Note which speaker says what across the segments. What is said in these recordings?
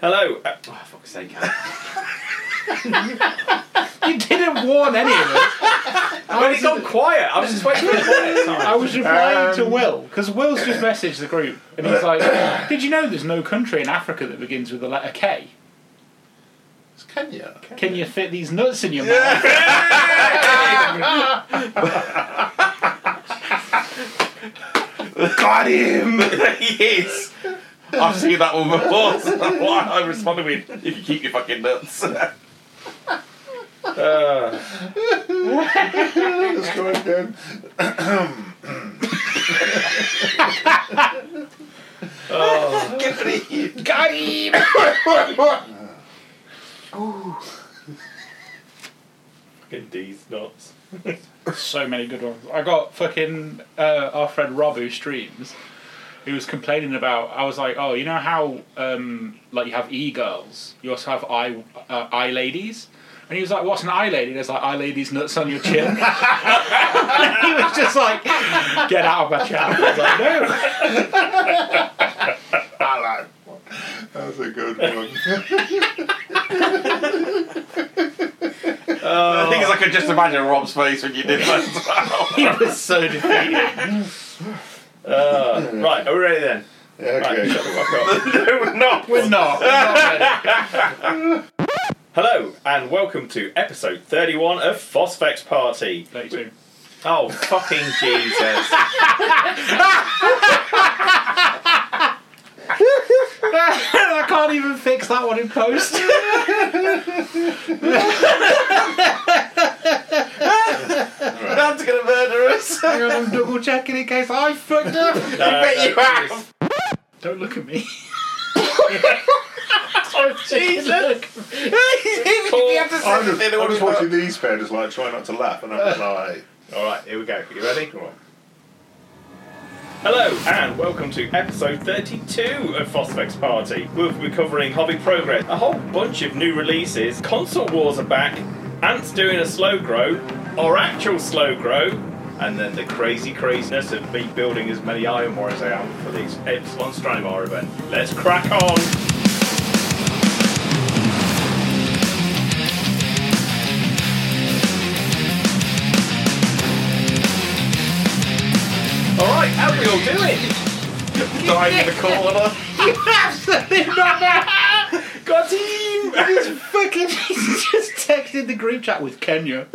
Speaker 1: Hello. Uh, oh, fuck's sake.
Speaker 2: You didn't warn any of us.
Speaker 1: I only gone quiet. I was just waiting for the quiet
Speaker 2: I
Speaker 1: time.
Speaker 2: was replying to
Speaker 3: Um,
Speaker 2: Will because Will's just messaged the group and he's like, "Did you know there's no country in Africa that begins with the letter K?
Speaker 3: It's Kenya.
Speaker 2: Can you fit these nuts in your mouth?"
Speaker 3: Got him!
Speaker 1: yes. I've seen that one before. So why I responded with, if you keep your fucking nuts. Uh,
Speaker 3: Let's go again.
Speaker 1: get free.
Speaker 2: Got him.
Speaker 1: Fucking D's nuts.
Speaker 2: So many good ones. I got fucking uh, our friend Rob who streams. He was complaining about. I was like, "Oh, you know how um, like you have e girls, you also have i uh, i ladies." And he was like, "What's an eye lady?" And I was like, "Eye lady's nuts on your chin." and he was just like, "Get out of my chat." I was like, "No."
Speaker 3: Hello. That's a good one.
Speaker 1: The thing is, I could just imagine Rob's face when you did that as well.
Speaker 2: He was so defeated.
Speaker 1: Uh, right, are we ready then? Right, shut the
Speaker 3: Okay.
Speaker 1: fuck up. no, we're not.
Speaker 2: We're not. We're not ready.
Speaker 1: Hello, and welcome to episode 31 of Phosphex Party.
Speaker 2: Thirty-two.
Speaker 1: Oh, fucking Jesus.
Speaker 2: I can't even fix that one in post.
Speaker 1: That's gonna murder us.
Speaker 2: Hang on, I'm double checking in case I fucked up.
Speaker 1: bet you have.
Speaker 2: Don't look at me.
Speaker 1: Jesus.
Speaker 2: Look.
Speaker 3: I'm just, I'm just watching these parents like try not to laugh, and I'm just like,
Speaker 1: Alright, here we go. You ready? Hello, and welcome to episode 32 of Phosphex Party. We'll be covering hobby progress, a whole bunch of new releases, console wars are back, Ant's doing a slow grow, or actual slow grow, and then the crazy craziness of me building as many Iron War as I am for these Epsilon Stranimar event. Let's crack on! Alright, how are we all doing? Dying in the corner.
Speaker 2: You absolutely not now.
Speaker 1: Got him!
Speaker 2: He's fucking. He's just texted the group chat with Kenya.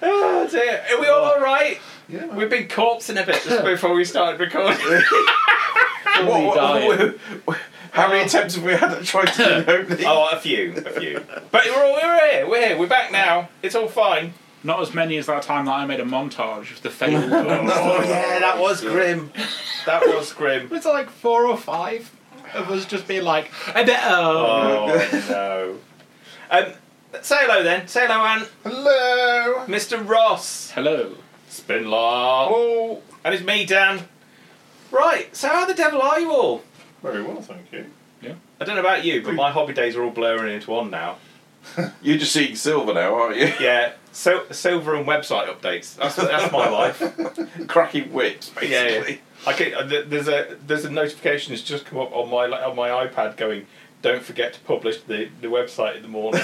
Speaker 1: Oh dear. Are we all alright?
Speaker 3: yeah, man.
Speaker 1: We've been corpsing a bit just before we started recording. What- what-
Speaker 2: dying.
Speaker 1: what-
Speaker 3: how many attempts have we had at trying to do opening?
Speaker 1: oh, a few, a few. But we're all we're here, we're here, we're back now. It's all fine.
Speaker 2: Not as many as that time that I made a montage of the failed ones.
Speaker 1: Oh yeah, that was grim. That was
Speaker 2: It
Speaker 1: grim.
Speaker 2: was like four or five of us just being like, I bet. Oh.
Speaker 1: Oh no. Um, say hello then. Say hello, Anne.
Speaker 3: Hello.
Speaker 1: Mr. Ross.
Speaker 2: Hello.
Speaker 1: Spinlar. Oh, and it's me, Dan. Right. So how the devil are you all?
Speaker 3: Very well, thank you.
Speaker 1: I don't know about you, but my hobby days are all blurring into one now.
Speaker 4: You're just seeing silver now, aren't you?
Speaker 1: Yeah, so silver and website updates. That's that's my life.
Speaker 4: Cracking whips, basically.
Speaker 1: Yeah, yeah. I can, uh, th- there's a there's a notification that's just come up on my on my iPad going, don't forget to publish the, the website in the morning.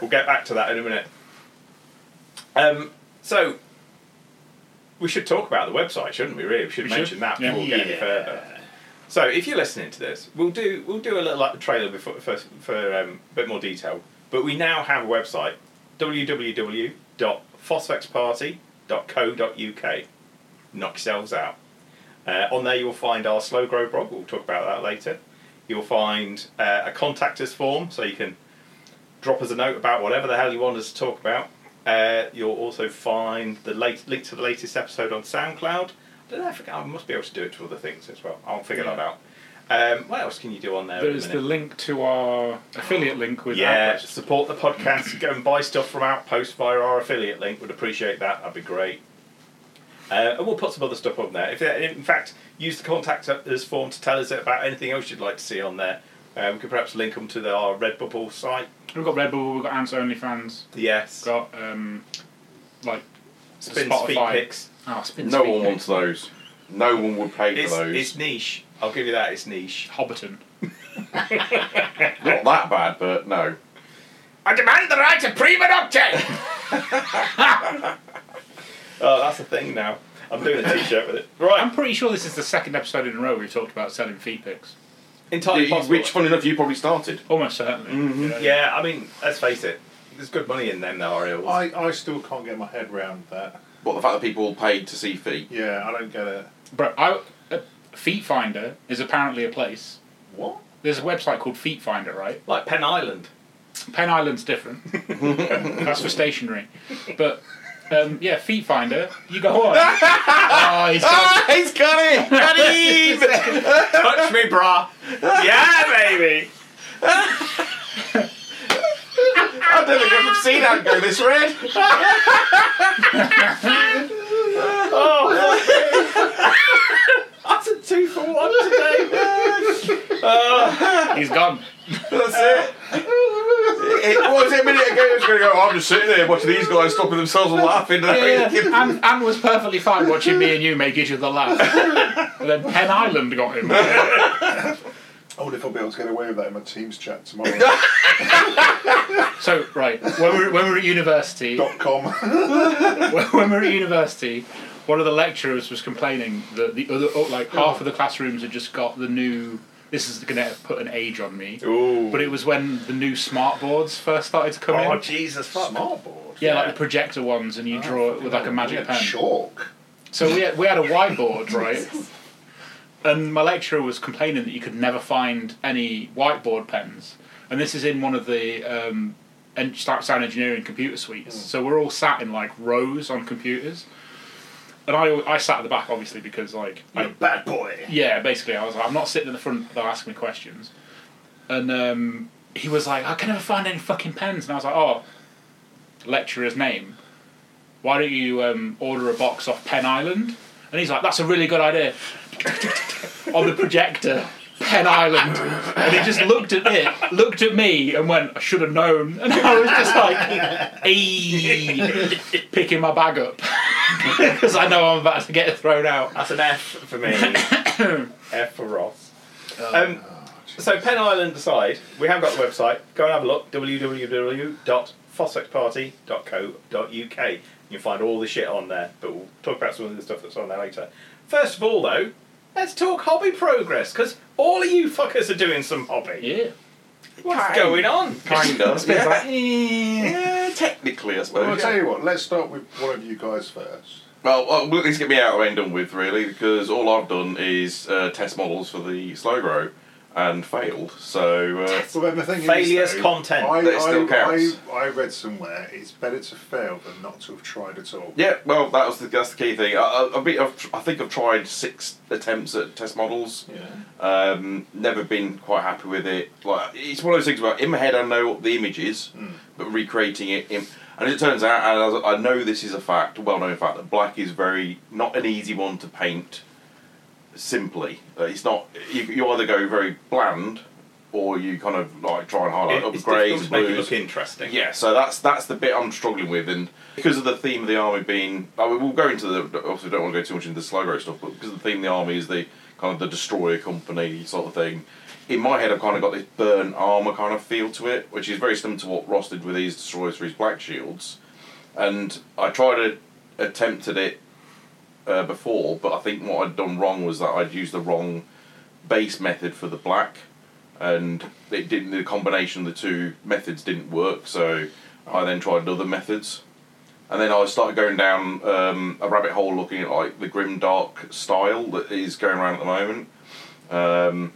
Speaker 1: we'll get back to that in a minute. Um, so we should talk about the website, shouldn't we? Really, we should
Speaker 2: We should.
Speaker 1: mention that
Speaker 2: Yeah.
Speaker 1: before we get any further. So if you're listening to this, we'll do we'll do a little like trailer before for for um, a bit more detail. But we now have a website www.phosphexparty.co.uk. Knock yourselves out. Uh, on there, you'll find our slow grow blog. We'll talk about that later. You'll find uh, a contact us form, so you can drop us a note about whatever the hell you want us to talk about. Uh, you'll also find the late, link to the latest episode on SoundCloud. I don't know, I, forget, I must be able to do it to other things as well. I'll figure that out. Um, what else can you do on there? at
Speaker 2: There's
Speaker 1: minute?
Speaker 2: the link to our affiliate link with
Speaker 1: yeah,
Speaker 2: Outpost.
Speaker 1: support the podcast. Go and buy stuff from Outpost via our affiliate link. Would appreciate that. That'd be great. Uh, and we'll put some other stuff on there. If uh, in fact use the contact us form to tell us about anything else you'd like to see on there. Uh, we could perhaps link them to the, our Redbubble site.
Speaker 2: We've got Redbubble, we've got Ants OnlyFans,
Speaker 1: Yes,
Speaker 2: we've got um, like
Speaker 1: spin
Speaker 2: Spotify.
Speaker 1: speak picks.
Speaker 2: oh, spin
Speaker 4: No
Speaker 2: speak
Speaker 4: one wants those. No one would pay
Speaker 1: It's,
Speaker 4: for those.
Speaker 1: it's niche. I'll give you that. It's niche.
Speaker 2: Hobbiton.
Speaker 4: Not that bad, but no.
Speaker 1: I demand the right to prima nocte. oh, that's the thing now. I'm doing a T-shirt with it.
Speaker 2: I'm
Speaker 1: Right,
Speaker 2: pretty sure this is the second episode in a row we've talked about selling feet pics.
Speaker 1: entirely
Speaker 4: Yeah,
Speaker 1: possible.
Speaker 4: which, funny enough, you probably started.
Speaker 2: Almost certainly. you know.
Speaker 1: Yeah, I mean, let's face it. There's good money in them, though, Orioles.
Speaker 3: I, I still can't get my head round that.
Speaker 4: But the fact that people paid to see feet.
Speaker 3: Yeah, I don't get it.
Speaker 2: Bro, I, uh, Feet Finder is apparently a place.
Speaker 3: What?
Speaker 2: There's a website called Feet Finder, right?
Speaker 1: like Penn Island.
Speaker 2: Penn Island's different. That's for stationery. But um, yeah, Feet Finder, you go on. oh, he's got-
Speaker 1: Ah,
Speaker 4: he's got it! Got him!
Speaker 1: Touch me, brah. yeah, baby.
Speaker 4: I don't think I've ever seen that go this red.
Speaker 1: Oh, that's a two for one today.
Speaker 2: he's gone.
Speaker 4: That's it. It was a minute ago. It was going to go. I'm just sitting there watching these guys stopping themselves and laughing.
Speaker 2: Yeah, yeah. And, and was perfectly fine watching me and you make each other laugh. And then Penn Island got him.
Speaker 3: I wonder if I'll be able to get away with that in my Teams chat tomorrow.
Speaker 2: So right, when we were, when we were at university,
Speaker 3: Dot com.
Speaker 2: when we were at university, one of the lecturers was complaining that the other oh, like half of the classrooms had just got the new. This is going to put an age on me,
Speaker 1: Ooh.
Speaker 2: but it was when the new smart boards first started to come
Speaker 1: oh,
Speaker 2: in.
Speaker 1: Jesus, fuck.
Speaker 3: Smartboard.
Speaker 2: Yeah,
Speaker 1: yeah.
Speaker 2: like
Speaker 1: Oh,
Speaker 2: the projector ones, and you draw it with like a magic
Speaker 3: Yeah,
Speaker 2: pen.
Speaker 3: Chalk.
Speaker 2: So we had, we had a whiteboard, right? And my lecturer was complaining that you could never find any whiteboard pens. And this is in one of the um, en- sta- sound engineering computer suites. So we're all sat in like rows on computers. And I, I sat at the back, obviously, because like I,
Speaker 3: You're a bad boy.
Speaker 2: yeah, basically, I was like, I'm not sitting in the front. They'll ask me questions, and um, he was like, I can never find any fucking pens, and I was like, oh, lecturer's name. Why don't you um, order a box off Pen Island? And he's like, that's a really good idea. On the projector, Pen Island, and he just looked at it, looked at me, and went, I should have known. And I was just like, eee, picking my bag up because I know I'm about to get thrown out.
Speaker 1: That's an F for me. F for Ross.
Speaker 2: Oh,
Speaker 1: Um, so Penn Island aside, we have got the website. Go and have a look. www.fossexparty.co.uk. You'll find all the shit on there, but we'll talk about some of the stuff that's on there later. First of all, though, let's talk hobby progress because all of you fuckers are doing some hobby.
Speaker 2: Yeah.
Speaker 1: What's going on?
Speaker 4: Kind of.
Speaker 2: been
Speaker 4: yeah.
Speaker 2: like,
Speaker 1: eh.
Speaker 4: yeah, technically, I
Speaker 3: Well, I'll
Speaker 4: suppose.
Speaker 3: tell you what, let's start with one of you guys first.
Speaker 4: Well, well, well, this get me out of the way and done with really because all I've done is uh, test models for the slow grow and failed. So uh,
Speaker 3: Well, then the thing
Speaker 1: Failures
Speaker 3: is, though,
Speaker 1: content.
Speaker 3: I,
Speaker 4: That it still counts.
Speaker 3: I, I, I read somewhere it's better to fail than not to have tried at all.
Speaker 4: yeah, well, that was the, that's the key thing. I, I, I've been- I've, I think I've tried six attempts at test models.
Speaker 3: Yeah.
Speaker 4: Um, never been quite happy with it. Like it's one of those things where in my head I know what the image is,
Speaker 1: Hmm.
Speaker 4: but recreating it. In, and as it turns out, and as I know this is a fact, a well-known fact, that black is very not an easy one to paint. Simply, Uh, it's not. You, you either go very bland, or you kind of like try and highlight
Speaker 1: It-
Speaker 4: up
Speaker 1: It's
Speaker 4: greys,
Speaker 1: difficult to make it
Speaker 4: blues.
Speaker 1: look interesting.
Speaker 4: Yeah, so that's that's the bit I'm struggling with, and because of the theme of the army being, I mean, we'll go into the obviously we don't want to go too much into the slow growth stuff, but because the theme of the army is the kind of the destroyer company sort of thing, in my head I've kind of got this burn armor kind of feel to it, which is very similar to what Ross did with his destroyers for his black shields, and I tried to attempted it uh, before, but I think what I'd done wrong was that I'd used the wrong base method for the black, and it didn't. The combination of the two methods didn't work, so I then tried other methods, and then I started going down um, a rabbit hole looking at like the grim dark style that is going around at the moment. Um,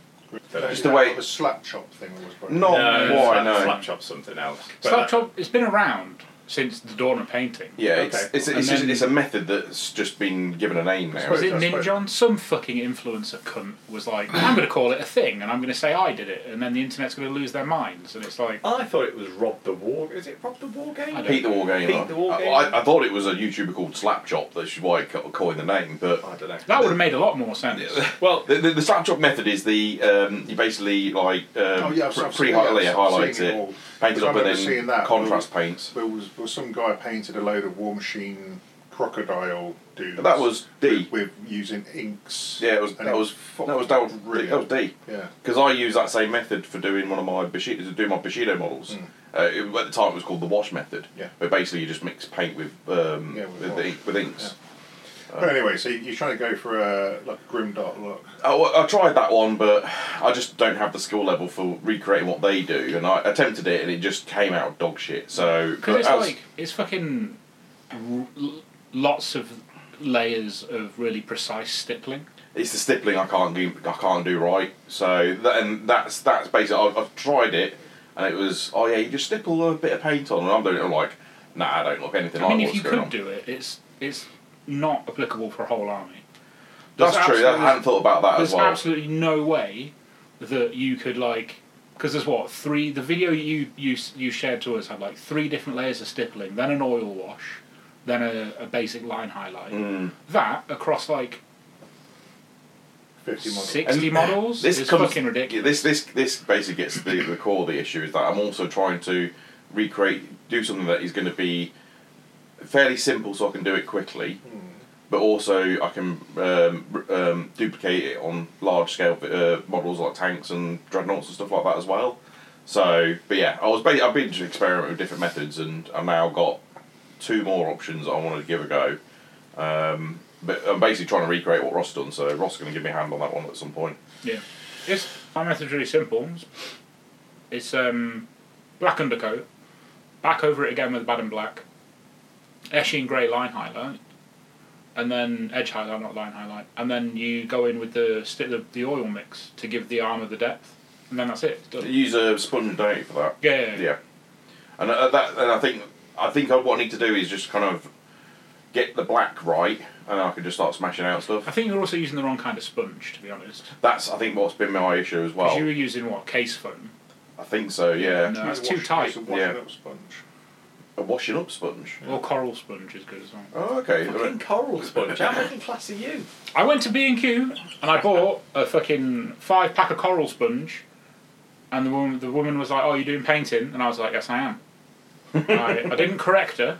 Speaker 3: Just
Speaker 4: the way-
Speaker 3: the slap chop thing was. very-
Speaker 4: Not
Speaker 1: Oh, No,
Speaker 4: why,
Speaker 1: slap,
Speaker 4: no.
Speaker 1: slap chop's something else. But
Speaker 2: Slap chop. It's been around since the dawn of painting.
Speaker 4: yeah, it's
Speaker 1: Okay.
Speaker 4: it's,
Speaker 2: And
Speaker 4: it's, just,
Speaker 2: then-
Speaker 4: it's a method that's just been given a name now.
Speaker 2: Was it
Speaker 3: I suppose.
Speaker 2: Ninjon? Some fucking influencer cunt was like, I'm going to call it a thing, and I'm going to say I did it, and then the internet's going to lose their minds, and it's like,
Speaker 1: I thought it was Rob the War. Is it Rob the War game?
Speaker 2: I don't-
Speaker 4: Pete the War Gamer.
Speaker 1: Pete the War
Speaker 4: I-
Speaker 1: Gamer.
Speaker 4: I, I thought it was a YouTuber called Slapchop, that's why I co- coined the name, but
Speaker 1: I don't know.
Speaker 2: that would have made a lot more sense.
Speaker 1: Well,
Speaker 4: The, the, the slapshot method is the um, you basically like um,
Speaker 3: Oh, yeah, I've-
Speaker 4: pre-
Speaker 3: I've
Speaker 4: pre
Speaker 3: seen- yeah,
Speaker 4: highlight
Speaker 3: I've
Speaker 4: highlights
Speaker 3: seen it
Speaker 4: it,
Speaker 3: all.
Speaker 4: paints it
Speaker 3: I
Speaker 4: up, and
Speaker 3: remember seeing
Speaker 4: then
Speaker 3: that.
Speaker 4: contrast paints.
Speaker 3: There was, there was some guy painted a load of War Machine crocodile dudes.
Speaker 4: That was D.
Speaker 3: with, with using inks.
Speaker 4: Yeah, it was,
Speaker 3: And
Speaker 4: that
Speaker 3: it
Speaker 4: was
Speaker 3: fucking
Speaker 4: that was that was, D-
Speaker 3: brilliant.
Speaker 4: that was D.
Speaker 3: Yeah.
Speaker 4: Because I use that same method for doing one of my Bushido, to do my Bushido models. Uh, it- at the time, it was called the wash method.
Speaker 3: Hmm. Yeah.
Speaker 4: But basically, you just mix paint with um,
Speaker 3: Yeah, with
Speaker 4: with,
Speaker 3: wash.
Speaker 4: the ink, with inks. Uh,
Speaker 3: But anyway, so you're trying to go for a like grim dark look.
Speaker 4: I, well, I tried that one, but I just don't have the skill level for recreating what they do. And I attempted it, and it just came out of dog shit. So
Speaker 2: Because it's
Speaker 4: as-
Speaker 2: like it's fucking r- l- lots of layers of really precise stippling.
Speaker 4: it's the stippling I can't do. I can't do right. So that, and that's that's basically. I've, I've tried it, and it was oh yeah, you just stipple a bit of paint on, and I'm doing it. I'm like, nah, I don't look anything
Speaker 2: I
Speaker 4: like
Speaker 2: mean,
Speaker 4: what's
Speaker 2: if you
Speaker 4: going
Speaker 2: could
Speaker 4: on.
Speaker 2: do it, it's it's not applicable for a whole army.
Speaker 4: that's
Speaker 2: there's
Speaker 4: true. That, I
Speaker 2: absolutely-
Speaker 4: hadn't thought about that
Speaker 2: There's
Speaker 4: as well.
Speaker 2: absolutely no way that you could like because there's what three. The video you you you shared to us had like three different layers of stippling, then an oil wash, then a, a basic line highlight.
Speaker 4: Mm.
Speaker 2: That across like
Speaker 3: Fifty models.
Speaker 2: sixty models
Speaker 4: This
Speaker 2: is
Speaker 4: comes-
Speaker 2: fucking ridiculous.
Speaker 4: Yeah, This this this basically gets to the, the core of the issue is that I'm also trying to recreate, do something that is going to be fairly simple, so I can do it quickly, but also I can um, r- um, duplicate it on large scale uh, models like tanks and dreadnoughts and stuff like that as well. So, but yeah, I was ba- I've been just experimenting with different methods, and I've now got two more options I wanted to give a go. Um, but I'm basically trying to recreate what Ross done, so Ross is going to give me a hand on that one at some point.
Speaker 2: Yeah. It's, my method's really simple. It's- It's um, black undercoat, back over it again with bad and black, Eshin grey line highlight, and then edge highlight, not line highlight, and then you go in with the sti the, the oil mix to give the armour the depth, and then that's it. It's done.
Speaker 4: Use a sponge don't you, for that.
Speaker 2: Yeah, yeah, yeah.
Speaker 4: Yeah, and uh, that, and I think I think what I need to do is just kind of get the black right, and I can just start smashing out
Speaker 2: I
Speaker 4: stuff.
Speaker 2: think you're also using the wrong kind of sponge, to be honest.
Speaker 4: That's I think what's been my issue as
Speaker 2: Because
Speaker 4: well.
Speaker 2: you were using what case foam.
Speaker 4: I think so. Yeah,
Speaker 2: No, it's
Speaker 3: Wash-
Speaker 2: too tight.
Speaker 3: it's a washing
Speaker 4: Yeah.
Speaker 3: up sponge.
Speaker 4: a washing up sponge.
Speaker 2: Or coral sponge is good as well.
Speaker 4: Oh, okay.
Speaker 1: coral sponge. How fucking class are you?
Speaker 2: I went to B and Q and I bought a fucking five pack of coral sponge, and the woman the woman was like, "Oh, you're doing painting," and I was like, "Yes, I am." I, I didn't correct her.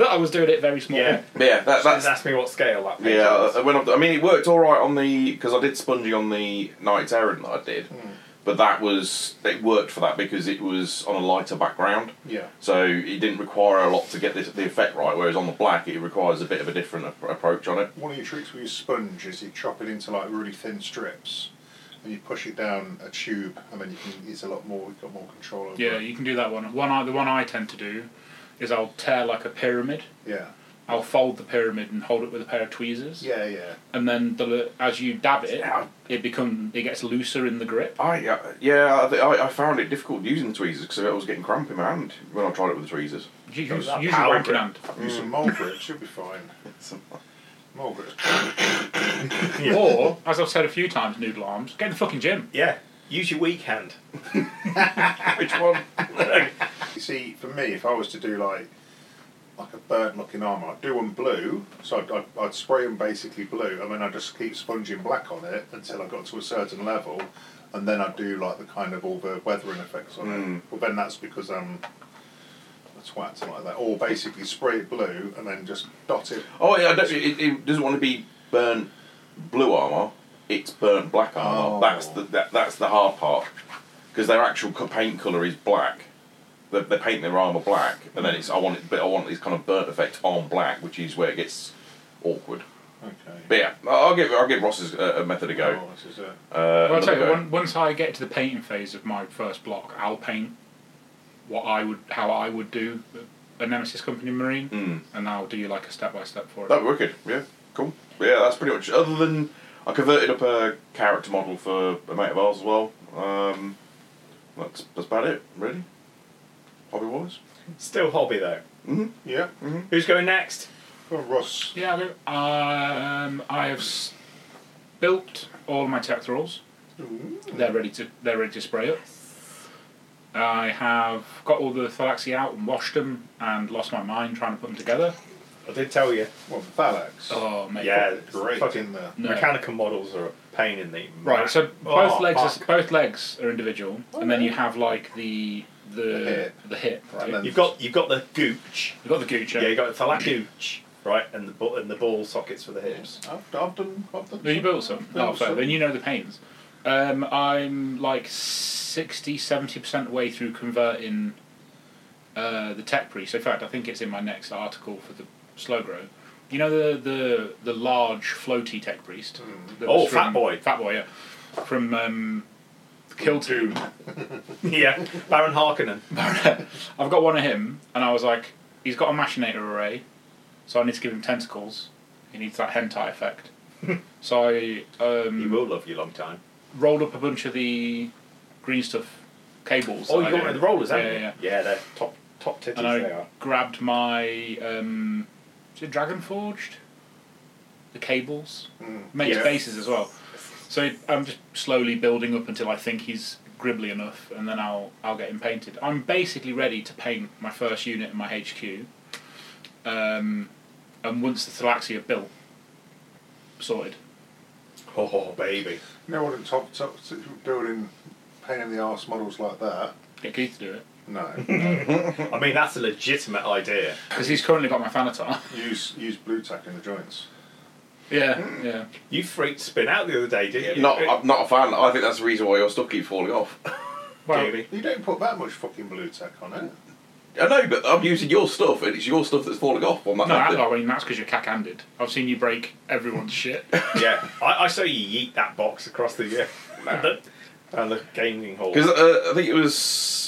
Speaker 2: I was doing it very small.
Speaker 1: Yeah.
Speaker 4: Yeah, that,
Speaker 1: That's
Speaker 4: that's
Speaker 1: asked me what scale that page
Speaker 4: yeah. uh,
Speaker 1: was.
Speaker 4: I went up. I mean, it worked all right on the because I did sponging on the Knight's Errant that I did,
Speaker 2: Hmm.
Speaker 4: but that was it worked for that because it was on a lighter background.
Speaker 3: Yeah.
Speaker 4: So it didn't require a lot to get this, the effect right, whereas on the black it requires a bit of a different ap- approach on it.
Speaker 3: One of your tricks with your sponge is you chop it into like really thin strips, and you push it down a tube, and then you can. It's a lot more. You've got more control over.
Speaker 2: Yeah,
Speaker 3: It.
Speaker 2: you can do that one. One I, the one I tend to do is I'll tear like a pyramid.
Speaker 3: Yeah.
Speaker 2: I'll fold the pyramid and hold it with a pair of tweezers,
Speaker 3: Yeah. Yeah.
Speaker 2: and then the, as you dab it, it become it gets looser in the grip.
Speaker 4: I uh, yeah, I, thi- I, I found it difficult using the tweezers because I was getting cramp in my hand when I tried it with the tweezers.
Speaker 2: You use,
Speaker 1: that
Speaker 2: use your
Speaker 1: power
Speaker 2: wanking
Speaker 1: grip.
Speaker 2: hand.
Speaker 3: Use some mole grips. You'll be fine. Mole grips.
Speaker 2: Or, as I've said a few times, noodle arms, get in the fucking gym.
Speaker 1: Yeah. Use your weak hand.
Speaker 4: Which one?
Speaker 3: You see, for me, if I was to do like like a bird looking armour, I'd do them blue, so I'd, I'd, I'd spray them basically blue, and then I'd just keep sponging black on it until I got to a certain level, and then I'd do like the kind of all the weathering effects on it. Well, then that's because um, I'm a twat and like that, or basically spray it blue and then just dot it.
Speaker 4: Oh, yeah, I don't, it, it doesn't want to be burnt blue armor. It's burnt black armor.
Speaker 3: Oh.
Speaker 4: That's the that, that's the hard part because their actual co- paint color is black. They, they paint their armor black, and then it's I want it, but I want this kind of burnt effect on black, which is where it gets awkward.
Speaker 3: Okay.
Speaker 4: But yeah, I- I'll give I'll give Ross's uh, method a go.
Speaker 3: Oh, this is a,
Speaker 4: Uh,
Speaker 2: Well, I'll tell
Speaker 4: another
Speaker 2: you,
Speaker 4: go.
Speaker 2: on- once I get to the painting phase of my first block, I'll paint what I would, how I would do a Nemesis Company Marine,
Speaker 4: Mm.
Speaker 2: and I'll do like a step by step for it.
Speaker 4: That'd be wicked. Yeah, cool. Yeah, that's pretty much. Other than I converted up a character model for a mate of ours as well. Um, that's that's about it, really. Hobby wise.
Speaker 1: Still hobby though.
Speaker 3: yeah.
Speaker 1: Who's going next?
Speaker 3: Well, Ross.
Speaker 2: Yeah, I'll go- um, I have s- built all my tech rolls.
Speaker 3: Ooh.
Speaker 2: They're ready to they're ready to spray up. I have got all the Thalaxi out and washed them and lost my mind trying to put them together.
Speaker 1: I did tell you.
Speaker 3: Well, the phalanx.
Speaker 2: Oh, mate.
Speaker 1: Yeah,
Speaker 3: Great
Speaker 1: fucking
Speaker 3: in there.
Speaker 2: No.
Speaker 1: mechanical models are a pain in the
Speaker 2: Right,
Speaker 1: ma-
Speaker 2: so both
Speaker 1: Oh,
Speaker 2: legs are,
Speaker 1: fuck.
Speaker 2: both legs are individual, and then you have like the the the
Speaker 3: The
Speaker 2: hip,
Speaker 3: hip.
Speaker 2: right?
Speaker 3: And then-
Speaker 1: You've got you've got the gooch.
Speaker 2: You've got the gooch.
Speaker 1: Yeah, you got the thala gooch. right? And the bu- and the ball sockets for the hips.
Speaker 3: I've, I've done. I've done
Speaker 2: No, you built some. Oh, fair. Then you know the pains. Um, I'm like 60, 70% way through converting uh, the tech priest. In fact, I think it's in my next article for the slow grow. You know the the, the large floaty tech priest?
Speaker 3: Mm.
Speaker 2: that
Speaker 1: Oh,
Speaker 2: was from-
Speaker 1: Fat Boy.
Speaker 2: Fat boy, yeah. From um, Kill Doom.
Speaker 1: yeah, Baron Harkonnen.
Speaker 2: I've got one of him, and I was like, he's got a machinator array, so I need to give him tentacles. He needs that hentai effect. so I um,
Speaker 1: He will love you long time.
Speaker 2: rolled up a bunch of the green stuff cables.
Speaker 1: Oh, you
Speaker 2: that I
Speaker 1: got
Speaker 2: did.
Speaker 1: rid of the rollers, haven't
Speaker 2: yeah,
Speaker 1: you?
Speaker 2: Yeah,
Speaker 1: yeah, they're top top titties.
Speaker 2: yeah. And
Speaker 1: they
Speaker 2: I
Speaker 1: are.
Speaker 2: grabbed my um, is it Dragon Forged, the cables, made
Speaker 1: Mm. Yeah.
Speaker 2: bases as well. So I'm just slowly building up until I think he's gribbly enough, and then I'll I'll get him painted. I'm basically ready to paint my first unit in my HQ. Um, and once the Thalaxia are built, sorted.
Speaker 1: Oh, baby.
Speaker 3: No one in top, top building pain in the arse models like that.
Speaker 2: Get Keith to do it
Speaker 3: No.
Speaker 1: I mean, that's a legitimate idea.
Speaker 2: because he's currently got my Thanatar.
Speaker 3: use use blue tack in the joints.
Speaker 2: yeah, yeah.
Speaker 1: You freaked spin out the other day, didn't you?
Speaker 4: Not, I'm not a fan. I think that's the reason why your stuff keeps falling off.
Speaker 2: Well,
Speaker 1: Jamie.
Speaker 3: You don't put that much fucking blue tack on it.
Speaker 4: I know, but I'm using your stuff, and it's your stuff that's falling off on that
Speaker 2: No,
Speaker 4: method.
Speaker 2: I mean that's because you're cack-handed. I've seen you break everyone's shit.
Speaker 1: yeah, I, I saw you yeet that box across the uh, the, and the gaming hall.
Speaker 4: Because uh, I think it was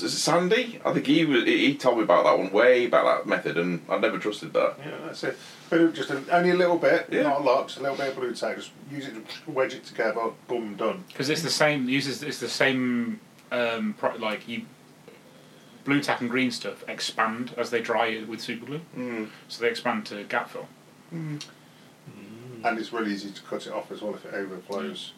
Speaker 4: is it Sandy. I think he was. He he told me about that one way about that methed, and I never trusted that.
Speaker 3: Yeah, that's it. But it just a, only a little bit,
Speaker 4: Yeah.
Speaker 3: not a lot, just a little bit of blue tack. Just use it to wedge it together. Boom, done.
Speaker 2: Because it's the same uses. It's the same um, pro- like you. Blue tack and green stuff expand as they dry with super glue, so they expand to gap fill.
Speaker 3: And it's really easy to cut it off as well if it overflows.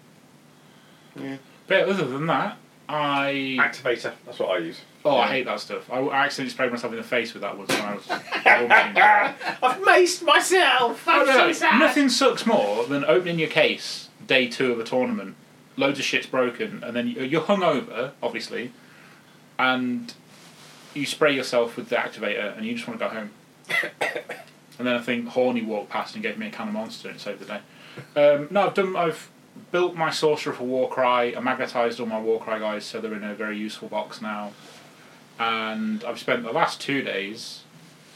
Speaker 2: But other than that, I
Speaker 1: Activator. That's what I use.
Speaker 2: oh I hate that stuff. I, I accidentally sprayed myself in the face with that once when I was. opening.
Speaker 1: I've maced myself.
Speaker 2: Oh, no, Nothing sucks more than opening your case day two of a tournament. Loads of shit's broken, and then you- you're hungover, obviously, and you spray yourself with the activator, and you just want to go home. and then I think Horny walked past and gave me a can of monster and saved the day. Um, no, I've done. I've built my sorcerer for Warcry. I magnetised all my Warcry guys, so they're in a very useful box now. And I've spent the last two days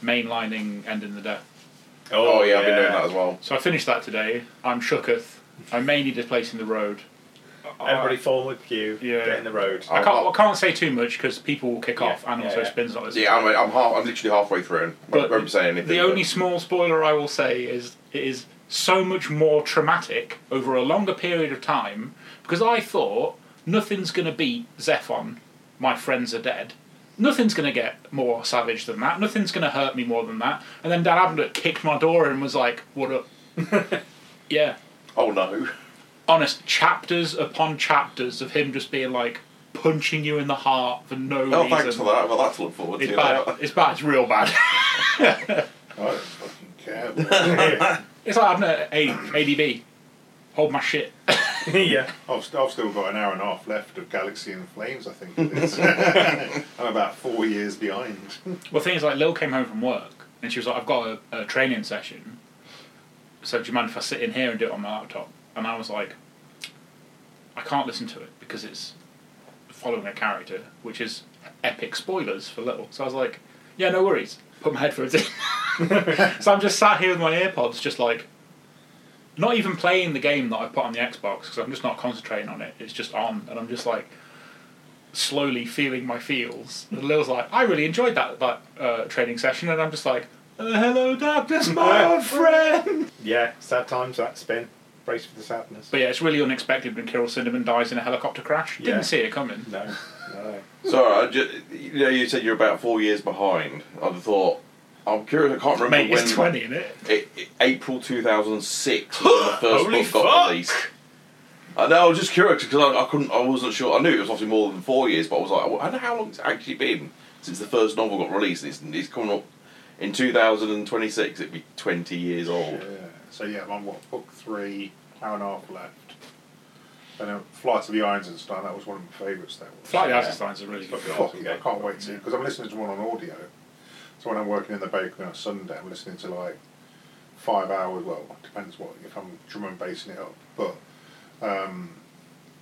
Speaker 2: mainlining ending the death.
Speaker 4: Oh, yeah, I've been doing that as well.
Speaker 2: So I finished that today. I'm shooketh. I may need a place in the road.
Speaker 1: Everybody form with you.
Speaker 2: Yeah.
Speaker 1: Get in the road.
Speaker 2: I can't, I can't say too much because people will kick
Speaker 1: Oh, Yeah,
Speaker 2: off and
Speaker 1: yeah,
Speaker 2: also
Speaker 1: yeah.
Speaker 2: spins not as
Speaker 4: Yeah, I'm, I'm half. I'm literally halfway through. I
Speaker 2: But
Speaker 4: won't say anything.
Speaker 2: The
Speaker 4: but-
Speaker 2: only small spoiler I will say is it is so much more traumatic over a longer period of time because I thought nothing's going to beat Zephon, my friends are dead. Nothing's going to get more savage than that. Nothing's going to hurt me more than that. And then Dan Abnett kicked my door and was like, what up? yeah.
Speaker 4: Oh no.
Speaker 2: honest chapters upon chapters of him just being like punching you in the heart for no
Speaker 4: Oh,
Speaker 2: reason.
Speaker 4: thanks for that. Well, that's to look forward
Speaker 2: It's
Speaker 4: to.
Speaker 2: bad. It's bad. It's real bad.
Speaker 3: I don't fucking care. but-
Speaker 2: It's like I'm at A- ADB. Hold my shit.
Speaker 1: yeah.
Speaker 3: I've, st- I've still got an hour and a half left of Galaxy in Flames, I think it is. I'm about four years behind.
Speaker 2: Well, things like Lil came home from work and she was like, "I've got a, a training session, so do you mind if I sit in here and do it on my laptop?" And I was like, "I can't listen to it because it's following a character, which is epic spoilers for Lil." So I was like, "Yeah, no worries. Put my headphones in." so I'm just sat here with my earpods, just like. Not even playing the game that I put on the Xbox because I'm just not concentrating on it. It's just on, and I'm just like, slowly feeling my feels. And Lil's like, I really enjoyed that that uh, training session, and I'm just like, uh, hello, darkness, my old friend.
Speaker 1: Yeah. Sad times. That spin. Brace for the sadness.
Speaker 2: But yeah, it's really unexpected when Kirill Cinnamon dies in a helicopter crash.
Speaker 1: Yeah.
Speaker 2: Didn't see it coming.
Speaker 1: No. No.
Speaker 4: So I just, you know, you said you're about four years behind. I thought. I'm curious. I can't remember
Speaker 2: Mate,
Speaker 4: when.
Speaker 2: it's twenty in it.
Speaker 4: It, it- April 2006 was when the first
Speaker 1: Holy
Speaker 4: book got
Speaker 1: fuck!
Speaker 4: released. I know. I was just curious because I, I couldn't. I wasn't sure. I knew it was obviously more than four years, but I was like, I don't know how long it's actually been since the first novel got released. It's, it's coming up in 2026. It'd be 20 years
Speaker 3: Yeah.
Speaker 4: old.
Speaker 3: So, yeah, I'm on what, book three, hour and a half left. And then Flight of the Irons and stuff, that was one of my favourites. That was.
Speaker 2: Flight of the
Speaker 1: Yeah.
Speaker 2: Eisensteins is a really good.
Speaker 1: Fucking
Speaker 3: Fuck
Speaker 1: awesome
Speaker 3: yeah, I
Speaker 1: game.
Speaker 3: can't wait to because I'm listening to one on audio. So when I'm working in the bakery on Sunday, I'm listening to like five hours. Well, depends what if I'm drum and basing it up. But um,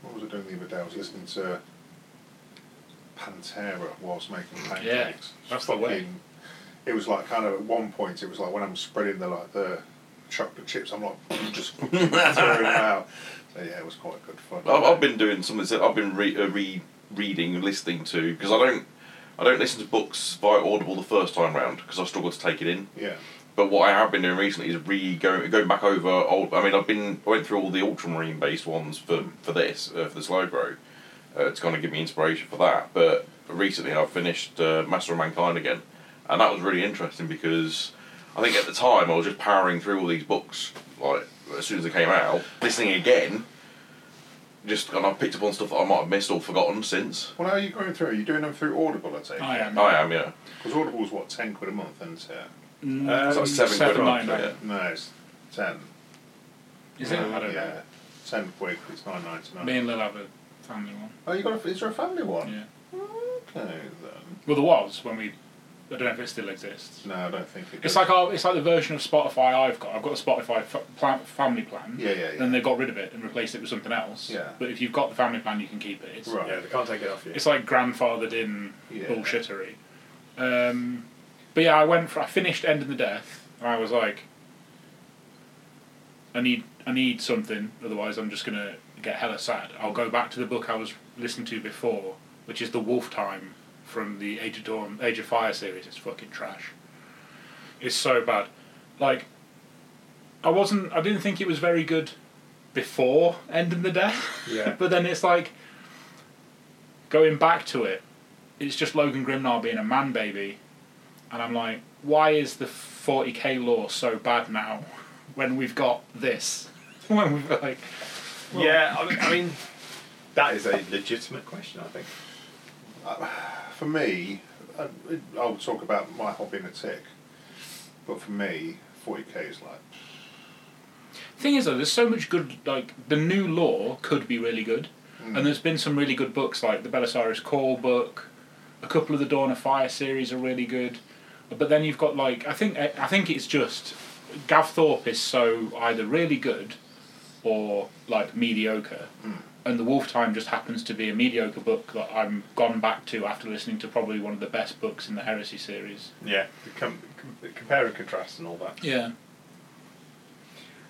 Speaker 3: what was I doing the other day? I was listening to Pantera whilst making pancakes.
Speaker 2: that's the way.
Speaker 3: Fucking- It was like kind of at one point. It was like when I'm spreading the like the chocolate chips. I'm like just throwing them out. So yeah, it was quite good fun.
Speaker 4: I've, I've been doing something. that I've been re, uh, re reading and listening to because I don't I don't listen to books via Audible the first time round because I struggle to take it in.
Speaker 3: yeah.
Speaker 4: But what I have been doing recently is re going going back over old. I mean, I've been I went through all the ultramarine based ones for for this uh, for the slow grow. Uh, it's going to give me inspiration for that. But recently, I've finished uh, Master of Mankind again, and that was really interesting because I think at the time I was just powering through all these books like as soon as they came out, listening again. Just and I picked up on stuff that I might have missed or forgotten since.
Speaker 3: Well, how are you going through? Are you doing them through Audible? I take.
Speaker 2: I am.
Speaker 4: I am, yeah.
Speaker 3: Because Audible's what ten quid a month, isn't it?
Speaker 2: Mm,
Speaker 4: It's like seven, quid a month.
Speaker 2: nine,
Speaker 4: Yeah.
Speaker 3: No, it's ten.
Speaker 2: Is it? I don't
Speaker 3: yeah.
Speaker 2: know.
Speaker 3: Ten quid. It's nine ninety
Speaker 2: Me
Speaker 3: nine.
Speaker 2: and Lil have a family one.
Speaker 3: Oh, you got a, is there a family one?
Speaker 2: Yeah.
Speaker 3: Okay then.
Speaker 2: Well, there was when we. I don't know if it still exists.
Speaker 3: No, I don't think it.
Speaker 2: It's
Speaker 3: does.
Speaker 2: like our, it's like the version of Spotify I've got. I've got a Spotify f- plan, family plan.
Speaker 3: Yeah, yeah, yeah.
Speaker 2: Then they got rid of it and replaced it with something else.
Speaker 3: Yeah.
Speaker 2: But if you've got the family plan, you can keep it. It's,
Speaker 3: right.
Speaker 1: Yeah, they can't take it off you.
Speaker 2: it's like grandfathered in
Speaker 3: Yeah.
Speaker 2: bullshittery. Um, but yeah, I went for I finished End of the Death, and I was like, I need I need something, otherwise I'm just gonna get hella sad. I'll go back to the book I was listening to before, which is the Wolf Time from the Age of Dawn, Age of Fire series. It's fucking trash. It's so bad. Like, I wasn't. I didn't think it was very good before End of the Death.
Speaker 1: Yeah.
Speaker 2: but then it's like going back to it. It's just Logan Grimnar being a man baby, and I'm like, why is the 40k law so bad now? When we've got this, when we've got, like,
Speaker 1: yeah, I mean, I mean, that is a legitimate question, I think.
Speaker 3: For me, I, I'll talk about my hobby in a tick. But for me, forty k is like
Speaker 2: thing is though, there's so much good. Like the new law could be really good, and there's been some really good books like the Belisarius Call book. A couple of the Dawn of Fire series are really good, but then you've got like I think I think it's just Gav Thorpe is so either really good or like mediocre, and the Wolf Time just happens to be a mediocre book that I'm gone back to after listening to probably one of the best books in the Heresy series.
Speaker 1: Yeah, the com- com- the compare and contrast and all that.
Speaker 2: Yeah.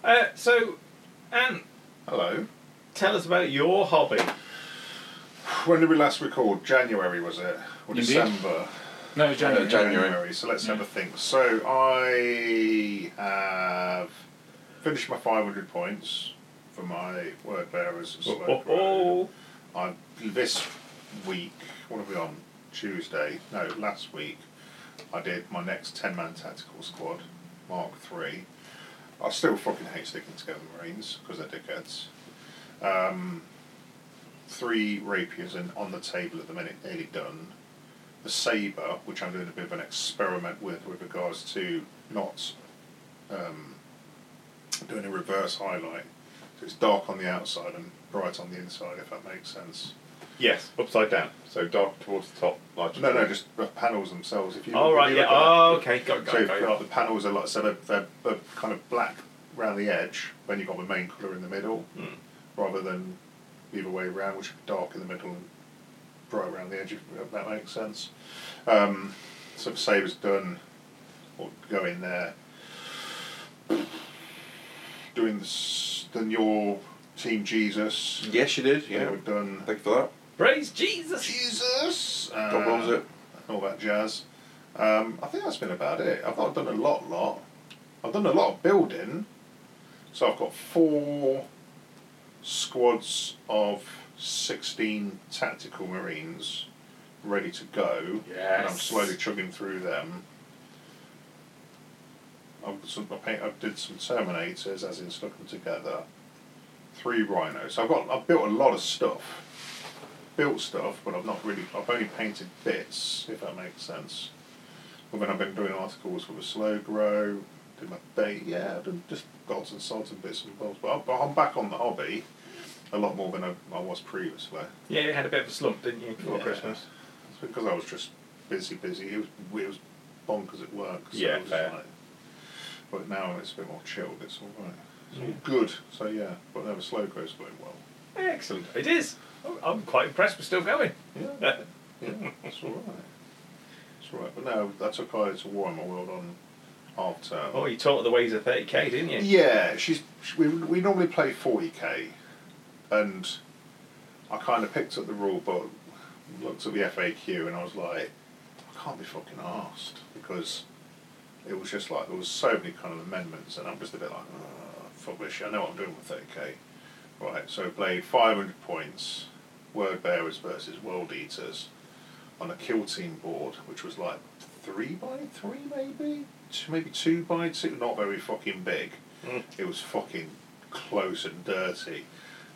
Speaker 1: Uh, so, Anne,
Speaker 3: hello.
Speaker 1: tell us about your hobby.
Speaker 3: When did we last record? January was it or
Speaker 2: Indeed.
Speaker 3: December?
Speaker 2: No, January.
Speaker 4: Uh, January.
Speaker 3: So let's have a think. So I have finished my 500 points for my work there as a
Speaker 1: Oh,
Speaker 3: slow
Speaker 1: oh,
Speaker 3: grower.
Speaker 1: oh.
Speaker 3: I this week. What are we on? Tuesday? No, last week. I did my next ten-man tactical squad, Mark Three. I still fucking hate sticking together Marines because they're dickheads. Um, three rapiers and on the table at the minute, nearly done. The saber, which I'm doing a bit of an experiment with, with regards to not um, doing a reverse highlight. So it's dark on the outside and bright on the inside, if that makes sense.
Speaker 1: Yes, upside down. So dark towards the top, light.
Speaker 3: No, no, just the panels themselves. If you
Speaker 1: All right.
Speaker 3: if you
Speaker 1: Yeah.
Speaker 3: look at-
Speaker 1: Oh, okay. Got, it, got,
Speaker 3: so
Speaker 1: it,
Speaker 3: you've
Speaker 1: got, it.
Speaker 3: got the panels are like so they're, they're, they're kind of black round the edge when you've got the main colour in the middle,
Speaker 1: Mm.
Speaker 3: rather than the other way around, which would be dark in the middle and bright around the edge. If that makes sense. Um, so the saber's done, or go in there. Doing this, then your team Jesus.
Speaker 4: Yes, you did.
Speaker 3: They
Speaker 4: Yeah.
Speaker 3: were done.
Speaker 4: Thank you for that.
Speaker 1: Praise Jesus.
Speaker 3: Jesus.
Speaker 4: God
Speaker 3: uh,
Speaker 4: loves it.
Speaker 3: all that jazz. Um, I think that's been about it. I've not done a lot, lot. I've done a lot of building. So I've got four squads of 16 tactical marines ready to go. And I'm
Speaker 1: Yes.
Speaker 3: slowly chugging through them. I've got some, I, paint, I did some Terminators, as in stuck them together. Three rhinos. So I've got I've built a lot of stuff built stuff, but I've not really. I've only painted bits, if that makes sense. But then I've been doing articles for the slow grow, did my bait, yeah, I've done just gods and sods and bits and bobs. But I'm- But I'm back on the hobby a lot more than I, I was previously.
Speaker 1: Yeah, you had a bit of a slump, didn't you, before
Speaker 3: Yeah.
Speaker 1: Christmas?
Speaker 3: It's because I was just busy, busy. It was it was bonkers at work. So
Speaker 1: Yeah,
Speaker 3: it was
Speaker 1: fair.
Speaker 3: like, but now it's a bit more chilled. It's all right. It's all good. So yeah, but now the slow grow's going well.
Speaker 1: Excellent. It is. I'm- I'm quite impressed. We're still going.
Speaker 3: Yeah, yeah, it's all right. It's all right. But no, I took her to Warhammer World on half term.
Speaker 1: Oh, you taught her the ways of 30k, didn't you?
Speaker 3: Yeah, she's she, we, we normally play 40k, and I kind of picked up the rule book, looked at the FAQ, and I was like, I can't be fucking asked because it was just like there was so many kind of amendments, and I'm just a bit like, "Ugh, fuck this shit. I know what I'm doing with 30k. Right, so we played 500 points, word bearers versus world eaters, on a kill team board, which was like three by three, maybe two, maybe two by two, not very fucking big.
Speaker 1: Mm.
Speaker 3: It was fucking close and dirty,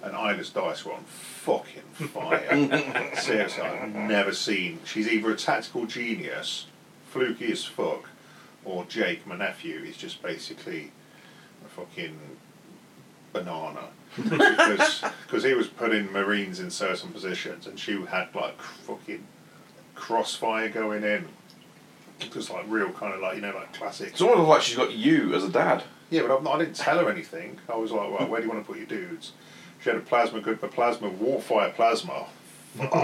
Speaker 3: and Ida's dice were on fucking fire. Seriously, I've never seen. She's either a tactical genius, fluky as fuck, or Jake, my nephew, is just basically a fucking banana because he was putting marines in certain positions and she had like cr- fucking crossfire going in it was like real kind of like you know like classic
Speaker 4: It's almost like she's got you as a dad.
Speaker 3: yeah but I'm not, I didn't tell her anything I was like well where do you want to put your dudes she had a plasma good a plasma warfire plasma Fuck.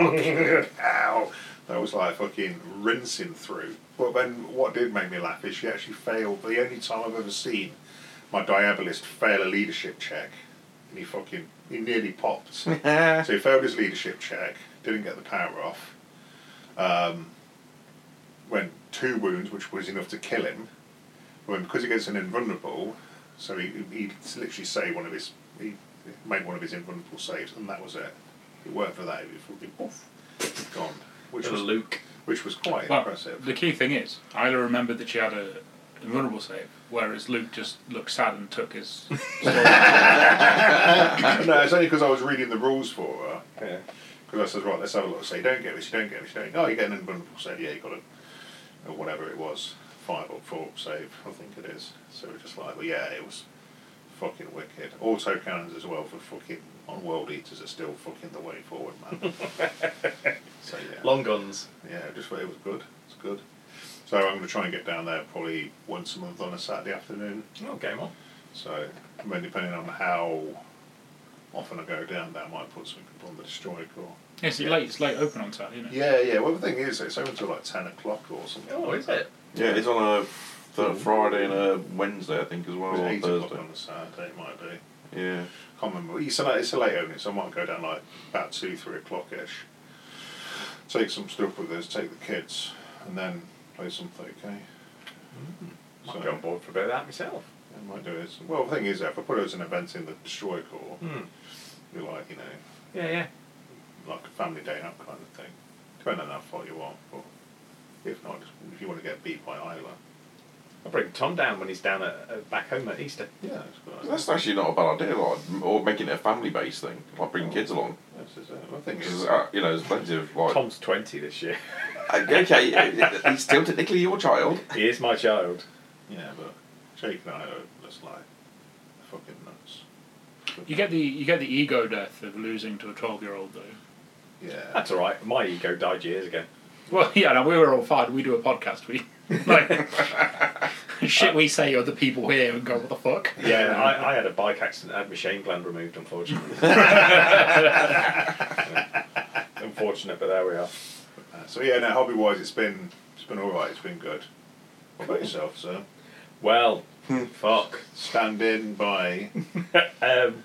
Speaker 3: ow that was like fucking rinsing through but then what did make me laugh is she actually failed the only time I've ever seen my diabolist fail a leadership check and he fucking he nearly popped
Speaker 4: Uh,
Speaker 3: So he failed his leadership check, didn't get the power off, um, went two wounds, which was enough to kill him. When because he gets an invulnerable, so he, he literally saved one of his, he made one of his invulnerable saves, and that was it. It worked for that. It would be poof, gone, which
Speaker 1: Little
Speaker 3: was
Speaker 1: Luke.
Speaker 3: which was quite
Speaker 2: Well,
Speaker 3: impressive.
Speaker 2: the key thing is, Isla remembered that she had a invulnerable save, whereas Luke just looked sad and took his.
Speaker 3: no, it's only because I was reading the rules for her.
Speaker 1: Yeah.
Speaker 3: Because I said, right, let's have a look. Say, don't get this, you don't get this, you don't. Oh, you get an invulnerable save. Yeah, you got a, or whatever it was, five or four save, I think it is. So we're just like, well, yeah, it was fucking wicked. Auto cannons as well for fucking on world eaters are still fucking the way forward, man. so yeah,
Speaker 1: Long guns.
Speaker 3: yeah, just it was good. It's good. So I'm going to try and get down there probably once a month on a Saturday afternoon.
Speaker 1: Oh, game on.
Speaker 3: So, I mean, depending on how often I go down there, I might put something up on the destroyer core.
Speaker 2: it's late. It's late open on Saturday, isn't it?
Speaker 3: Yeah, yeah. Well, the thing is, it's open till like ten o'clock or something.
Speaker 1: Oh, is it?
Speaker 4: Yeah, it's on a th- Friday and a Wednesday, I think, as
Speaker 3: It
Speaker 4: well,
Speaker 3: was
Speaker 4: or
Speaker 3: eight o'clock
Speaker 4: Thursday.
Speaker 3: on the Saturday. It might be.
Speaker 4: Yeah.
Speaker 3: Can't remember. It's a late, it's a late opening, so I might go down like about two, three o'clock ish. Take some stuff with us. Take the kids, and then play some 30k.
Speaker 1: Might
Speaker 3: So-
Speaker 1: be on board for a bit of that myself.
Speaker 3: I might do it. Well, the thing is, if I put it as an event in the destroyer core,
Speaker 1: Hmm.
Speaker 3: be like you know,
Speaker 1: Yeah, yeah.
Speaker 3: like a family day out kind of thing. Depending on how far you are, but if not, if you want to get beat by Isla,
Speaker 1: I'll bring Tom down when he's down at, uh, back home at Easter.
Speaker 3: yeah, it's a good. idea.
Speaker 4: That's actually not a bad idea, like, or making it a family based thing, like bringing kids along.
Speaker 3: This is it. The thing
Speaker 4: 'Cause,
Speaker 3: is,
Speaker 4: uh, you know, there's plenty of, like.
Speaker 1: Tom's 20 this year.
Speaker 4: Okay, uh, he's still technically your child.
Speaker 1: he is my child.
Speaker 3: yeah, but Jake and I are just like fucking nuts.
Speaker 2: You get the you get the ego death of losing to a twelve year old though.
Speaker 3: Yeah.
Speaker 1: That's all right. My ego died years ago.
Speaker 2: Well, yeah, no, we were all fired. We do a podcast. We like shit. We say other people here and go, what the fuck?
Speaker 1: Yeah, I, I had a bike accident. I had my shame gland removed, unfortunately. Unfortunate, but there we are.
Speaker 3: Uh, so yeah, no, hobby wise, it's been it's been all right. It's been good. What about yourself, sir?
Speaker 1: Well, fuck.
Speaker 3: Stand in by.
Speaker 1: Um,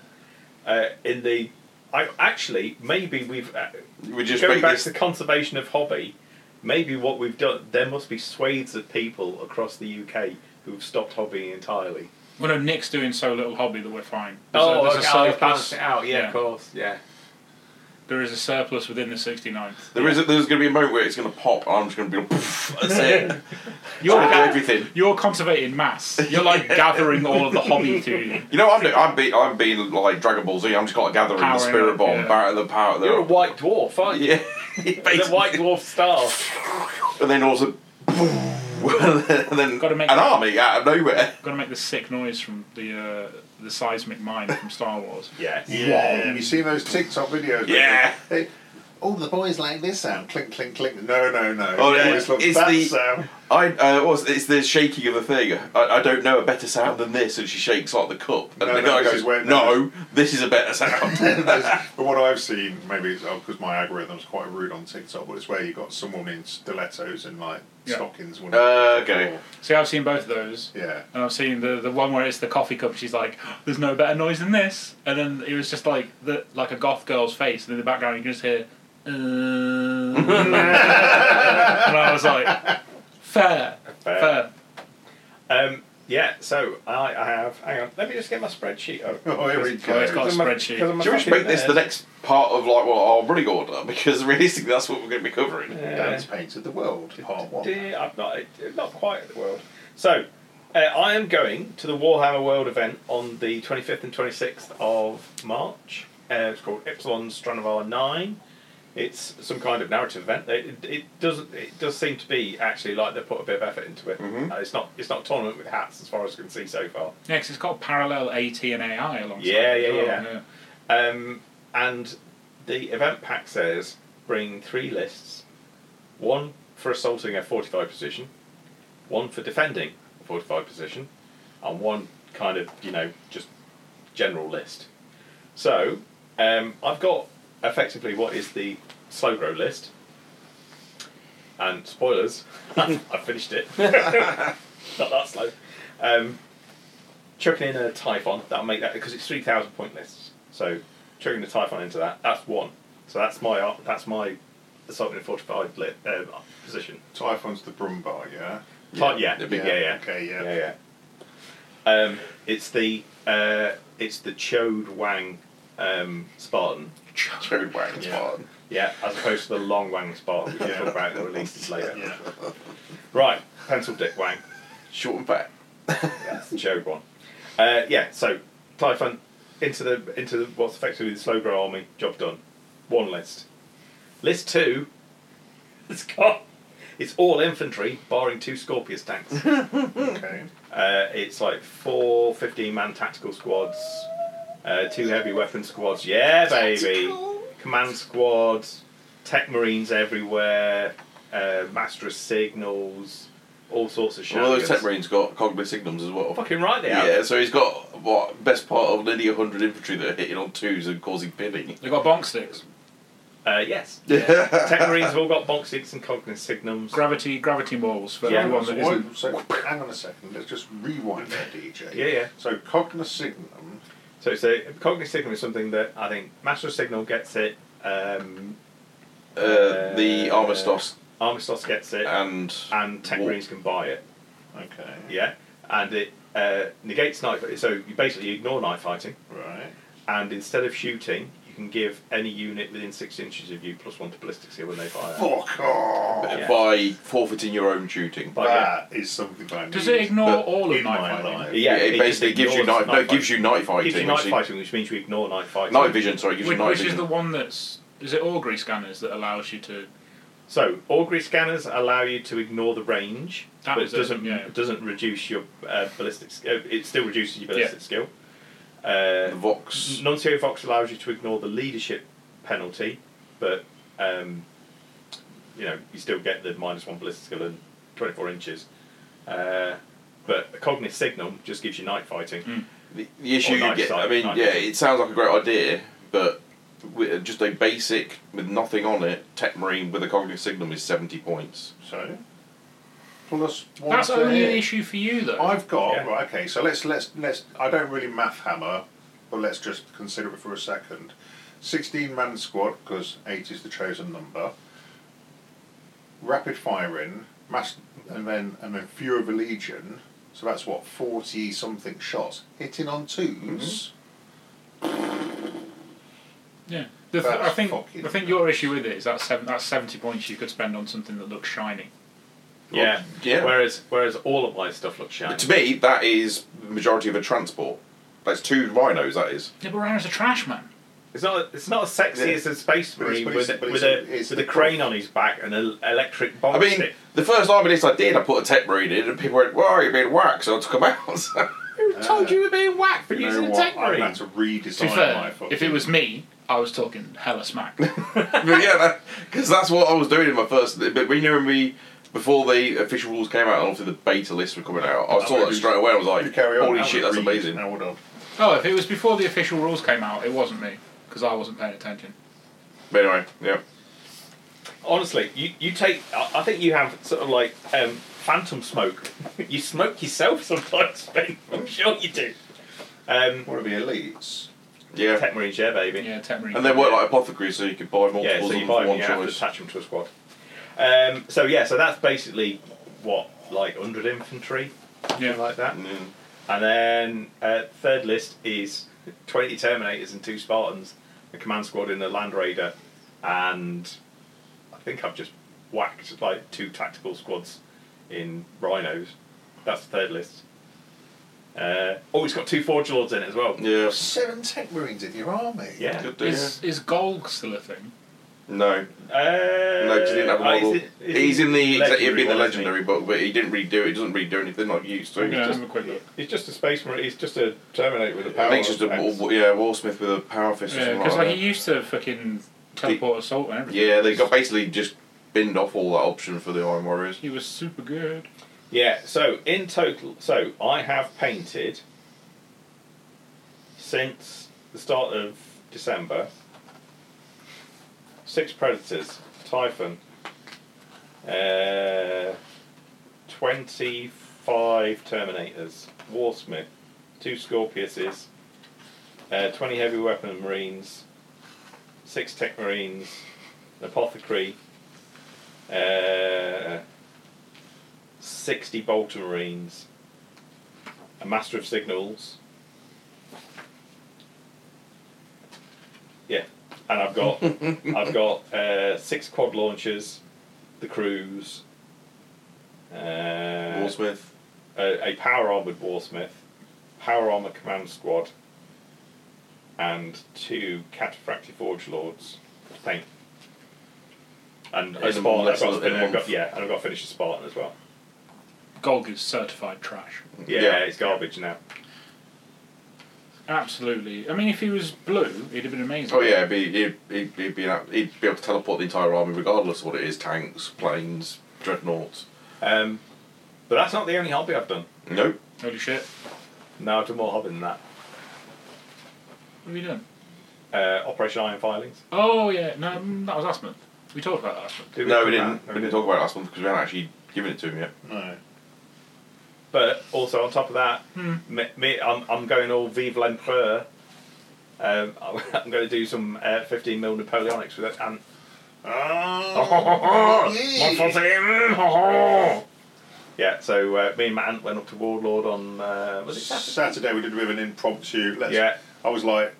Speaker 1: uh, in the, I actually maybe we've uh,
Speaker 4: We just
Speaker 1: going
Speaker 4: make
Speaker 1: back
Speaker 4: this.
Speaker 1: to conservation of hobby. Maybe what we've done, there must be swathes of people across the UK who've stopped hobbying entirely.
Speaker 2: Well, no, Nick's doing so little hobby that we're fine. There's
Speaker 1: oh,
Speaker 2: a,
Speaker 1: okay,
Speaker 2: there's a
Speaker 1: oh,
Speaker 2: surplus.
Speaker 1: balance it out. Yeah,
Speaker 2: Yeah.
Speaker 1: of course. Yeah.
Speaker 2: There is a surplus within the 69th.
Speaker 4: There is a, there's going to be a moment where it's going to pop, and I'm just going to be like, "Poof," that's it.
Speaker 2: You're,
Speaker 4: Trying to do
Speaker 2: ga-
Speaker 4: everything.
Speaker 2: you're conservating mass. You're like gathering all of the hobby to you.
Speaker 4: You know, what I'm doing? I'm being, I'm being like Dragon Ball Z. I'm just like gathering
Speaker 2: Powering
Speaker 4: the spirit
Speaker 2: up,
Speaker 4: bomb,
Speaker 2: yeah.
Speaker 4: bar- the power. The,
Speaker 1: You're a white dwarf, aren't you?
Speaker 4: yeah.
Speaker 1: The white dwarf star.
Speaker 4: and then also, and then
Speaker 2: Gotta make-
Speaker 4: an army out of nowhere.
Speaker 2: Got to make the sick noise from the uh, the seismic mine from Star Wars.
Speaker 1: Yes.
Speaker 3: Yeah. You seen those TikTok videos? where
Speaker 4: Yeah.
Speaker 3: They, they- oh, the boys like this sound. Clink, clink, clink. No, no, no.
Speaker 4: Oh,
Speaker 3: The
Speaker 4: yeah.
Speaker 3: boys love
Speaker 4: It's
Speaker 3: that
Speaker 4: the-
Speaker 3: sound.
Speaker 4: I uh, was it's the shaking of the thing. I, I don't know a better sound than this, and she shakes like the cup, and
Speaker 3: No,
Speaker 4: the
Speaker 3: no,
Speaker 4: guy
Speaker 3: it goes
Speaker 4: goes,
Speaker 3: way-
Speaker 4: "No, this is a better sound."
Speaker 3: There's- but what I've seen, maybe it's because my algorithm's quite rude on TikTok, but it's where you got someone in stilettos and like
Speaker 2: Yeah.
Speaker 3: stockings. wouldn't
Speaker 4: Uh,
Speaker 3: it?
Speaker 4: okay.
Speaker 2: See, I've seen both of those.
Speaker 3: Or- yeah.
Speaker 2: And I've seen the, the one where it's the coffee cup. She's like, "There's no better noise than this," and then it was just like the like a goth girl's face, and in the background you can just hear, uh, and I was like, "Fair,
Speaker 1: Fair.
Speaker 2: fair."
Speaker 1: Um, yeah, so I, I have. Hang on, let me just get my spreadsheet up.
Speaker 3: Oh, here we
Speaker 2: Oh, it's
Speaker 3: go.
Speaker 2: got a
Speaker 1: Because I'm a-
Speaker 2: spreadsheet.
Speaker 1: because I'm a
Speaker 4: Should we just
Speaker 1: fucking
Speaker 4: make this the
Speaker 1: nerd.
Speaker 4: next part of like well, our running order? Because realistically, that's what we're going to be covering.
Speaker 1: Yeah.
Speaker 3: Dan's painted the world, part one.
Speaker 1: Dear, I'm not, I'm not quite at the world. So, uh, I am going to the Warhammer World event on the 25th and 26th of March. Uh, it's called Epsilon Stranovar 9. It's some kind of narrative event. It, it, it does it does seem to be actually like they put a bit of effort into it.
Speaker 4: Mhm.
Speaker 1: Uh, it's not it's not a tournament with hats as far as I can see so far.
Speaker 2: Yeah, 'cause it's got parallel AT and AI alongside.
Speaker 1: Yeah,
Speaker 2: it as
Speaker 1: yeah,
Speaker 2: well,
Speaker 1: yeah. Um, and the event pack says bring three lists one for assaulting a fortified position, one for defending a fortified position, and one kind of, you know, just general list. So um, I've got effectively what is the slow grow list. And spoilers, I've finished it. Not that slow. Um, chucking in a Typhon, that'll make that because it's three thousand point lists. So chucking the Typhon into that, that's one. So that's my ar- that's my assault in a fortified li- um, position.
Speaker 3: Typhon's the Brumbar, yeah?
Speaker 1: Ty- yeah,
Speaker 4: the
Speaker 1: yeah,
Speaker 4: big-
Speaker 1: yeah, yeah,
Speaker 3: Okay, yeah.
Speaker 1: yeah, yeah. Um, it's the uh, it's the Chode Wang um, Spartan.
Speaker 4: Chode Wang
Speaker 1: Yeah. Yeah, as opposed to the long Wang Spartan, which
Speaker 3: Yeah.
Speaker 1: we'll talk about in the releases later.
Speaker 3: Yeah.
Speaker 1: Right, pencil dick Wang.
Speaker 4: Short and fat.
Speaker 1: That's the Job one. Uh, yeah, so Typhon into the into the, what's effectively the slow grow army. Job done. One list. List two. It's got. It's all infantry, barring two Scorpius tanks.
Speaker 3: Okay.
Speaker 1: Uh, it's like four 15 man tactical squads, uh, two heavy weapon squads. Yeah, baby. Command squads, tech marines everywhere, uh, master of signals, all sorts of shit.
Speaker 4: Well, those tech marines got cognitive signals as well.
Speaker 1: Fucking right, they
Speaker 4: yeah.
Speaker 1: have.
Speaker 4: so he's got what best part of nearly hundred infantry that are hitting on twos and causing pinning.
Speaker 2: They got bonk sticks,
Speaker 1: Uh, yes.
Speaker 4: Yeah.
Speaker 1: Tech Marines have all got bonk sticks and cognitive signums.
Speaker 2: gravity gravity balls for
Speaker 1: Yeah,
Speaker 2: everyone
Speaker 3: So
Speaker 2: that
Speaker 3: why-
Speaker 2: isn't.
Speaker 3: so, hang on a second, let's just rewind that, DJ.
Speaker 1: Yeah, yeah.
Speaker 3: So, Cognosignum,
Speaker 1: So it's a cognitive signum is something that I think Master of Signal gets it, um,
Speaker 4: Uh, the Armistice
Speaker 1: Armistice gets it,
Speaker 4: and
Speaker 1: and Tech
Speaker 4: War-
Speaker 1: Marines can buy it.
Speaker 3: okay,
Speaker 1: Yeah, and it uh, negates knife. So you basically ignore knife fighting,
Speaker 3: right,
Speaker 1: and instead of shooting, you can give any unit within six inches of you plus one to ballistic skill when they fire.
Speaker 3: fuck off,
Speaker 1: Yeah.
Speaker 4: by forfeiting your own shooting.
Speaker 1: But yeah.
Speaker 3: that is something I need.
Speaker 2: Does it ignore
Speaker 4: But
Speaker 2: all of
Speaker 3: in my
Speaker 2: night
Speaker 3: life.
Speaker 2: fighting?
Speaker 1: Yeah,
Speaker 4: it,
Speaker 1: it just
Speaker 4: basically gives you
Speaker 1: ignores
Speaker 4: night.
Speaker 1: night
Speaker 4: No, it gives you night
Speaker 1: Gives you
Speaker 4: fighting.
Speaker 1: night
Speaker 4: which is-
Speaker 1: fighting, which means you ignore night fighting.
Speaker 4: Night vision. Sorry, it gives
Speaker 2: Which,
Speaker 4: you night
Speaker 2: which is
Speaker 4: vision.
Speaker 2: the one that's is it augury scanners that allows you to
Speaker 1: So augury scanners allow you to ignore the range,
Speaker 2: That
Speaker 1: but it
Speaker 2: was it,
Speaker 1: doesn't
Speaker 2: yeah.
Speaker 1: it doesn't reduce your uh, ballistic. sk- Uh, it still reduces your ballistic skill.
Speaker 4: The
Speaker 1: Uh,
Speaker 4: Vox.
Speaker 1: Nuncio Vox allows you to ignore the leadership penalty, but um, you know you still get the minus one ballistic skill and twenty four inches. Uh, but Cognis Signum just gives you night fighting.
Speaker 2: Hmm.
Speaker 4: The, the issue
Speaker 1: Or
Speaker 4: you
Speaker 1: night
Speaker 4: get. I
Speaker 1: sight,
Speaker 4: mean,
Speaker 1: night
Speaker 4: yeah,
Speaker 1: vision.
Speaker 4: it sounds like a great idea, but with just a basic with nothing on it, Tech Marine with a cognitive signal is seventy points.
Speaker 3: So, plus one
Speaker 2: That's
Speaker 3: to
Speaker 2: only an
Speaker 3: hit.
Speaker 2: issue for you though.
Speaker 3: I've got
Speaker 1: Yeah.
Speaker 3: right. Okay, so let's let's let's. I don't really math hammer, but let's just consider it for a second. Sixteen man squad because eight is the chosen number. Rapid firing, mass, and then and then fewer of a legion. So that's what forty something shots hitting on 2s
Speaker 1: Mm-hmm.
Speaker 2: Yeah. The th-
Speaker 3: That's
Speaker 2: I think
Speaker 3: fucking
Speaker 2: I think your issue with it is that seven that's seventy points you could spend on something that looks shiny.
Speaker 1: Yeah.
Speaker 4: yeah.
Speaker 1: Whereas whereas all of my stuff looks shiny.
Speaker 4: To me, that is majority of a transport. That's two rhinos. That is.
Speaker 2: Yeah, but Ryan's a trash man.
Speaker 1: It's not. It's not as sexy
Speaker 4: Yeah.
Speaker 1: as a space
Speaker 3: But it's-
Speaker 1: marine
Speaker 3: but
Speaker 1: with,
Speaker 3: it's-
Speaker 1: a
Speaker 3: but
Speaker 1: with
Speaker 3: it's-
Speaker 1: a
Speaker 3: it's
Speaker 1: with
Speaker 3: the
Speaker 1: a crane on his back and an electric bomb
Speaker 4: I mean,
Speaker 1: stick.
Speaker 4: the first army list I did, I put a tech marine in, and people went, "Why are you being whacked?" So I took 'em out. So-
Speaker 1: Who told Uh, you were being whacked for
Speaker 3: You
Speaker 1: using
Speaker 3: know
Speaker 1: a
Speaker 3: what?
Speaker 1: tech
Speaker 3: I'm
Speaker 1: marine?
Speaker 3: going to redesign
Speaker 2: To be
Speaker 3: my
Speaker 2: fair,
Speaker 3: fucking.
Speaker 2: if it was me, I was talking hella smack.
Speaker 4: but yeah, because that's what I was doing in my first. But when you know when we before the official rules came out, and obviously the beta lists were coming out, I saw that straight away. I was
Speaker 3: You
Speaker 4: like,
Speaker 3: carry on.
Speaker 4: "Holy
Speaker 3: I'll
Speaker 4: shit, that's
Speaker 3: read
Speaker 4: amazing!"
Speaker 3: Now hold on.
Speaker 2: Oh, if it was before the official rules came out, it wasn't me because I wasn't paying attention.
Speaker 4: But anyway, yeah,
Speaker 1: Honestly, you, you take. I I think you have sort of like um, phantom smoke. you smoke yourself sometimes, Ben. I'm sure you do. Um,
Speaker 3: Want to be elites?
Speaker 4: yeah.
Speaker 1: Tech Marine Share, baby.
Speaker 2: Yeah, temporary.
Speaker 4: And they were like apothecary, so you could buy multiples
Speaker 1: Yeah, so
Speaker 4: of
Speaker 1: you
Speaker 4: them
Speaker 1: buy
Speaker 4: for
Speaker 1: them,
Speaker 4: one
Speaker 1: you have to
Speaker 4: choice.
Speaker 1: attach them to a squad. Um, so yeah, so that's basically what like 100 infantry,
Speaker 2: Yeah.
Speaker 1: like that.
Speaker 4: Mm.
Speaker 1: And then uh, third list is 20 Terminators and two Spartans, a command squad in a Land Raider, and I think I've just whacked like two tactical squads in Rhinos. That's the third list. Uh, oh, it's got two Forge Lords in it as well.
Speaker 4: Yeah.
Speaker 3: Seven tech marines in your army.
Speaker 1: Yeah.
Speaker 4: Good deal.
Speaker 2: Is is Golg still a thing?
Speaker 4: No,
Speaker 1: Uh,
Speaker 4: no, 'cause he didn't have a
Speaker 1: oh, is
Speaker 4: model.
Speaker 1: it- is
Speaker 4: He's in the exa-
Speaker 1: legendary
Speaker 4: he'd be in the
Speaker 1: one, isn't he?
Speaker 4: legendary book, but he didn't really do it. He doesn't really do anything like you used to. He's
Speaker 2: Yeah,
Speaker 4: just,
Speaker 2: have a quick look.
Speaker 1: He's just a space marine. He's just a Terminator with a
Speaker 4: I
Speaker 1: power.
Speaker 4: think he's just a
Speaker 1: of X.
Speaker 4: war- yeah warsmith with a power fist or
Speaker 2: Yeah,
Speaker 4: something
Speaker 2: because
Speaker 4: like
Speaker 2: like
Speaker 4: that.
Speaker 2: he used to fucking teleport assault and everything.
Speaker 4: Yeah, they got basically just binned off all that option for the Iron Warriors.
Speaker 2: He was super good.
Speaker 1: Yeah, so in total, so I have painted since the start of December six Predators, Typhon, uh, 25 Terminators, Warsmith, two Scorpiuses, uh, 20 Heavy Weapon Marines, six Tech Marines, an Apothecary, uh, 60 Bolter Marines, a Master of Signals. Yeah, and I've got I've got uh, six quad launchers, the crews, uh,
Speaker 4: Warsmith.
Speaker 1: a, a power armored warsmith, power armor command squad, and two cataphractic forge lords. Paint. And
Speaker 4: In
Speaker 1: a
Speaker 4: a
Speaker 1: Spartan. I've
Speaker 4: less
Speaker 1: got,
Speaker 4: than a
Speaker 1: I've got-
Speaker 4: month.
Speaker 1: yeah, and I've got to finish a Spartan as well.
Speaker 2: Golg is certified trash.
Speaker 1: Yeah,
Speaker 4: Yeah.
Speaker 1: it's garbage now.
Speaker 2: Absolutely. I mean, if he was blue, he'd have been amazing.
Speaker 4: Oh yeah, he'd be, he'd, he'd, he'd, be an, he'd be able to teleport the entire army regardless of what it is: tanks, planes, dreadnoughts.
Speaker 1: Um, but that's not the only hobby I've done.
Speaker 4: Nope.
Speaker 2: Holy shit.
Speaker 1: No, I've done more hobby than that.
Speaker 2: What have you done?
Speaker 1: Uh, Operation Iron Filings.
Speaker 2: Oh yeah, no, mm, that was last month. We talked about that last month.
Speaker 1: Did
Speaker 4: no,
Speaker 1: do
Speaker 4: we
Speaker 1: that?
Speaker 4: didn't. We didn't talk about it last month because we haven't actually given it to him yet.
Speaker 3: No.
Speaker 1: But also on top of that,
Speaker 2: Hmm.
Speaker 1: me, me I'm, I'm going all Vive l'Empereur. Um, I'm going to do some uh, 15 mil Napoleonics with it, and
Speaker 3: Oh, yeah.
Speaker 1: Yeah, so uh, me and Matt Ant went up to Warlord on uh, was it Saturday?
Speaker 3: Saturday we did a bit of an impromptu. Let's,
Speaker 1: Yeah,
Speaker 3: I was like,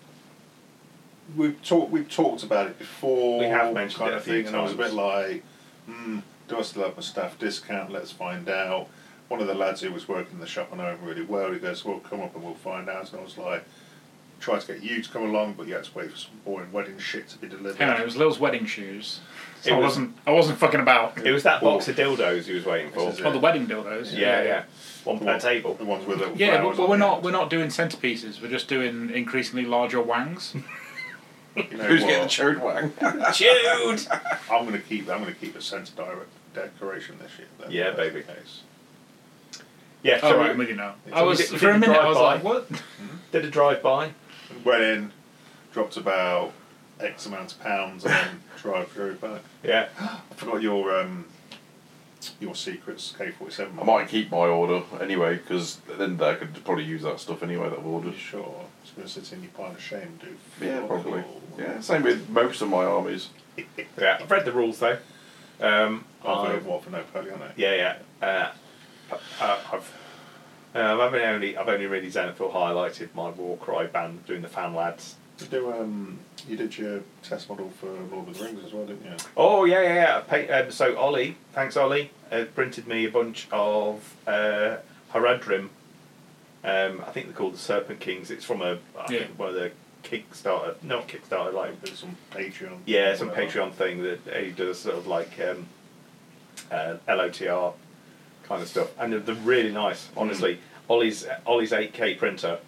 Speaker 3: we've talked we've talked about it before.
Speaker 1: We have mentioned
Speaker 3: kind
Speaker 1: it
Speaker 3: of
Speaker 1: a few
Speaker 3: thing, and I was a
Speaker 1: times.
Speaker 3: bit like, hmm, do I still have my staff discount? Let's find out. One of the lads who was working the shop I know him really well. He goes, well, come up and we'll find out. And I was like, tried to get you to come along, but you had to wait for some boring wedding shit to be delivered.
Speaker 2: Hang on, it was Lil's wedding shoes. So
Speaker 1: It
Speaker 2: I
Speaker 1: was-
Speaker 2: wasn't. I wasn't fucking about.
Speaker 1: it was that box of dildos he was waiting for.
Speaker 3: This is
Speaker 2: Oh, the wedding dildos.
Speaker 1: Yeah, yeah, one
Speaker 3: The
Speaker 1: per
Speaker 3: one-
Speaker 1: table.
Speaker 3: The ones with little
Speaker 2: Yeah, but,
Speaker 3: flowers
Speaker 2: but
Speaker 3: on
Speaker 2: we're
Speaker 3: the
Speaker 2: not
Speaker 3: end.
Speaker 2: we're not doing centerpieces. We're just doing increasingly larger wangs.
Speaker 3: You know
Speaker 4: Who's
Speaker 3: what?
Speaker 4: getting the chode wang?
Speaker 1: Dude,
Speaker 3: I'm gonna keep. I'm gonna keep a centre direct decoration this year. then,
Speaker 1: Yeah,
Speaker 3: if that's
Speaker 1: baby.
Speaker 3: the case.
Speaker 1: yeah.
Speaker 2: All
Speaker 1: So
Speaker 2: Oh, right, I'm
Speaker 1: we
Speaker 2: with you now.
Speaker 3: So
Speaker 2: I
Speaker 1: we
Speaker 2: was
Speaker 1: did- we
Speaker 2: for
Speaker 1: did
Speaker 2: a minute. I was
Speaker 1: drive-by.
Speaker 2: like, what?
Speaker 1: did a drive by.
Speaker 3: Went in, dropped about X amount of pounds, and then drive through back.
Speaker 1: Yeah,
Speaker 3: I forgot your um, your secrets K forty seven.
Speaker 4: I might keep my order anyway because then they could probably use that stuff anyway. That I've ordered.
Speaker 3: Sure, it's gonna sit in your pile of shame, dude.
Speaker 4: Yeah, probably. Yeah, same with most of my armies.
Speaker 1: yeah. I've read the rules though. Um,
Speaker 3: I've
Speaker 1: I-
Speaker 3: heard what for Napoleonic.
Speaker 1: yeah, yeah. Uh, uh, I've. Um, I've only I've only really Xenophil highlighted my war cry band doing the fan lads.
Speaker 3: You do um, you did your test model for Lord of the Rings as well, didn't you?
Speaker 1: Oh yeah yeah yeah. Pa- Um, so Ollie, thanks Ollie, uh, printed me a bunch of uh, Haradrim. Um, I think they're called the Serpent Kings. It's from a I
Speaker 2: Yeah.
Speaker 1: think one of the Kickstarter, not Kickstarter, like
Speaker 3: Did some Patreon.
Speaker 1: yeah, some
Speaker 3: whatever.
Speaker 1: Patreon thing that he does sort of like um, uh, LOTR kind of stuff, and they're, they're really nice. Honestly,
Speaker 2: Hmm.
Speaker 1: Ollie's Ollie's eight K printer.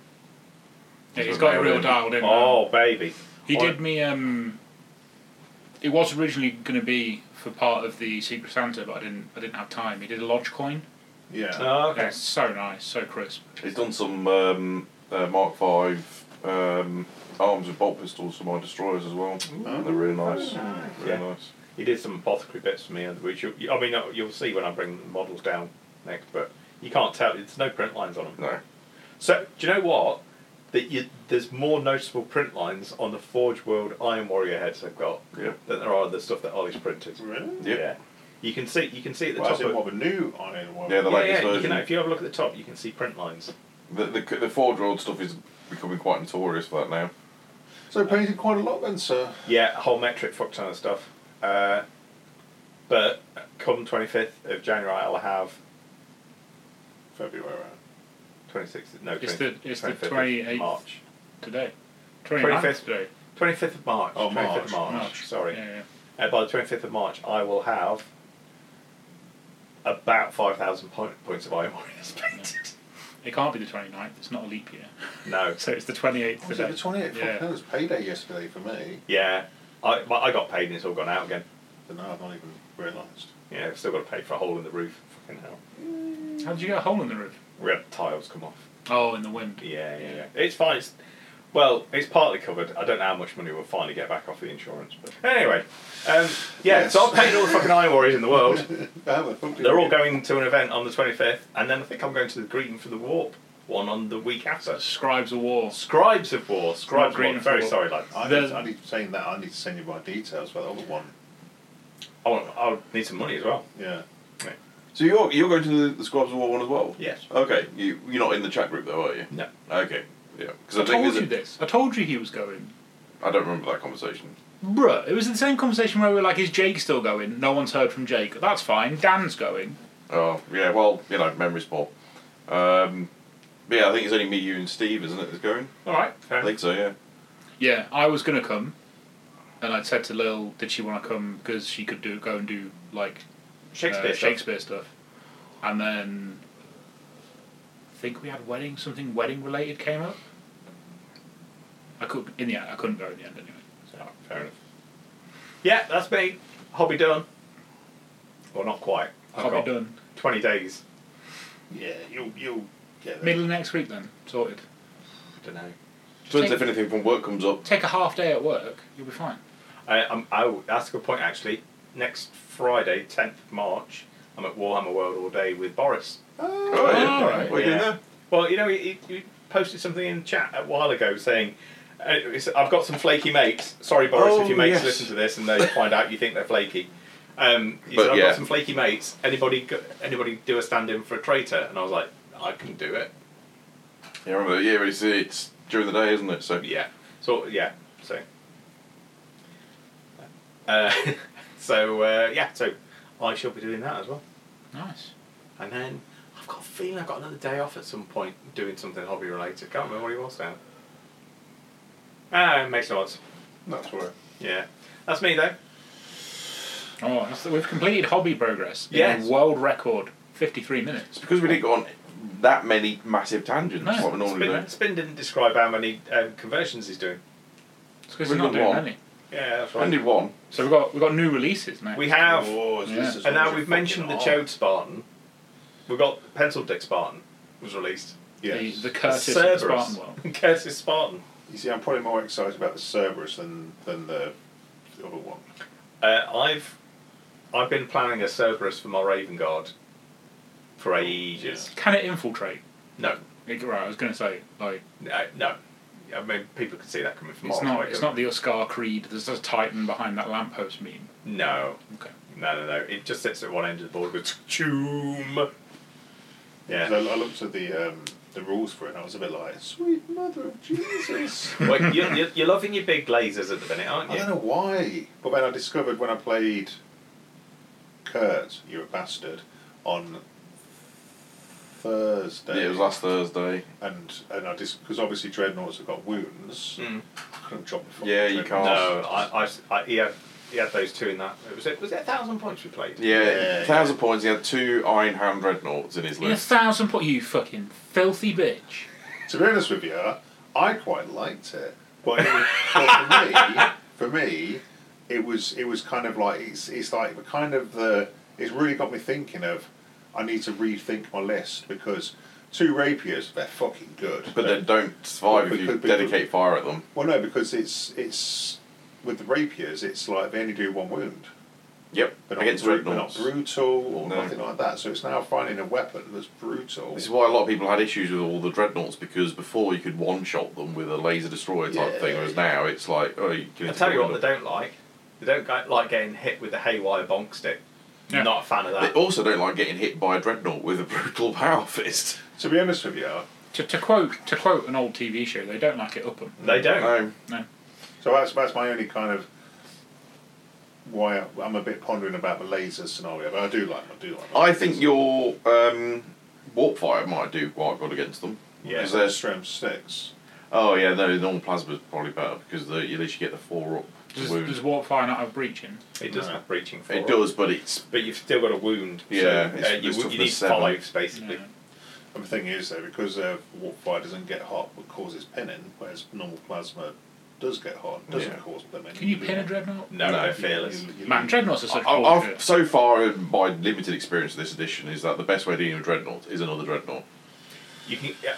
Speaker 2: Yeah, he's got it real dialed in.
Speaker 1: Oh baby,
Speaker 2: He
Speaker 1: Ollie-
Speaker 2: did me um it was originally going to be for part of the Secret Santa, but I didn't. I didn't have time. He did a lodge coin.
Speaker 3: Yeah.
Speaker 4: Uh,
Speaker 1: Oh, okay.
Speaker 2: Yeah, it's so nice, so crisp.
Speaker 4: He's done some um, uh, Mark Five um, arms and bolt pistols for my destroyers as well.
Speaker 3: Oh.
Speaker 4: They're really nice.
Speaker 1: Mm. nice.
Speaker 4: Really
Speaker 1: Yeah.
Speaker 4: nice.
Speaker 1: He did some apothecary bits for me, and which you, I mean, uh, you'll see when I bring the models down next. But you can't tell; there's no print lines on them.
Speaker 4: No.
Speaker 1: So do you know what? That you, there's more noticeable print lines on the Forge World Iron Warrior heads they've got
Speaker 4: Yeah.
Speaker 1: than there are the stuff that Ollie's printed.
Speaker 3: Really?
Speaker 4: Yep.
Speaker 1: Yeah, you can see you can see at the
Speaker 3: Well,
Speaker 1: top.
Speaker 3: as in
Speaker 1: Of,
Speaker 3: what the new Iron Warrior.
Speaker 4: Yeah, the
Speaker 1: yeah,
Speaker 4: latest
Speaker 1: yeah, you
Speaker 4: version.
Speaker 1: can, if you have a look at the top, you can see print lines.
Speaker 4: The, the the Ford Road stuff is becoming quite notorious for that now.
Speaker 3: So painted quite a lot then, sir.
Speaker 1: Yeah, a whole metric fuck ton of stuff. Uh, but come 25th of January, I'll have
Speaker 3: February.
Speaker 1: 26th. No,
Speaker 2: It's
Speaker 1: 20
Speaker 2: the- it's the
Speaker 1: 25th of
Speaker 2: 28th.
Speaker 1: March.
Speaker 2: Today, 29th today.
Speaker 1: 25th of March.
Speaker 3: Oh,
Speaker 1: 25th of
Speaker 3: March,
Speaker 1: March. Sorry.
Speaker 2: Yeah, yeah.
Speaker 1: Uh, by the 25th of March, I will have about 5,000 point, points of Iron Warriors painted.
Speaker 2: It can't be the 29th. It's not a leap year.
Speaker 1: no.
Speaker 2: So it's the 28th
Speaker 3: Oh, Was it
Speaker 2: today.
Speaker 3: the 28th?
Speaker 2: Yeah.
Speaker 3: Yeah. It was payday yesterday for me.
Speaker 1: Yeah. I, my- I got paid and it's all gone out again.
Speaker 3: But now I've not even realised.
Speaker 1: Yeah, I've still got to pay for a hole in the roof. Fucking hell.
Speaker 2: How did you get a hole in the roof?
Speaker 1: We had tiles come off.
Speaker 2: Oh, in the wind.
Speaker 1: Yeah, yeah, yeah. It's fine. It's, well, it's partly covered. I don't know how much money we'll finally get back off the insurance. But anyway, um, yeah.
Speaker 3: Yes.
Speaker 1: So I've paid all the fucking iron warriors in the world. They're
Speaker 3: They're
Speaker 1: all going to an event on the twenty fifth, and then I think I'm going to the Green for the Warp one on the week after.
Speaker 2: Scribes of War.
Speaker 1: Scribes of War. Scribes of
Speaker 2: Green
Speaker 1: War.
Speaker 2: for
Speaker 1: Very
Speaker 2: War.
Speaker 1: sorry, lads.
Speaker 3: I need,
Speaker 2: There's-
Speaker 3: I need to say that. I need to send you my details for the other one.
Speaker 1: I want. I'll need some money as well.
Speaker 3: Yeah.
Speaker 4: So you're you're going to the, the Squabs of War one as well.
Speaker 1: Yes.
Speaker 4: Okay. You you're not in the chat group though, are you?
Speaker 1: No.
Speaker 4: Okay. Yeah. Because I,
Speaker 2: I
Speaker 4: think
Speaker 2: told
Speaker 4: there's
Speaker 2: you
Speaker 4: a-
Speaker 2: this. I told you he was going.
Speaker 4: I don't remember that conversation.
Speaker 2: Bruh, it was the same conversation where we were like, is Jake still going? No one's heard from Jake. That's fine. Dan's going.
Speaker 4: Oh yeah. Well, you know, memory's poor. Um, but yeah, I think it's only me, you, and Steve, isn't it? That's going.
Speaker 1: All right. Fair
Speaker 4: I
Speaker 1: enough.
Speaker 4: think so. Yeah.
Speaker 2: Yeah, I was going to come. And I'd said to Lil, did she want to come because she could do go and do like
Speaker 1: Shakespeare.
Speaker 2: uh,
Speaker 1: stuff.
Speaker 2: Shakespeare stuff. And then I think we had wedding something wedding related came up. I could in the end, I couldn't go in the end anyway.
Speaker 1: All right, fair enough. Yeah, that's me. Hobby done. Well, not quite. I've
Speaker 2: Can't
Speaker 1: got
Speaker 2: be done.
Speaker 1: Twenty days.
Speaker 3: Yeah, you'll, you'll get it.
Speaker 2: Middle of next week then, sorted.
Speaker 1: I don't know.
Speaker 4: Depends
Speaker 2: Take-
Speaker 4: if anything from work comes up.
Speaker 2: Take a half day at work, you'll be fine.
Speaker 1: I, I'm, I, will- that's a good point, actually. Next Friday, 10th of March, I'm at Warhammer World all day with Boris.
Speaker 4: Oh
Speaker 3: Ah,
Speaker 4: yeah.
Speaker 2: all right,
Speaker 4: What are you
Speaker 1: yeah.
Speaker 4: doing there?
Speaker 1: Well, you know, he, he he posted something in chat a while ago saying, uh, it's- I've got some flaky mates. Sorry, Boris,
Speaker 4: Oh,
Speaker 1: if your mates
Speaker 4: yes.
Speaker 1: listen to this and they find out you think they're flaky. Um, he
Speaker 4: But
Speaker 1: said, I've
Speaker 4: yeah.
Speaker 1: got some flaky mates. Anybody go- anybody do a stand in for a traitor? And I was like, I can do it.
Speaker 4: Yeah, I remember. Yeah, but it's, it's during the day, isn't it? So
Speaker 1: Yeah. So, yeah. So. Uh, so, uh, yeah, so I shall be doing that as well.
Speaker 2: Nice.
Speaker 1: And then I've got a feeling I've got another day off at some point doing something hobby related. Can't remember what it was now. Ah, it makes no odds.
Speaker 3: That's where.
Speaker 1: Yeah. That's me though.
Speaker 2: Oh, that's we've completed hobby progress. in
Speaker 1: Yes.
Speaker 2: a world record, fifty-three minutes.
Speaker 4: it's because we didn't go on that many massive tangents.
Speaker 2: No,
Speaker 4: like we normally
Speaker 1: Spin, Spin didn't describe how many um, conversions he's doing.
Speaker 2: It's because
Speaker 4: We've
Speaker 2: we're not
Speaker 4: done
Speaker 2: doing
Speaker 4: one.
Speaker 2: any.
Speaker 1: Yeah, that's
Speaker 4: do. I
Speaker 1: right.
Speaker 4: did one.
Speaker 2: So we've got we've got new releases now.
Speaker 1: We have,
Speaker 3: Oh,
Speaker 2: Yeah.
Speaker 3: this is
Speaker 1: and
Speaker 3: what
Speaker 1: now
Speaker 3: you
Speaker 1: we've mentioned the
Speaker 3: fucking are.
Speaker 1: Chode Spartan. We've got Pencil Dick Spartan was released.
Speaker 3: Yes.
Speaker 2: the, the Curtis
Speaker 1: Cerberus.
Speaker 2: Spartan world.
Speaker 1: Curtis Spartan.
Speaker 3: you see, I'm probably more excited about the Cerberus than, than the, the other one.
Speaker 1: Uh, I've I've been planning a Cerberus for my Raven Guard for ages.
Speaker 2: Can it infiltrate?
Speaker 1: No,
Speaker 2: It- right, I was going to say like
Speaker 1: No, no. I mean, people can see that coming from
Speaker 2: it's
Speaker 1: miles
Speaker 2: not
Speaker 1: away,
Speaker 2: it's
Speaker 1: couldn't
Speaker 2: not the Oscar Creed. There's a Titan behind that lamppost meme.
Speaker 1: they? No,
Speaker 2: Okay.
Speaker 1: no, no, no. It just sits at one end of the board. Goes choom. Yeah.
Speaker 3: 'Cause I, I looked at the um, the rules for it, and I was a bit like, "Sweet Mother of Jesus."
Speaker 1: well, you're, you're, you're loving your big lasers at the minute, aren't
Speaker 3: I don't
Speaker 1: you?
Speaker 3: know why, but then I discovered when I played Kurt, you're a bastard, on Thursday.
Speaker 4: Yeah, it was last Thursday.
Speaker 3: And and I just because obviously dreadnoughts have got wounds.
Speaker 1: Mm.
Speaker 3: I couldn't drop the fucking
Speaker 4: Yeah, you
Speaker 3: Dreadnought.
Speaker 1: No, I, I, I, he had, he had those two in that. Was it was it a thousand points we played?
Speaker 4: Yeah,
Speaker 3: Yeah,
Speaker 4: thousand points. He had two Iron Hand Dreadnoughts in his
Speaker 2: In a
Speaker 4: list.
Speaker 2: thousand point, you fucking filthy bitch.
Speaker 3: To be honest with you, I quite liked it, but, it was, but for me, for me, it was it was kind of like it's it's like the kind of the it's really got me thinking of I need to rethink my list because two rapiers they're fucking good.
Speaker 4: But they don't survive if you
Speaker 3: But- but-
Speaker 4: dedicate fire at them.
Speaker 3: well, no, because it's it's with the rapiers it's like they only do one wound.
Speaker 4: Yep.
Speaker 3: But not,
Speaker 4: Against
Speaker 3: bru- they're not
Speaker 4: dreadnoughts.
Speaker 3: brutal or
Speaker 4: No.
Speaker 3: nothing like that. So it's now finding a weapon that's brutal.
Speaker 4: This is why a lot of people had issues with all the dreadnoughts because before you could one shot them with a laser destroyer type
Speaker 3: Yeah.
Speaker 4: thing, whereas now it's like, oh, you can.
Speaker 1: I'll tell you what they don't like. They don't go- like getting hit with the haywire bonk stick.
Speaker 2: Yeah.
Speaker 1: Not a fan of
Speaker 4: They
Speaker 1: that.
Speaker 4: also don't like getting hit by a dreadnought with a brutal power fist.
Speaker 3: To be honest with you,
Speaker 2: To, to quote to quote an old TV show, they don't like it up 'em.
Speaker 1: They don't.
Speaker 4: Um,
Speaker 3: so that's that's my only kind of why I- I'm a bit pondering about the laser scenario. But I do like I do like.
Speaker 4: I think your um, warp fire might do quite good against them.
Speaker 1: Yeah.
Speaker 4: Is there s-
Speaker 3: strength six.
Speaker 4: oh yeah, no, normal plasma's probably better because the, at least you get the four up to
Speaker 2: Does,
Speaker 4: wound.
Speaker 2: does warp fire not have breaching?
Speaker 1: It does
Speaker 3: No.
Speaker 1: have breaching for
Speaker 4: it does, but it's
Speaker 1: But you've still got a wound.
Speaker 4: Yeah,
Speaker 1: So,
Speaker 4: it's-
Speaker 1: uh, you,
Speaker 4: it's
Speaker 1: you
Speaker 4: toughness
Speaker 1: need
Speaker 4: seven.
Speaker 1: fives basically.
Speaker 2: No.
Speaker 3: And the thing is though, because uh, warp fire doesn't get hot, but causes pinning, whereas normal plasma does get hot, and doesn't
Speaker 4: Yeah.
Speaker 3: cause pinning.
Speaker 2: Can you pin a dreadnought?
Speaker 1: No,
Speaker 4: No.
Speaker 1: they're fearless.
Speaker 3: You- you-
Speaker 2: Man, dreadnoughts are such
Speaker 4: I,
Speaker 2: bullshit.
Speaker 4: I've so far in my limited experience of this edition is that the best way to deal with dreadnought is another dreadnought.
Speaker 1: You can yeah.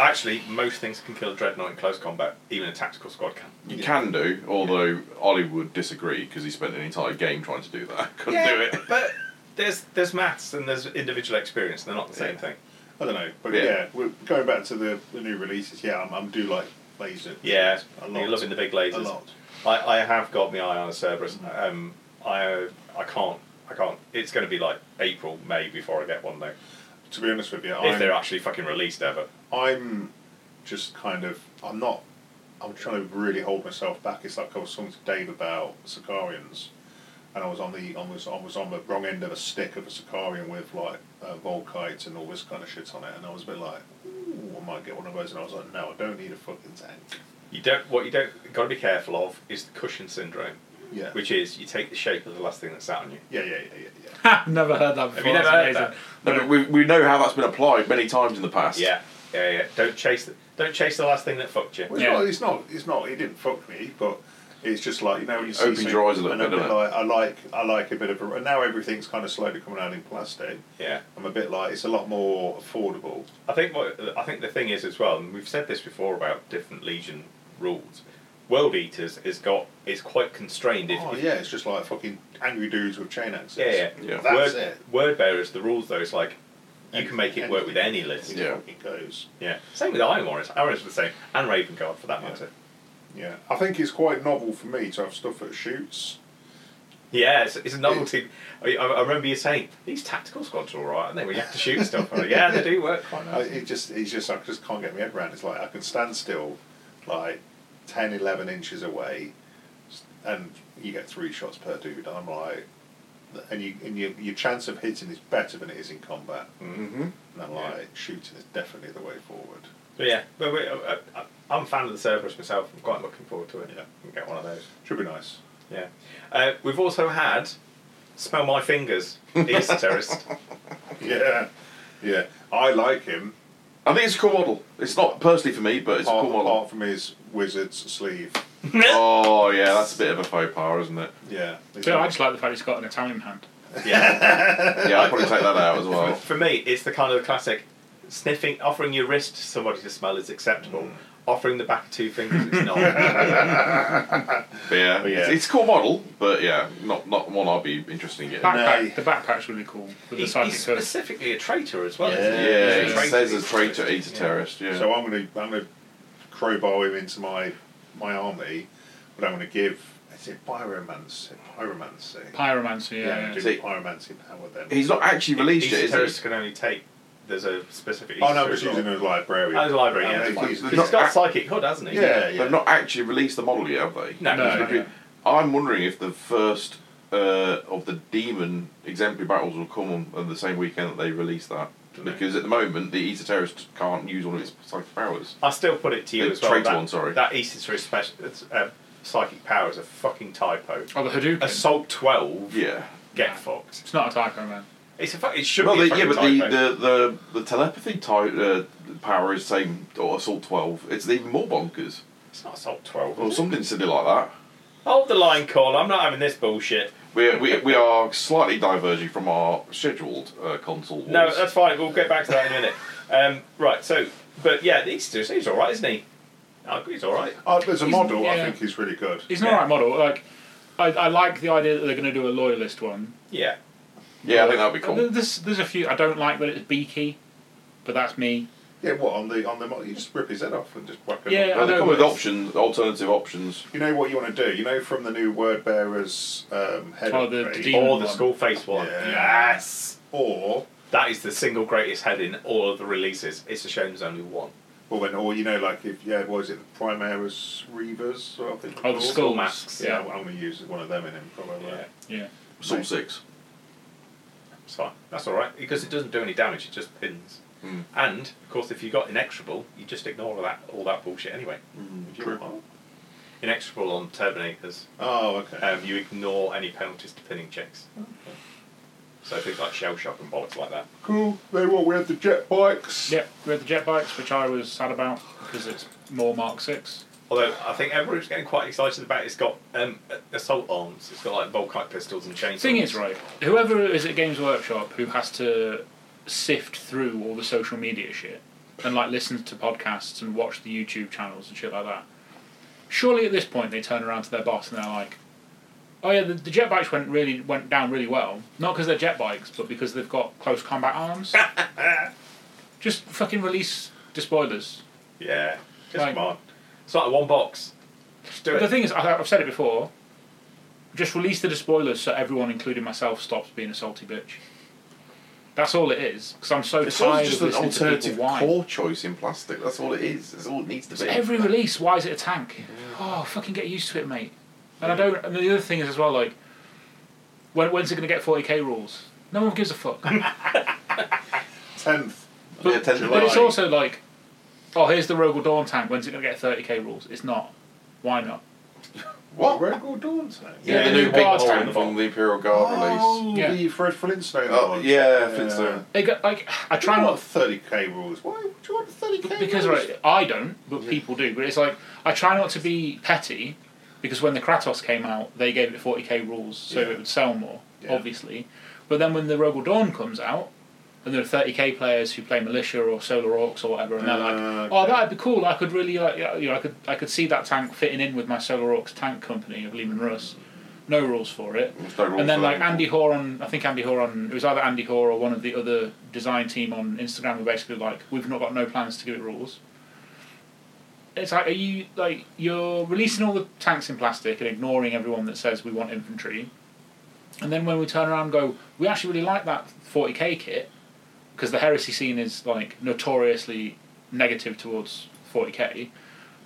Speaker 1: Actually, most things can kill a dreadnought in close combat. Even a tactical squad can.
Speaker 4: You
Speaker 3: Yeah.
Speaker 4: can do, although Ollie would disagree because he spent an entire game trying to do that. Couldn't do it.
Speaker 1: But there's there's maths and there's individual experience. They're not the same
Speaker 4: Yeah.
Speaker 1: thing.
Speaker 3: I don't know, but
Speaker 4: Yeah.
Speaker 3: yeah, we're going back to the, the new releases. Yeah, I'm, I'm do like laser.
Speaker 1: Yeah,
Speaker 3: a lot.
Speaker 1: you're loving the big
Speaker 3: a
Speaker 1: lasers.
Speaker 3: lot. Mm-hmm.
Speaker 1: I, I have got my eye on a Cerberus. Um, I I can't I can't. It's going to be like April May before I get one though,
Speaker 3: To be honest with you,
Speaker 1: if they're
Speaker 3: I'm,
Speaker 1: actually fucking released ever.
Speaker 3: I'm just kind of I'm not. I'm trying to really hold myself back. It's like I was talking to Dave about Sicarians, and I was on the I was I was on the wrong end of a stick of a Sicarian with like uh, Volkites and all this kind of shit on it, and I was a bit like, Ooh, I might get one of those, and I was like, no, I don't need a fucking tank.
Speaker 1: You don't. What you don't got to be careful of is the cushion syndrome,
Speaker 3: Yeah.
Speaker 1: which is you take the shape of the last thing that's sat on you.
Speaker 3: yeah, yeah, yeah, yeah, yeah.
Speaker 2: Ha, never heard that before.
Speaker 1: Have you never heard
Speaker 2: That's amazing.
Speaker 1: that?
Speaker 4: No, but we, we know how that's been applied many times in the past.
Speaker 1: Yeah, yeah, yeah. Don't chase the don't chase the last thing that fucked you.
Speaker 3: Well, it's,
Speaker 2: Yeah.
Speaker 3: not, it's not. It's not. It didn't fuck me, but it's just like you know when you see
Speaker 4: Opens
Speaker 3: something-
Speaker 4: your eyes a little
Speaker 3: and I'm
Speaker 4: bit, doesn't it?
Speaker 3: like, I like. I like a bit of. A, and now everything's kind of slowly coming out in plastic.
Speaker 1: Yeah.
Speaker 3: I'm a bit like it's a lot more affordable.
Speaker 1: I think what I think the thing is as well, and we've said this before about different Legion rules. World Eaters is got is quite constrained. If,
Speaker 3: oh
Speaker 1: if-
Speaker 3: yeah, it's just like fucking angry dudes with chain axes.
Speaker 1: yeah, yeah,
Speaker 4: Yeah.
Speaker 1: word,
Speaker 3: That's it.
Speaker 1: Word bearers, the rules though is like you
Speaker 3: Any-
Speaker 1: can make it work with any
Speaker 3: It
Speaker 1: list.
Speaker 4: Yeah.
Speaker 3: fucking goes.
Speaker 1: Yeah. Same with Iron Warriors. Iron Warriors were the same, and Raven Guard for that
Speaker 3: Yeah.
Speaker 1: matter.
Speaker 3: Yeah, I think it's quite novel for me to have stuff that shoots.
Speaker 1: Yeah, it's, it's a novelty. I, I I remember you saying these tactical squads are all right, aren't they? When you have to shoot stuff, I'm like, yeah, they do work quite
Speaker 3: I,
Speaker 1: nice.
Speaker 3: it Uh, just, it's just, I just can't get my head around. It's like I can stand still, like 10, 11 inches away, s- and you get three shots per dude. And I'm like, and you, and your, your chance of hitting is better than it is in combat.
Speaker 4: Mm-hmm.
Speaker 3: And I'm
Speaker 1: Yeah.
Speaker 3: like, shooting is definitely the way forward.
Speaker 1: But yeah, but we, I, I, I'm a fan of the Cerberus myself. I'm quite looking forward to it.
Speaker 3: Yeah.
Speaker 1: and get one of those.
Speaker 3: Should be nice.
Speaker 1: Yeah. Uh, we've also had Smell My Fingers, Easter Terrorist.
Speaker 3: Yeah, yeah. I like him.
Speaker 4: I think it's a cool model. It's not personally for me, but it's a
Speaker 3: apart,
Speaker 4: cool model.
Speaker 3: apart from his wizard's sleeve.
Speaker 4: Oh yeah, that's a bit of a faux pas, isn't it?
Speaker 3: Yeah.
Speaker 2: So I just like the fact it's got an Italian hand.
Speaker 1: Yeah.
Speaker 4: Yeah, I'd probably take that out as well.
Speaker 1: For me, it's the kind of classic sniffing, offering your wrist to somebody to smell is acceptable.
Speaker 4: Mm.
Speaker 1: Offering the back of two fingers is not.
Speaker 4: But yeah,
Speaker 3: But yeah.
Speaker 4: It's, it's a cool model, but yeah, not not one I'd be interested in getting.
Speaker 3: Back-
Speaker 2: Backpack,
Speaker 3: No.
Speaker 2: The backpack's really cool with the
Speaker 1: he's,
Speaker 2: psychic
Speaker 1: he's
Speaker 2: hood.
Speaker 1: specifically a traitor as well.
Speaker 3: Yeah.
Speaker 4: Yeah,
Speaker 1: Isn't he?
Speaker 2: Yeah.
Speaker 1: He's
Speaker 4: it
Speaker 1: a
Speaker 4: says as traitor,
Speaker 1: terrorist.
Speaker 4: he's a terrorist. Yeah.
Speaker 3: So I'm gonna I'm gonna crowbar him into my my army, but I'm gonna give is it pyromancy pyromancy.
Speaker 2: Pyromancy,
Speaker 3: yeah, I'm
Speaker 2: yeah.
Speaker 3: gonna
Speaker 2: yeah.
Speaker 3: do
Speaker 4: See-
Speaker 3: pyromancy power then.
Speaker 4: He's not actually released
Speaker 1: Easter
Speaker 4: yet, is
Speaker 1: terrorists
Speaker 4: he?
Speaker 1: can only take. There's a specific.
Speaker 3: oh no,
Speaker 1: Easter
Speaker 3: I'm just
Speaker 1: as well.
Speaker 3: using his library.
Speaker 1: Oh, the library,
Speaker 3: And
Speaker 1: yeah. that's
Speaker 3: he's-
Speaker 1: fine.
Speaker 3: he's-
Speaker 1: Because
Speaker 4: not
Speaker 1: he's got
Speaker 4: ac-
Speaker 1: psychic hood, hasn't he?
Speaker 3: yeah, yeah.
Speaker 4: They've not actually released the model yet, have they?
Speaker 1: No.
Speaker 2: No,
Speaker 1: no,
Speaker 2: no, no.
Speaker 4: I'm wondering if the first uh, of the demon exemplary battles will come on, on the same weekend that they release that.
Speaker 1: Dunno.
Speaker 4: Because at the moment, the Easter Terrorist can't use one of its psychic powers.
Speaker 1: I still put it to you
Speaker 4: The
Speaker 1: as well.
Speaker 4: traitor
Speaker 1: that,
Speaker 4: one, sorry.
Speaker 1: That Easter Terrorist special, it's, uh, psychic power is a fucking typo.
Speaker 2: Oh, the Hadouken.
Speaker 1: Assault 12,
Speaker 4: Yeah.
Speaker 1: get fucked.
Speaker 2: It's not a typo, man.
Speaker 1: It's a fu- it should
Speaker 4: Well,
Speaker 1: be a
Speaker 4: the, yeah,
Speaker 1: fucking
Speaker 4: but the,
Speaker 1: typo.
Speaker 4: the, the, the telepathy type uh, power is same or Assault 12. It's even more bonkers.
Speaker 1: It's not Assault 12.
Speaker 4: Or
Speaker 1: is it?
Speaker 4: something silly like that.
Speaker 1: Hold the line, call. I'm not having this bullshit.
Speaker 4: We, we, we are slightly diverging from our scheduled uh, console wars.
Speaker 1: No, that's fine. We'll get back to that in a minute. Um, right. So, but yeah, he's just, he's all right, isn't he? I agree, he's all right.
Speaker 3: Uh, as a
Speaker 2: He's-
Speaker 3: model, I
Speaker 2: yeah.
Speaker 3: think he's really good.
Speaker 2: It's an
Speaker 1: Yeah.
Speaker 2: alright model. Like, I, I like the idea that they're going to do a loyalist one.
Speaker 1: Yeah.
Speaker 4: yeah, I think that'd be cool.
Speaker 2: Th- There's there's a few I don't like that it's beaky, but that's me.
Speaker 3: Yeah, what on the on the model? You just rip his head off and just whack him.
Speaker 2: Yeah.
Speaker 4: No,
Speaker 2: I
Speaker 4: they
Speaker 2: know,
Speaker 4: come
Speaker 2: but
Speaker 4: with
Speaker 2: it's-
Speaker 4: options, alternative options.
Speaker 3: You know what you want to do. You know from the new word bearers um, head
Speaker 2: Oh, the- the
Speaker 3: upgrade,
Speaker 2: demon-
Speaker 1: Or the
Speaker 2: one.
Speaker 1: school face one.
Speaker 3: Yeah.
Speaker 1: Yes.
Speaker 3: or
Speaker 1: That is the single greatest head in all of the releases. It's a shame there's only one.
Speaker 3: well, when or you know like if yeah, what is it? The Primaris Reavers. Or I think
Speaker 2: Oh, the
Speaker 3: they're
Speaker 2: skull,
Speaker 3: called.
Speaker 2: masks.
Speaker 3: Yeah, I'm gonna use one of them in him probably.
Speaker 1: Yeah.
Speaker 2: Yeah.
Speaker 4: Soul
Speaker 3: Right.
Speaker 4: 6.
Speaker 1: It's fine. That's all right because it doesn't do any damage. It just pins.
Speaker 4: Mm.
Speaker 1: And of course, if you got inexorable, you just ignore all that all that bullshit anyway.
Speaker 4: Mm,
Speaker 3: Do you
Speaker 4: true.
Speaker 3: want one?
Speaker 1: Inexorable on Terminators,
Speaker 3: Oh, okay.
Speaker 1: um, you ignore any penalties to pinning checks. So things like shell shock and bollocks like that.
Speaker 3: cool. They were. We had the jet bikes.
Speaker 2: Yep, we had the jet bikes, which I was sad about because it's more Mark Six.
Speaker 1: Although I think everyone's getting quite excited about it. it's got um, assault arms. It's got like volkite pistols and chainsaws.
Speaker 2: Thing is, right, whoever is at Games Workshop who has to sift through all the social media shit and like listen to podcasts and watch the YouTube channels and shit like that, surely at this point they turn around to their boss and they're like, "Oh yeah, the, the jet bikes went really went down really well, not because they're jet bikes, but because they've got close combat arms." Just fucking release the spoilers.
Speaker 1: Yeah. Just
Speaker 2: Like-
Speaker 1: come on. It's like one box. Just do
Speaker 2: But
Speaker 1: it.
Speaker 2: the thing is, I- I've said it before. Just release the spoilers so everyone, including myself, stops being a salty bitch. That's all it is. Because I'm so
Speaker 4: It's
Speaker 2: tired
Speaker 4: just
Speaker 2: of
Speaker 4: an
Speaker 2: listening to
Speaker 4: alternative
Speaker 2: people whine.
Speaker 4: core choice in plastic. That's all it is. That's all it needs to
Speaker 2: So
Speaker 4: be.
Speaker 2: every release, why is it a tank? Oh, fucking get used to it, mate. And I don't. And the other thing is as well, like, when, when's it going to get 40k rules? No one gives a fuck.
Speaker 3: Tenth.
Speaker 4: Yeah,
Speaker 2: But,
Speaker 4: 10th
Speaker 2: but it's
Speaker 4: July.
Speaker 2: also like, oh, here's the Rogal Dawn tank. When's it going to get 30k rules? It's not. Why not?
Speaker 4: What?
Speaker 3: Regal Dawn tank.
Speaker 4: Yeah,
Speaker 2: Yeah,
Speaker 4: the new
Speaker 2: the
Speaker 4: big
Speaker 2: guard's
Speaker 1: on the
Speaker 4: tank
Speaker 1: bottom.
Speaker 4: from the Imperial Guard release.
Speaker 3: Oh,
Speaker 2: Yeah.
Speaker 3: the Fred Flintstone.
Speaker 4: Oh,
Speaker 3: one.
Speaker 4: yeah, Flintstone.
Speaker 2: It got, like, I try
Speaker 3: you
Speaker 2: not.
Speaker 3: want 30k rules. Why would you want 30k
Speaker 2: because
Speaker 3: rules?
Speaker 2: right, I don't, but people do. But it's like I try not to be petty, because when the Kratos came out, they gave it 40k rules, so
Speaker 3: Yeah.
Speaker 2: it would sell more,
Speaker 3: Yeah.
Speaker 2: obviously. But then when the Rogal Dawn comes out, and there are 30k players who play Militia or Solar Orcs or whatever, and they're like,
Speaker 3: Uh,
Speaker 2: "Oh,
Speaker 3: okay.
Speaker 2: that'd be cool. I could really like, you know, I could, I could see that tank fitting in with my Solar Orcs tank company of Lehman Russ." No rules for it.
Speaker 4: There's no rules
Speaker 2: And then
Speaker 4: for that
Speaker 2: like
Speaker 4: anymore.
Speaker 2: Andy Horan, I think Andy Horan, it was either Andy Horan or one of the other design team on Instagram were basically like, we've not got no plans to give it rules. It's like, are you like you're releasing all the tanks in plastic and ignoring everyone that says we want infantry, and then when we turn around and go, we actually really like that forty k kit, because the heresy scene is like notoriously negative towards forty k.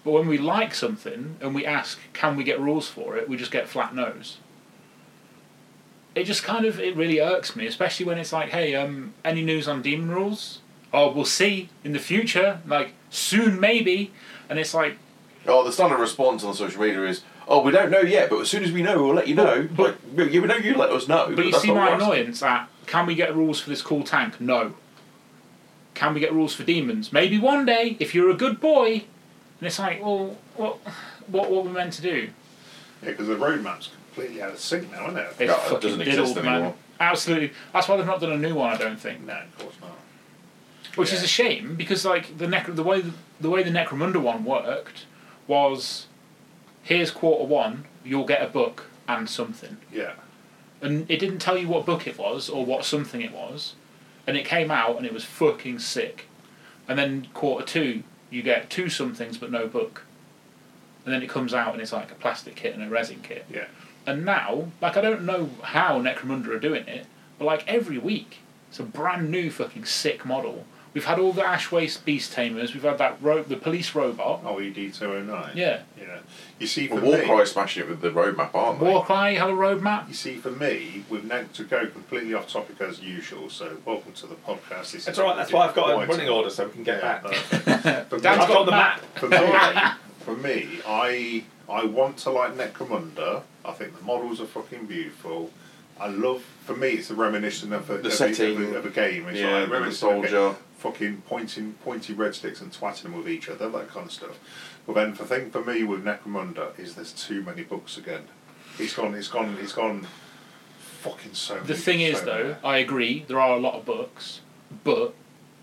Speaker 2: But when we like something and we ask, can we get rules for it, we just get flat no's it just kind of it really irks me, especially when it's like, hey, um, any news on demon rules? Oh, we'll see in the future, like soon maybe, and it's like,
Speaker 4: Oh, the standard response on social media is, "Oh, we don't know yet, but as soon as we know, we'll let you know."
Speaker 2: But-
Speaker 4: like, yeah, we know you let us know.
Speaker 2: but you
Speaker 4: that's
Speaker 2: see
Speaker 4: not
Speaker 2: my
Speaker 4: what we're asking.
Speaker 2: annoyance at can we get rules for this cool tank? No. Can we get rules for demons? Maybe one day if you're a good boy, and it's like, well, what, what, what were we meant to do?
Speaker 3: Yeah, because the roadmap's completely out of sync now, isn't it?
Speaker 2: It's
Speaker 4: Yeah, it
Speaker 2: fucking
Speaker 4: doesn't exist
Speaker 2: diddled, man.
Speaker 4: anymore.
Speaker 2: Absolutely, that's why they've not done a new one. I don't think.
Speaker 3: No, of course not.
Speaker 2: which is
Speaker 3: Yeah.
Speaker 2: a shame because like the nec- the way the way the Necromunda one worked was here's quarter one you'll get a book and something
Speaker 3: Yeah.
Speaker 2: and it didn't tell you what book it was or what something it was and it came out and it was fucking sick and then quarter two you get two somethings but no book and then it comes out and it's like a plastic kit and a resin kit
Speaker 3: Yeah.
Speaker 2: and now, like, I don't know how Necromunda are doing it, but like every week, it's a brand new fucking sick model. We've had all the Ash Waste Beast Tamers. We've had that ro- the police robot.
Speaker 3: Oh, ED 209.
Speaker 2: Yeah.
Speaker 3: Yeah. You see, for
Speaker 4: Well, War
Speaker 3: me,
Speaker 4: Cry smashing it with the roadmap, aren't they?
Speaker 2: Warcry had a roadmap.
Speaker 3: you see, for me, we've now to go completely off topic as usual. So, welcome to the podcast. This
Speaker 1: It's
Speaker 3: is
Speaker 1: all right. That's why I've got a
Speaker 3: quite-
Speaker 1: running order so we can get
Speaker 3: Yeah,
Speaker 1: back.
Speaker 3: uh, for
Speaker 2: Dan's
Speaker 1: I've
Speaker 3: me-
Speaker 1: got
Speaker 2: got
Speaker 1: the
Speaker 2: the
Speaker 1: map.
Speaker 3: For me, for me, I I want to like Necromunda. I think the models are fucking beautiful. I love. For me, it's a reminiscent of a, of a-
Speaker 4: setting.
Speaker 3: of, a, of a game. It's
Speaker 4: Yeah,
Speaker 3: like a
Speaker 4: with the
Speaker 3: reminiscent of a
Speaker 4: soldier.
Speaker 3: game. Fucking pointing pointy red sticks and twatting them with each other, that kind of stuff. But then the thing for me with Necromunda is there's too many books again. It's gone. It's gone. It's gone. Fucking so.
Speaker 2: The
Speaker 3: many-
Speaker 2: thing is,
Speaker 3: so
Speaker 2: though,
Speaker 3: many.
Speaker 2: I agree. There are a lot of books, but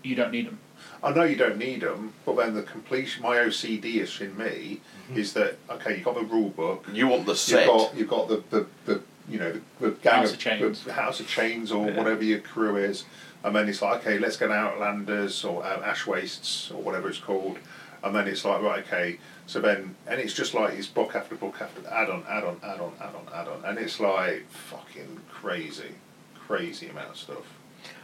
Speaker 2: you don't need them.
Speaker 3: I know you don't need them, but then the completion, my OCD ish in me
Speaker 4: Mm-hmm.
Speaker 3: is that okay, you got the rule book,
Speaker 4: You want the
Speaker 3: you've
Speaker 4: set.
Speaker 3: got you've got the, the, the you know the, the gang
Speaker 2: House
Speaker 3: of,
Speaker 2: of Chains.
Speaker 3: the House of Chains or whatever your crew is, and then it's like okay, let's get Outlanders or um, Ash Wastes or whatever it's called, and then it's like right okay, so then and it's just like it's book after book after add on add on add on add on add on, and it's like fucking crazy, crazy amount of stuff.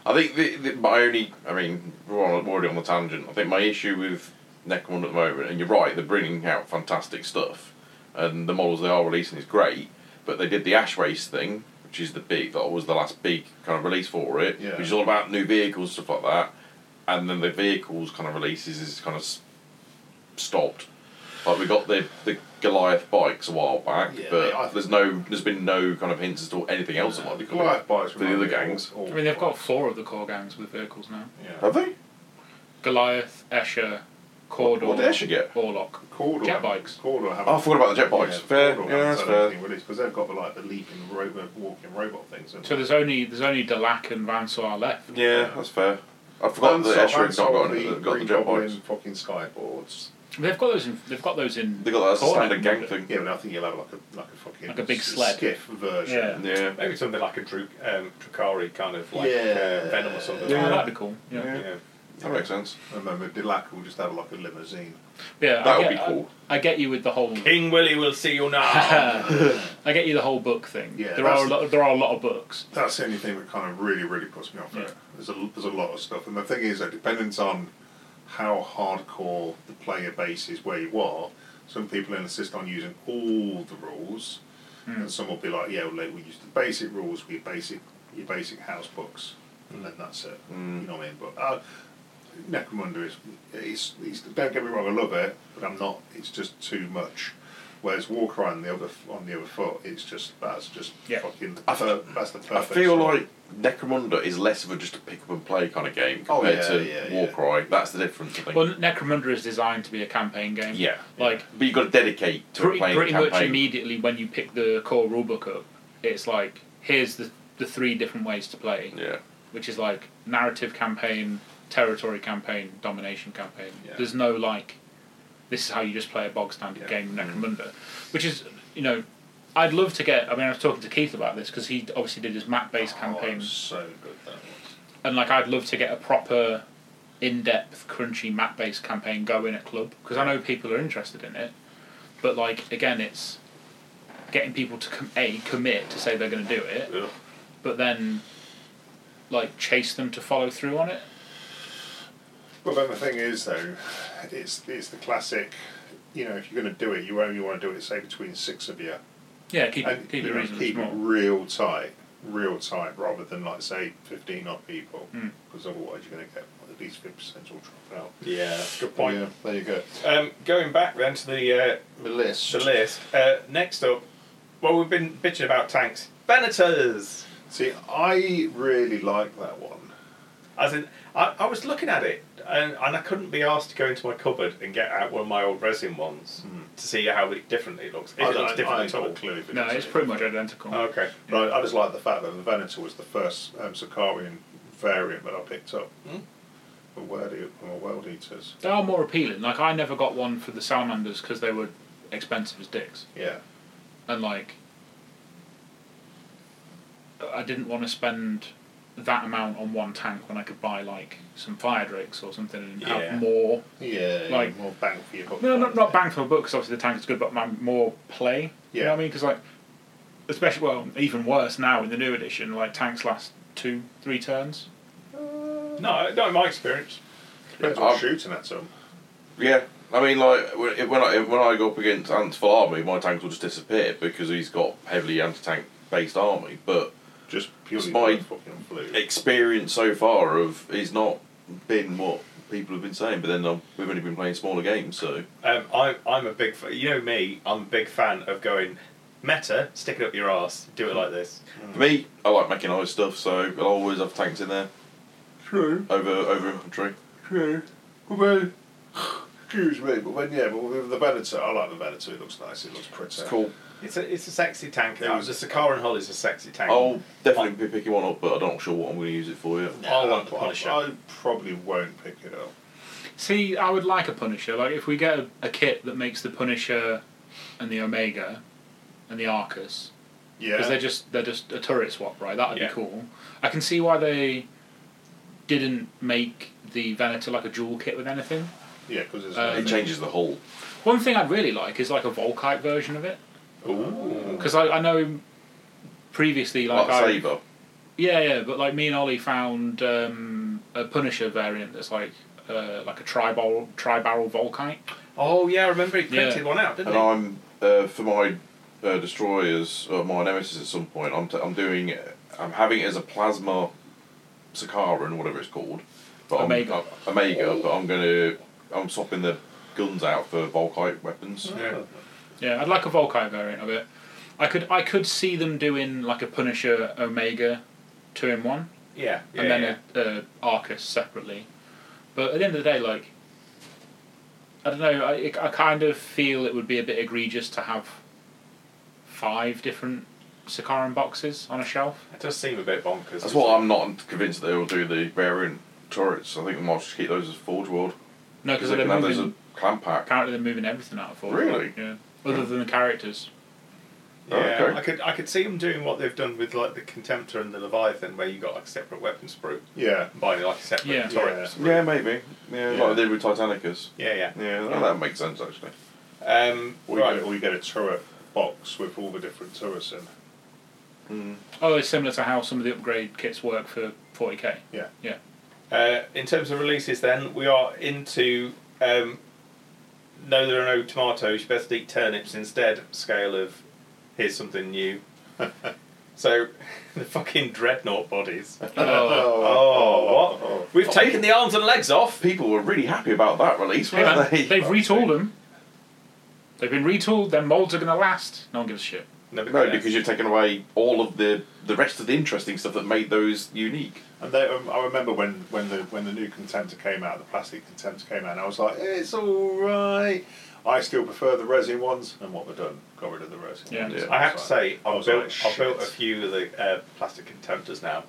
Speaker 4: I think the, the, my only, I mean, we're on, already on the tangent. I think my issue with Necromon at the moment, and you're right, they're bringing out fantastic stuff, and the models they are releasing is great, but they did the Ash Race thing, which is the big, that was the last big kind of release for it,
Speaker 3: Yeah.
Speaker 4: which is all about new vehicles, stuff like that, and then the vehicles kind of releases is kind of s- stopped. Like we got the, the Goliath bikes a while back,
Speaker 3: Yeah,
Speaker 4: but
Speaker 3: I-
Speaker 4: there's no there's been no kind of hints as to anything else that might be coming.
Speaker 3: Goliath
Speaker 4: out.
Speaker 3: bikes
Speaker 4: For the
Speaker 3: remind
Speaker 4: other
Speaker 3: me of
Speaker 4: gangs.
Speaker 3: all-
Speaker 2: I mean, they've got four of the core gangs with vehicles now:
Speaker 3: yeah.
Speaker 4: Have they?
Speaker 2: Goliath, Escher, Cordor,
Speaker 4: What did Escher get?
Speaker 2: Orlok.
Speaker 3: Cordor.
Speaker 2: Jet bikes.
Speaker 3: Cordor have
Speaker 4: Oh, I forgot about the jet bikes. Fair, yeah, that's fair.
Speaker 3: Because they've got the like the leaping robot, walking robot things. haven't
Speaker 2: So
Speaker 3: they?
Speaker 2: there's only there's only Delac and Vansoir left.
Speaker 4: Yeah, that's fair. I forgot that
Speaker 3: Lancer-
Speaker 4: Escher had not got,
Speaker 3: Lancer,
Speaker 4: the,
Speaker 3: the
Speaker 4: got the
Speaker 3: Green
Speaker 4: jet
Speaker 3: Goblin
Speaker 4: bikes.
Speaker 3: Fucking skyboards.
Speaker 2: They've got those in. They've got those in.
Speaker 4: They got that as a
Speaker 2: core
Speaker 4: standard
Speaker 2: now,
Speaker 4: gang thing.
Speaker 3: Yeah, but I think you'll have like a like a fucking
Speaker 2: Like a big
Speaker 3: s-
Speaker 2: sled.
Speaker 3: skiff version.
Speaker 2: Yeah.
Speaker 4: Yeah.
Speaker 1: Maybe something like a Dru- um, Drukari kind of like
Speaker 3: Yeah.
Speaker 1: uh, Venom or something.
Speaker 2: Oh,
Speaker 4: Yeah.
Speaker 2: that'd be cool. Yeah, yeah.
Speaker 4: Yeah.
Speaker 1: Yeah.
Speaker 4: That makes sense.
Speaker 3: And then with Dilac will just have like a limousine.
Speaker 2: I
Speaker 4: That would
Speaker 2: get,
Speaker 4: be cool.
Speaker 2: I, I get you with the whole.
Speaker 1: King Willie will see you now.
Speaker 2: I get you the whole book thing.
Speaker 3: Yeah,
Speaker 2: there
Speaker 3: that's-
Speaker 2: are a lot, there are a lot of books.
Speaker 3: That's the only thing that kind of really really puts me off
Speaker 2: Yeah.
Speaker 3: it. There's a there's a lot of stuff, and the thing is, that depending on how hardcore the player base is where you are, some people insist on using all the rules.
Speaker 2: Hmm.
Speaker 3: And some will be like, yeah, well, we use the basic rules, we basic your basic house books, and then that's it. You know what I mean? But uh, Necromunda is, it's, it's, don't get me wrong, I love it, but I'm not. It's just too much. Whereas Warcry on the other on the other foot, it's just that's just
Speaker 2: Yeah.
Speaker 3: fucking.
Speaker 4: I th-
Speaker 3: per- that's the
Speaker 4: I
Speaker 3: perfect.
Speaker 4: feel
Speaker 3: sort.
Speaker 4: like Necromunda is less of a just a pick up and play kind of game
Speaker 3: Oh,
Speaker 4: compared
Speaker 3: yeah,
Speaker 4: to
Speaker 3: yeah, yeah.
Speaker 4: Warcry. That's the difference, I think.
Speaker 2: Well, Necromunda is designed to be a campaign game.
Speaker 4: yeah.
Speaker 2: like
Speaker 4: But you've got to dedicate to
Speaker 2: pretty,
Speaker 4: playing
Speaker 2: pretty
Speaker 4: the
Speaker 2: much
Speaker 4: campaign.
Speaker 2: immediately when you pick the core rulebook up, it's like here's the the three different ways to play,
Speaker 4: yeah.
Speaker 2: which is like narrative campaign, territory campaign, domination campaign.
Speaker 3: Yeah.
Speaker 2: There's no like, this is how you just play a bog standard
Speaker 3: Yeah.
Speaker 2: game
Speaker 4: Mm.
Speaker 2: of Necromunda, which is you know, I'd love to get. I mean, I was talking to Keith about this because he obviously did his map based
Speaker 3: Oh,
Speaker 2: campaign,
Speaker 3: I'm so good that was.
Speaker 2: and like I'd love to get a proper. In depth, crunchy map based campaign going at club because I know people are interested in it, but like again, it's getting people to com- a commit to say they're going to do it,
Speaker 1: Ugh.
Speaker 2: but then like chase them to follow through on it.
Speaker 3: But then the thing is, though, it's it's the classic. You know, if you're going to do it, you only want to do it, say, between six of you.
Speaker 2: Yeah, keep
Speaker 3: and
Speaker 2: it, keep
Speaker 3: you
Speaker 2: it
Speaker 3: know,
Speaker 2: reasonably
Speaker 3: keep it
Speaker 2: small.
Speaker 3: real tight, real tight, rather than like say fifteen odd people,
Speaker 2: Mm.
Speaker 3: because otherwise you're going to get at least fifty percent all dropped out.
Speaker 1: yeah. Good point.
Speaker 3: Yeah, there you go.
Speaker 1: Um, going back then to the uh,
Speaker 3: The list.
Speaker 1: the list. Uh, next up, well, we've been bitching about tanks. Beneters.
Speaker 3: See, I really like that one.
Speaker 1: As in, I, I was looking at it and, and I couldn't be asked to go into my cupboard and get out one of my old resin ones to see how it, different it looks. If
Speaker 3: Hmm. I,
Speaker 1: it looks
Speaker 3: I-
Speaker 1: different
Speaker 3: I ain't
Speaker 1: at
Speaker 3: got a
Speaker 1: all.
Speaker 3: clue if it
Speaker 2: No,
Speaker 3: looks
Speaker 2: it's
Speaker 3: any
Speaker 2: pretty much identical.
Speaker 3: Uh,
Speaker 1: Okay.
Speaker 3: But I, I just like the fact that the Venator was the first um, Sicarian variant that I picked up.
Speaker 2: Hmm?
Speaker 1: Mm.
Speaker 3: For World, E- for world Eaters.
Speaker 2: They are more appealing. Like I never got one for the salamanders because they were expensive as dicks,
Speaker 3: Yeah.
Speaker 2: and like I didn't want to spend that amount on one tank when I could buy like some fire drakes or something and
Speaker 1: Yeah.
Speaker 2: have more.
Speaker 3: Yeah.
Speaker 2: Like-
Speaker 3: more bang for your buck.
Speaker 2: No,
Speaker 3: kind
Speaker 2: not
Speaker 3: of
Speaker 2: not
Speaker 3: thing.
Speaker 2: bang for a book because obviously the tank is good, but man, more play. You know
Speaker 3: Yeah.
Speaker 2: what I mean? Because like, especially well, even worse now in the new edition, like tanks last two, three turns.
Speaker 1: No, not in my experience.
Speaker 3: Depends what
Speaker 4: Um,
Speaker 3: shooting at some.
Speaker 4: Yeah. I mean, like when if- when I when I go up against Ant's full army, my tanks will just disappear because he's got heavily anti-tank based army. But
Speaker 3: Just purely
Speaker 4: my-
Speaker 3: by fucking flu.
Speaker 4: experience so far of is not been what people have been saying. But then um, we've only been playing smaller games, so
Speaker 1: Um, I, I'm a big fan. You know me. I'm a big fan of going. Meta, stick it up your ass. Do it like this.
Speaker 4: For me, I like making eye stuff, so I'll always have tanks in there
Speaker 3: True,
Speaker 4: over over infantry.
Speaker 3: true. But when, excuse me, but when, yeah, but with the Venator, I like the Venator, it looks nice, it looks pretty.
Speaker 4: It's cool.
Speaker 1: It's a it's a sexy tank.
Speaker 3: It
Speaker 1: It was
Speaker 3: was-
Speaker 1: the Sakaran Hull is a sexy tank.
Speaker 4: I'll definitely be picking one up, but I'm not sure what I'm going to use it for yet.
Speaker 1: I want the
Speaker 3: I-
Speaker 1: Punisher.
Speaker 3: I probably won't pick it up.
Speaker 2: See, I would like a Punisher. Like, if we get a, a kit that makes the Punisher and the Omega and the Arcus,
Speaker 3: Yeah.
Speaker 2: because they're just they're just a turret swap, right? That'd
Speaker 1: Yeah.
Speaker 2: be cool. I can see why they didn't make the Venator like a dual kit with anything.
Speaker 3: Yeah, because it's
Speaker 2: Uh,
Speaker 4: It changes the whole.
Speaker 2: One thing I'd really like is like a Volkite version of it,
Speaker 4: Ooh.
Speaker 2: because I, I know previously like,
Speaker 4: Like
Speaker 2: I,
Speaker 4: Saber.
Speaker 2: Yeah, yeah, but like me and Ollie found um, a Punisher variant that's like uh, like a tri barrel tri barrel Volkite.
Speaker 1: Oh yeah, I remember he
Speaker 2: Yeah.
Speaker 1: printed one out, didn't
Speaker 4: And
Speaker 1: he?
Speaker 4: I'm uh, for my uh, destroyers or my nemesis at some point. I'm t- I'm doing I'm having it as a plasma, Sakaran, whatever it's called. But
Speaker 2: Omega.
Speaker 4: I'm, i Omega, but I'm gonna I'm swapping the guns out for Volkite weapons.
Speaker 1: Yeah.
Speaker 2: Yeah, I'd like a Volkite variant of it. I could I could see them doing like a Punisher Omega two in one,
Speaker 1: Yeah, yeah,
Speaker 2: and
Speaker 1: yeah.
Speaker 2: then a, a Arcus separately. But at the end of the day, like I don't know, I I kind of feel it would be a bit egregious to have five different Sakaran boxes on a shelf.
Speaker 1: it does seem a bit bonkers.
Speaker 4: That's what I'm not convinced that they will do the variant turrets. I think we might just keep those as Forge World
Speaker 2: No, because
Speaker 4: because they
Speaker 2: they're
Speaker 4: can have those as
Speaker 2: moving.
Speaker 4: a clan pack.
Speaker 2: Apparently, they're moving everything out of Forge.
Speaker 4: Really?
Speaker 2: Yeah. Other than the characters.
Speaker 1: Yeah,
Speaker 4: Okay.
Speaker 1: I could I could see them doing what they've done with like the Contemptor and the Leviathan, where you got like separate weapon sprue,
Speaker 3: yeah.
Speaker 1: buying like a separate
Speaker 2: Yeah.
Speaker 1: turret.
Speaker 4: Yeah, maybe. Yeah,
Speaker 3: Yeah.
Speaker 4: like they did with Titanicus.
Speaker 1: Yeah, yeah.
Speaker 4: Yeah, that, that makes sense actually.
Speaker 1: Um,
Speaker 3: Or you,
Speaker 1: right.
Speaker 3: get, or you get a turret box with all the different turrets in.
Speaker 2: Oh, it's similar to how some of the upgrade kits work for 40k.
Speaker 3: Yeah.
Speaker 2: Yeah.
Speaker 1: Uh, in terms of releases, then we are into um, no, there are no tomatoes. You best eat turnips instead. Scale of here's something new. so the fucking dreadnought bodies.
Speaker 2: Oh.
Speaker 1: Oh,
Speaker 3: oh.
Speaker 1: what? We've taken the arms and legs off.
Speaker 4: People were really happy about that release,
Speaker 2: Hey, man,
Speaker 4: weren't they?
Speaker 2: they've retooled them. They've been retooled. Their molds are going to last. No one gives a shit.
Speaker 4: No, because you've taken away all of the the rest of the interesting stuff that made those unique.
Speaker 3: And they, um, I remember when, when the when the new Contemptor came out, the plastic Contemptor came out, and I was like, it's all right. I still prefer the resin ones, and what they've done, got rid of the resin.
Speaker 2: Yeah.
Speaker 3: ones.
Speaker 4: Yeah.
Speaker 1: I have to say,
Speaker 3: I
Speaker 1: I've
Speaker 3: was
Speaker 1: built,
Speaker 3: like,
Speaker 1: I've built a
Speaker 3: shit.
Speaker 1: few of the uh, plastic contemptors now.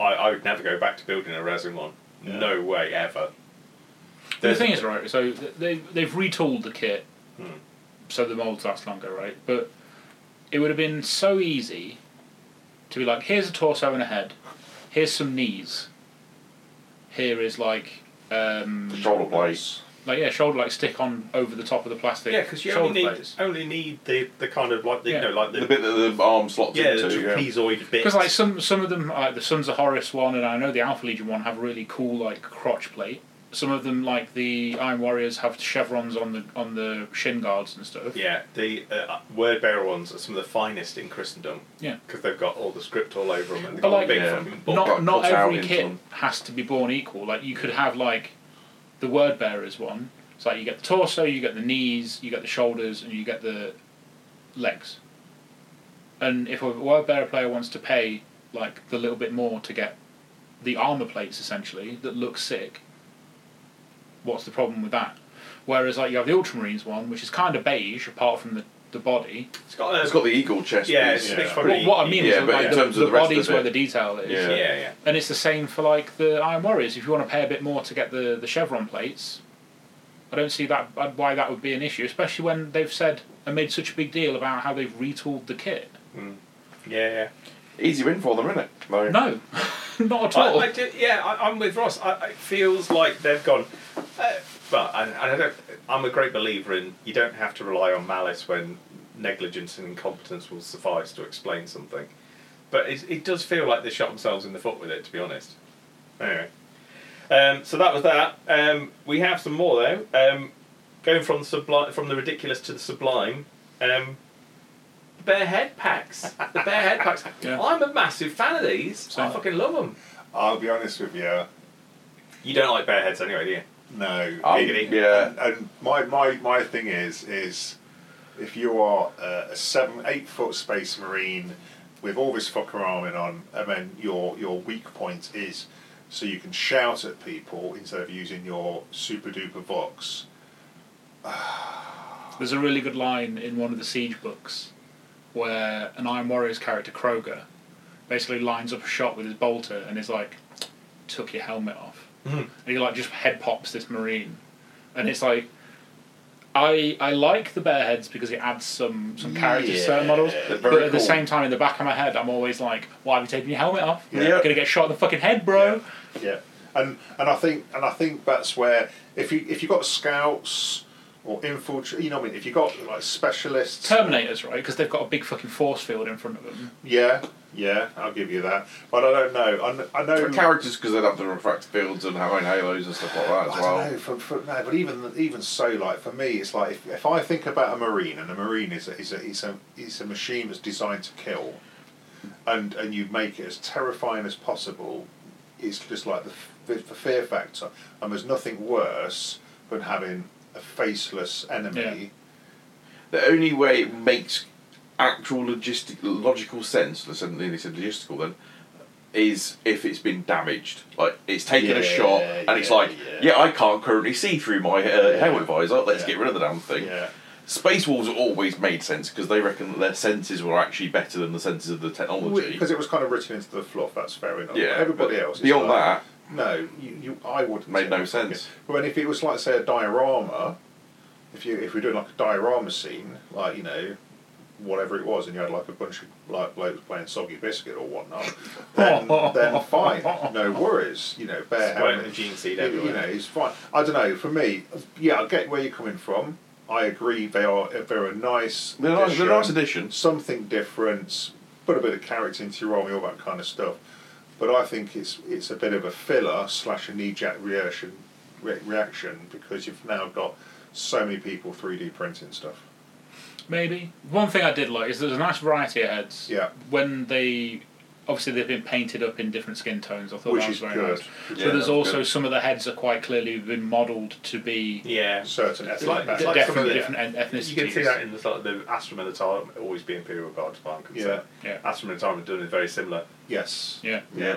Speaker 1: I, I would never go back to building a resin one.
Speaker 3: Yeah.
Speaker 1: No way ever.
Speaker 2: the thing is, right, so th- they've, they've retooled the kit
Speaker 1: Hmm.
Speaker 2: so the molds last longer, right? But it would have been so easy to be like, here's a torso and a head, here's some knees, here is like.
Speaker 3: Mm.
Speaker 2: Um,
Speaker 4: The shoulder blades.
Speaker 2: like yeah, shoulder like stick on over the top of the plastic.
Speaker 1: yeah, because you
Speaker 2: shoulder
Speaker 1: only need,
Speaker 2: blades.
Speaker 1: only need the, the kind of like the,
Speaker 2: Yeah.
Speaker 1: you know like the,
Speaker 4: The bit that the arm slots
Speaker 1: yeah the
Speaker 4: into. yeah.
Speaker 1: trapezoid bits.
Speaker 2: Because like some some of them like the Sons of Horus one and I know the Alpha Legion one have really cool like crotch plate. Some of them like the Iron Warriors have chevrons on the on the shin guards and stuff.
Speaker 1: yeah, the uh, word bearer ones are some of the finest in Christendom.
Speaker 2: Yeah.
Speaker 1: because they've got all the script all over them and they've
Speaker 2: But
Speaker 1: got
Speaker 2: like-
Speaker 1: a big
Speaker 4: Yeah.
Speaker 1: fucking book.
Speaker 2: Not
Speaker 4: cut-
Speaker 2: not
Speaker 4: cut out
Speaker 2: every
Speaker 4: in
Speaker 2: kit
Speaker 4: some.
Speaker 2: has to be born equal. Like you could have like the word bearers one. So like you get the torso, you get the knees, you get the shoulders, and you get the legs. And if a word bearer player wants to pay like the little bit more to get the armor plates essentially that look sick, what's the problem with that? Whereas like you have the Ultramarines one, which is kind of beige apart from the, the body.
Speaker 1: It's got a,
Speaker 4: It's got the eagle chest.
Speaker 1: yeah,
Speaker 4: piece.
Speaker 1: it's a big
Speaker 3: Yeah.
Speaker 1: fucking
Speaker 2: What, what I mean
Speaker 4: Yeah,
Speaker 2: is
Speaker 4: but
Speaker 2: like
Speaker 4: in
Speaker 2: the,
Speaker 4: terms of
Speaker 2: the,
Speaker 4: the rest of
Speaker 2: body's
Speaker 4: it-
Speaker 2: where the detail is.
Speaker 1: yeah,
Speaker 4: Yeah.
Speaker 1: yeah.
Speaker 2: And it's the same for like the Iron Warriors. If you want to pay a bit more to get the, the chevron plates, I don't see that uh, why that would be an issue, especially when they've said and made such a big deal about how they've retooled the kit.
Speaker 1: yeah, yeah.
Speaker 4: Easy win for them, isn't it? No.
Speaker 2: No, not at
Speaker 1: I,
Speaker 2: all.
Speaker 1: I do, yeah, I, I'm with Ross. I, it feels like they've gone. Uh, but and, and I don't. I'm a great believer in you don't have to rely on malice when negligence and incompetence will suffice to explain something. But it, it does feel like they shot themselves in the foot with it, to be honest. Anyway, um, so that was that. Um, we have some more though. Um, going from sublime, from the ridiculous to the sublime. Um, bare head packs. The bare head packs.
Speaker 2: Yeah.
Speaker 1: I'm a massive fan of these. I
Speaker 2: Same.
Speaker 1: fucking love them.
Speaker 3: I'll be honest with you.
Speaker 1: You don't like bare heads anyway, do you?
Speaker 3: No.
Speaker 4: Um,
Speaker 1: Giggity.
Speaker 4: yeah.
Speaker 3: and my, my, my thing is is if you are uh, a seven, eight foot space marine with all this fucker arming on, and then your your weak point is so you can shout at people instead of using your super duper vox.
Speaker 2: There's a really good line in one of the Siege books where an Iron Warriors character, Kroger, basically lines up a shot with his bolter and is like, took your helmet off. And he like just head pops this Marine. And it's like, I, I like the bare heads because it adds some, some character to certain
Speaker 3: Yeah,
Speaker 2: models,
Speaker 4: they're
Speaker 2: but
Speaker 4: very
Speaker 2: at the
Speaker 4: cool.
Speaker 2: same time, in the back of my head, I'm always like, why have you taken your helmet off?
Speaker 4: Yeah.
Speaker 2: You're gonna get shot in the fucking head, bro.
Speaker 3: Yeah, and and I think and I think that's where if you if you got scouts or infiltrators, you know what I mean. If you got like specialists,
Speaker 2: Terminators, right? Because they've got a big fucking force field in front of them.
Speaker 3: yeah, yeah, I'll give you that. But I don't know. I, kn- I know.
Speaker 4: For characters because they'd have the refractive fields and having halos and stuff like that as
Speaker 3: I
Speaker 4: well.
Speaker 3: don't know, for, for, no, but even even so, like for me, it's like if, if I think about a marine, and a marine is a, is a, is a is a machine that's designed to kill, and and you make it as terrifying as possible, it's just like the f- the, the fear factor, and there's nothing worse than having a faceless enemy.
Speaker 4: The only way it makes actual logistic logical sense, I said- nearly said logistical then, is if it's been damaged. Like it's taken
Speaker 3: Yeah,
Speaker 4: a shot and it's
Speaker 3: yeah,
Speaker 4: like,
Speaker 3: yeah.
Speaker 4: yeah. I can't currently see through my uh, helmet visor. Let's
Speaker 3: Yeah.
Speaker 4: get rid of the damn thing.
Speaker 3: Yeah,
Speaker 4: Space walls always made sense because they reckon that their senses were actually better than the senses of the technology.
Speaker 3: because it was kind of written into the fluff. That's fair enough.
Speaker 4: yeah,
Speaker 3: But everybody
Speaker 4: but
Speaker 3: else. it's
Speaker 4: Beyond
Speaker 3: like,
Speaker 4: that,
Speaker 3: No, you, you I would
Speaker 4: Made no sense.
Speaker 3: But when if it was like say a diorama, if you if we're doing like a diorama scene, like you know, whatever it was, and you had like a bunch of like blokes playing soggy biscuit or whatnot, then then fine, no worries, you know, bare
Speaker 1: Squirt
Speaker 3: helmet,
Speaker 1: and gene seed
Speaker 3: you, you know,
Speaker 1: everywhere.
Speaker 3: it's fine. I don't know. For me, yeah, I get where you're coming from. I agree. They are they're a nice
Speaker 4: they're, nice, they're nice additions.
Speaker 3: something different, put a bit of carrots into your army, all that kind of stuff. But I think it's it's a bit of a filler slash a knee jack reaction re- reaction because you've now got so many people three D printing stuff.
Speaker 2: Maybe. One thing I did like is there's a nice variety of heads.
Speaker 3: Yeah.
Speaker 2: When they obviously they've been painted up in different skin tones. I thought
Speaker 3: Which
Speaker 2: that was
Speaker 3: is
Speaker 2: very
Speaker 3: good.
Speaker 2: nice.
Speaker 4: Yeah,
Speaker 2: but there's
Speaker 4: that's
Speaker 2: also
Speaker 4: good.
Speaker 2: some of the heads are quite clearly been modelled to be
Speaker 1: Yeah.
Speaker 3: Certain
Speaker 1: It's
Speaker 3: ethnic
Speaker 1: like-
Speaker 2: d-
Speaker 1: it's
Speaker 3: backgrounds.
Speaker 1: like some of
Speaker 2: definitely
Speaker 1: the-
Speaker 2: different eth- ethnicities.
Speaker 1: You can see that in the sort of the Astra Militarum always being Imperial Guard far concern.
Speaker 2: Yeah.
Speaker 1: Astra Militarum and Dun is very similar.
Speaker 3: yes.
Speaker 2: Yeah.
Speaker 4: Yeah.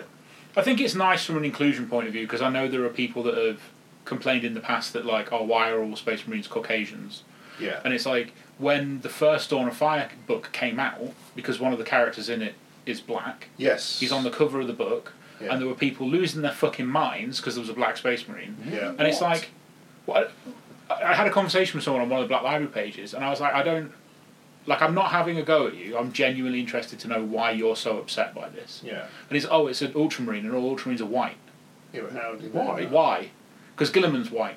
Speaker 2: I think it's nice from an inclusion point of view because I know there are people that have complained in the past that like, oh, why are all Space Marines Caucasians?
Speaker 3: Yeah.
Speaker 2: And it's like when the first Dawn of Fire book came out, because one of the characters in it is black,
Speaker 3: yes.
Speaker 2: He's on the cover of the book,
Speaker 3: Yeah.
Speaker 2: and there were people losing their fucking minds because there was a black space marine.
Speaker 3: Yeah.
Speaker 2: And it's like, what? I I had a conversation with someone on one of the Black Library pages, and I was like, I don't, like, I'm not having a go at you. I'm genuinely interested to know why you're so upset by this.
Speaker 3: Yeah.
Speaker 2: And he's, oh, it's an ultramarine, and all ultramarines are white.
Speaker 3: yeah but how do you
Speaker 4: Why?
Speaker 3: know that?
Speaker 2: Why? Because Gilliman's white.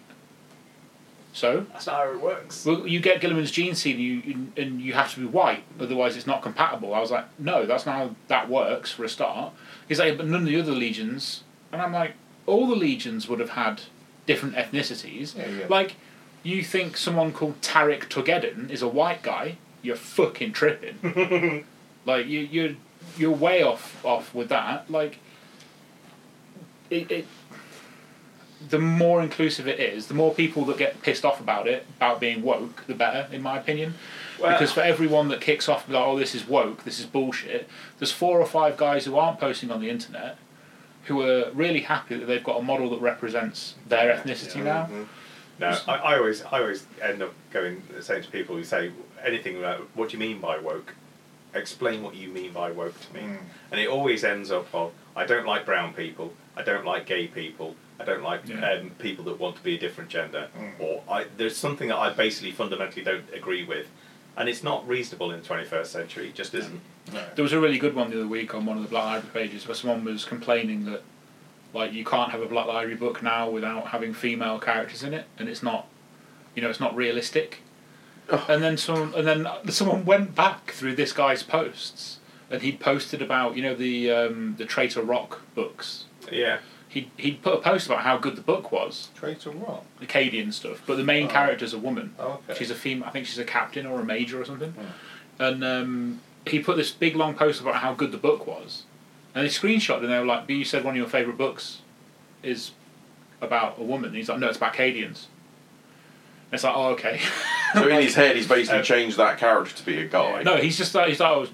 Speaker 2: So,
Speaker 1: That's not how it works.
Speaker 2: well, you get Gilliman's gene seed, and you and you have to be white, otherwise it's not compatible. I was like, no, that's not how that works for a start. He's like, but none of the other legions, and I'm like, all the legions would have had different ethnicities.
Speaker 3: Yeah, yeah.
Speaker 2: Like, you think someone called Tarek Togeddon is a white guy? You're fucking tripping. like you you you're way off off with that. Like, it, it the more inclusive it is, the more people that get pissed off about it, about being woke, the better, in my opinion.
Speaker 1: Well-
Speaker 2: because for everyone that kicks off like, oh, this is woke, this is bullshit, there's four or five guys who aren't posting on the internet who are really happy that they've got a model that represents their ethnicity now.
Speaker 1: No, I, I always I always end up going saying to people who say anything about what do you mean by woke? Explain what you mean by woke to me. And it always ends up of I don't like brown people, I don't like gay people, I don't like
Speaker 2: Yeah.
Speaker 1: um, people that want to be a different gender, or I, there's something that I basically fundamentally don't agree with, and it's not reasonable in the 21st century. It just isn't.
Speaker 3: No.
Speaker 2: There was a really good one the other week on one of the Black Library pages where someone was complaining that like you can't have a Black Library book now without having female characters in it, and it's not, you know, it's not realistic. And then some, and then someone went back through this guy's posts, and he posted about you know the um, the Traitor Rock books.
Speaker 1: Yeah.
Speaker 2: He he'd put a post about how good the book was,
Speaker 3: Traitor rock.
Speaker 2: Acadian stuff, but the main
Speaker 3: Oh.
Speaker 2: character's a woman.
Speaker 3: Oh, okay.
Speaker 2: She's a female. I think she's a captain or a major or something.
Speaker 4: Hmm.
Speaker 2: And um, he put this big long post about how good the book was, and they screenshot it and they were like, "But you said one of your favorite books is about a woman." And he's like, "No, it's about Acadians." And it's like, "Oh, okay."
Speaker 4: So in his head, he's basically
Speaker 3: Um,
Speaker 1: Uh,
Speaker 4: changed that character to be a guy.
Speaker 2: No, he's just like he's like oh,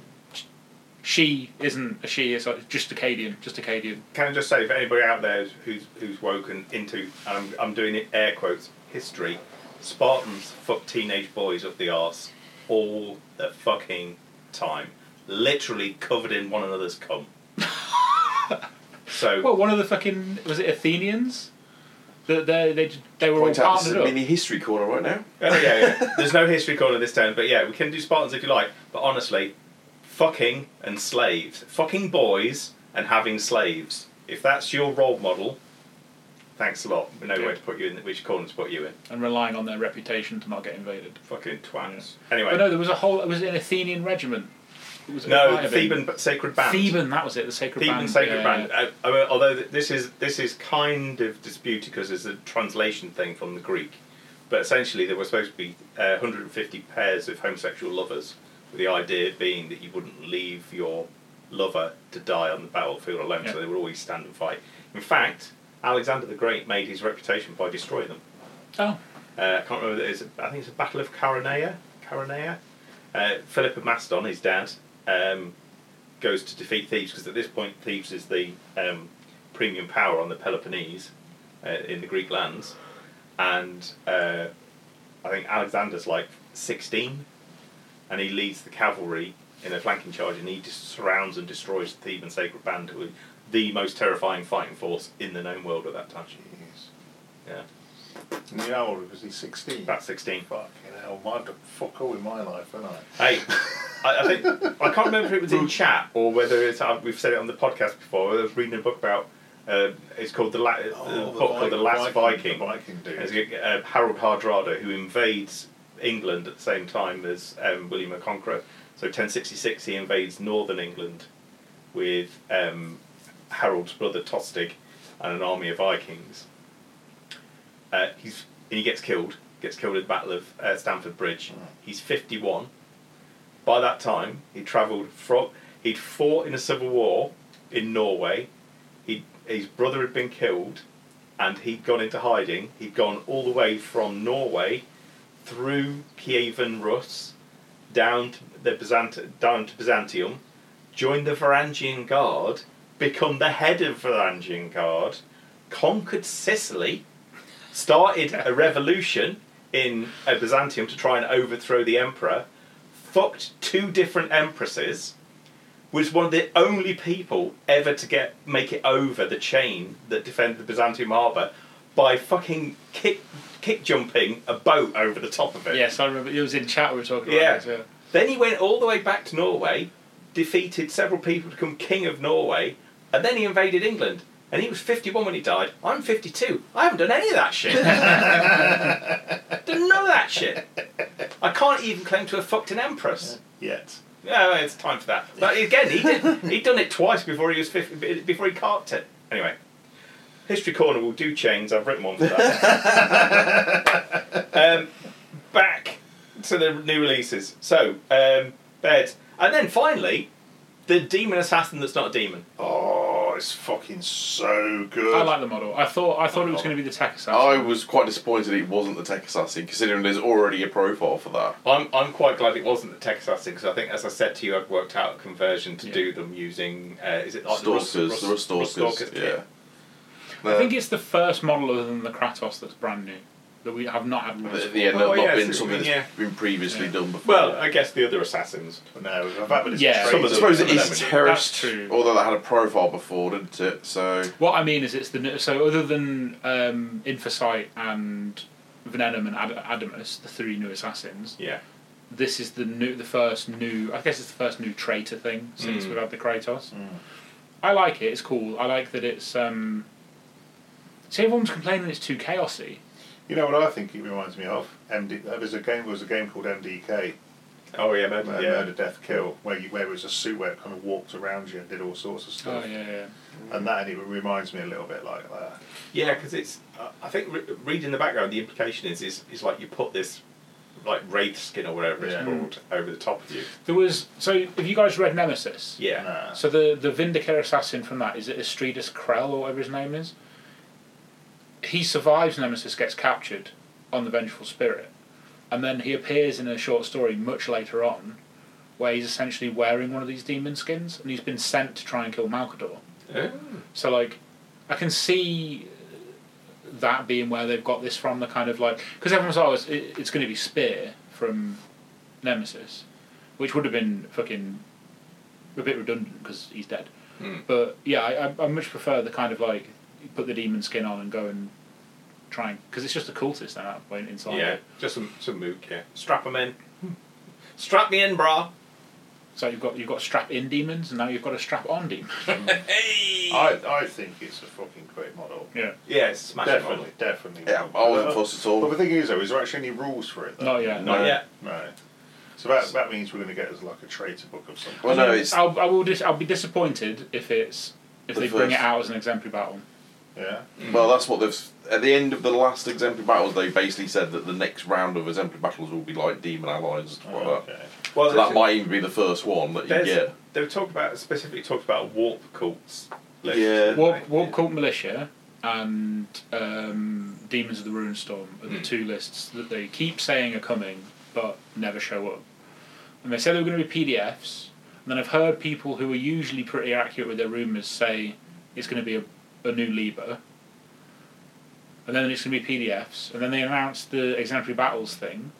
Speaker 2: she isn't a she. It's like just Acadian, just Acadian.
Speaker 1: Can I just say, for anybody out there who's who's woken into, and I'm, I'm doing it air quotes, history, Spartans fuck teenage boys up the arse all the fucking time, literally covered in one another's cum. so
Speaker 2: Well, one of the fucking was it Athenians? That they they they were
Speaker 4: Point
Speaker 2: all
Speaker 4: out this is
Speaker 2: partnered
Speaker 4: a
Speaker 2: up.
Speaker 4: mini history corner right now.
Speaker 1: Uh, yeah, yeah. There's no history corner this time, but yeah, we can do Spartans if you like. But honestly, fucking and slaves, fucking boys and having slaves. If that's your role model, thanks a lot. We know where to put you in, which corner to put you in.
Speaker 2: and relying on their reputation to not get invaded.
Speaker 1: Fucking twats.
Speaker 2: But
Speaker 1: Anyway,
Speaker 2: Oh, no, there was a whole. It was an Athenian regiment. It was- it might
Speaker 1: no,
Speaker 2: have been-
Speaker 1: Theban b- sacred band.
Speaker 2: Theban, that was it. The sacred
Speaker 1: Theban
Speaker 2: band.
Speaker 1: sacred
Speaker 2: yeah,
Speaker 1: band.
Speaker 2: yeah.
Speaker 1: Uh, I mean, although th- this is this is kind of disputed because it's a translation thing from the Greek, but essentially there were supposed to be uh, 150 pairs of homosexual lovers, with the idea being that you wouldn't leave your lover to die on the battlefield alone, so
Speaker 2: Yeah.
Speaker 1: they would always stand and fight. In fact, Alexander the Great made his reputation by destroying them.
Speaker 2: Oh,
Speaker 1: Uh, I can't remember. It's, I think it's the Battle of Caronea. Caronea. Uh, Philip of Macedon, his dad, um, goes to defeat Thebes because at this point Thebes is the um, premium power on the Peloponnese uh, in the Greek lands, and uh, I think Alexander's like sixteen, and he leads the cavalry in a flanking charge, and he just surrounds and destroys the Theban sacred band, who are the most terrifying fighting force in the known world at that time.
Speaker 3: Jeez.
Speaker 1: Yeah,
Speaker 3: And you know, how old was he? 16?
Speaker 1: about sixteen.
Speaker 3: Fucking hell, I've done fuck all in my life, haven't I?
Speaker 1: Hey, I, I think I can't remember if it was in chat or whether it's uh, we've said it on the podcast before. I was reading a book about. Uh, it's called the, la-
Speaker 3: Oh,
Speaker 1: the book called the Last Viking.
Speaker 3: The Viking dude.
Speaker 1: It's, uh, Harold Hardrada, who invades England at the same time as um, William the Conqueror. So 1066, he invades northern England with um, Harold's brother Tostig and an army of Vikings. Uh, he's and he gets killed. Gets killed at the Battle of uh, Stamford Bridge. He's 51. By that time, he travelled from. He'd fought in a civil war in Norway. He his brother had been killed, and he'd gone into hiding. He'd gone all the way from Norway through Kievan Rus down to the Byzant- down to Byzantium, joined the Varangian Guard, become the head of Varangian Guard, conquered Sicily, started a revolution in uh, Byzantium to try and overthrow the emperor, fucked two different empresses, was one of the only people ever to get make it over the chain that defended the Byzantium harbour by fucking kick kick jumping a boat over the top of it.
Speaker 2: Oh, yes, I remember. It was in chat we were talking
Speaker 1: Yeah.
Speaker 2: about. This, yeah.
Speaker 1: Then he went all the way back to Norway, defeated several people to become king of Norway, and then he invaded England. And he was 51 when he died. I'm 52. I haven't done any of that shit. Didn't know that shit. I can't even claim to have fucked an empress.
Speaker 3: Yet.
Speaker 1: Yeah, well, it's time for that. But again, he did. He'd done it twice before he was 50, before he carked it. Anyway, history corner will do chains. I've written one for that. um, back to the new releases. So um, beds, and then finally, the demon assassin that's not a demon.
Speaker 3: Oh, it's fucking so good.
Speaker 2: I like the model. I thought I thought it was going to be the tech assassin.
Speaker 4: I was quite disappointed it wasn't the Tech Assassin, considering there's already a profile for that.
Speaker 1: I'm I'm quite glad it wasn't the tech assassin because I think, as I said to you, I've worked out a conversion to
Speaker 2: Yeah.
Speaker 1: do them using uh, is it
Speaker 4: Oh,
Speaker 1: like the Rus-
Speaker 4: Stalkers,
Speaker 1: Rus-
Speaker 4: there are
Speaker 1: Rus-
Speaker 4: Stalkers,
Speaker 1: Stalkers kit?
Speaker 4: yeah. Oh, Uh,
Speaker 2: I think it's the first model other than the Kratos that's brand new that we have not had.
Speaker 4: But,
Speaker 2: before.
Speaker 4: yeah, no,
Speaker 1: Oh,
Speaker 4: not
Speaker 1: yeah,
Speaker 4: been
Speaker 1: so-
Speaker 4: something that's
Speaker 1: yeah.
Speaker 4: been previously
Speaker 2: Yeah.
Speaker 4: done before.
Speaker 1: Well, I guess the other assassins.
Speaker 3: No, I've had this
Speaker 2: Yeah.
Speaker 4: Some of
Speaker 1: I
Speaker 3: trailer.
Speaker 4: I suppose it
Speaker 1: them-
Speaker 4: is
Speaker 1: that's
Speaker 4: terrorist,
Speaker 2: true.
Speaker 4: although that had a profile before, didn't it? So
Speaker 2: What I mean is, it's the n- so other than um, Infocyte and Venenum and Ad- Adamus, the three new assassins.
Speaker 1: Yeah.
Speaker 2: This is the new, the first new. I guess it's the first new traitor thing since
Speaker 1: Mm.
Speaker 2: we've had the Kratos. I like it. It's cool. I like that it's. Um, see, everyone's complaining it's too chaosy.
Speaker 3: You know what I think it reminds me of? MD, there was a game. There was a game called MDK,
Speaker 1: Oh yeah,
Speaker 3: uh,
Speaker 1: murder, yeah.
Speaker 3: Murder Death Kill, where you where it was a suit where it kind of walked around you and did all sorts of
Speaker 2: Oh
Speaker 3: stuff.
Speaker 2: yeah, yeah.
Speaker 3: And that and it reminds me a little bit like that.
Speaker 1: Yeah, because it's. Uh, I think re- reading the background, the implication is is is like you put this, like wraith skin or whatever
Speaker 3: Yeah.
Speaker 1: it's called, over the top of you.
Speaker 2: There was so. Have you guys read Nemesis?
Speaker 1: Yeah.
Speaker 3: Nah.
Speaker 2: So the the Vindicator assassin from that is it Estridus Krell or whatever his name is. He survives Nemesis, gets captured on the Vengeful Spirit, and then he appears in a short story much later on, where he's essentially wearing one of these demon skins, and he's been sent to try and kill Malkador. So like, I can see that being where they've got this from. The kind of like because everyone's always it, "Oh, it's going to be Spear from Nemesis, which would have been fucking a bit redundant because he's dead.
Speaker 1: Hmm.
Speaker 2: But yeah, I, I, I much prefer the kind of like you put the demon skin on and go and try and because it's just a cultist then at that point inside.
Speaker 1: Yeah, just some some mook. Yeah, strap them in. Strap me in, brah.
Speaker 2: So you've got you've got strap in demons and now you've got a strap on demon.
Speaker 1: hey.
Speaker 3: I, I think it's a fucking great model.
Speaker 2: yeah.
Speaker 1: yeah, it's smash
Speaker 3: Definitely, definitely.
Speaker 4: Yeah, I wasn't fussed at all.
Speaker 3: But the thing is, though, is there actually any rules for it? Though?
Speaker 2: Not yet.
Speaker 1: Not
Speaker 4: No.
Speaker 1: yet.
Speaker 3: Right. So that, that means we're going to get us like a traitor book of some kind.
Speaker 4: Well, no, it's
Speaker 2: I'll, I will dis- I'll be disappointed if it's if
Speaker 4: The
Speaker 2: they bring it
Speaker 4: first-
Speaker 2: out as an exemplary battle.
Speaker 3: Yeah.
Speaker 4: well, that's what they've. At the end of the last exemplary battles, they basically said that the next round of exemplary battles will be like demon allies and stuff like that.
Speaker 3: Oh, okay.
Speaker 1: Well,
Speaker 4: So that might even be the first one that you
Speaker 1: there's,
Speaker 4: get.
Speaker 1: they were talking about specifically talked about warp cults. List,
Speaker 4: Yeah.
Speaker 1: didn't
Speaker 2: Warp,
Speaker 1: they?
Speaker 2: Warp Cult Militia and um, Demons of the Rune Storm are
Speaker 4: Hmm.
Speaker 2: the two lists that they keep saying are coming but never show up. And they said they were going to be PDFs, and then I've heard people who are usually pretty accurate with their rumours say it's going to be a, a new Liber. And then it's going to be PDFs, and then they announced the exemplary battles thing,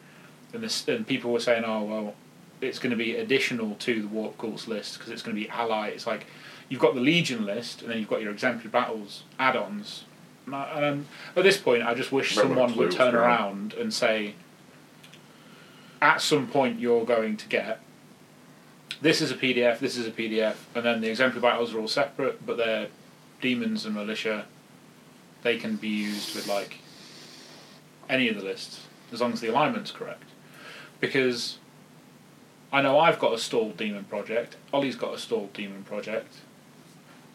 Speaker 2: and, this, and people were saying, oh, well, it's going to be additional to the Warp Cults list because it's going to be ally. It's like you've got the Legion list, and then you've got your exemplary battles add-ons. And I- and, um, at this point, I just wish
Speaker 4: Remember
Speaker 2: someone would
Speaker 4: Clues,
Speaker 2: turn
Speaker 4: right?
Speaker 2: around and say, at some point, you're going to get this is a PDF, this is a PDF, and then the exemplary battles are all separate, but they're demons and militia. They can be used with like any of the lists as long as the alignment's correct, because I know I've got a stalled demon project. Ollie's got a stalled demon project.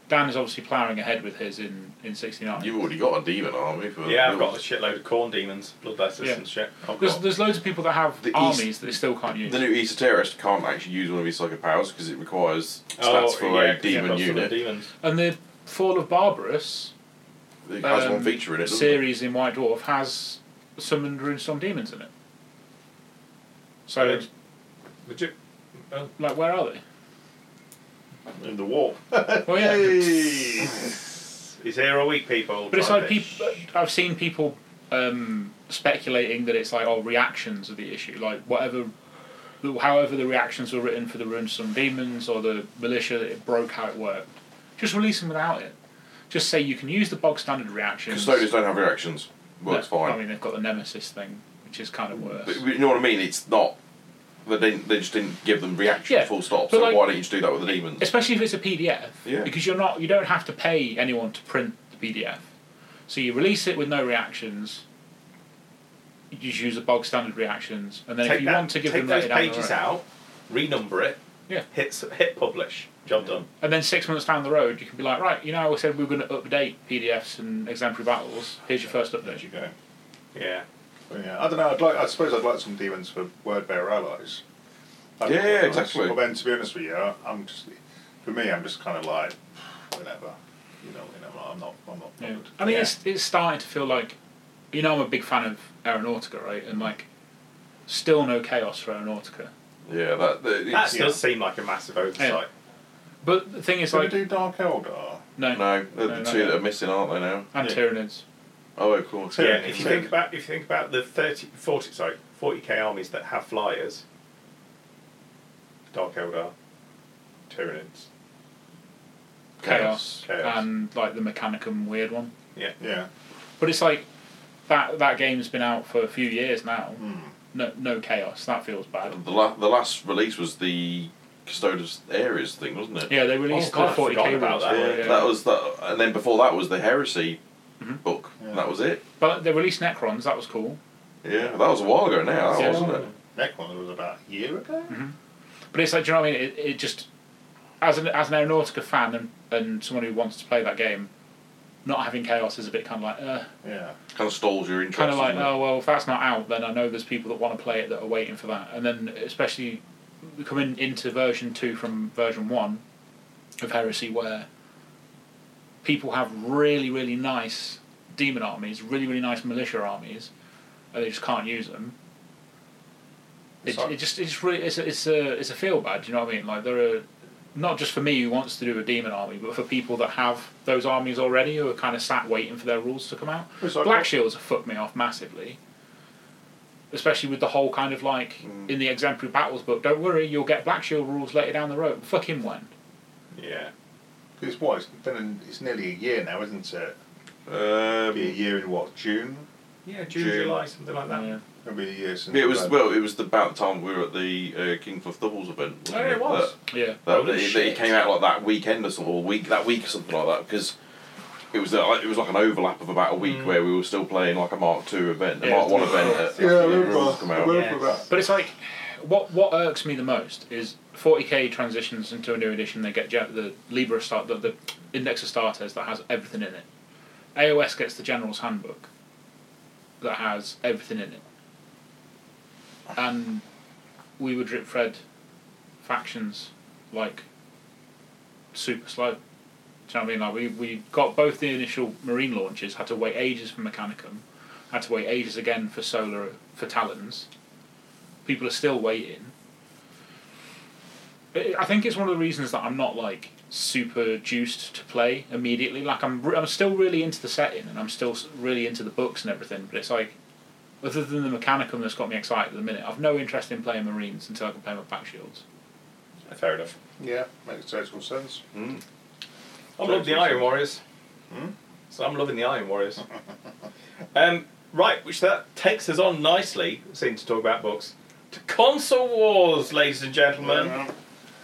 Speaker 2: Dan is obviously ploughing ahead with his in in sixty nine.
Speaker 4: You've already got a demon army. For
Speaker 1: Yeah, I've got a shitload of corn demons, bloodletters
Speaker 2: Yeah.
Speaker 1: and shit. I've
Speaker 2: There's
Speaker 1: got,
Speaker 2: there's loads of people that have
Speaker 4: The East-
Speaker 2: armies that they still can't use.
Speaker 4: The new Easter Terrorist can't actually use one of his psychic powers because it requires stats
Speaker 1: oh,
Speaker 4: for
Speaker 1: yeah,
Speaker 4: a demon
Speaker 1: yeah,
Speaker 4: unit.
Speaker 1: Demons.
Speaker 2: and the Fall of Barbarous
Speaker 4: it has
Speaker 2: um,
Speaker 4: one feature in it. doesn't it?
Speaker 2: series in White Dwarf has summoned runestorm demons in it. So
Speaker 1: Good. Would you? Oh,
Speaker 2: like where are they?
Speaker 3: In the war.
Speaker 2: Well yeah.
Speaker 3: Hey!
Speaker 1: he's here a week, people.
Speaker 2: But it's
Speaker 1: Try
Speaker 2: like
Speaker 1: this.
Speaker 2: people. I've seen people um, speculating that it's like oh reactions are the issue, like whatever, however the reactions were written for the Runestorm Demons or the militia that it broke how it worked. Just release them without it. Just say you can use the bog standard reactions.
Speaker 4: Custodians don't have reactions.
Speaker 2: No,
Speaker 4: Works fine.
Speaker 2: I mean they've got the Nemesis thing, which is kind of worse.
Speaker 4: But you know what I mean? It's not. They didn't. They just didn't give them reaction.
Speaker 2: Yeah,
Speaker 4: Full
Speaker 2: but
Speaker 4: stop. So
Speaker 2: like-
Speaker 4: why don't you just do that with the demons?
Speaker 2: especially if it's a PDF,
Speaker 4: Yeah.
Speaker 2: because you're not you don't have to pay anyone to print the PDF, so you release it with no reactions. You just use the bog standard reactions, and then
Speaker 1: take
Speaker 2: if you
Speaker 1: that,
Speaker 2: want to give
Speaker 1: take
Speaker 2: them
Speaker 1: those
Speaker 2: later down the
Speaker 1: pages
Speaker 2: road-
Speaker 1: out, renumber it.
Speaker 2: Yeah.
Speaker 1: Hit s- hit publish. Job done.
Speaker 2: and then six months down the road, you can be like, right, you know, I said we were going to update PDFs and exemplary battles. Here's your first
Speaker 3: There
Speaker 2: update.
Speaker 3: you go.
Speaker 1: Yeah.
Speaker 3: But yeah, I don't know. I'd like. I suppose I'd like some demons for word bearer allies. That'd
Speaker 4: Yeah,
Speaker 3: be
Speaker 4: yeah,
Speaker 3: nice.
Speaker 4: exactly.
Speaker 3: But then, to be honest with you, I- I'm just. For me, I'm just kind of like, whatever. You know, you know, I'm not. I'm not.
Speaker 2: Yeah.
Speaker 3: bothered.
Speaker 2: I mean,
Speaker 1: Yeah.
Speaker 2: it's it's starting to feel like, you know, I'm a big fan of Aeronautica, right? And like, still no chaos for Aeronautica.
Speaker 4: Yeah, that. that
Speaker 1: That
Speaker 4: it's,
Speaker 1: does seem like a massive oversight.
Speaker 2: But the thing is,
Speaker 3: Did we
Speaker 2: like,
Speaker 3: do Dark Eldar?
Speaker 2: no,
Speaker 4: no, they're
Speaker 2: No,
Speaker 4: the
Speaker 2: not
Speaker 4: two
Speaker 2: yet.
Speaker 4: that are missing, aren't they now?
Speaker 2: and
Speaker 1: Yeah.
Speaker 2: Tyranids.
Speaker 4: Oh, of course.
Speaker 1: Yeah,
Speaker 3: Yeah,
Speaker 1: if you
Speaker 3: yeah.
Speaker 1: think about if you think about the 30, 40, sorry, forty k armies that have flyers, Dark Eldar, Tyranids,
Speaker 2: chaos,
Speaker 1: Chaos.
Speaker 2: and Um, like the mechanicum weird one.
Speaker 3: Yeah.
Speaker 2: But it's like that that game's been out for a few years now.
Speaker 4: Hmm.
Speaker 2: No no chaos. That feels bad.
Speaker 4: The, la- the last release was the Custodes Ares thing, wasn't it?
Speaker 2: Yeah, they released
Speaker 1: Oh, God,
Speaker 2: the
Speaker 1: I'd
Speaker 2: forty k
Speaker 1: forgotten about
Speaker 2: rules.
Speaker 1: that.
Speaker 2: for it,
Speaker 1: Yeah, Mm-hmm.
Speaker 4: That was that, and then before that was the Heresy
Speaker 2: Mhm.
Speaker 4: book.
Speaker 3: Yeah.
Speaker 4: That was it.
Speaker 2: But they released Necrons. That was cool.
Speaker 4: Yeah, that was a while ago now, that
Speaker 2: Yeah.
Speaker 4: wasn't it?
Speaker 3: Neck one was about a year ago.
Speaker 2: But it's like, do you know what I mean? It, it just as an as an Aeronautica fan and, and someone who wants to play that game, not having chaos is a bit kind of like, uh,
Speaker 3: Yeah.
Speaker 4: Kind of stalls your interest.
Speaker 2: kind of like,
Speaker 4: doesn't it?
Speaker 2: oh well, if that's not out, then I know there's people that want to play it that are waiting for that. And then especially coming into version two from version one of Heresy, where people have really really nice demon armies, really really nice militia armies, and they just can't use them. It,
Speaker 1: Sorry.
Speaker 2: it just it's really it's a, it's a it's a feel bad. You know what I mean? Like there are not just for me who wants to do a demon army, but for people that have those armies already who are kind of sat waiting for their rules to come out.
Speaker 3: It's like-
Speaker 2: Black shields have fucked me off massively. Especially with the whole kind of like in the exemplary battles book. Don't worry, you'll get black shield rules later down the road. Fucking when?
Speaker 1: Yeah.
Speaker 3: Because what? It's been in, it's nearly a year now, isn't it? It'll be a
Speaker 4: Um,
Speaker 3: year in what? June.
Speaker 1: Yeah, June,
Speaker 4: June.
Speaker 1: July, something like that.
Speaker 3: It'll be a year since.
Speaker 4: it was
Speaker 3: we've had-
Speaker 4: well. It was the about the time we were at the uh, King Cliff Doubles event. wasn't
Speaker 1: Oh, it was.
Speaker 2: Yeah.
Speaker 4: That,
Speaker 1: Holy
Speaker 4: that, it, that
Speaker 1: shit.
Speaker 4: it came out like that weekend or something, or week that week or something like that, because it was uh, it was like an overlap of about a week
Speaker 1: Mm.
Speaker 4: where we were still playing like a Mark Two event, a
Speaker 2: Yeah.
Speaker 4: Mark One event. At,
Speaker 3: Yeah, I
Speaker 4: after the
Speaker 3: remember.
Speaker 4: rules come
Speaker 3: I
Speaker 4: out.
Speaker 3: remember
Speaker 1: Yes.
Speaker 3: that.
Speaker 2: But it's like, what what irks me the most is 40k transitions into a new edition. They get gen- the Libra start the, the Index Astartes that has everything in it. AOS gets the General's Handbook that has everything in it, and we were drip fed factions like super slow. Do you know what I mean? Like we, we got both the initial marine launches, had to wait ages for Mechanicum, had to wait ages again for Solar for Talons. People are still waiting. But I think it's one of the reasons that I'm not like super juiced to play immediately. Like I'm re- I'm still really into the setting and I'm still s- really into the books and everything, but it's like other than the Mechanicum that's got me excited at the minute, I've no interest in playing Marines until I can play my back shields.
Speaker 1: Fair enough.
Speaker 3: Yeah, makes total sense.
Speaker 4: Mm.
Speaker 1: I'm loving the Iron Warriors.
Speaker 3: Hmm?
Speaker 1: So I'm loving the Iron Warriors. um, right, which that takes us on nicely, seeing to talk about books, to console wars, ladies and gentlemen.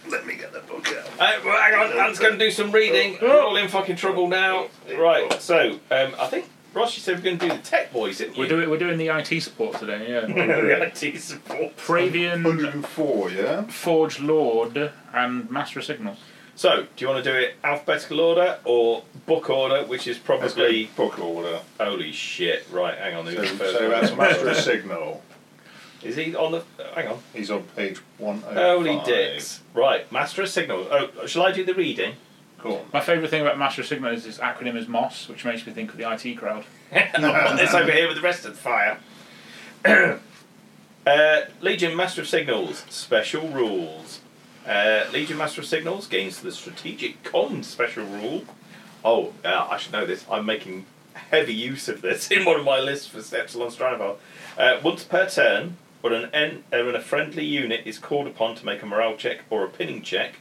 Speaker 3: Let me get the book out.
Speaker 1: Uh, well, hang on, Ant's going to do some reading.
Speaker 3: Oh,
Speaker 1: We're all in fucking trouble now. Right, so um, I think Ross, you said we're going to do the tech boys, didn't you?
Speaker 2: We're doing we're doing the IT support today, yeah.
Speaker 1: the IT support.
Speaker 2: Pravian,
Speaker 3: 104, yeah?
Speaker 2: Forge Lord, and Master of Signals.
Speaker 1: So, do you want to do it alphabetical order or book order, which is
Speaker 3: Let's go
Speaker 1: probably
Speaker 3: book order.
Speaker 1: holy shit? Right, hang on. who's
Speaker 3: So,
Speaker 1: the first
Speaker 3: so
Speaker 1: one?
Speaker 3: that's Master of Signal.
Speaker 1: Is he on the? Hang on.
Speaker 3: He's on page 105.
Speaker 1: Holy dicks! Right, master of signals. Oh, shall I do the reading?
Speaker 3: Cool.
Speaker 2: My favourite thing about Master of Signals is this acronym is MOSS, which makes me think of the IT crowd.
Speaker 1: Not on this over here with the rest of the fire. uh, Legion Master of Signals special rules. Uh, Legion Master of Signals gains the strategic con special rule. Oh, uh, I should know this. I'm making heavy use of this in one of my lists for Epsilon Stradivar. Uh, once per turn, when an, en- uh, when a friendly unit is called upon to make a morale check or a pinning check,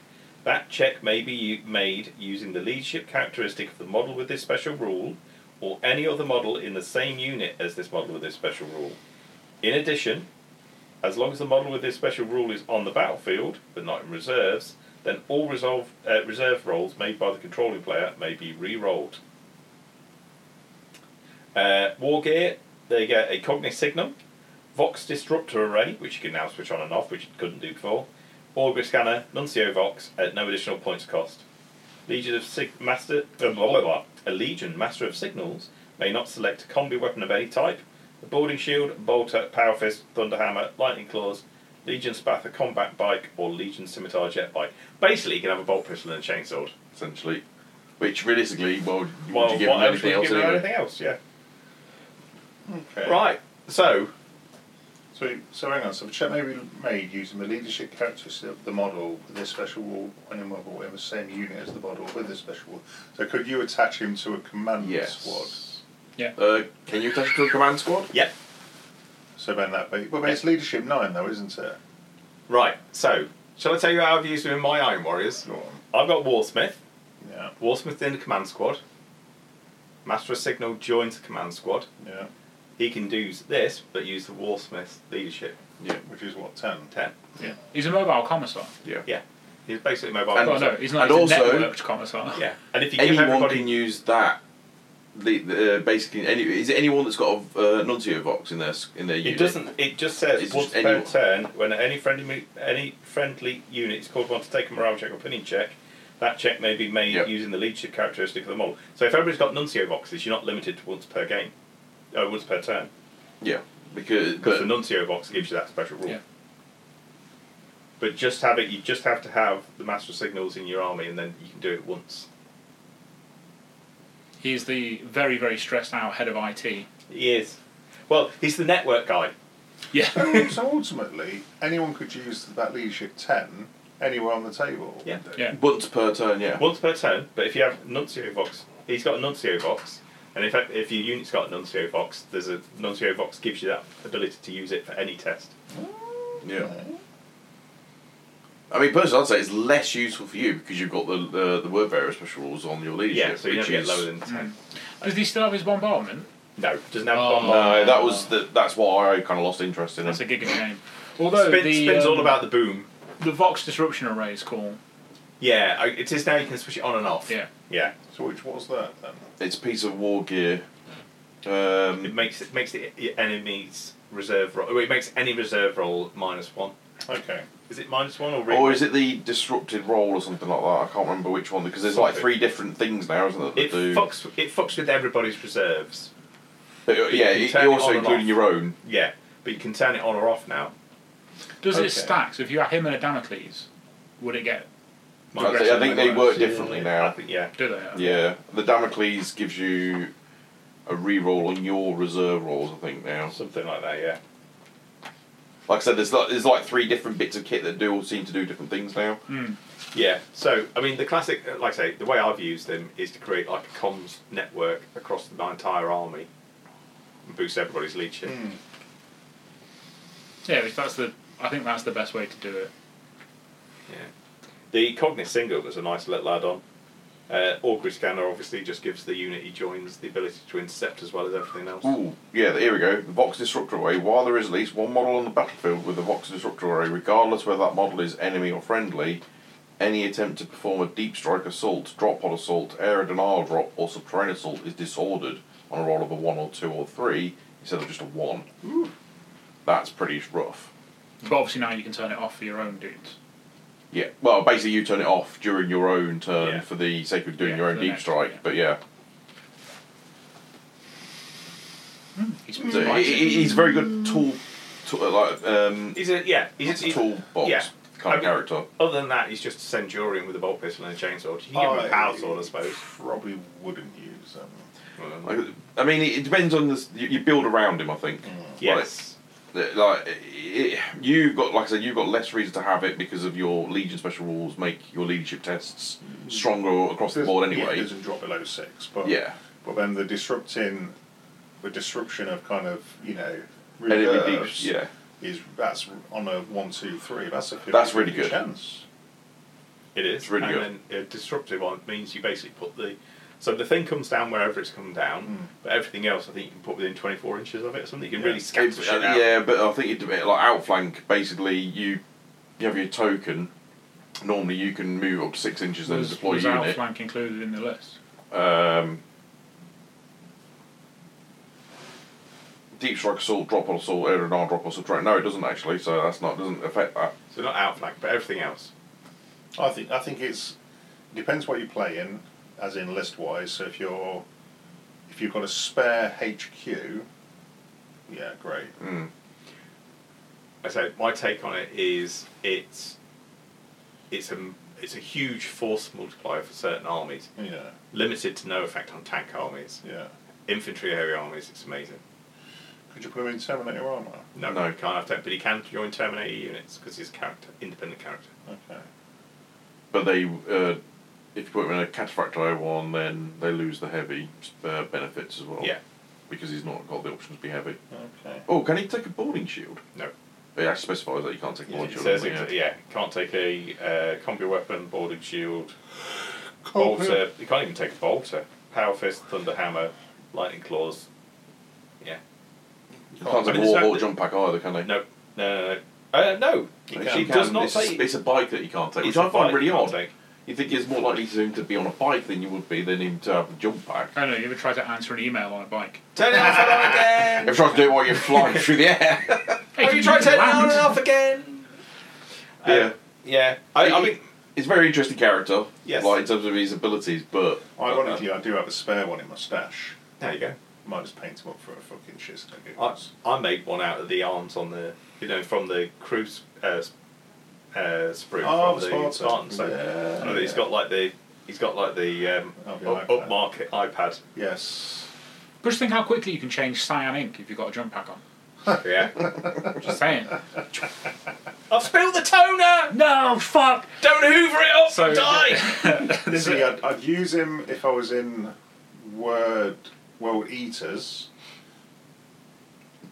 Speaker 1: that check may be u- made using the leadership characteristic of the model with this special rule, or any other model in the same unit as this model with this special rule. In addition, as long as the model with this special rule is on the battlefield, but not in reserves, then all resolve, uh, reserve rolls made by the controlling player may be re rolled. Uh, war gear, they get a Cognis Signum, Vox Disruptor Array, which you can now switch on and off, which you couldn't do before, Augur Scanner, Nuncio Vox, at no additional points cost. Legion of Sig- Master, uh, blah, blah, blah. a Legion Master of Signals may not select a combi weapon of any type. A boarding shield, bolter, power fist, thunder hammer, lightning claws, Legion spath, a combat bike, or Legion scimitar jet bike. Basically, you can have a bolt pistol and a chainsword.
Speaker 4: Essentially, which realistically, well, would
Speaker 1: Well,
Speaker 4: you give
Speaker 1: what
Speaker 4: them
Speaker 1: else would
Speaker 4: anything
Speaker 1: you
Speaker 4: else
Speaker 1: give them
Speaker 4: anyway?
Speaker 1: anything else? Yeah.
Speaker 3: Okay.
Speaker 1: Right. So,
Speaker 3: So, so hang on, so the check may be made using the leadership characteristic of the model with this special rule on your model in the same unit as the model with this special rule. So could you attach him to a command squad?
Speaker 4: Yes.
Speaker 2: Yeah.
Speaker 4: Uh, can you attach it to a command squad?
Speaker 1: yep.
Speaker 3: So then that be well, but it's leadership nine though, isn't it?
Speaker 1: Right. So, shall I tell you how I've used them in my Iron Warriors?
Speaker 3: Go on.
Speaker 1: I've got Warsmith.
Speaker 3: Yeah,
Speaker 1: Warsmith in the command squad. Master of Signal joins the command squad.
Speaker 3: yeah.
Speaker 1: He can do this, but use the Warsmith leadership
Speaker 4: Yeah.
Speaker 3: Which is what ten.
Speaker 1: 10.
Speaker 2: Yeah. He's a mobile commissar.
Speaker 4: Yeah.
Speaker 1: Yeah. He's basically mobile.
Speaker 4: And-
Speaker 2: Well,
Speaker 1: commissar.
Speaker 2: no, he's not.
Speaker 4: and
Speaker 2: he's a
Speaker 4: also-
Speaker 2: networked commissar.
Speaker 1: Yeah. And if you give
Speaker 4: Anyone
Speaker 1: everybody.
Speaker 4: can use that. The, the, uh, basically, any is it anyone that's got a uh, Nuncio Vox in their s- in their
Speaker 1: it
Speaker 4: unit?
Speaker 1: doesn't. It just says
Speaker 4: It's
Speaker 1: once
Speaker 4: just
Speaker 1: per
Speaker 4: anyone.
Speaker 1: turn, when any friendly mo- any friendly unit is called upon to take a morale check or pinning check, that check may be made
Speaker 4: Yep.
Speaker 1: using the leadership characteristic of the model. So if everybody's got Nuncio boxes, you're not limited to once per game, uh, once per turn,
Speaker 4: Yeah, because
Speaker 1: because the
Speaker 4: but,
Speaker 1: Nuncio box gives you that special rule.
Speaker 2: Yeah.
Speaker 1: But just have it. You just have to have the master signals in your army, and then you can do it once.
Speaker 2: He is the very, very stressed out head of IT.
Speaker 1: He is. Well, he's the network guy.
Speaker 2: Yeah.
Speaker 3: so, so ultimately, anyone could use that leadership 10 anywhere on the table.
Speaker 1: Yeah.
Speaker 2: Yeah.
Speaker 4: Once per turn, yeah.
Speaker 1: Once per turn, but if you have Nuncio Vox, he's got a Nuncio Vox, and if, if your unit's got a Nuncio Vox, there's a Nuncio Vox gives you that ability to use it for any test.
Speaker 4: Yeah. I mean, personally, I'd say it's less useful for you because you've got the the, the word various special rules on your leadership.
Speaker 1: Yeah, so you
Speaker 4: which
Speaker 1: never get
Speaker 4: is- Hmm.
Speaker 1: lower than 10.
Speaker 2: Does he still have his bombardment?
Speaker 1: No, doesn't have
Speaker 2: Oh.
Speaker 1: bomb.
Speaker 4: No, that was
Speaker 1: Uh,
Speaker 4: the, that's why I kind of lost interest in
Speaker 2: That's a
Speaker 4: it.
Speaker 2: gig of game. Although
Speaker 1: Spin,
Speaker 2: the
Speaker 1: spin's
Speaker 2: um,
Speaker 1: all about the boom.
Speaker 2: the Vox disruption array is cool.
Speaker 1: Yeah, I- it is now you can switch it on and off.
Speaker 2: Yeah.
Speaker 1: Yeah.
Speaker 3: So which was that then?
Speaker 4: It's a piece of war gear.
Speaker 1: It
Speaker 4: Um,
Speaker 1: makes it makes the enemy's reserve roll. It makes any reserve roll minus one.
Speaker 3: Okay.
Speaker 1: Is it minus one or? Re-
Speaker 4: or is it the disrupted roll or something like that? I can't remember which one because there's like three different things now, isn't there? that
Speaker 1: It
Speaker 4: do-
Speaker 1: fucks. It fucks with everybody's reserves.
Speaker 4: But, uh, yeah,
Speaker 1: you
Speaker 4: it,
Speaker 1: turn
Speaker 4: you're
Speaker 1: it on
Speaker 4: also
Speaker 1: and
Speaker 4: including
Speaker 1: off.
Speaker 4: your own.
Speaker 1: Yeah, but you can turn it on or off now.
Speaker 2: Does
Speaker 3: Okay.
Speaker 2: it stack? So if you had him and a Damocles, would it get?
Speaker 4: I think, I think they work differently
Speaker 1: I
Speaker 4: now.
Speaker 1: think yeah.
Speaker 2: Do they?
Speaker 4: Yeah, the Damocles gives you a re-roll on your reserve rolls. I think now.
Speaker 1: Something like that, yeah.
Speaker 4: Like I said, there's like, there's like three different bits of kit that do all seem to do different things now.
Speaker 2: Mm.
Speaker 1: Yeah, so, I mean, the classic, like I say, the way I've used them is to create like a comms network across the entire army and boost everybody's leadership.
Speaker 2: Yeah, if that's the. I think that's the best way to do it.
Speaker 1: Yeah. The Cognis single was a nice little add on. Uh, Augury Scanner obviously just gives the unit he joins the ability to intercept as well as everything else.
Speaker 4: Ooh, yeah, here we go. The Vox Disruptor Array. While there is at least one model on the battlefield with the Vox Disruptor Array, regardless whether that model is enemy or friendly, any attempt to perform a deep strike assault, drop pod assault, air and denial drop, or subterranean assault is disordered on a roll of a 1 or 2 or 3 instead of just a 1. That's pretty rough.
Speaker 2: But obviously now you can turn it off for your own dudes.
Speaker 4: Yeah, well, basically you turn it off during your own turn
Speaker 1: Yeah.
Speaker 4: for the sake of doing
Speaker 2: Yeah,
Speaker 4: your
Speaker 2: for
Speaker 4: own
Speaker 2: the
Speaker 4: deep
Speaker 2: next
Speaker 4: strike,
Speaker 2: one,
Speaker 4: but yeah.
Speaker 2: He's
Speaker 4: So he- he- he's a very good tool, tool like, um,
Speaker 1: He's a, yeah, he's
Speaker 4: He's
Speaker 1: just,
Speaker 4: a toolbox
Speaker 1: yeah.
Speaker 4: kind of
Speaker 1: I mean-
Speaker 4: character.
Speaker 1: other than that, he's just a Centurion with a bolt pistol and a chainsaw. You can give him a
Speaker 3: I
Speaker 1: power sword, I suppose.
Speaker 3: Probably wouldn't use them.
Speaker 4: Like, I mean, it it depends on this. You, you build around him, I think.
Speaker 1: Mm. yes.
Speaker 4: Like, like, it, you've got, like I said, you've got less reason to have it because of your legion special rules make your leadership tests stronger across the board
Speaker 3: Yeah, it
Speaker 4: anyway.
Speaker 3: doesn't drop below six, but
Speaker 4: Yeah.
Speaker 3: But then the disrupting, the disruption of kind of you know
Speaker 4: Enemy deep-
Speaker 3: reserves
Speaker 4: yeah.
Speaker 3: is that's on a one two three. That's a 50,
Speaker 4: That's really good.
Speaker 3: chance.
Speaker 1: It is.
Speaker 4: It's really
Speaker 1: and then a disruptive one means you basically put the so the thing comes down wherever it's come down,
Speaker 4: Mm.
Speaker 1: but everything else I think you can put within twenty four inches of it or something. You can
Speaker 3: Yeah.
Speaker 1: really scatter
Speaker 4: It's-
Speaker 1: shit
Speaker 4: uh,
Speaker 1: out.
Speaker 4: yeah, but I think it dep- like outflank. Basically, you you have your token. Normally, you can move up to six inches and
Speaker 2: Was,
Speaker 4: deploy
Speaker 2: was
Speaker 4: a unit.
Speaker 2: outflank included in the list?
Speaker 4: Um, deep strike assault, drop on assault, air and arm drop on assault. Right? No, it doesn't actually. So that's not doesn't affect that.
Speaker 1: So not outflank, but everything else.
Speaker 3: I think I think it's depends what you play in, as in list wise. So if you're if you've got a spare HQ, yeah, great.
Speaker 4: Mm.
Speaker 1: I say my take on it is it's it's a it's a huge force multiplier for certain armies,
Speaker 3: Yeah,
Speaker 1: limited to no effect on tank armies,
Speaker 3: yeah.
Speaker 1: infantry area armies. It's amazing.
Speaker 3: Could you put him in Terminator armor?
Speaker 1: No,
Speaker 4: No.
Speaker 1: no, can't have tank, but he can join Terminator units because he's a character, independent character.
Speaker 3: Okay.
Speaker 4: But they uh, if you put him in a cataphract I one, then they lose the heavy uh, benefits as well.
Speaker 1: Yeah.
Speaker 4: Because he's not got the option to be heavy.
Speaker 3: Okay.
Speaker 4: Oh, can he take a boarding shield?
Speaker 1: No.
Speaker 4: It actually specifies that you can't take a boarding
Speaker 1: It
Speaker 4: shield.
Speaker 1: says
Speaker 4: doesn't
Speaker 1: exa-
Speaker 4: it?
Speaker 1: yeah, can't take a uh, combi weapon, boarding shield, bolter. You can't even take a bolter. Power fist, thunder hammer, lightning claws. Yeah.
Speaker 4: You can't
Speaker 1: I
Speaker 4: take a
Speaker 1: mean, it's
Speaker 4: war
Speaker 1: not-
Speaker 4: or jump pack either, can they?
Speaker 1: No. No. No. No. Uh, no.
Speaker 3: You
Speaker 4: Yes,
Speaker 1: She
Speaker 3: can.
Speaker 4: you can.
Speaker 1: does not
Speaker 4: it's,
Speaker 1: say-
Speaker 4: A, it's a bike that you can't take,
Speaker 1: It's
Speaker 4: which
Speaker 1: a
Speaker 4: I find
Speaker 1: bike
Speaker 4: really
Speaker 1: you can't
Speaker 4: odd.
Speaker 1: take.
Speaker 4: You think it's more likely for him to be on a bike than you would be than him to have a jump pack.
Speaker 2: I don't know. You ever tried to answer an email on a bike?
Speaker 1: Turn it off and on again.
Speaker 4: If trying to do it while you're flying through the air.
Speaker 2: Hey,
Speaker 1: Have you
Speaker 2: you
Speaker 1: tried
Speaker 2: can
Speaker 1: turning it on
Speaker 2: land.
Speaker 1: and off again? Uh,
Speaker 4: Yeah.
Speaker 1: yeah. I, I
Speaker 4: He-
Speaker 1: mean,
Speaker 4: He's a very interesting character,
Speaker 1: Yes.
Speaker 4: like in terms of his abilities, but
Speaker 3: Ironically, I do have a spare one in my stash.
Speaker 1: there you go.
Speaker 3: Might just paint him up for a fucking shit stick.
Speaker 1: I, I made one out of the arms on the, you know, from the cruise uh, s- uh, sprue from
Speaker 3: Oh, the
Speaker 1: the
Speaker 3: Spartan.
Speaker 1: Spartan. So
Speaker 3: Yeah,
Speaker 1: I know that he's
Speaker 3: yeah.
Speaker 1: got like the he's got like the um,
Speaker 3: Oh, the
Speaker 1: up,
Speaker 3: iPad.
Speaker 1: upmarket iPad.
Speaker 3: Yes.
Speaker 2: But just think how quickly you can change cyan ink if you've got a jump pack on.
Speaker 1: Yeah.
Speaker 2: Just saying.
Speaker 1: I've spilled the toner!
Speaker 2: No, fuck!
Speaker 1: Don't hoover it up
Speaker 2: So-
Speaker 1: and die!
Speaker 2: There's
Speaker 3: See,
Speaker 2: a-
Speaker 3: I'd, I'd use him if I was in Word World Eaters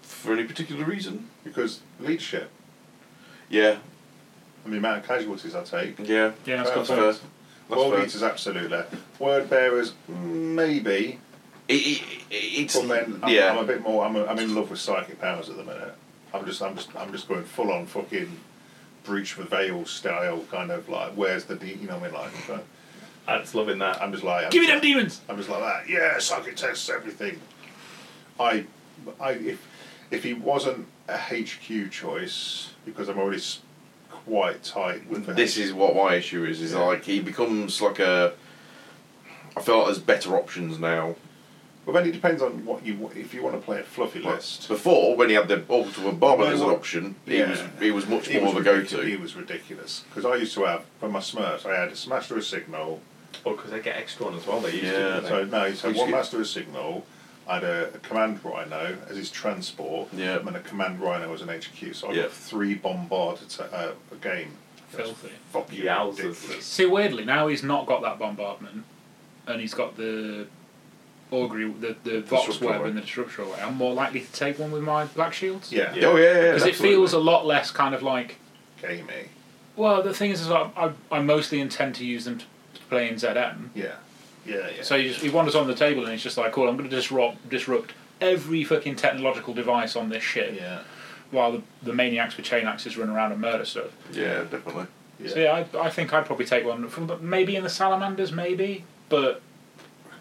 Speaker 4: For any particular reason?
Speaker 3: because leadership
Speaker 4: Yeah,
Speaker 3: and the amount of casualties I take.
Speaker 4: yeah.
Speaker 2: yeah, that's got
Speaker 4: That's
Speaker 3: Fair.
Speaker 4: fair.
Speaker 2: points.
Speaker 4: That's
Speaker 3: World
Speaker 4: fair.
Speaker 3: Eaters, absolutely. Word Bearers, maybe.
Speaker 4: It, it, it's
Speaker 3: But then I'm,
Speaker 4: yeah.
Speaker 3: I'm a bit more. I'm, I'm in love with psychic powers at the minute. I'm just, I'm just, I'm just going full on fucking breach the veil style kind of like. Where's the, de-? you know, what I mean, like. but
Speaker 1: I just loving that.
Speaker 3: I'm just like. I'm
Speaker 2: Give me
Speaker 3: just-
Speaker 2: them demons!
Speaker 3: I'm just like that. Yeah, psychic tests everything. I, I if if he wasn't a HQ choice because I'm already s- quite tight with the
Speaker 4: this is what my issue is. Is
Speaker 3: Yeah.
Speaker 4: like he becomes like a. I feel like there's better options now.
Speaker 3: Well, then it depends on what you wa- if you want to play a fluffy list.
Speaker 4: Before, when he had the orbital bomber as an
Speaker 3: Well,
Speaker 4: option,
Speaker 3: yeah.
Speaker 4: he was he was much
Speaker 3: He
Speaker 4: more
Speaker 3: was
Speaker 4: of a go-to.
Speaker 3: ridiculous- He was ridiculous because I used to have for my Smurfs. I had a Master of Signal.
Speaker 1: Oh, because they get extra one as well, they used
Speaker 4: Yeah.
Speaker 1: to. didn't
Speaker 3: So no, so
Speaker 4: Which
Speaker 3: one
Speaker 4: is-
Speaker 3: Master of Signal. I had a, a Command Rhino as his transport,
Speaker 4: Yeah.
Speaker 3: and then a Command Rhino as an HQ. So I
Speaker 4: Yeah.
Speaker 3: got three bombard atta- uh, a game.
Speaker 2: Filthy.
Speaker 3: Fucking
Speaker 1: Yowzers.
Speaker 3: ridiculous.
Speaker 2: See, weirdly, now he's not got that bombardment, and he's got the augury, the, the vox
Speaker 4: Disruptor
Speaker 2: web
Speaker 4: way.
Speaker 2: and the disruptor way. I'm more likely to take one with my black shields.
Speaker 3: Yeah.
Speaker 1: Yeah.
Speaker 4: Oh yeah, yeah.
Speaker 2: Because it
Speaker 4: absolutely.
Speaker 2: feels a lot less kind of like.
Speaker 3: Gamey.
Speaker 2: Well, the thing is, is I, I, I mostly intend to use them to play in ZM.
Speaker 3: Yeah. Yeah, yeah.
Speaker 2: So he, just, he wanders on the table and he's just like, cool, I'm going to disrupt, disrupt every fucking technological device on this shit
Speaker 3: yeah.
Speaker 2: while the, the maniacs with chain axes run around and murder stuff.
Speaker 4: Yeah, definitely.
Speaker 3: yeah.
Speaker 2: So yeah, I, I think I'd probably take one from the, maybe in the salamanders, maybe, but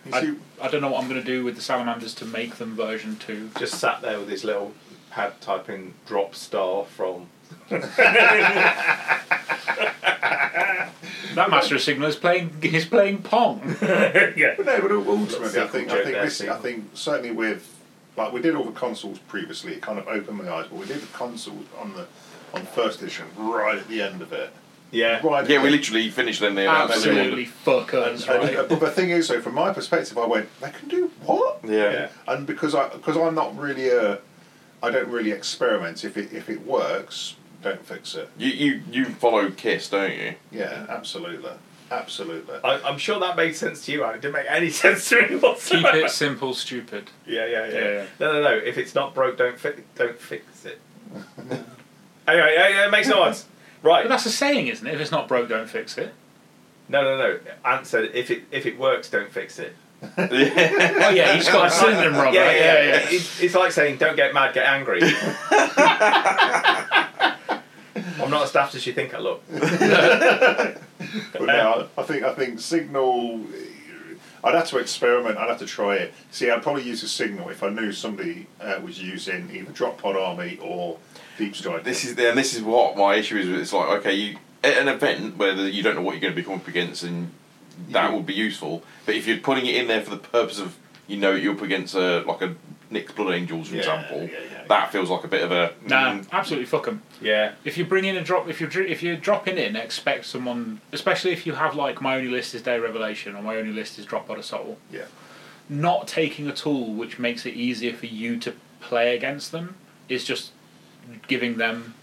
Speaker 3: You
Speaker 2: I,
Speaker 3: see,
Speaker 2: I don't know what I'm going to do with the salamanders to make them version two.
Speaker 1: they? Just sat there with his little pad typing drop star from.
Speaker 2: That master of signal is playing is playing pong.
Speaker 1: yeah.
Speaker 3: but no, but ultimately, I
Speaker 1: Sequel
Speaker 3: think,
Speaker 1: joke
Speaker 3: I think,
Speaker 1: there,
Speaker 3: this, I
Speaker 1: sequel.
Speaker 3: think certainly with, like, we did all the consoles previously, it kind of opened my eyes, but we did the consoles on the on first edition right at the end of it.
Speaker 1: Yeah.
Speaker 3: Right.
Speaker 4: Yeah, we literally finished them there.
Speaker 2: Absolutely fuckers,
Speaker 3: And, and,
Speaker 2: right?
Speaker 3: but the thing is, though, from my perspective, I went, they can do what?
Speaker 4: Yeah.
Speaker 1: Yeah.
Speaker 3: and because I because I'm not really a, I don't really experiment. If it if it works, don't fix it.
Speaker 4: You, you you follow Kiss, don't you?
Speaker 3: Yeah, absolutely, absolutely.
Speaker 1: I, I'm sure that made sense to you, Alan. It didn't make any sense to me
Speaker 2: Keep
Speaker 1: whatsoever.
Speaker 2: it simple, stupid.
Speaker 1: Yeah, yeah, yeah,
Speaker 2: Yeah, yeah.
Speaker 1: No, no, no. If it's not broke, don't fi- don't fix it. anyway, yeah, yeah, it makes noise. Right.
Speaker 2: But that's a saying, isn't it? If it's not broke, don't fix it.
Speaker 1: No, no, no. Answer. If it if it works, don't fix it.
Speaker 4: yeah.
Speaker 2: Oh yeah, he's got a synonym wrong.
Speaker 1: yeah,
Speaker 2: right?
Speaker 1: yeah, yeah, It's, it's like saying, "Don't get mad, get angry." I'm not as daft as you think I look. Um,
Speaker 3: But now I think I think signal. I'd have to experiment. I'd have to try it. See, I'd probably use a signal if I knew somebody uh, was using either drop pod army or deep strike.
Speaker 4: This is and this is what my issue is. with It's like okay, you at an event where the, you don't know what you're going to be coming up against, and that
Speaker 3: Yeah.
Speaker 4: would be useful. But if you're putting it in there for the purpose of you know you're up against a like a Nick Blood Angels, for
Speaker 3: Yeah,
Speaker 4: example,
Speaker 3: yeah, yeah,
Speaker 4: that feels like a bit of a
Speaker 2: Nah,
Speaker 4: mm,
Speaker 2: absolutely fuck 'em.
Speaker 1: Yeah.
Speaker 2: If you bring in a drop, if you dr- if you're dropping in, expect someone, especially if you have like my only list is Day Revelation or my only list is Drop Out of Soul,
Speaker 3: yeah.
Speaker 2: not taking a tool which makes it easier for you to play against them is just giving them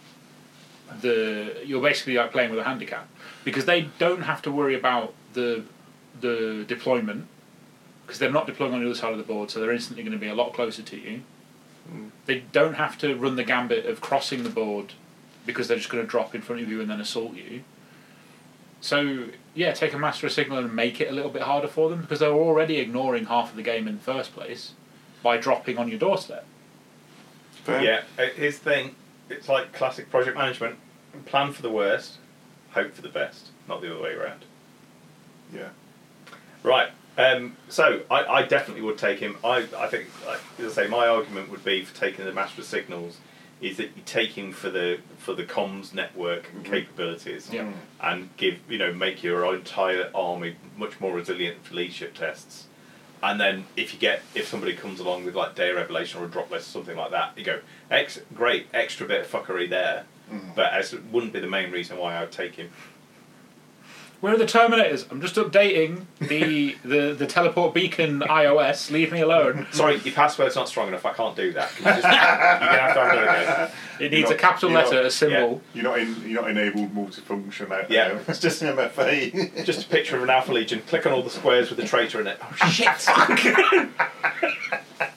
Speaker 2: the you're basically like playing with a handicap because they don't have to worry about the the deployment because they're not deploying on the other side of the board so they're instantly going to be a lot closer to you they don't have to run the gambit of crossing the board because they're just going to drop in front of you and then assault you so yeah, take a master of signal and make it a little bit harder for them because they were already ignoring half of the game in the first place by dropping on your doorstep.
Speaker 4: fair.
Speaker 1: Yeah, uh, his thing, it's like classic project management plan for the worst, hope for the best, not the other way around.
Speaker 3: Yeah.
Speaker 1: Right, um, so I, I definitely would take him. I, I think, like, as I say, my argument would be for taking the master of signals is that you take him for the for the comms network capabilities
Speaker 2: Yeah.
Speaker 1: and give you know make your entire army much more resilient for leadership tests and then if you get if somebody comes along with like day revelation or a drop list or something like that you go ex great extra bit of fuckery there but as it wouldn't be the main reason why i would take him
Speaker 2: Where are the terminators? I'm just updating the the, the teleport beacon iOS. Leave me alone.
Speaker 1: Sorry, your password's not strong enough. I can't do that. Can you just- You're gonna have to have another go.
Speaker 2: It needs
Speaker 3: You're
Speaker 2: a capital
Speaker 3: not-
Speaker 2: letter,
Speaker 3: you're
Speaker 2: a symbol.
Speaker 3: You're not in, you're not enabled multifunction out
Speaker 1: Yeah.
Speaker 3: there. It's just an MFA.
Speaker 1: Just a picture of an Alpha Legion. Click on all the squares with the traitor in it. Oh shit!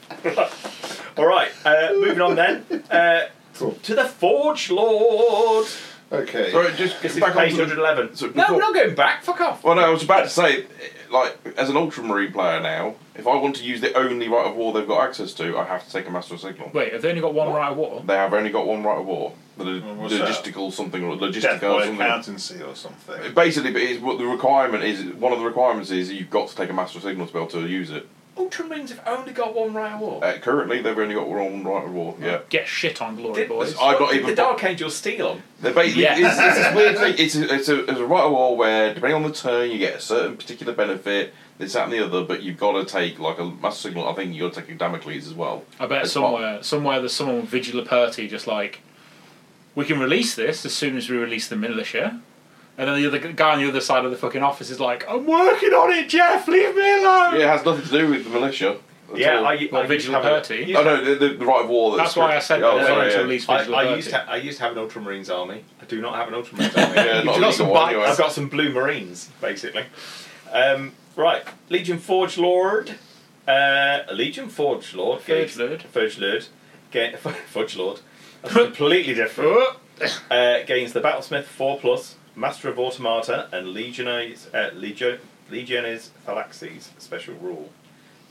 Speaker 1: all right, uh, moving on then uh,
Speaker 3: Cool.
Speaker 1: to the Forge Lord.
Speaker 3: Okay.
Speaker 4: Sorry, just
Speaker 1: This is
Speaker 4: back
Speaker 1: page
Speaker 4: on to the
Speaker 1: 111.
Speaker 4: so
Speaker 1: no,
Speaker 4: before-
Speaker 1: we're not going back. Fuck off.
Speaker 4: Well, no, I was about to say, like, as an Ultramarine player now, if I want to use the only right of war they've got access to, I have to take a Master of Signal.
Speaker 2: Wait, have they only got one right of war?
Speaker 4: They have only got one right of war. The
Speaker 3: Well, what's that?
Speaker 4: logistical something or
Speaker 3: Death
Speaker 4: logistical
Speaker 3: by
Speaker 4: something.
Speaker 3: accountancy or something.
Speaker 4: Basically, but it's what the requirement is. One of the requirements is you've got to take a Master of Signal spell to use it.
Speaker 1: Ultramarines have only got one right of war.
Speaker 4: Uh, currently, they've only got one right of war. Yeah.
Speaker 2: Get shit on, glory
Speaker 1: Did,
Speaker 2: boys.
Speaker 4: I- I've not
Speaker 1: did
Speaker 4: even-
Speaker 1: the Dark Angel steal them?
Speaker 4: They're basically,
Speaker 2: Yeah.
Speaker 4: it's, it's this weird thing. It's a, it's, a, it's a right of war where, depending on the turn, you get a certain particular benefit, this, that, and the other, but you've got to take, like, a Master Signal. I think you've got to take a Damocles as well.
Speaker 2: I bet
Speaker 4: As
Speaker 2: somewhere, somewhere there's someone with vigilipurti just like, we can release this as soon as we release the militia. And then the other guy on the other side of the fucking office is like, I'm working on it, Jeff, leave me alone!
Speaker 4: Yeah, it has nothing to do with the militia. at
Speaker 1: Yeah,
Speaker 4: all.
Speaker 1: I, I,
Speaker 2: Well,
Speaker 1: used to have a-
Speaker 2: vigilante.
Speaker 1: used to
Speaker 4: Oh no, the, the, the right of war.
Speaker 2: That's why I said
Speaker 4: Yeah,
Speaker 2: that
Speaker 4: oh,
Speaker 2: they're
Speaker 4: sorry,
Speaker 2: only to
Speaker 4: yeah.
Speaker 2: release
Speaker 1: I, I
Speaker 2: vigilipurti.
Speaker 1: used to I used to have an Ultramarines army. I do not have an Ultramarines army.
Speaker 4: Yeah,
Speaker 2: You've
Speaker 4: not
Speaker 2: got some
Speaker 4: legal one,
Speaker 2: bikes.
Speaker 4: anyway.
Speaker 1: I've got some blue marines, basically. Um, right, Legion Forge Lord. Uh, Legion Forge Lord.
Speaker 2: Forge
Speaker 1: gave-
Speaker 2: Lord.
Speaker 1: Forge Lord. Ga- Forge Lord. That's completely different. Uh, gains the Battlesmith 4 plus, Master of Automata, and Legionaries, uh, Legio, Legionis Thalaxes special rule.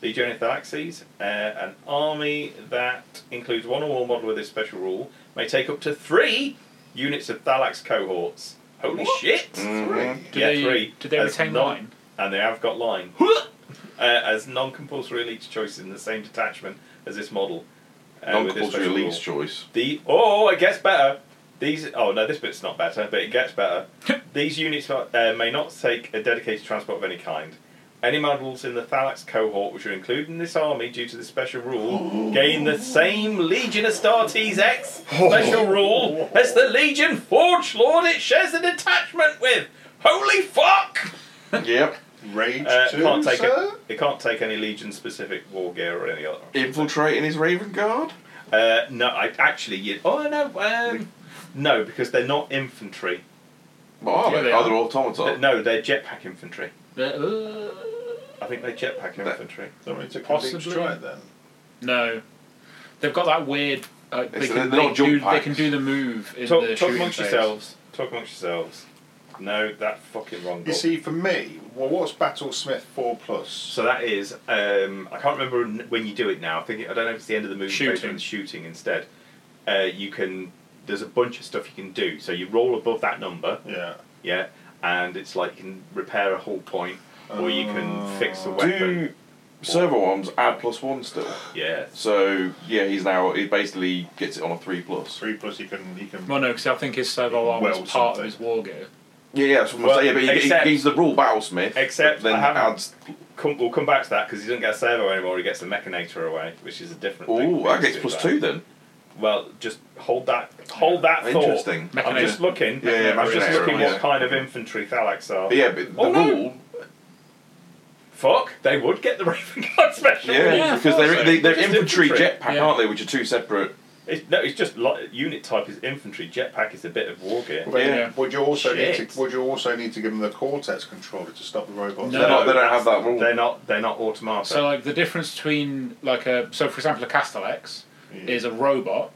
Speaker 1: Legionis Thalaxes, uh, an army that includes one or more model with this special rule, may take up to three units of Thalax cohorts. Holy
Speaker 2: What?
Speaker 1: shit!
Speaker 4: Mhm.
Speaker 2: Do
Speaker 1: yeah,
Speaker 2: they,
Speaker 1: three.
Speaker 2: Do they
Speaker 1: As
Speaker 2: retain
Speaker 1: non-
Speaker 2: mine?
Speaker 1: And they have got line. uh, as non compulsory elite choices in the same detachment as this model. uh, with this
Speaker 4: Non-compulsory
Speaker 1: special
Speaker 4: elite's
Speaker 1: rule.
Speaker 4: choice.
Speaker 1: The oh, it gets better. These oh no, this bit's not better, but it gets better. These units are, uh, may not take a dedicated transport of any kind. Any models in the Thalax cohort, which are included in this army due to the special rule, gain the same Legion Astartes X special rule as the Legion Forge Lord it shares an attachment with. Holy fuck!
Speaker 4: yep.
Speaker 3: Rage
Speaker 1: Uh,
Speaker 3: too,
Speaker 1: can't take
Speaker 3: sir?
Speaker 1: it. It can't take any Legion specific war gear or any other.
Speaker 4: Infiltrating his Raven Guard.
Speaker 1: Uh, no, I actually. You, oh no, um, no, because they're not infantry.
Speaker 4: But are
Speaker 2: Yeah,
Speaker 4: they?
Speaker 2: they
Speaker 4: Are
Speaker 2: are.
Speaker 4: they automata?
Speaker 1: Th- No, they're jetpack infantry.
Speaker 2: Uh,
Speaker 1: I think they're jetpack
Speaker 4: That-
Speaker 1: infantry.
Speaker 3: Don't we take
Speaker 2: Possibly.
Speaker 3: a deep stride then?
Speaker 2: No, they've got that weird. Uh, they,
Speaker 4: It's-
Speaker 2: can,
Speaker 4: they're not
Speaker 2: they,
Speaker 4: jump
Speaker 2: do, they
Speaker 4: packs.
Speaker 2: can do the move in the
Speaker 1: Talk, talk
Speaker 2: shooting
Speaker 1: amongst
Speaker 2: phase.
Speaker 1: yourselves. Talk amongst yourselves. No, that fucking wrong.
Speaker 3: You
Speaker 1: goal.
Speaker 3: see, for me, well, what's Battlesmith 4 plus?
Speaker 1: so that is. Um, I can't remember n- when you do it now. I think it- I don't know if it's the end of the movie phase
Speaker 2: Shooting.
Speaker 1: or the shooting instead. Uh, you can. There's a bunch of stuff you can do. So you roll above that number.
Speaker 3: Yeah.
Speaker 1: Yeah, and it's like you can repair a hull point, or you can fix a weapon.
Speaker 4: Do servo arms add plus one still?
Speaker 1: Yeah.
Speaker 4: So yeah, he's now he basically gets it on a three plus.
Speaker 3: Three plus, you can you can
Speaker 2: Well, no, because I think his servo arm
Speaker 3: Well,
Speaker 2: is part of
Speaker 3: something.
Speaker 2: his war gear.
Speaker 4: Yeah, yeah, that's what I'm
Speaker 1: Well,
Speaker 4: saying. But he,
Speaker 1: except-
Speaker 4: he he's the rule battlesmith.
Speaker 1: except
Speaker 4: but then
Speaker 1: I haven't-
Speaker 4: adds.
Speaker 1: Come, we'll come back to that because he doesn't get a servo anymore. He gets the mechanator away, which is a different. thing.
Speaker 4: Oh,
Speaker 1: We
Speaker 4: that
Speaker 1: used
Speaker 4: gets
Speaker 1: to
Speaker 4: plus
Speaker 1: do that.
Speaker 4: two then.
Speaker 1: Well, just hold that. Hold that thought.
Speaker 4: Interesting.
Speaker 1: I'm just looking.
Speaker 4: Yeah, yeah,
Speaker 1: I'm just
Speaker 4: Machinator,
Speaker 1: looking what
Speaker 4: yeah.
Speaker 1: kind of infantry Thalax are.
Speaker 4: But yeah, but the
Speaker 1: Oh, no.
Speaker 4: rule.
Speaker 1: Fuck, they would get the Raven Guard special.
Speaker 4: Yeah,
Speaker 2: Yeah,
Speaker 4: because
Speaker 2: of course.
Speaker 4: they're, they, they're
Speaker 1: Just
Speaker 4: infantry
Speaker 1: infantry.
Speaker 4: jetpack,
Speaker 2: Yeah.
Speaker 4: aren't they? Which are two separate.
Speaker 1: It's, no, it's just like, unit type is infantry. Jetpack is a bit of war gear.
Speaker 3: But
Speaker 4: Yeah.
Speaker 3: Would you also need
Speaker 1: Shit.
Speaker 3: to would you also need to give them the cortex controller to stop the robots?
Speaker 2: No.
Speaker 4: They're not, they don't have that rule.
Speaker 1: They're not. They're not automata.
Speaker 2: So, like, the difference between, like, a. So, for example, a Castelex is a robot.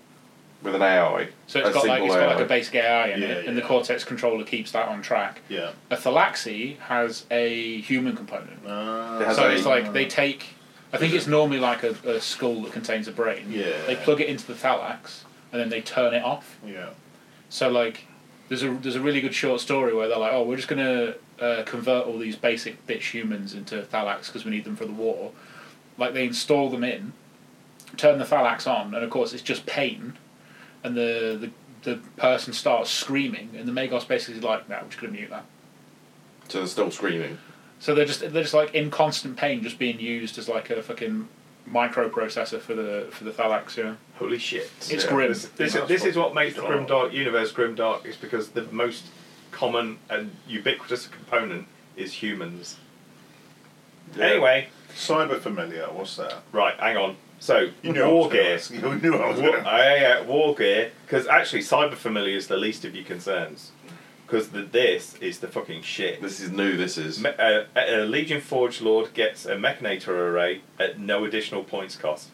Speaker 4: with an AI.
Speaker 2: So it's
Speaker 4: a
Speaker 2: got like
Speaker 4: single
Speaker 2: it's got
Speaker 4: AI.
Speaker 2: like a basic AI in
Speaker 3: Yeah,
Speaker 2: it, and
Speaker 3: yeah.
Speaker 2: the Cortex controller keeps that on track.
Speaker 3: Yeah.
Speaker 2: A Thalaxi has a human component,
Speaker 3: Uh,
Speaker 4: It has
Speaker 2: so
Speaker 4: a-
Speaker 2: it's like they take. I think it's normally like a, a skull that contains a brain.
Speaker 3: Yeah.
Speaker 2: They plug it into the Thalax, and then they turn it off.
Speaker 3: Yeah.
Speaker 2: So like, there's a there's a really good short story where they're like, oh, we're just gonna uh, convert all these basic bitch humans into Thalax because we need them for the war. Like they install them in, turn the Thalax on, and of course it's just pain, and the the, the person starts screaming, and the Magos basically is like, no, we're just gonna mute that.
Speaker 4: So they're still screaming.
Speaker 2: So they're just they're just like in constant pain, just being used as like a fucking microprocessor for the for the Thalax. Yeah,
Speaker 1: Holy shit!
Speaker 2: it's
Speaker 4: Yeah.
Speaker 2: grim.
Speaker 1: This, this, is- this is what makes the Grimdark universe Grimdark. Is because the most common and ubiquitous component is humans.
Speaker 4: Yeah.
Speaker 1: Anyway,
Speaker 3: Cyber familiar, what's that?
Speaker 1: right, hang on. So,
Speaker 3: You knew I
Speaker 1: war
Speaker 3: was gonna
Speaker 1: gear.
Speaker 3: ask. You knew I was
Speaker 1: War,
Speaker 3: gonna
Speaker 1: uh, war gear, because actually, cyber familiar is the least of your concerns. Because this is the fucking shit.
Speaker 4: This is new. This is.
Speaker 1: Me- uh, a Legion Forge Lord gets a Mechanator array at no additional points cost.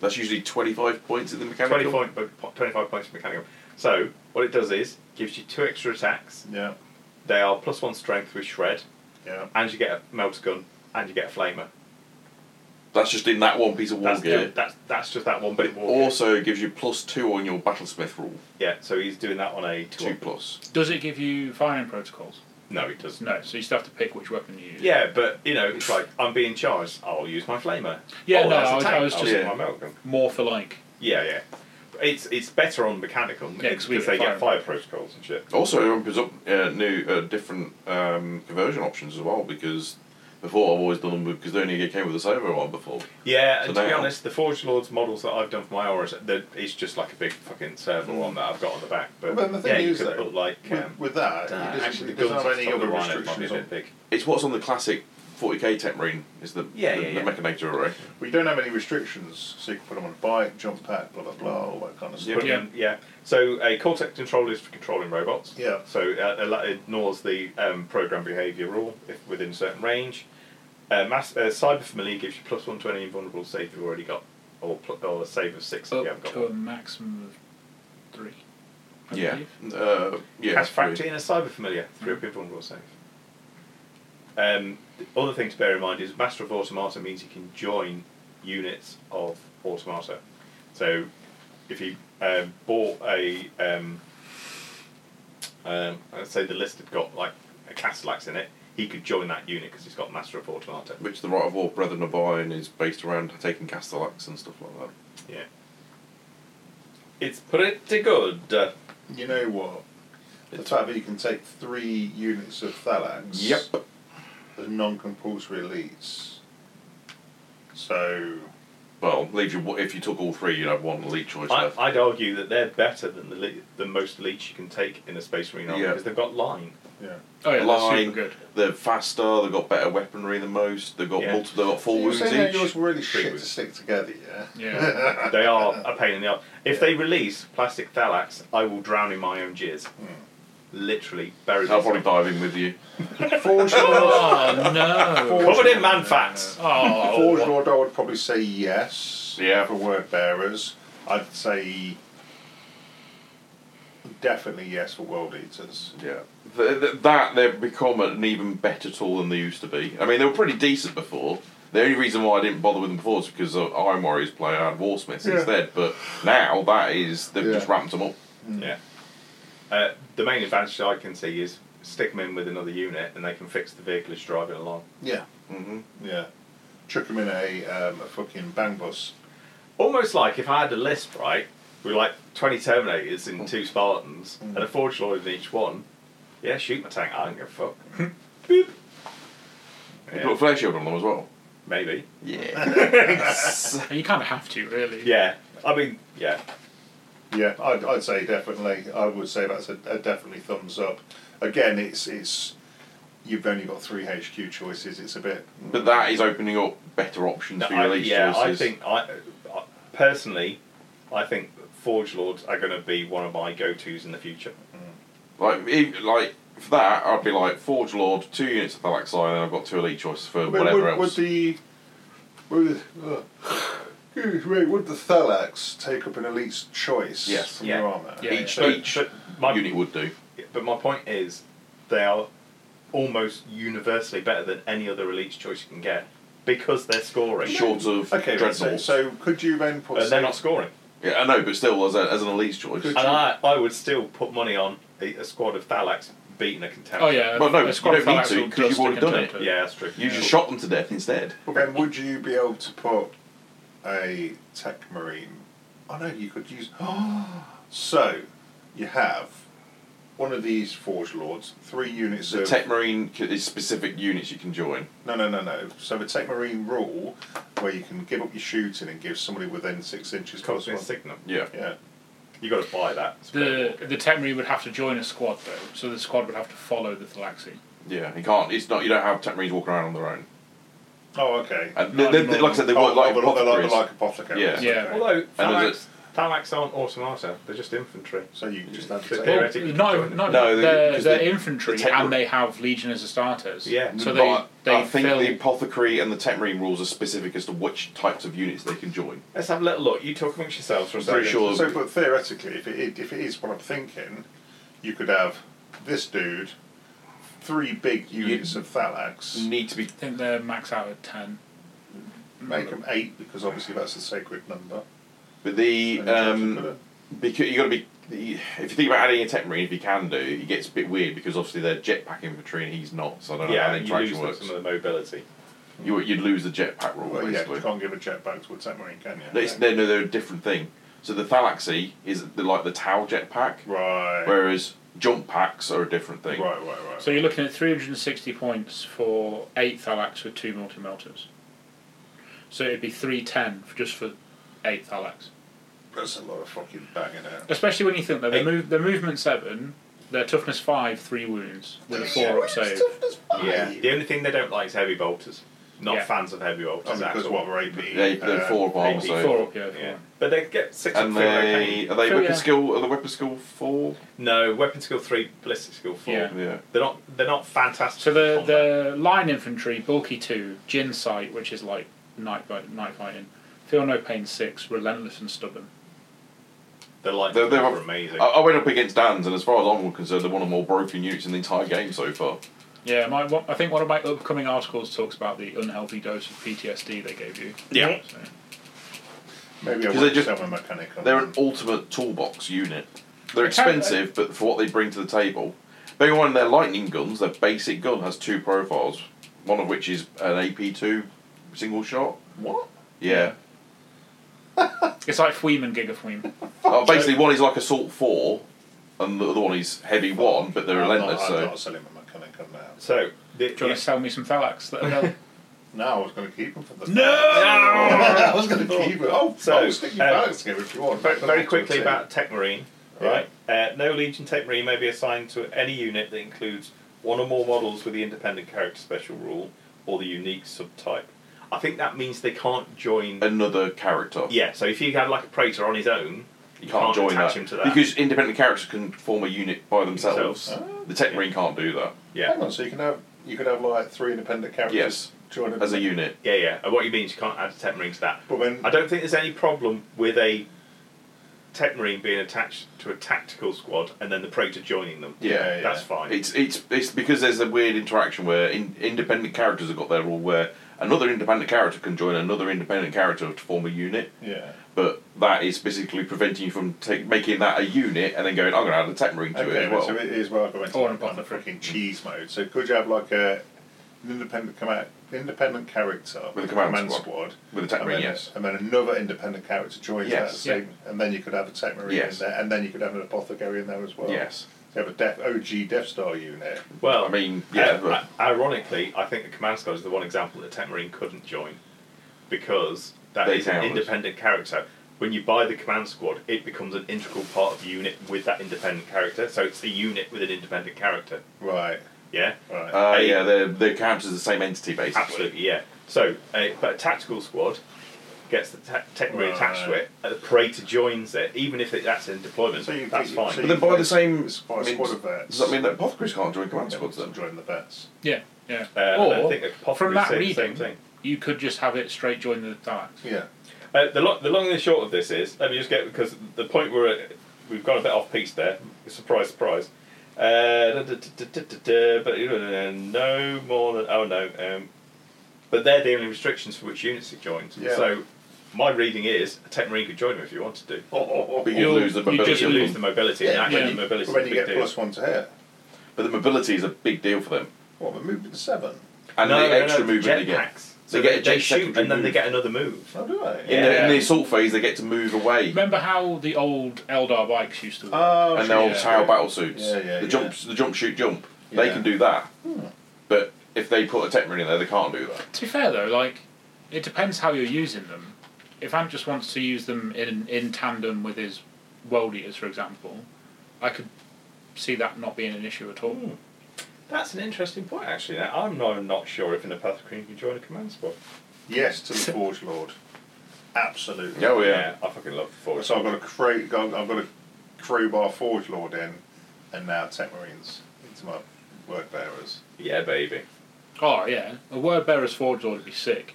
Speaker 4: That's usually twenty-five points in the mechanical.
Speaker 1: 20 point, but po- 25 points for Mechanical. So, what it does is, gives you two extra attacks.
Speaker 3: Yeah,
Speaker 1: They are plus one strength with Shred,
Speaker 3: yeah.
Speaker 1: and you get a Melter Gun, and you get a Flamer.
Speaker 4: That's just in that one piece of war
Speaker 1: That's,
Speaker 4: gear.
Speaker 1: that's, that's just that one
Speaker 4: But
Speaker 1: bit
Speaker 4: it
Speaker 1: war gear.
Speaker 4: also gives you plus two on your battlesmith rule.
Speaker 1: Yeah, so he's doing that on a
Speaker 4: Two
Speaker 1: two.
Speaker 4: plus.
Speaker 2: Does it give you firing protocols?
Speaker 1: No, he doesn't.
Speaker 2: No, so you still have to pick which weapon you use.
Speaker 1: Yeah, but you know, it's like I'm being charged. I'll use my flamer.
Speaker 2: Yeah,
Speaker 1: Oh,
Speaker 2: no,
Speaker 1: that's a
Speaker 2: I was,
Speaker 1: tank,
Speaker 2: I was
Speaker 1: I'll
Speaker 2: just
Speaker 1: use my Malcolm.
Speaker 2: more for like.
Speaker 1: Yeah, yeah. But It's it's better on mechanical
Speaker 2: Yeah, 'cause we
Speaker 1: because
Speaker 2: get
Speaker 1: they get
Speaker 2: fire.
Speaker 1: fire protocols and shit.
Speaker 4: Also, it opens up uh, new, uh, different um, conversion options as well because before I've always done them because they only came with a saber one before.
Speaker 1: Yeah,
Speaker 4: So
Speaker 1: and to be
Speaker 4: now-
Speaker 1: honest, the Forge Lords models that I've done for my auras, they're- it's just like a big fucking servo one that I've got on the back. But
Speaker 3: Well, the thing
Speaker 1: yeah, you
Speaker 3: is
Speaker 1: could
Speaker 3: that
Speaker 1: put like
Speaker 3: With,
Speaker 1: um,
Speaker 3: with that,
Speaker 1: uh,
Speaker 3: he doesn't,
Speaker 1: actually
Speaker 3: he
Speaker 1: the
Speaker 3: doesn't
Speaker 1: guns
Speaker 3: have any
Speaker 1: on the
Speaker 3: other
Speaker 1: Rhino might be a
Speaker 3: restrictions on.
Speaker 1: bit big.
Speaker 4: It's what's on the classic 40k Tech Marine is the
Speaker 1: Yeah,
Speaker 4: the,
Speaker 1: yeah, yeah.
Speaker 4: the Mechanator array.
Speaker 3: We don't have any restrictions, so you can put them on a bike, jump pack, blah blah blah, all that kind of stuff.
Speaker 1: But,
Speaker 2: Yeah.
Speaker 1: um, yeah. So a Cortex control is for controlling robots.
Speaker 3: Yeah.
Speaker 1: So uh, it allo- ignores the um, program behavior rule if within a certain range. Uh, mass uh, cyber familiar gives you plus one to any invulnerable save you've already got, or pl- or a save of six if you
Speaker 2: Up
Speaker 1: haven't got
Speaker 2: Oh, to a
Speaker 1: one.
Speaker 2: maximum of three. I
Speaker 4: Yeah.
Speaker 2: believe.
Speaker 4: Uh, yeah.
Speaker 1: Cash
Speaker 4: three.
Speaker 1: factory and a cyber familiar three up invulnerable save. Um, the other thing to bear in mind is master of automata means you can join units of automata. So if you um, bought a um, um, let's say the list had got like a Castellax in it, he could join that unit because he's got Master of Automata.
Speaker 4: Which the Right of War Brethren of Iron is based around taking Castellax and stuff like that.
Speaker 1: Yeah. It's pretty good. Uh,
Speaker 3: You know what? The fact that you can take three units of Thalax as non-compulsory elites. So
Speaker 4: Well, leave you if you took all three, you'd have one elite choice
Speaker 1: I,
Speaker 4: left.
Speaker 1: I'd argue that they're better than the le- than most elites you can take in a Space Marine army
Speaker 4: Yeah.
Speaker 1: because they've got line.
Speaker 3: yeah,
Speaker 2: Oh yeah, that's
Speaker 4: Line.
Speaker 2: super good.
Speaker 4: They're faster. They've got better weaponry than most. They've got
Speaker 1: Yeah.
Speaker 4: multiple. They've got four
Speaker 3: you were
Speaker 4: wounds
Speaker 3: saying that
Speaker 4: each.
Speaker 3: yours were really
Speaker 1: Three
Speaker 3: shit to
Speaker 1: wounds.
Speaker 3: stick together, yeah.
Speaker 2: Yeah.
Speaker 1: They are a pain in the arse. If they release plastic thalax, I will drown in my own jizz. Literally, bury
Speaker 4: I'll
Speaker 1: myself.
Speaker 4: probably dive in with you.
Speaker 3: Forge Lord,
Speaker 2: oh no.
Speaker 1: Covered in man facts.
Speaker 3: Forge
Speaker 2: Oh.
Speaker 3: Lord, I would probably say yes.
Speaker 4: Yeah.
Speaker 3: For word bearers, I'd say definitely yes for world eaters.
Speaker 4: Yeah. Th th that they've become an even better tool than they used to be. I mean, they were pretty decent before. The only reason why I didn't bother with them before is because of Iron Warriors play I had War Smiths
Speaker 3: Yeah.
Speaker 4: instead. But now that is they've
Speaker 3: Yeah.
Speaker 4: just ramped them up.
Speaker 1: Yeah. Uh, the main advantage I can see is stick them in with another unit and they can fix the vehicle as driving along.
Speaker 3: Yeah.
Speaker 4: hmm
Speaker 3: Yeah. Chuck him in a, um, a fucking bang bus.
Speaker 1: Almost like if I had a list, right, with like 20 Terminators and two Spartans and a Forge Lord in each one, yeah, shoot my tank, I don't give a fuck. Boop.
Speaker 4: They
Speaker 1: Yeah,
Speaker 4: put a flare shield on them as well.
Speaker 1: maybe.
Speaker 4: Yeah.
Speaker 2: You kind of have to, really.
Speaker 1: Yeah, I mean, yeah.
Speaker 3: Yeah, I'd, I'd say definitely. I would say that's a, a definitely thumbs up. Again, it's it's you've only got three HQ choices. It's a bit.
Speaker 4: but that is opening up better options
Speaker 1: No,
Speaker 4: for your
Speaker 1: I,
Speaker 4: elite
Speaker 1: yeah, I
Speaker 4: choices.
Speaker 1: think I, I personally, I think Forge Lords are going to be one of my go-to's in the future.
Speaker 4: Like, if, like for that, I'd be like Forge Lord, two units of Thalaxi, and then I've got two elite choices for
Speaker 3: But
Speaker 4: whatever
Speaker 3: would,
Speaker 4: else.
Speaker 3: would the would the, uh, excuse me, would the Thalax take up an elite's choice
Speaker 4: Yes.
Speaker 3: from
Speaker 1: Yeah.
Speaker 3: your armor?
Speaker 2: Yeah.
Speaker 4: each
Speaker 1: But,
Speaker 4: each
Speaker 1: but my
Speaker 4: unit would do.
Speaker 1: but my point is, they are almost universally better than any other elite choice you can get because they're scoring.
Speaker 4: Short of
Speaker 3: Okay, right, so,
Speaker 4: dreadnoughts.
Speaker 3: so could you then put?
Speaker 1: And they're not scoring.
Speaker 4: Yeah, I know, but still, as, a, as an elite's choice.
Speaker 3: Good.
Speaker 1: And I, I would still put money on a, a squad of Thalax beating a contender.
Speaker 2: Oh yeah.
Speaker 4: Well, no,
Speaker 2: a
Speaker 4: you
Speaker 2: squad
Speaker 4: don't
Speaker 2: of
Speaker 4: need
Speaker 2: Thalax
Speaker 4: to,
Speaker 2: will
Speaker 4: 'cause you've
Speaker 2: dust a
Speaker 4: already done it.
Speaker 2: contender.
Speaker 1: Yeah, that's true.
Speaker 4: You just shot them to death instead.
Speaker 3: then would you be able to put a tech marine? I know you could use. so you have one of these forge lords, three units
Speaker 4: The
Speaker 3: of.
Speaker 4: Tech Marine c- is specific units you can join.
Speaker 3: no, no, no, no. So the tech marine rule, where you can give up your shooting and give somebody within six inches plus
Speaker 1: Cosmic
Speaker 3: one.
Speaker 1: signal.
Speaker 4: Yeah.
Speaker 3: Yeah.
Speaker 1: you got to buy that. It's a bit
Speaker 2: The
Speaker 1: awkward.
Speaker 2: the Temri would have to join a squad though, so the squad would have to follow the Thalaxi.
Speaker 4: Yeah, you can't. It's not. You don't have Temrines walking around on their own.
Speaker 3: Oh, okay.
Speaker 4: And
Speaker 2: Not
Speaker 4: they, they-
Speaker 2: anymore.
Speaker 4: like I said, they
Speaker 3: oh,
Speaker 4: work like
Speaker 3: they're, like, they're
Speaker 4: apothecaries.
Speaker 3: like apothecaries.
Speaker 2: Yeah. Yeah.
Speaker 3: okay.
Speaker 1: Although
Speaker 4: there's
Speaker 1: Thalax, Thalax aren't automata; they're just infantry.
Speaker 3: So you just have
Speaker 1: Well,
Speaker 3: to
Speaker 2: Well,
Speaker 3: take
Speaker 1: theoretically
Speaker 2: not
Speaker 1: join
Speaker 2: not
Speaker 4: No, they-
Speaker 2: they're,
Speaker 4: because
Speaker 2: they're
Speaker 4: they-
Speaker 2: infantry
Speaker 4: the Temri-
Speaker 2: and they have Legion as a starters.
Speaker 1: Yeah.
Speaker 2: So they
Speaker 4: But
Speaker 2: they
Speaker 4: I think
Speaker 2: fill
Speaker 4: the apothecary and the Temrine rules are specific as to which types of units they can join.
Speaker 1: Let's have a little look. You talk amongst yourselves for a
Speaker 4: I'm
Speaker 1: second.
Speaker 4: pretty sure-
Speaker 3: So, but theoretically, if it if it is what I'm thinking, you could have this dude, three big units of Thalax,
Speaker 4: Need to be.
Speaker 2: I think they're max out at ten.
Speaker 3: make them eight because obviously that's the sacred number.
Speaker 4: But the
Speaker 3: And
Speaker 4: um,
Speaker 3: put it-
Speaker 4: because you got to be. If you think about adding a Temrine, if you can do, it gets a bit weird because obviously they're jetpack infantry and he's not. So I don't know how
Speaker 1: yeah, you
Speaker 4: the
Speaker 1: lose
Speaker 4: interaction
Speaker 1: some
Speaker 4: works.
Speaker 1: of the mobility.
Speaker 4: You you'd lose the jetpack rule
Speaker 3: well, yeah,
Speaker 4: basically.
Speaker 3: you can't give a jetpack to a Tamarine, can you?
Speaker 4: No, it's, no, no, they're a different thing. So the Thalaxy is the, like the Tau jetpack,
Speaker 3: Right.
Speaker 4: whereas jump packs are a different thing.
Speaker 3: right, right, right.
Speaker 2: So you're looking at 360 points for eight Thalax with two multi melters. So it'd be 310 for just for eight Thalax.
Speaker 3: that's a lot of fucking banging out.
Speaker 2: Especially when you think that
Speaker 1: Eight.
Speaker 2: they're, move, they're movement seven, they're toughness five, three wounds with a four up save.
Speaker 1: Yeah. The only thing they don't like is heavy bolters. Not
Speaker 2: Yeah.
Speaker 1: fans of heavy bolters.
Speaker 3: Oh, because
Speaker 1: at all.
Speaker 3: what we're AP.
Speaker 4: They they're
Speaker 3: uh,
Speaker 4: four bomb,
Speaker 1: AP
Speaker 4: so
Speaker 2: Four up, yeah.
Speaker 1: Yeah. But they get six
Speaker 4: and
Speaker 1: up
Speaker 4: they are they
Speaker 2: Sure,
Speaker 4: weapon
Speaker 2: yeah.
Speaker 4: skill are the weapon skill four?
Speaker 1: No, weapon skill three, ballistic skill four.
Speaker 2: Yeah.
Speaker 4: Yeah.
Speaker 1: They're not they're not fantastic.
Speaker 2: So
Speaker 1: in
Speaker 2: the,
Speaker 1: combat.
Speaker 2: the line infantry, bulky two, gin sight, which is like night, fight- night fighting, feel no pain six, relentless and stubborn.
Speaker 1: the light
Speaker 4: They're- they're-
Speaker 1: are amazing.
Speaker 4: I, I went up against Dan's, and as far as I'm concerned, they're one of the more broken units in the entire game so far.
Speaker 2: Yeah, my, one- I think one of my upcoming articles talks about the unhealthy dose of PTSD they gave you.
Speaker 4: Yeah.
Speaker 2: So,
Speaker 3: Maybe I
Speaker 4: Because they
Speaker 3: want to
Speaker 4: just-
Speaker 3: sell my mechanic on
Speaker 4: They're
Speaker 3: them.
Speaker 4: an ultimate toolbox unit. They're
Speaker 2: I can't-
Speaker 4: expensive, but for what they bring to the table, bear in mind their lightning guns, their basic gun has two profiles, one of which is an AP two single shot.
Speaker 3: What?
Speaker 4: Yeah.
Speaker 2: it's like Fweem and Gigafweem.
Speaker 4: Uh, basically, one is like assault four, and the other one is heavy one, but they're
Speaker 3: I'm
Speaker 4: relentless.
Speaker 3: Not, I'm
Speaker 4: So
Speaker 3: not selling my mechanic on that.
Speaker 1: so the,
Speaker 2: Do you want to sell me some Thalax? Let- let-
Speaker 3: No, I was going to keep them for the.
Speaker 2: no!
Speaker 3: I was going to keep it. Oh,
Speaker 1: So,
Speaker 3: so, I'll stick your
Speaker 1: uh,
Speaker 3: balance together if you want.
Speaker 1: Very,
Speaker 3: But
Speaker 1: very
Speaker 3: I'll
Speaker 1: quickly
Speaker 3: see.
Speaker 1: about Tech Marine, right? Uh, no Legion Tech Marine may be assigned to any unit that includes one or more models with the independent character special rule or the unique subtype. I think that means they can't join.
Speaker 4: another character.
Speaker 1: yeah, so if you have like a Praetor on his own,
Speaker 4: you can't, join
Speaker 1: attach
Speaker 4: that.
Speaker 1: him to that.
Speaker 4: because independent characters can form a unit by themselves.
Speaker 3: Themselves.
Speaker 4: The tech marine can't do that
Speaker 1: yeah,
Speaker 3: Hang on, so you can have you could have like three independent characters.
Speaker 4: Yes.
Speaker 3: Joining
Speaker 4: as a unit.
Speaker 1: yeah, yeah. And what you mean is you can't add a Tech Marine to that.
Speaker 3: But when
Speaker 1: I don't think there's any problem with a Tech Marine being attached to a tactical squad and then the Praetor joining them.
Speaker 4: Yeah,
Speaker 3: yeah.
Speaker 1: that's fine.
Speaker 4: It's it's it's because there's a weird interaction where in, independent characters have got their rule where another independent character can join another independent character to form a unit,
Speaker 3: yeah.
Speaker 4: but that is basically preventing you from take, making that a unit and then going, I'm going to add a tech marine to
Speaker 3: Okay,
Speaker 4: it as well.
Speaker 3: so it is where I go into
Speaker 2: Or
Speaker 3: like,
Speaker 2: an
Speaker 3: kind of
Speaker 2: apothecary.
Speaker 3: freaking cheese mode. So could you have like a an independent com- independent character
Speaker 4: With a command squad.
Speaker 3: squad,
Speaker 4: With a tech
Speaker 3: and
Speaker 4: marine,
Speaker 3: then,
Speaker 4: yes.
Speaker 3: and then another independent character joins
Speaker 4: Yes.
Speaker 3: that same, and then you could have a tech marine
Speaker 4: Yes.
Speaker 3: in there, and then you could have an apothecary in there as well.
Speaker 4: Yes.
Speaker 3: So you have a def, OG Death Star unit.
Speaker 1: Well,
Speaker 4: I mean, yeah,
Speaker 1: Uh,
Speaker 4: but-
Speaker 1: i- ironically, I think the Command Squad is the one example that Tech Marine couldn't join because that is
Speaker 4: They
Speaker 1: an
Speaker 4: count.
Speaker 1: independent character. When you buy the Command Squad, it becomes an integral part of the unit with that independent character. So it's a unit with an independent character.
Speaker 3: Right.
Speaker 1: Yeah,
Speaker 3: Right.
Speaker 4: Uh,
Speaker 1: Hey.
Speaker 4: yeah, they're, they're characters the same entity, basically.
Speaker 1: absolutely. Yeah. So, a, but a tactical squad gets the ta- Tech Marine attached to
Speaker 3: Right.
Speaker 1: it. and The Praetor joins it, even if it, that's in deployment.
Speaker 3: So you-
Speaker 1: that's
Speaker 3: you-
Speaker 1: fine.
Speaker 3: so
Speaker 4: But then by the same.
Speaker 3: It's by a
Speaker 4: means-
Speaker 3: squad of vets.
Speaker 4: Does that mean that apothecaries can't join command squads
Speaker 3: Yeah,
Speaker 4: then?
Speaker 3: join the vets.
Speaker 2: yeah, yeah.
Speaker 1: Uh, and I
Speaker 2: or,
Speaker 1: think Apothecary
Speaker 2: from that
Speaker 1: said the same
Speaker 2: reading,
Speaker 1: thing.
Speaker 2: you could just have it straight join the Thalax.
Speaker 3: Yeah.
Speaker 1: Uh, the, lo- the long and the short of this is, let me just get because the point we're at, we've gone a bit off piece there. Surprise, surprise. Uh, da- da- da- da- da- da- but uh, no more than oh no. Um, but they're the only restrictions for which units it joins.
Speaker 3: Yeah.
Speaker 1: So my reading is a tech marine could join them if you wanted to.
Speaker 3: Oh, oh,
Speaker 4: But
Speaker 3: oh.
Speaker 4: you
Speaker 2: You'll-
Speaker 4: lose the
Speaker 2: you just
Speaker 4: mobility.
Speaker 1: But you
Speaker 4: of
Speaker 1: lose the
Speaker 4: them.
Speaker 1: mobility.
Speaker 3: Yeah,
Speaker 1: and
Speaker 2: when
Speaker 1: actually
Speaker 2: you-
Speaker 1: mobility is
Speaker 3: But when
Speaker 1: a
Speaker 3: you
Speaker 1: big
Speaker 3: get
Speaker 1: deal.
Speaker 3: plus one to hit,
Speaker 4: But the mobility is a big deal for them.
Speaker 3: what? We're moving to seven.
Speaker 4: And
Speaker 1: no,
Speaker 4: the
Speaker 1: no,
Speaker 4: extra
Speaker 1: no,
Speaker 4: movement
Speaker 1: jet
Speaker 4: they get.
Speaker 1: packs. So
Speaker 4: They get
Speaker 1: they,
Speaker 4: a
Speaker 1: they
Speaker 4: jet
Speaker 1: shoot
Speaker 4: secondary
Speaker 1: and then they
Speaker 4: move.
Speaker 1: get another move.
Speaker 3: Oh, do I?
Speaker 4: In, the, in
Speaker 1: Yeah.
Speaker 4: the assault phase, they get to move away.
Speaker 2: Remember how the old Eldar bikes used to
Speaker 1: Uh,
Speaker 2: work?
Speaker 3: Oh,
Speaker 4: and
Speaker 3: sure,
Speaker 4: their old
Speaker 3: yeah.
Speaker 4: tail battle suits.
Speaker 3: Yeah, yeah,
Speaker 4: the
Speaker 3: yeah.
Speaker 4: jumps, the jump, shoot, jump. They
Speaker 3: Yeah. Hmm.
Speaker 4: can do that. But if they put a tech marine in there, they can't do that.
Speaker 2: to be fair though, like it depends how you're using them. If Ant just wants to use them in in tandem with his world eaters, for example, I could see that not being an issue at all.
Speaker 1: Hmm. That's an interesting point, actually. Now, I'm not, not sure if in the path of Green you join a command squad.
Speaker 3: Yes to the Forge Lord. Absolutely.
Speaker 4: Oh, yeah.
Speaker 1: I fucking love the Forge.
Speaker 3: So I've got a crew. I've got a crowbar Forge Lord in, and now Tech Marines into my work bearers.
Speaker 1: yeah, baby.
Speaker 2: Oh yeah, a word bearer's forge lord would be sick.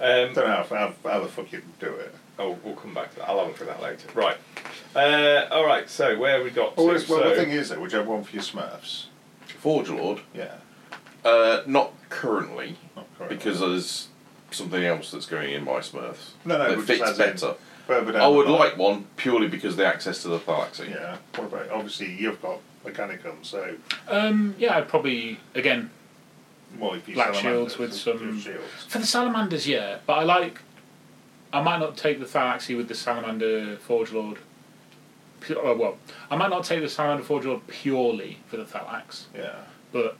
Speaker 1: Um,
Speaker 3: Don't know how, how, how the fuck you do it.
Speaker 1: oh, we'll come back to that. I'll have a look at that later. Right. Uh, all right, so where have we got
Speaker 3: Well,
Speaker 1: to?
Speaker 3: it's- well,
Speaker 1: so,
Speaker 3: the thing is, though, would you have one for your Smurfs?
Speaker 4: Forge Lord,
Speaker 3: Yeah.
Speaker 4: uh, not currently,
Speaker 3: Not currently.
Speaker 4: because there's something else that's going in my Smurfs
Speaker 3: No, no,
Speaker 4: that
Speaker 3: but just
Speaker 4: fits
Speaker 3: as in-
Speaker 4: better.
Speaker 3: Further down
Speaker 4: I would
Speaker 3: the line.
Speaker 4: like one purely because the access to the galaxy.
Speaker 3: Yeah. What about obviously you've got Mechanicum, so
Speaker 2: Um, yeah, I'd probably again
Speaker 3: well if you
Speaker 2: Black
Speaker 3: salamanders,
Speaker 2: shields with
Speaker 3: it's
Speaker 2: some-
Speaker 3: good shields.
Speaker 2: for the salamanders, yeah. But I like, I might not take the phalanxy with the salamander forge lord. pu- oh, Well, I might not take the salamander forge lord purely for the phalanx,
Speaker 3: Yeah.
Speaker 2: but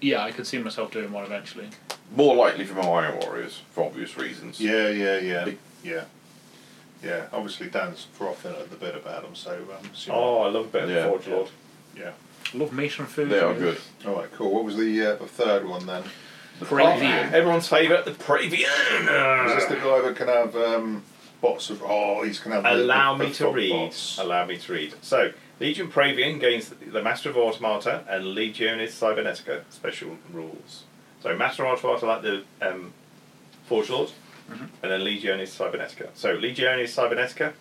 Speaker 2: yeah, I could see myself doing one eventually.
Speaker 4: More likely from Iron Warriors for obvious reasons.
Speaker 3: Yeah, yeah, yeah,
Speaker 4: Big-
Speaker 3: yeah, yeah. Obviously, Dan's frothing at the bit about them, so um, so-
Speaker 1: Oh, I love a bit of
Speaker 4: Yeah.
Speaker 1: the Forge Lord.
Speaker 3: yeah.
Speaker 2: Love meat and food.
Speaker 4: They are
Speaker 2: yeah.
Speaker 4: good.
Speaker 3: All right, cool. What was the uh, the third one then?
Speaker 4: The
Speaker 2: Crazy.
Speaker 4: Pravian.
Speaker 1: Oh, Everyone's favourite, the Pravian.
Speaker 3: Is this the guy that can have um, bots of? Oh, he's can have. the-
Speaker 1: Allow
Speaker 3: the-
Speaker 1: me
Speaker 3: the
Speaker 1: to
Speaker 3: frog
Speaker 1: read.
Speaker 3: bots.
Speaker 1: Allow me to read. So, Legion Pravian gains the Master of Automata and Legionis Cybernetica special rules. So, Master of Automata like the um, Forge Lord,
Speaker 3: Mm-hmm.
Speaker 1: and then Legionis Cybernetica. So, Legionis Cybernetica,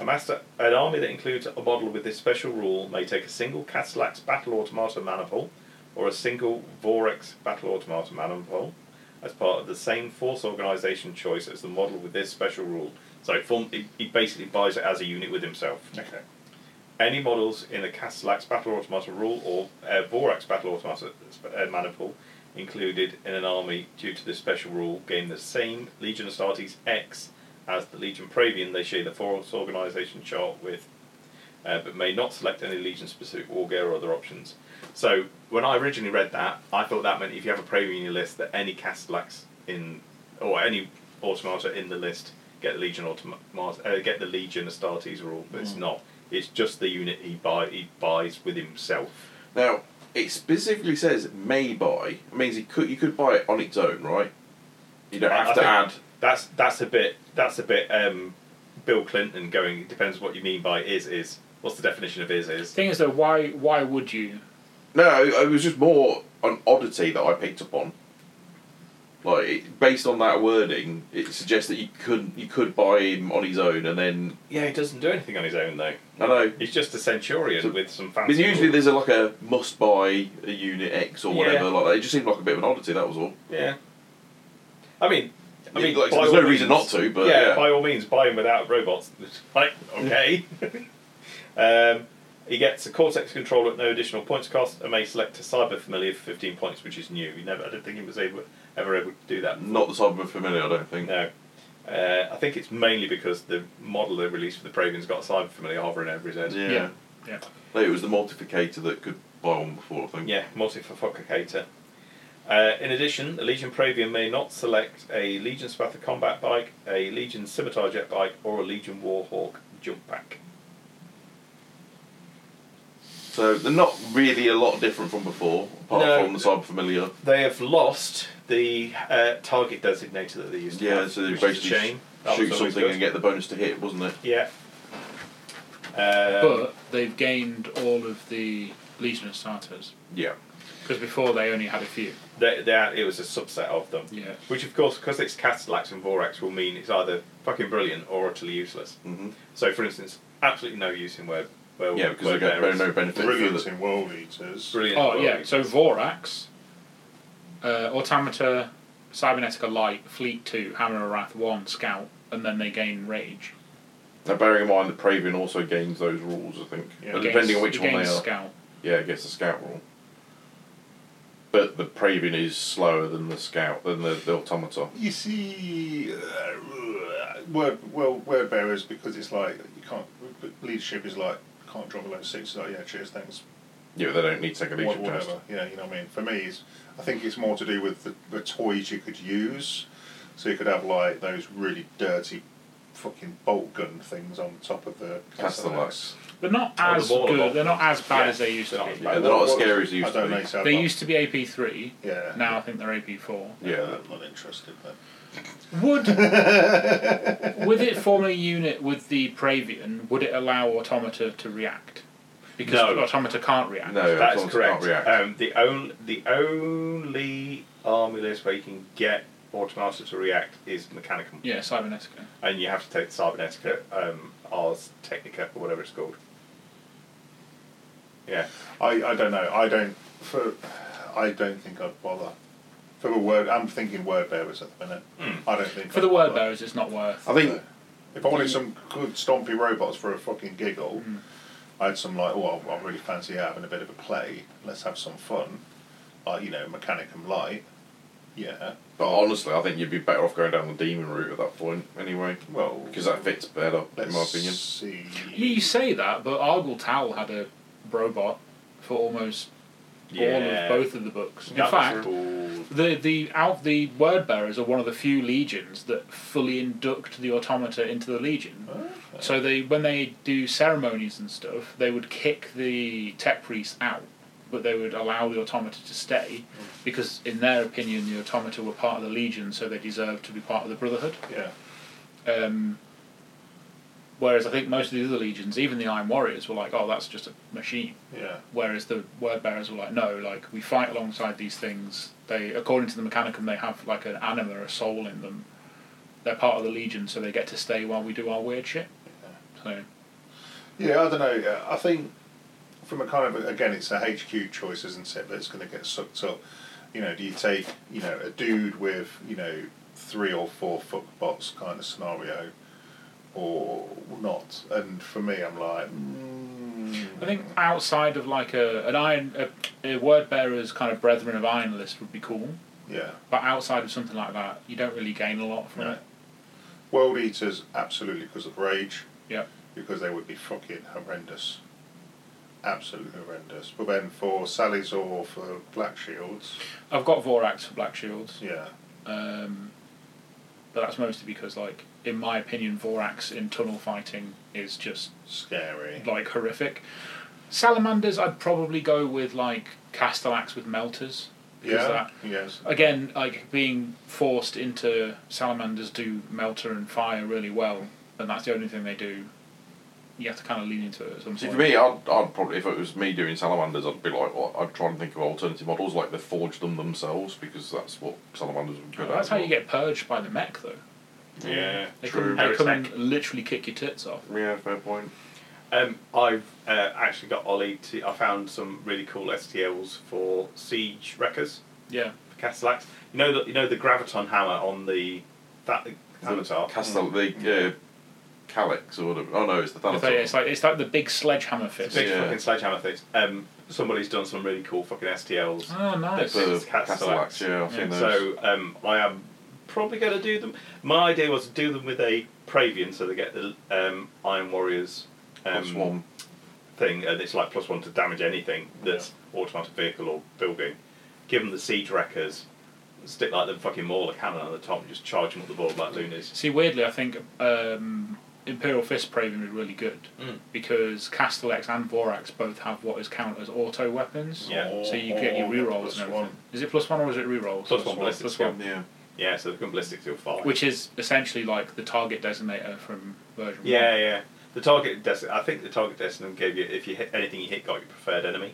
Speaker 1: a master, an army that includes a model with this special rule may take a single Castellax Battle Automata maniple or a single Vorex Battle Automata maniple as part of the same force organisation choice as the model with this special rule. So it form, he, he basically buys it as a unit with himself.
Speaker 3: Okay.
Speaker 1: Any models in the Castellax Battle Automata rule or uh, Vorax Battle Automata uh, maniple included in an army due to this special rule gain the same Legion Astartes X as the Legion Pravian they share the force organisation chart with, uh, but may not select any Legion specific war gear or other options. So when I originally read that, I thought that meant if you have a Pravian in your list, that any Castellax in or any Automata in the list get Legion Automata, uh, get the Legion Astartes rule, but it's not. It's just the unit he buy he buys with himself.
Speaker 4: Now, it specifically says may buy. It means it could you could buy it on its own, right? You don't
Speaker 1: I-
Speaker 4: have
Speaker 1: I
Speaker 4: to
Speaker 1: think-
Speaker 4: add.
Speaker 1: That's that's a bit that's a bit um, Bill Clinton going. It depends what you mean by is is. What's the definition of is is?
Speaker 2: Thing is though, why why would you?
Speaker 4: No, it was just more an oddity that I picked up on. Like it, based on that wording, it suggests that you could you could buy him on his own, and then
Speaker 1: Yeah, he doesn't do anything on his own though.
Speaker 4: I know.
Speaker 1: He's just a centurion
Speaker 4: So-
Speaker 1: with some
Speaker 4: I
Speaker 1: fancy.
Speaker 4: mean, usually
Speaker 1: rules.
Speaker 4: there's a, like a must buy a unit X or
Speaker 1: Yeah.
Speaker 4: whatever like that. It just seemed like a bit of an oddity. That was all.
Speaker 1: yeah. I mean, I mean,
Speaker 4: like,
Speaker 1: by
Speaker 4: there's
Speaker 1: all
Speaker 4: no reason not
Speaker 1: means-
Speaker 4: to, but
Speaker 1: yeah,
Speaker 4: yeah,
Speaker 1: by all means, buy him without robots. like, okay. um, he gets a Cortex controller at no additional points cost, and may select a Cyber Familiar for 15 points, which is new. He never, I don't think he was able, ever able to do that.
Speaker 4: not the type of familiar. I don't think.
Speaker 1: No. Uh, I think it's mainly because the model they released for the Pravian's got a Cyber Familiar hovering over his head.
Speaker 4: Yeah.
Speaker 2: Yeah. Yeah.
Speaker 4: No, it was the multiplicator that could buy one before. I think.
Speaker 1: Yeah, multi for Focacator. Uh, in addition, the Legion Pravian may not select a Legion Spatha combat bike, a Legion Scimitar jet bike, or a Legion Warhawk jump pack.
Speaker 4: So they're not really a lot different from before, apart
Speaker 1: No.
Speaker 4: from the cyber familiar.
Speaker 1: They have lost the uh, target designator that they used to
Speaker 4: Yeah,
Speaker 1: have,
Speaker 4: so they
Speaker 1: which is a
Speaker 4: basically
Speaker 1: shame. That
Speaker 4: shoot
Speaker 1: was
Speaker 4: something
Speaker 1: always
Speaker 4: and
Speaker 1: good.
Speaker 4: get the bonus to hit, wasn't it?
Speaker 1: Yeah. Um,
Speaker 2: but they've gained all of the Legion of Starters
Speaker 4: Yeah.
Speaker 2: because before they only had a few.
Speaker 1: they, they, are- it was a subset of them.
Speaker 2: Yeah.
Speaker 1: Which, of course, because it's Castellax and Vorax, will mean it's either fucking brilliant or utterly useless.
Speaker 4: hmm
Speaker 1: So, for instance, absolutely no use in Word. Word
Speaker 4: Yeah, because
Speaker 1: word
Speaker 4: they get
Speaker 1: bearers.
Speaker 4: no benefit
Speaker 3: Brilliant
Speaker 4: for the
Speaker 3: in World Eaters.
Speaker 1: Brilliant.
Speaker 2: Oh
Speaker 1: Word
Speaker 2: yeah,
Speaker 1: Eaters.
Speaker 2: so Vorax, uh, Automata, Cybernetica Light, Fleet Two, Hammer of Wrath One, Scout, and then they gain Rage.
Speaker 4: Now, bearing in mind that Pravian also gains those rules, I think.
Speaker 3: Yeah.
Speaker 4: But
Speaker 2: It
Speaker 4: depending
Speaker 2: gains-
Speaker 4: on which
Speaker 2: it
Speaker 4: one they are.
Speaker 2: gains Scout.
Speaker 4: Yeah, it gets the scout rule. But the Pravian is slower than the scout, than the, the automata.
Speaker 3: You see, uh, word well word bearers because it's like you can't leadership is like can't drop below six. It's like yeah, cheers, thanks,
Speaker 4: Yeah, but they don't need to take a
Speaker 3: What-
Speaker 4: leadership test.
Speaker 3: whatever. Yeah, you know what I mean. For me, it's, I think it's more to do with the, the toys you could use. So you could have like those really dirty fucking bolt gun things on top of the
Speaker 4: Castellux.
Speaker 2: They're not
Speaker 1: Oh, the
Speaker 2: as
Speaker 1: Warlock.
Speaker 2: good. They're not as bad
Speaker 1: Yeah.
Speaker 2: as they used to
Speaker 1: Yeah.
Speaker 2: be.
Speaker 4: Yeah, they're not as scary as they
Speaker 3: I
Speaker 4: used to
Speaker 3: don't
Speaker 4: be.
Speaker 3: know. so
Speaker 2: They
Speaker 3: I'm-
Speaker 2: used to be AP three.
Speaker 3: Yeah.
Speaker 2: Now I think they're AP four.
Speaker 4: Yeah.
Speaker 3: I'm not interested. But
Speaker 2: Would with it forming a unit with the Pravian, would it allow Automata to react? Because
Speaker 1: No.
Speaker 2: Automata can't react.
Speaker 4: No,
Speaker 1: That's
Speaker 4: Automatons can't
Speaker 1: correct.
Speaker 4: react.
Speaker 1: Um, the only the only army list where you can get automata to react is Mechanicum,
Speaker 2: Yeah, Cybernetica.
Speaker 1: and you have to take the Cybernetica, um, Ars Technica, or whatever it's called. Yeah,
Speaker 3: I, I don't know. I don't. For, I don't think I'd bother. For the word, I'm thinking word bearers at the minute.
Speaker 4: Hmm.
Speaker 3: I don't think
Speaker 2: For
Speaker 3: I'd
Speaker 2: the word
Speaker 3: bother.
Speaker 2: bearers, it's not worth.
Speaker 4: I think
Speaker 3: If I wanted some good stompy robots for a fucking giggle, I had some like, oh, I I really fancy having a bit of a play. Let's have some fun. Like you know, Mechanicum Light. Yeah.
Speaker 4: But honestly, I think you'd be better off going down the demon route at that point, anyway,
Speaker 3: Well,
Speaker 4: because that fits better, in my
Speaker 3: let's
Speaker 4: opinion.
Speaker 3: See.
Speaker 2: Yeah, you say that, but Argyle Towel had a robot for almost
Speaker 1: yeah.
Speaker 2: all of both of the books. In
Speaker 1: That's
Speaker 2: fact,
Speaker 1: called-
Speaker 2: the the out the word bearers are one of the few legions that fully induct the automata into the legion. So they when they do ceremonies and stuff, they would kick the tech priests out, but they would allow the automata to stay,
Speaker 1: Hmm.
Speaker 2: because in their opinion, the automata were part of the legion, so they deserved to be part of the brotherhood.
Speaker 3: Yeah.
Speaker 2: Um, whereas I think most of the other legions, even the Iron Warriors, were like, "Oh, that's just a machine."
Speaker 3: Yeah.
Speaker 2: Whereas the word bearers were like, "No, like we fight alongside these things. They, according to the Mechanicum, they have like an anima, a soul in them. They're part of the legion, so they get to stay while we do our weird shit." So
Speaker 3: Yeah, I don't know. I think from a kind of again, it's a HQ choice, isn't it? That's going to get sucked up. You know, do you take you know a dude with you know three or four fuckbots kind of scenario, or not? And for me, I'm like, mm,
Speaker 2: I think outside of like a an iron a, a word bearers kind of brethren of iron list would be cool,
Speaker 3: yeah.
Speaker 2: but outside of something like that, you don't really gain a lot from
Speaker 3: No.
Speaker 2: it.
Speaker 3: World Eaters absolutely because of rage.
Speaker 2: Yeah.
Speaker 3: Because they would be fucking horrendous. Absolutely horrendous. But then for Sally's or for Black Shields,
Speaker 2: I've got Vorax for Black Shields.
Speaker 3: yeah.
Speaker 2: Um, but that's mostly because, like, in my opinion, Vorax in tunnel fighting is just
Speaker 3: Scary.
Speaker 2: like horrific. Salamanders, I'd probably go with like Castellax with melters. Because
Speaker 3: Yeah.
Speaker 2: that,
Speaker 3: Yes.
Speaker 2: again, like being forced into Salamanders do melter and fire really well, and that's the only thing they do. You have to kind of lean into it at some
Speaker 4: See,
Speaker 2: point.
Speaker 4: for me, I'd, I'd probably, if it was me doing salamanders, I'd be like, well, I'd try and think of alternative models, like they forge them themselves, because that's what salamanders would
Speaker 2: Oh,
Speaker 4: good at.
Speaker 2: that's how you get purged by the mech, though.
Speaker 1: yeah.
Speaker 2: They
Speaker 4: True.
Speaker 2: come, they come
Speaker 1: Erisek.
Speaker 2: and literally kick your tits off.
Speaker 4: Yeah, fair point.
Speaker 1: Um, I've uh, actually got Ollie to. I found some really cool STLs for siege wreckers
Speaker 2: Yeah.
Speaker 1: for Castellax. You know the you know the graviton hammer on the that Thanatar.
Speaker 4: Castel, the uh, Calyx or whatever. Oh no, it's the
Speaker 2: If they-
Speaker 4: Thanatos.
Speaker 2: it's like it's like the big sledgehammer fist.
Speaker 1: Big
Speaker 4: Yeah.
Speaker 1: fucking sledgehammer things. Um, somebody's done some really cool fucking STLs.
Speaker 4: Ah,
Speaker 2: Oh, nice.
Speaker 4: the
Speaker 1: it's Castellax.
Speaker 4: Castellax, yeah, I've
Speaker 2: Yeah.
Speaker 4: seen those.
Speaker 1: So um, I am probably going to do them. My idea was to do them with a Pravian, so they get the um, Iron Warriors
Speaker 4: That's
Speaker 1: um,
Speaker 4: one.
Speaker 1: thing, and it's like plus one to damage anything that's automatic vehicle or building. Give them the siege wreckers, stick like the fucking Mauler cannon on the top, and just charge them up the board like loonies.
Speaker 2: See, weirdly, I think um, Imperial Fist Praven is really good
Speaker 1: Mm.
Speaker 2: because Castellex and Vorax both have what is counted as auto weapons.
Speaker 1: Yeah.
Speaker 2: So you get your rerolls and everything. Is it plus one or is it rerolls?
Speaker 1: Plus one ballistic
Speaker 2: Plus
Speaker 1: skill.
Speaker 2: one.
Speaker 4: Yeah.
Speaker 1: Yeah, so they've gone ballistic till five.
Speaker 2: Which is essentially like the target designator from version
Speaker 1: yeah,
Speaker 2: one.
Speaker 1: yeah. The target des- I think the target destination gave you if you hit anything you hit got your preferred enemy.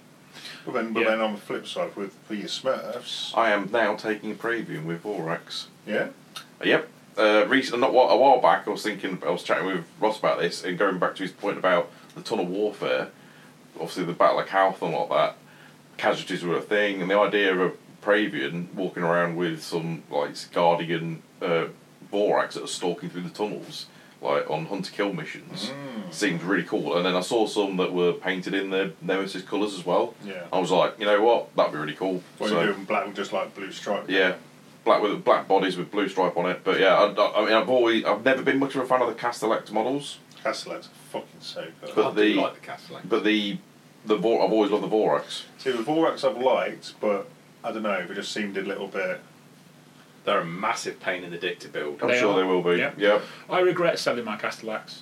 Speaker 3: But then, but
Speaker 2: Yeah.
Speaker 3: then on the flip side, with for your Smurfs,
Speaker 4: I am now taking a preview with Vorax.
Speaker 3: yeah,
Speaker 4: Yep. Uh, recently, not wa- a while back, I was thinking, I was chatting with Ross about this, and going back to his point about the tunnel warfare, obviously the Battle of Cowth and all that, casualties were a thing, and the idea of a Pravian walking around with some like Guardian uh, Borax that was stalking through the tunnels, like on hunter kill missions,
Speaker 3: Mm.
Speaker 4: seemed really cool. And then I saw some that were painted in the Nemesis colours as well.
Speaker 3: yeah.
Speaker 4: I was like, you know what, that'd be really cool.
Speaker 3: What
Speaker 4: So-
Speaker 3: you doing black with just like blue stripe?
Speaker 4: yeah, black with black bodies with blue stripe on it. But yeah, I, I- I mean, I've always I've never been much of a fan of the Castellex models,
Speaker 3: Castellan's are fucking so good.
Speaker 4: But
Speaker 1: I do
Speaker 4: the-
Speaker 1: like the castle. eh?
Speaker 4: but the the Vor- I've always loved the Vorax.
Speaker 3: See, the Vorax I've liked, but I don't know, they just seemed a little bit.
Speaker 1: They're a massive pain in the dick to build.
Speaker 4: I'm
Speaker 2: They
Speaker 4: sure
Speaker 2: are.
Speaker 4: they will be.
Speaker 2: Yeah.
Speaker 4: Yeah.
Speaker 2: I regret selling my Castellax.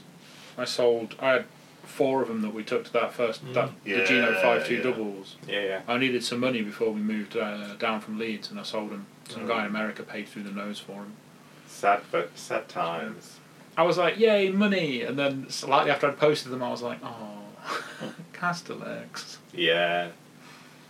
Speaker 2: I sold. I had four of them that we took to that first that the
Speaker 3: Yeah,
Speaker 2: Geno five two
Speaker 3: yeah.
Speaker 2: doubles.
Speaker 1: Yeah, yeah.
Speaker 2: I needed some money before we moved uh, down from Leeds, and I sold them. Some guy in America paid through the nose for them.
Speaker 1: Sad, but sad times.
Speaker 2: I was like, "Yay, money!" And then slightly after I'd posted them, I was like, "Oh, Castellax."
Speaker 1: Yeah.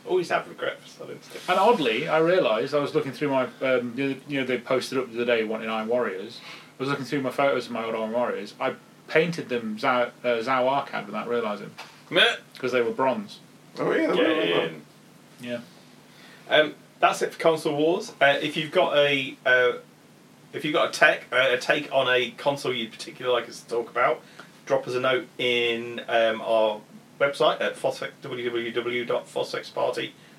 Speaker 1: Always have regret for selling stuff.
Speaker 2: And oddly, I realised I was looking through my, um, the other- you know, they posted up the other day wanting Iron Warriors. I was looking through my photos of my old Iron Warriors. I painted them Zao, uh, Zao Arcad without realising
Speaker 1: Meh.
Speaker 2: because they were bronze.
Speaker 4: Oh yeah. They
Speaker 1: Get
Speaker 4: will, won't
Speaker 1: in.
Speaker 2: Yeah.
Speaker 1: Um, that's it for console wars. Uh, if you've got a uh, if you've got a tech uh, a take on a console you'd particularly like us to talk about, drop us a note in um, our website at fossex-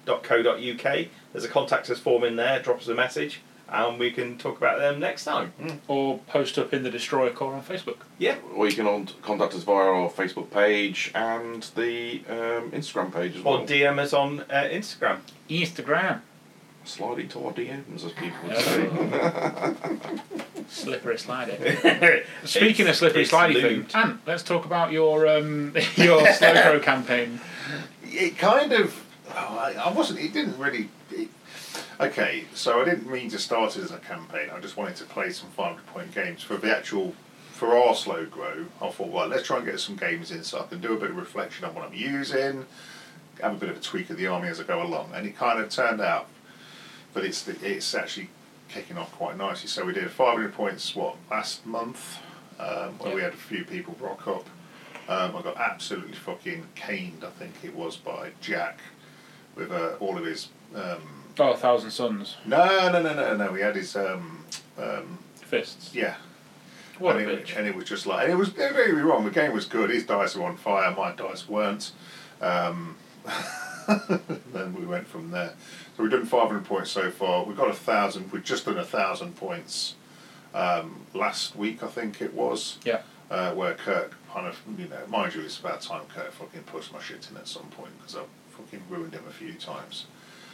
Speaker 1: www.fossexparty.co.uk. There's a contact us form in there. Drop us a message, and we can talk about them next time.
Speaker 2: Or post up in the Destroyer Core on Facebook.
Speaker 1: Yeah,
Speaker 4: they? Or you can on- contact us via our Facebook page and the um, Instagram page as well.
Speaker 1: or DM us on uh, Instagram.
Speaker 2: Instagram.
Speaker 4: Slide it to our DMs, as people would
Speaker 2: Yeah.
Speaker 4: say.
Speaker 2: Slippery eh? slidey. Speaking
Speaker 1: Speaking
Speaker 2: of slippery slidey thing,
Speaker 1: things.
Speaker 2: Ant, let's talk about your um, your Slowcro campaign.
Speaker 3: It kind of. Oh, I, I wasn't. It didn't really. It, okay, so I didn't mean to start it as a campaign. I just wanted to play some 500 point games for the actual. For our slow grow, I thought, well, let's try and get some games in so I can do a bit of reflection on what I'm using, have a bit of a tweak of the army as I go along. And it kind of turned out but it's it's actually kicking off quite nicely. So we did 500 points what last month, um, where we had a few people rock up. Um, I got absolutely fucking caned, I think it was by Jack, with uh, all of his. Um,
Speaker 2: Oh, Thousand Suns.
Speaker 3: no, no, no, no, no. He had his. Um, um,
Speaker 2: Fists.
Speaker 3: yeah,
Speaker 2: What a
Speaker 3: and, it,
Speaker 2: bitch.
Speaker 3: and it was just like, and it was, don't get me wrong, the game was good. His dice were on fire, my dice weren't. Um, then we went from there. So we've done 500 points so far. We've got a thousand, we've just done a thousand points um, last week, I think it was,
Speaker 2: Yeah.
Speaker 3: uh, where Kirk kind of, you know, mind you, it's about time Kirk fucking pushed my shit in at some point because I've fucking ruined him a few times.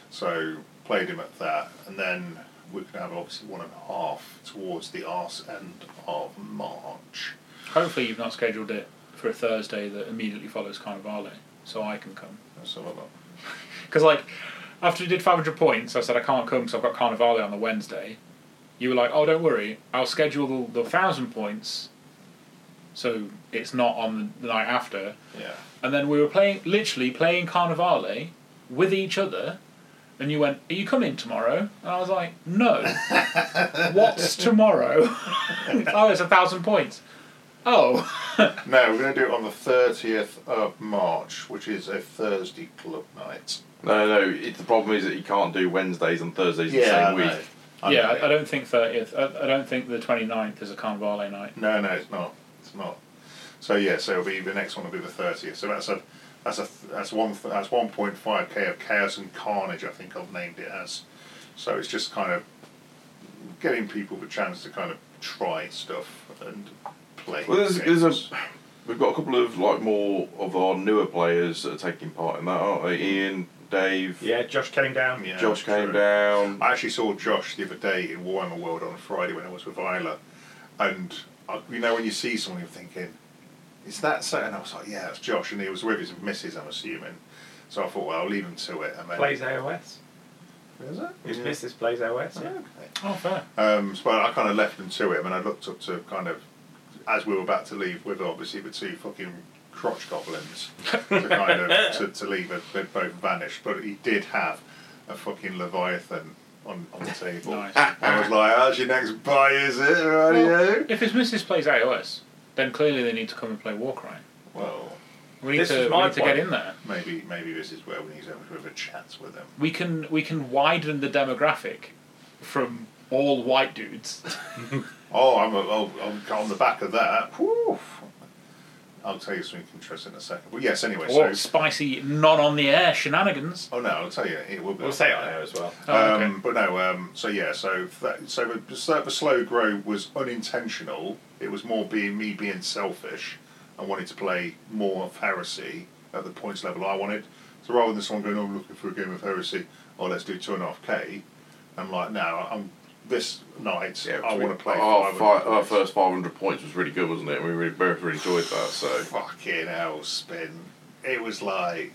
Speaker 3: So played him at that, and then we could have obviously one and a half towards the arse end of March.
Speaker 2: Hopefully you've not scheduled it for a Thursday that immediately follows Carnivale, so I can come.
Speaker 3: So I'm like,
Speaker 2: Because like, after you did 500 points, I said I can't come because I've got Carnivale on the Wednesday. You were like, oh, don't worry, I'll schedule the, the thousand points, so it's not on the night after.
Speaker 3: yeah.
Speaker 2: And then we were playing, literally playing Carnivale with each other. And you went, Are you coming tomorrow? And I was like, No. What's tomorrow? oh, it's a thousand points. Oh.
Speaker 3: No, we're going to do it on the 30th of March, which is a Thursday club night.
Speaker 4: no, no. It, the problem is that you can't do Wednesdays and Thursdays the same week.
Speaker 2: yeah, I, I don't think 30th, I, I don't think the 29th is a Carnivale night.
Speaker 3: No, no, it's not. It's not. So yeah, so it'll be the next one will be the thirtieth. So that's a that's a that's one that's one point five k of chaos and carnage. I think I've named it as. So it's just kind of giving people the chance to kind of try stuff and play.
Speaker 4: Well, there's,
Speaker 3: games.
Speaker 4: there's a, we've got a couple of like more of our newer players that are taking part in that, aren't they? Ian, Dave,
Speaker 1: Yeah, Josh came down.
Speaker 3: Yeah,
Speaker 4: Josh
Speaker 3: true.
Speaker 4: came down.
Speaker 3: I actually saw Josh the other day in Warhammer World on Friday when I was with Isla, and I, you know when you see someone you're thinking, is that so? And I was like, yeah, it's Josh, and he was with his missus, I'm assuming. So I thought, well, I'll leave him to it. And then,
Speaker 1: Plays AOS.
Speaker 3: Is it?
Speaker 1: His
Speaker 4: Yeah.
Speaker 1: missus plays AOS. Yeah.
Speaker 2: Oh, fair.
Speaker 3: Um, so I kind of left them to him, and I looked up to kind of as we were about to leave with obviously the two fucking crotch goblins to kind of to, to leave. uh, They both vanished, but he did have a fucking leviathan on, on the table.
Speaker 2: Nice.
Speaker 3: I was like, "How's your next buy? Is it
Speaker 2: Well,
Speaker 3: radio?"
Speaker 2: if his missus plays AOS, then clearly they need to come and play Warcry.
Speaker 3: Well,
Speaker 2: We need
Speaker 1: This
Speaker 2: to,
Speaker 1: is
Speaker 2: we
Speaker 1: my
Speaker 2: need to get
Speaker 1: point.
Speaker 2: in there.
Speaker 3: maybe maybe this is where we need to have a bit of a chat with him.
Speaker 2: we can we can widen the demographic from all white dudes.
Speaker 3: Oh, I'm, a, oh, I'm on the back of that. Whew. I'll tell you something interesting in a second. But yes, anyway.
Speaker 2: or
Speaker 3: So,
Speaker 2: spicy non on the air shenanigans.
Speaker 3: oh no, I'll tell you. It will be.
Speaker 1: We'll say on air as well.
Speaker 2: Oh, okay.
Speaker 3: Um, but no, um, so yeah, so that, so the, so the slow grow was unintentional. It was more being me being selfish and wanting to play more of Heresy at the points level I wanted. So oh, rather than someone going, "Oh, I'm looking for a game of Heresy," or "Let's do two and a half K," I'm like, "No, I'm this night,
Speaker 4: Yeah,
Speaker 3: I
Speaker 4: we-
Speaker 3: want to play.
Speaker 4: Our,
Speaker 3: 500
Speaker 4: fi- our
Speaker 3: points.
Speaker 4: first 500 points was really good, wasn't it? We really, both really enjoyed that. So
Speaker 3: Fucking hell, spin. It was like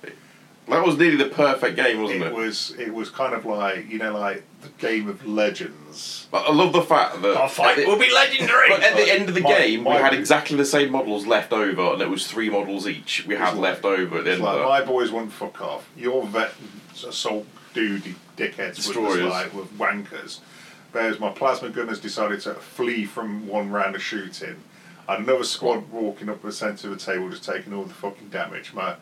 Speaker 4: that was nearly the perfect game, wasn't
Speaker 3: it,
Speaker 4: it?
Speaker 3: was. It was kind of like you know, like the game of legends.
Speaker 4: But I love the fact that
Speaker 3: Our fight
Speaker 4: at the-
Speaker 3: will be legendary.
Speaker 4: But at the end of the
Speaker 3: My-
Speaker 4: game,
Speaker 3: my-
Speaker 4: we had exactly the same models left over, and it was three models each we had
Speaker 3: It's
Speaker 4: left
Speaker 3: like-
Speaker 4: over at the
Speaker 3: It's
Speaker 4: end
Speaker 3: like
Speaker 4: of that.
Speaker 3: my boys want to fuck off. Your vet assault dude dickheads were
Speaker 4: Destroyers.
Speaker 3: like were wankers. Whereas my plasma gunners decided to flee from one round of shooting. I had another squad walking up the centre of the table, just taking all the fucking damage. My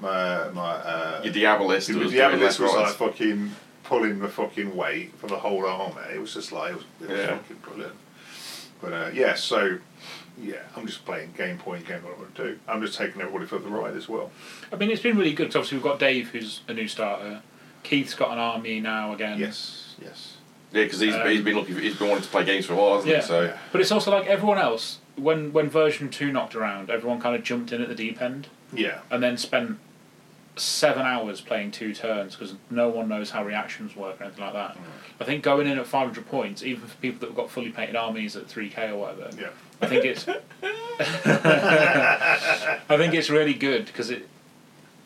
Speaker 3: my my uh,
Speaker 4: Your Diabolist
Speaker 3: the,
Speaker 4: was
Speaker 3: the ambulance
Speaker 4: doing
Speaker 3: was
Speaker 4: left,
Speaker 3: like
Speaker 4: right.
Speaker 3: fucking pulling the fucking weight for the whole army. It was just like it was, it was
Speaker 4: Yeah.
Speaker 3: fucking brilliant. But uh, yeah, so yeah, I'm just playing game point game. What I'm gonna do? I'm just taking everybody for the ride as well.
Speaker 2: I mean, it's been really good. 'cause obviously, we've got Dave, who's a new starter. Keith's got an army now again.
Speaker 3: Yes, yes.
Speaker 4: Yeah, because he's,
Speaker 2: Um,
Speaker 4: he's been looking, he's been wanting to play games for a while, hasn't
Speaker 2: Yeah.
Speaker 4: he? So
Speaker 3: Yeah.
Speaker 2: But it's also like everyone else. When when version two knocked around, everyone kind of jumped in at the deep end
Speaker 3: Yeah,
Speaker 2: and then spent seven hours playing two turns because no one knows how reactions work or anything like that. I think going in at five hundred points, even for people that have got fully painted armies at three k or whatever,
Speaker 3: yeah.
Speaker 2: I think it's. I think it's really good because it,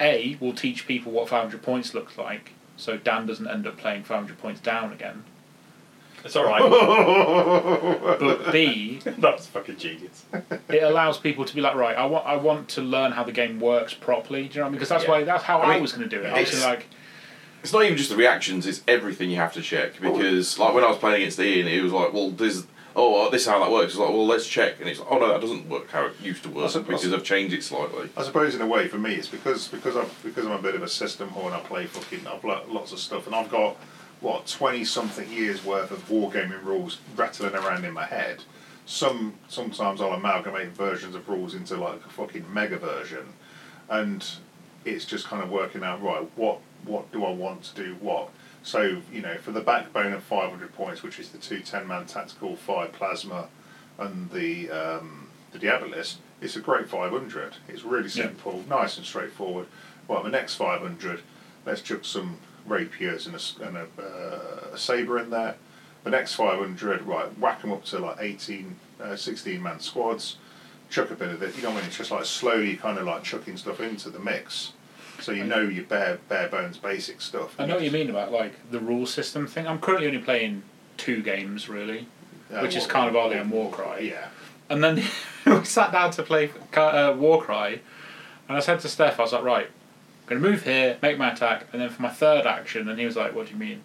Speaker 2: a will teach people what 500 points looks like, so Dan doesn't end up playing 500 points down again.
Speaker 1: It's alright.
Speaker 2: But b
Speaker 1: That's fucking genius.
Speaker 2: it allows people to be like, right, I want I want to learn how the game works properly. Do you know what I mean? Because that's
Speaker 1: Yeah.
Speaker 2: why that's how I,
Speaker 4: I mean,
Speaker 2: was going to do it. I was
Speaker 4: it's-
Speaker 2: gonna like,
Speaker 4: it's not even just the reactions; it's everything you have to check. Because like when I was playing against Ian, it was like, well, this, oh, this is how that works. It's like, well, let's check, and it's like, oh no, that doesn't work how it used to work
Speaker 3: That's a-
Speaker 4: because
Speaker 3: that's a-
Speaker 4: I've changed it slightly.
Speaker 3: I suppose in a way for me, it's because because I'm because I'm a bit of a system whore and I play fucking I've lo- lots of stuff and I've got what twenty something years worth of wargaming rules rattling around in my head. Some sometimes I'll amalgamate versions of rules into like a fucking mega version, and it's just kind of working out right what what do I want to do what. So you know for the backbone of five hundred points, which is the two ten man tactical fire plasma, and the um, the Diabolist, it's a great 500. It's really
Speaker 2: Yeah.
Speaker 3: simple, nice and straightforward. Well, the next 500, let's chuck some rapiers and a, s- and a, uh, a saber in there. The next 500, right, whack them up to like 18, uh, 16 man squads. Chuck a bit of it. You know what I mean? It's just like slowly, kind of like chucking stuff into the mix, so you know your bare bare bones basic stuff.
Speaker 2: I know what you mean about like the rule system thing. I'm currently only playing two games really,
Speaker 3: Uh,
Speaker 2: which is
Speaker 3: what-
Speaker 2: Carnival and Warcry.
Speaker 3: Yeah.
Speaker 2: And then we sat down to play uh, Warcry, and I said to Steph, I was like, right, I'm going to move here, make my attack, and then for my third action, and he was like, what do you mean?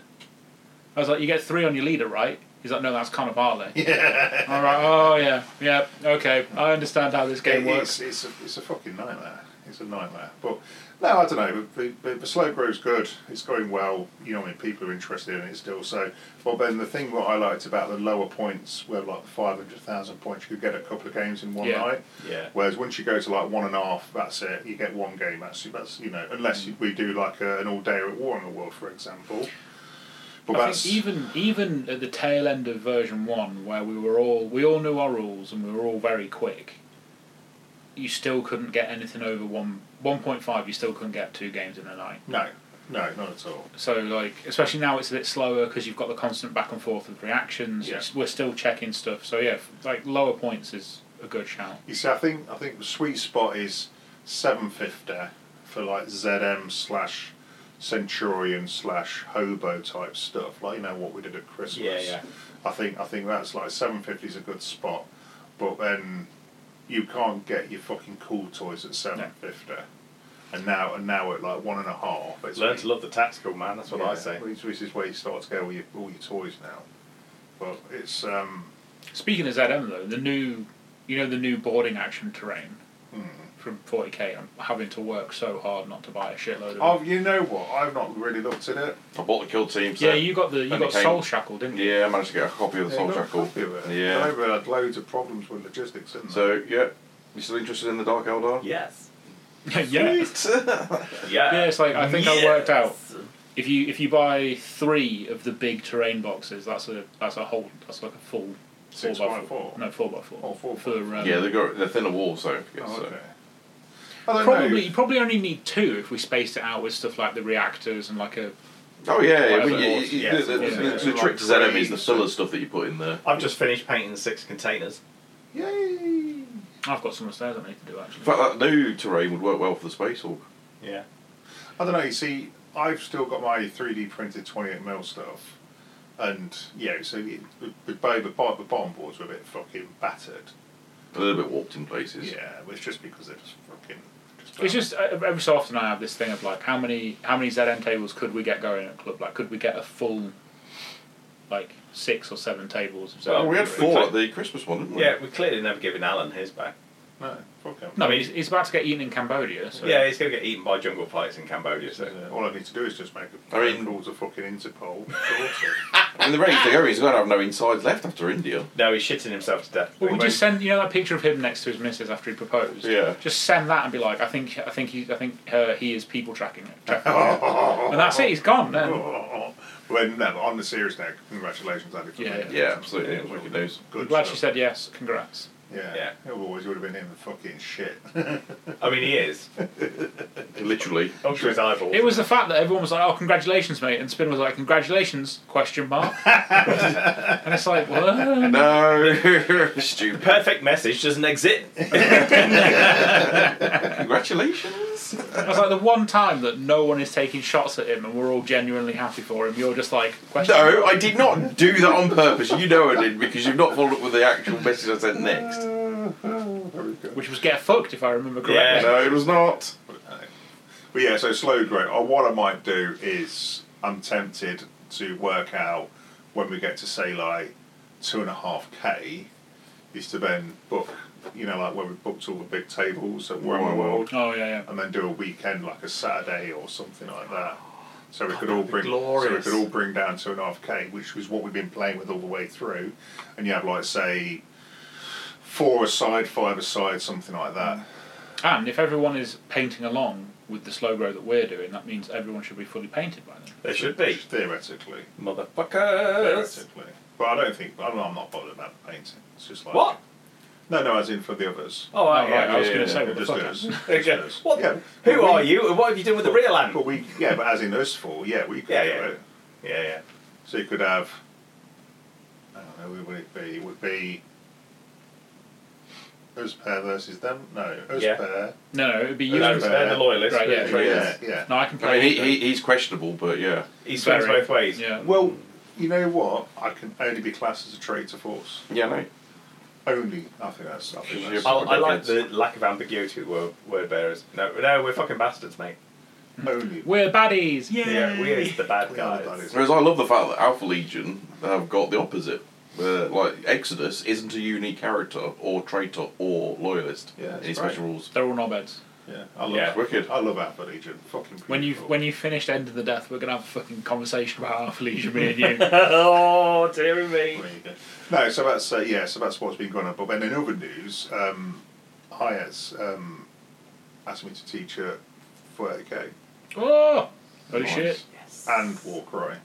Speaker 2: I was like, you get three on your leader, right? He's like, no, that's Cannavale.
Speaker 3: Yeah.
Speaker 2: All right, oh yeah, yeah, okay, I understand how this game works.
Speaker 3: It's, it's, a, it's a fucking nightmare. It's a nightmare. But no, I don't know. But, but, but the slow grow's good. It's going well. You know, what I mean, people are interested in it still. So, well, Ben, the thing what I liked about the lower points, where like the five hundred thousand points, you could get a couple of games in one
Speaker 2: Yeah.
Speaker 3: night.
Speaker 1: Yeah.
Speaker 3: Whereas once you go to like one and a half, that's it. You get one game. That's that's you know, unless you, we do like a, an all day at War on the World, for example. But
Speaker 2: I
Speaker 3: that's
Speaker 2: think even even at the tail end of version one, where we were all we all knew our rules and we were all very quick, you still couldn't get anything over one one point five. You still couldn't get two games in a night.
Speaker 3: no, no, not at all.
Speaker 2: So like, especially now it's a bit slower because you've got the constant back and forth of reactions.
Speaker 3: Yeah.
Speaker 2: It's- We're still checking stuff. So yeah, like lower points is a good shout.
Speaker 3: You see, I think I think the sweet spot is seven fifty for like ZM slash Centurion slash hobo type stuff, like you know what we did at Christmas.
Speaker 1: Yeah, yeah.
Speaker 3: I think I think that's like seven fifty is a good spot, but then you can't get your fucking cool toys at seven fifty, and now and now at like one and a half. It's
Speaker 1: Learn to love the tactical man. That's what I say.
Speaker 3: Which, which is where you start to get all your all your toys now, but it's um
Speaker 2: Speaking of ZM though, the new, you know, the new boarding action terrain from forty k. I'm having to work so hard not to buy a shitload of. it.
Speaker 3: oh you know what I've not really looked at it.
Speaker 4: I bought the kill team. So
Speaker 2: Yeah, you got the you
Speaker 4: And
Speaker 2: got
Speaker 4: it came-
Speaker 2: Soul Shackle, didn't you?
Speaker 4: Yeah, I managed to get a copy of the
Speaker 3: Yeah,
Speaker 4: Soul
Speaker 3: not
Speaker 4: Jackal.
Speaker 3: happy with it.
Speaker 4: Yeah.
Speaker 3: They had loads of problems with logistics, didn't they?
Speaker 4: So yeah, you still interested in the Dark Eldar?
Speaker 1: Yes.
Speaker 2: yeah.
Speaker 1: Yeah.
Speaker 2: Yeah, it's like I think I worked out if you if you buy three of the big terrain boxes, that's a that's a whole that's like a full
Speaker 3: Six
Speaker 2: four
Speaker 3: by
Speaker 2: by
Speaker 3: four?
Speaker 2: No, four by four.
Speaker 3: Oh, four by
Speaker 2: for um,
Speaker 4: Yeah, they've got they're thinner walls, so, I guess,
Speaker 3: Oh,
Speaker 4: so.
Speaker 3: okay. I don't
Speaker 2: probably
Speaker 3: know.
Speaker 2: you probably only need two if we spaced it out with stuff like the reactors and like a
Speaker 4: Oh yeah, yeah,
Speaker 2: Whatever
Speaker 4: well,
Speaker 2: it
Speaker 4: you-
Speaker 2: was.
Speaker 4: you-
Speaker 1: Yes,
Speaker 4: the, the,
Speaker 1: yeah.
Speaker 4: the, the
Speaker 3: Yeah.
Speaker 4: trick to ZM is the filler stuff that you put in there.
Speaker 1: I've just finished painting six containers.
Speaker 3: Yay!
Speaker 2: I've got some upstairs I need to do actually.
Speaker 4: In fact, that new terrain would work well for the Space Hawk.
Speaker 1: Yeah.
Speaker 3: I don't know. You see, I've still got my three D printed twenty eight mil stuff, and yeah, so it, the, bo- the, bo- the bottom boards were a bit fucking battered.
Speaker 4: A little bit warped in places.
Speaker 3: Yeah, but it's just because they're just fucking.
Speaker 2: It's just uh, every so often I have this thing of like how many how many ZN tables could we get going at club? Like could we get a full like six or seven tables of ZN?
Speaker 1: Well,
Speaker 4: Oh, we had
Speaker 1: Yeah.
Speaker 4: four at the Christmas one, didn't we?
Speaker 1: Yeah, we're clearly never giving Alan his back.
Speaker 3: no fuck him.
Speaker 2: No, I mean he's, he's about to get eaten in Cambodia. So
Speaker 1: Yeah, he's going to get eaten by jungle fights in Cambodia. So.
Speaker 3: Uh, all I need to do is just make a
Speaker 4: I
Speaker 3: phone
Speaker 4: mean-
Speaker 3: call to fucking Interpol. Sort it.
Speaker 4: I mean, the range to go is going to have no insides left after India.
Speaker 1: No, he's shitting himself to death.
Speaker 2: Well, we just send you know that picture of him next to his missus after he proposed.
Speaker 4: Yeah.
Speaker 2: Just send that and be like, I think I think he I think uh, he is people tracking it, tracking it. and
Speaker 3: and
Speaker 2: that's it. He's gone
Speaker 3: Oh,
Speaker 2: then.
Speaker 3: Well, no, on the serious note, congratulations, Andy. For
Speaker 2: Yeah,
Speaker 3: winning.
Speaker 4: Yeah, absolutely. It was wicked news.
Speaker 3: Good
Speaker 2: I'm glad
Speaker 3: stuff.
Speaker 2: she said yes. Congrats.
Speaker 3: Yeah,
Speaker 1: Yeah.
Speaker 3: it always would have been him the fucking shit.
Speaker 1: I mean, he is.
Speaker 4: Literally.
Speaker 1: Up to his eyeballs.
Speaker 2: It was the fact that everyone was like, "Oh, congratulations, mate," and Spin was like, "Congratulations?" Question mark. and it's like, what?
Speaker 4: No. Stupid.
Speaker 1: Perfect message doesn't exist.
Speaker 4: Congratulations.
Speaker 2: That's like the one time that no one is taking shots at him, and we're all genuinely happy for him. You're just like, question.
Speaker 4: No, I did not do that on purpose. You know I did because you've not followed up with the actual message I sent next.
Speaker 3: There we go.
Speaker 2: Which was get fucked, if I remember
Speaker 1: Yeah.
Speaker 2: correctly.
Speaker 4: No, it was not.
Speaker 3: But yeah, so slow growth. Oh, what I might do is I'm tempted to work out when we get to say like two and a half k, is to then book, you know, like when we booked all the big tables at Warhammer
Speaker 4: Warhammer
Speaker 3: World,
Speaker 2: Oh yeah, yeah.
Speaker 3: and then do a weekend like a Saturday or something like that. So we could all
Speaker 1: that'd be
Speaker 3: bring, so we
Speaker 1: glorious.
Speaker 3: could all bring down two and a half k, which was what we've been playing with all the way through, and you have like say four aside, five aside, something like that.
Speaker 1: Mm.
Speaker 2: And if everyone is painting along with the slow grow that we're doing, that means everyone should be fully painted by then.
Speaker 1: There should be. Oh,
Speaker 3: theoretically.
Speaker 1: Motherfuckers.
Speaker 3: Theoretically. But I don't think, I'm, I'm not bothered about the painting. It's just like.
Speaker 1: What?
Speaker 3: No, no, as in for the others.
Speaker 1: Oh,
Speaker 2: Oh,
Speaker 1: right,
Speaker 2: right, I was
Speaker 4: yeah,
Speaker 2: going
Speaker 4: yeah,
Speaker 2: to say, what the
Speaker 3: Just
Speaker 2: fuck?
Speaker 3: us.
Speaker 1: Okay.
Speaker 3: Just us.
Speaker 1: What?
Speaker 3: Yeah.
Speaker 1: Who
Speaker 3: But
Speaker 1: are
Speaker 3: we-
Speaker 1: you and what have you done with the real Anne?
Speaker 3: But we, yeah, but as in us four, yeah, we could
Speaker 1: Yeah,
Speaker 3: do
Speaker 1: yeah.
Speaker 3: it.
Speaker 1: Yeah, yeah.
Speaker 3: So you could have, I don't know, who would it be? It would be us pair versus them? No, us
Speaker 1: Yeah.
Speaker 3: pair.
Speaker 2: No, no, it would be you.
Speaker 1: No,
Speaker 2: and-
Speaker 3: but-
Speaker 1: they're the loyalists.
Speaker 2: Right,
Speaker 1: we're the
Speaker 2: yeah.
Speaker 1: traitors.
Speaker 3: Yeah, yeah.
Speaker 2: No, I can
Speaker 4: I
Speaker 2: play.
Speaker 4: mean, he, he, he's questionable, but yeah.
Speaker 1: He swings
Speaker 2: Very.
Speaker 1: both ways.
Speaker 2: Yeah.
Speaker 3: Well, you know what? I can only be classed as a traitor force.
Speaker 4: Yeah, no.
Speaker 3: Only. I think that's. I think that's
Speaker 1: I, I like the lack of ambiguity with word, word bearers. No, no, we're fucking bastards, mate.
Speaker 3: only.
Speaker 2: We're baddies.
Speaker 1: Yeah, we is the bad
Speaker 3: We are the
Speaker 1: guys.
Speaker 3: baddies.
Speaker 4: Whereas I love the fact that Alpha Legion have got the opposite. Where, like, Exodus isn't a unique character or traitor or loyalist
Speaker 3: Yeah,
Speaker 4: in
Speaker 3: that's
Speaker 4: his
Speaker 3: right.
Speaker 4: special rules.
Speaker 2: They're all knobheads.
Speaker 3: Yeah, I love
Speaker 1: Yeah.
Speaker 3: that.
Speaker 4: Wicked.
Speaker 3: I love Alpha Legion. Fucking beautiful.
Speaker 2: When you when you finished End of the Death, we're gonna have a fucking conversation about Alpha Legion, me and you.
Speaker 1: oh, dear me.
Speaker 3: There you go. No, so that's uh, yeah, so that's what's been going on. But then in other news, um, Hayes um, asked me to teach her 40k
Speaker 2: oh, holy
Speaker 4: Nice.
Speaker 2: shit!
Speaker 1: Yes.
Speaker 3: and Warcry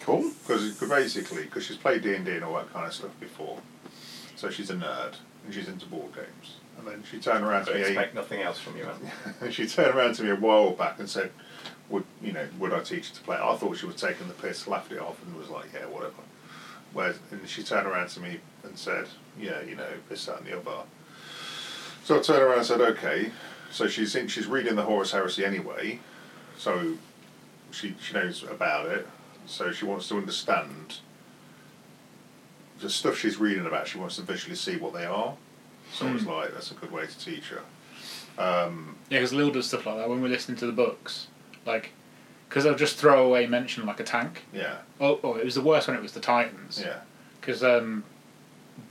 Speaker 4: Cool.
Speaker 3: because basically because she's played D and D and all that kind of stuff before, so she's a nerd and she's into board games. And then she turned around
Speaker 1: I
Speaker 3: to me.
Speaker 1: expect nothing else from you, man.
Speaker 3: And she turned around to me a while back and said, "Would you know? Would I teach her to play?" I thought she was taking the piss, laughed it off, and was like, "Yeah, whatever." Whereas, and she turned around to me and said, "Yeah, you know, this, that, and the other." So I turned around and said, "Okay." So she's in, she's reading the Horus Heresy anyway, so she she knows about it. So she wants to understand the stuff she's reading about. She wants to visually see what they are. So I was like, "That's a good way to teach her."
Speaker 2: Yeah, because Lil does stuff like that when we're listening to the books, like, because they'll just throw away mention like a tank.
Speaker 3: Yeah,
Speaker 2: Oh, oh, it was the worst when it was the Titans.
Speaker 3: yeah,
Speaker 2: Because um,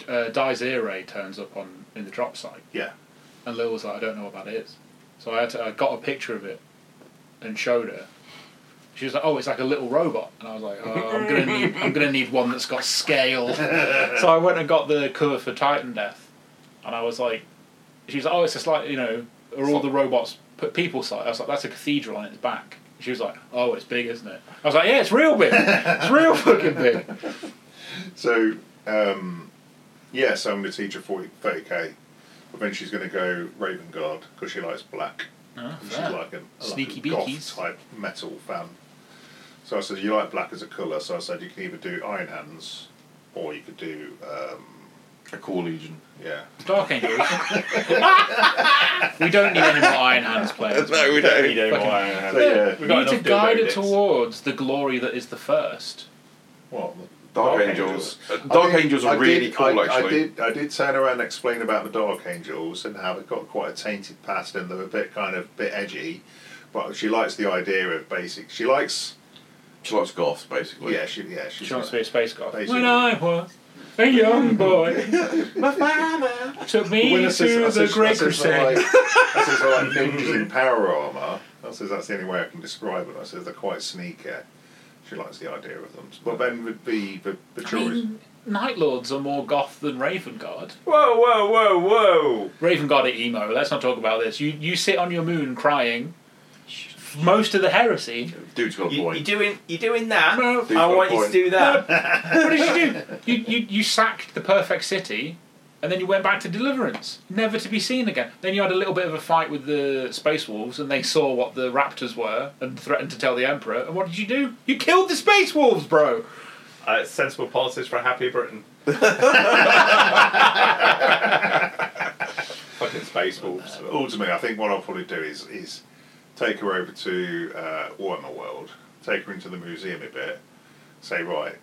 Speaker 2: uh, Di's ear ray turns up on in the drop site,
Speaker 3: yeah.
Speaker 2: and Lil was like, "I don't know what that is," so I had to, I got a picture of it and showed her. She was like, "Oh, it's like a little robot," and I was like, oh, "I'm gonna need, I'm gonna need one that's got scale." so I went and got the cover for Titan Death, and I was like, "She was like, oh, it's just like you know, are all the robots put people side?" I was like, "That's a cathedral on its back." She was like, "Oh, it's big, isn't it?" I was like, "Yeah, it's real big. It's real fucking big."
Speaker 3: So, um, yeah, so I'm going to teach her 40, 30k, but then she's going to go Raven Guard because she likes black.
Speaker 2: Oh,
Speaker 3: And she's
Speaker 2: fair.
Speaker 3: like a, like a
Speaker 2: Sneaky
Speaker 3: goth
Speaker 2: beakies.
Speaker 3: type metal fan. So I said, you like black as a colour, so I said you can either do Iron Hands or you could do, um,
Speaker 4: A core legion.
Speaker 3: yeah.
Speaker 2: Dark Angel. we don't need any more Iron Hands players.
Speaker 4: No, we
Speaker 1: You
Speaker 4: don't.
Speaker 1: know
Speaker 2: Fucking-
Speaker 1: why I have
Speaker 3: So
Speaker 1: it.
Speaker 3: yeah,
Speaker 2: We need to
Speaker 1: enough
Speaker 2: guide
Speaker 1: dildo
Speaker 2: it
Speaker 1: dicks.
Speaker 2: towards the glory that is the first.
Speaker 3: what?
Speaker 4: Dark,
Speaker 1: Dark
Speaker 4: Angels. Uh,
Speaker 3: I
Speaker 4: Dark
Speaker 3: did-
Speaker 4: Angels
Speaker 3: I
Speaker 4: are really
Speaker 3: did,
Speaker 4: cool,
Speaker 3: I,
Speaker 4: actually.
Speaker 3: I did, I did turn around and explain about the Dark Angels and how they got quite a tainted past and they're a bit kind of bit edgy, but she likes the idea of basic. She likes,
Speaker 4: She likes goths, basically.
Speaker 3: yeah, she, yeah, she's
Speaker 2: She wants to be a space god.
Speaker 3: Basically.
Speaker 2: When I was a young boy,
Speaker 4: My father.
Speaker 2: took
Speaker 3: But when I
Speaker 2: me
Speaker 3: says- I
Speaker 2: to the
Speaker 3: says- I
Speaker 2: Great
Speaker 3: says they're
Speaker 2: Crusade.
Speaker 3: Like, I says they're like ninjas in power armor. I says that's the only way I can describe it. I says they're quite sneaky. She likes the idea of them. But then would be the the
Speaker 2: I
Speaker 3: jury.
Speaker 2: mean, Night Lords are more goth than Raven God.
Speaker 1: Whoa, whoa, whoa, whoa!
Speaker 2: Raven God are emo. Let's not talk about this. You you sit on your moon crying. Most of the heresy.
Speaker 4: Dude's got a
Speaker 1: You,
Speaker 4: point.
Speaker 1: you doing you doing that?
Speaker 2: No.
Speaker 4: Dude's
Speaker 1: I
Speaker 4: got a
Speaker 1: want you to
Speaker 4: point.
Speaker 1: do that.
Speaker 2: What did you do? You, you you sacked the perfect city, and then you went back to Deliverance, never to be seen again. Then you had a little bit of a fight with the Space Wolves, and they saw what the Raptors were and threatened to tell the Emperor. And what did you do? You killed the Space Wolves, bro.
Speaker 1: Uh, sensible policies for a happy Britain. Fucking space wolves.
Speaker 3: Ultimately, I think what I'll probably do is is take her over to uh, Warhammer World, take her into the museum a bit, say right,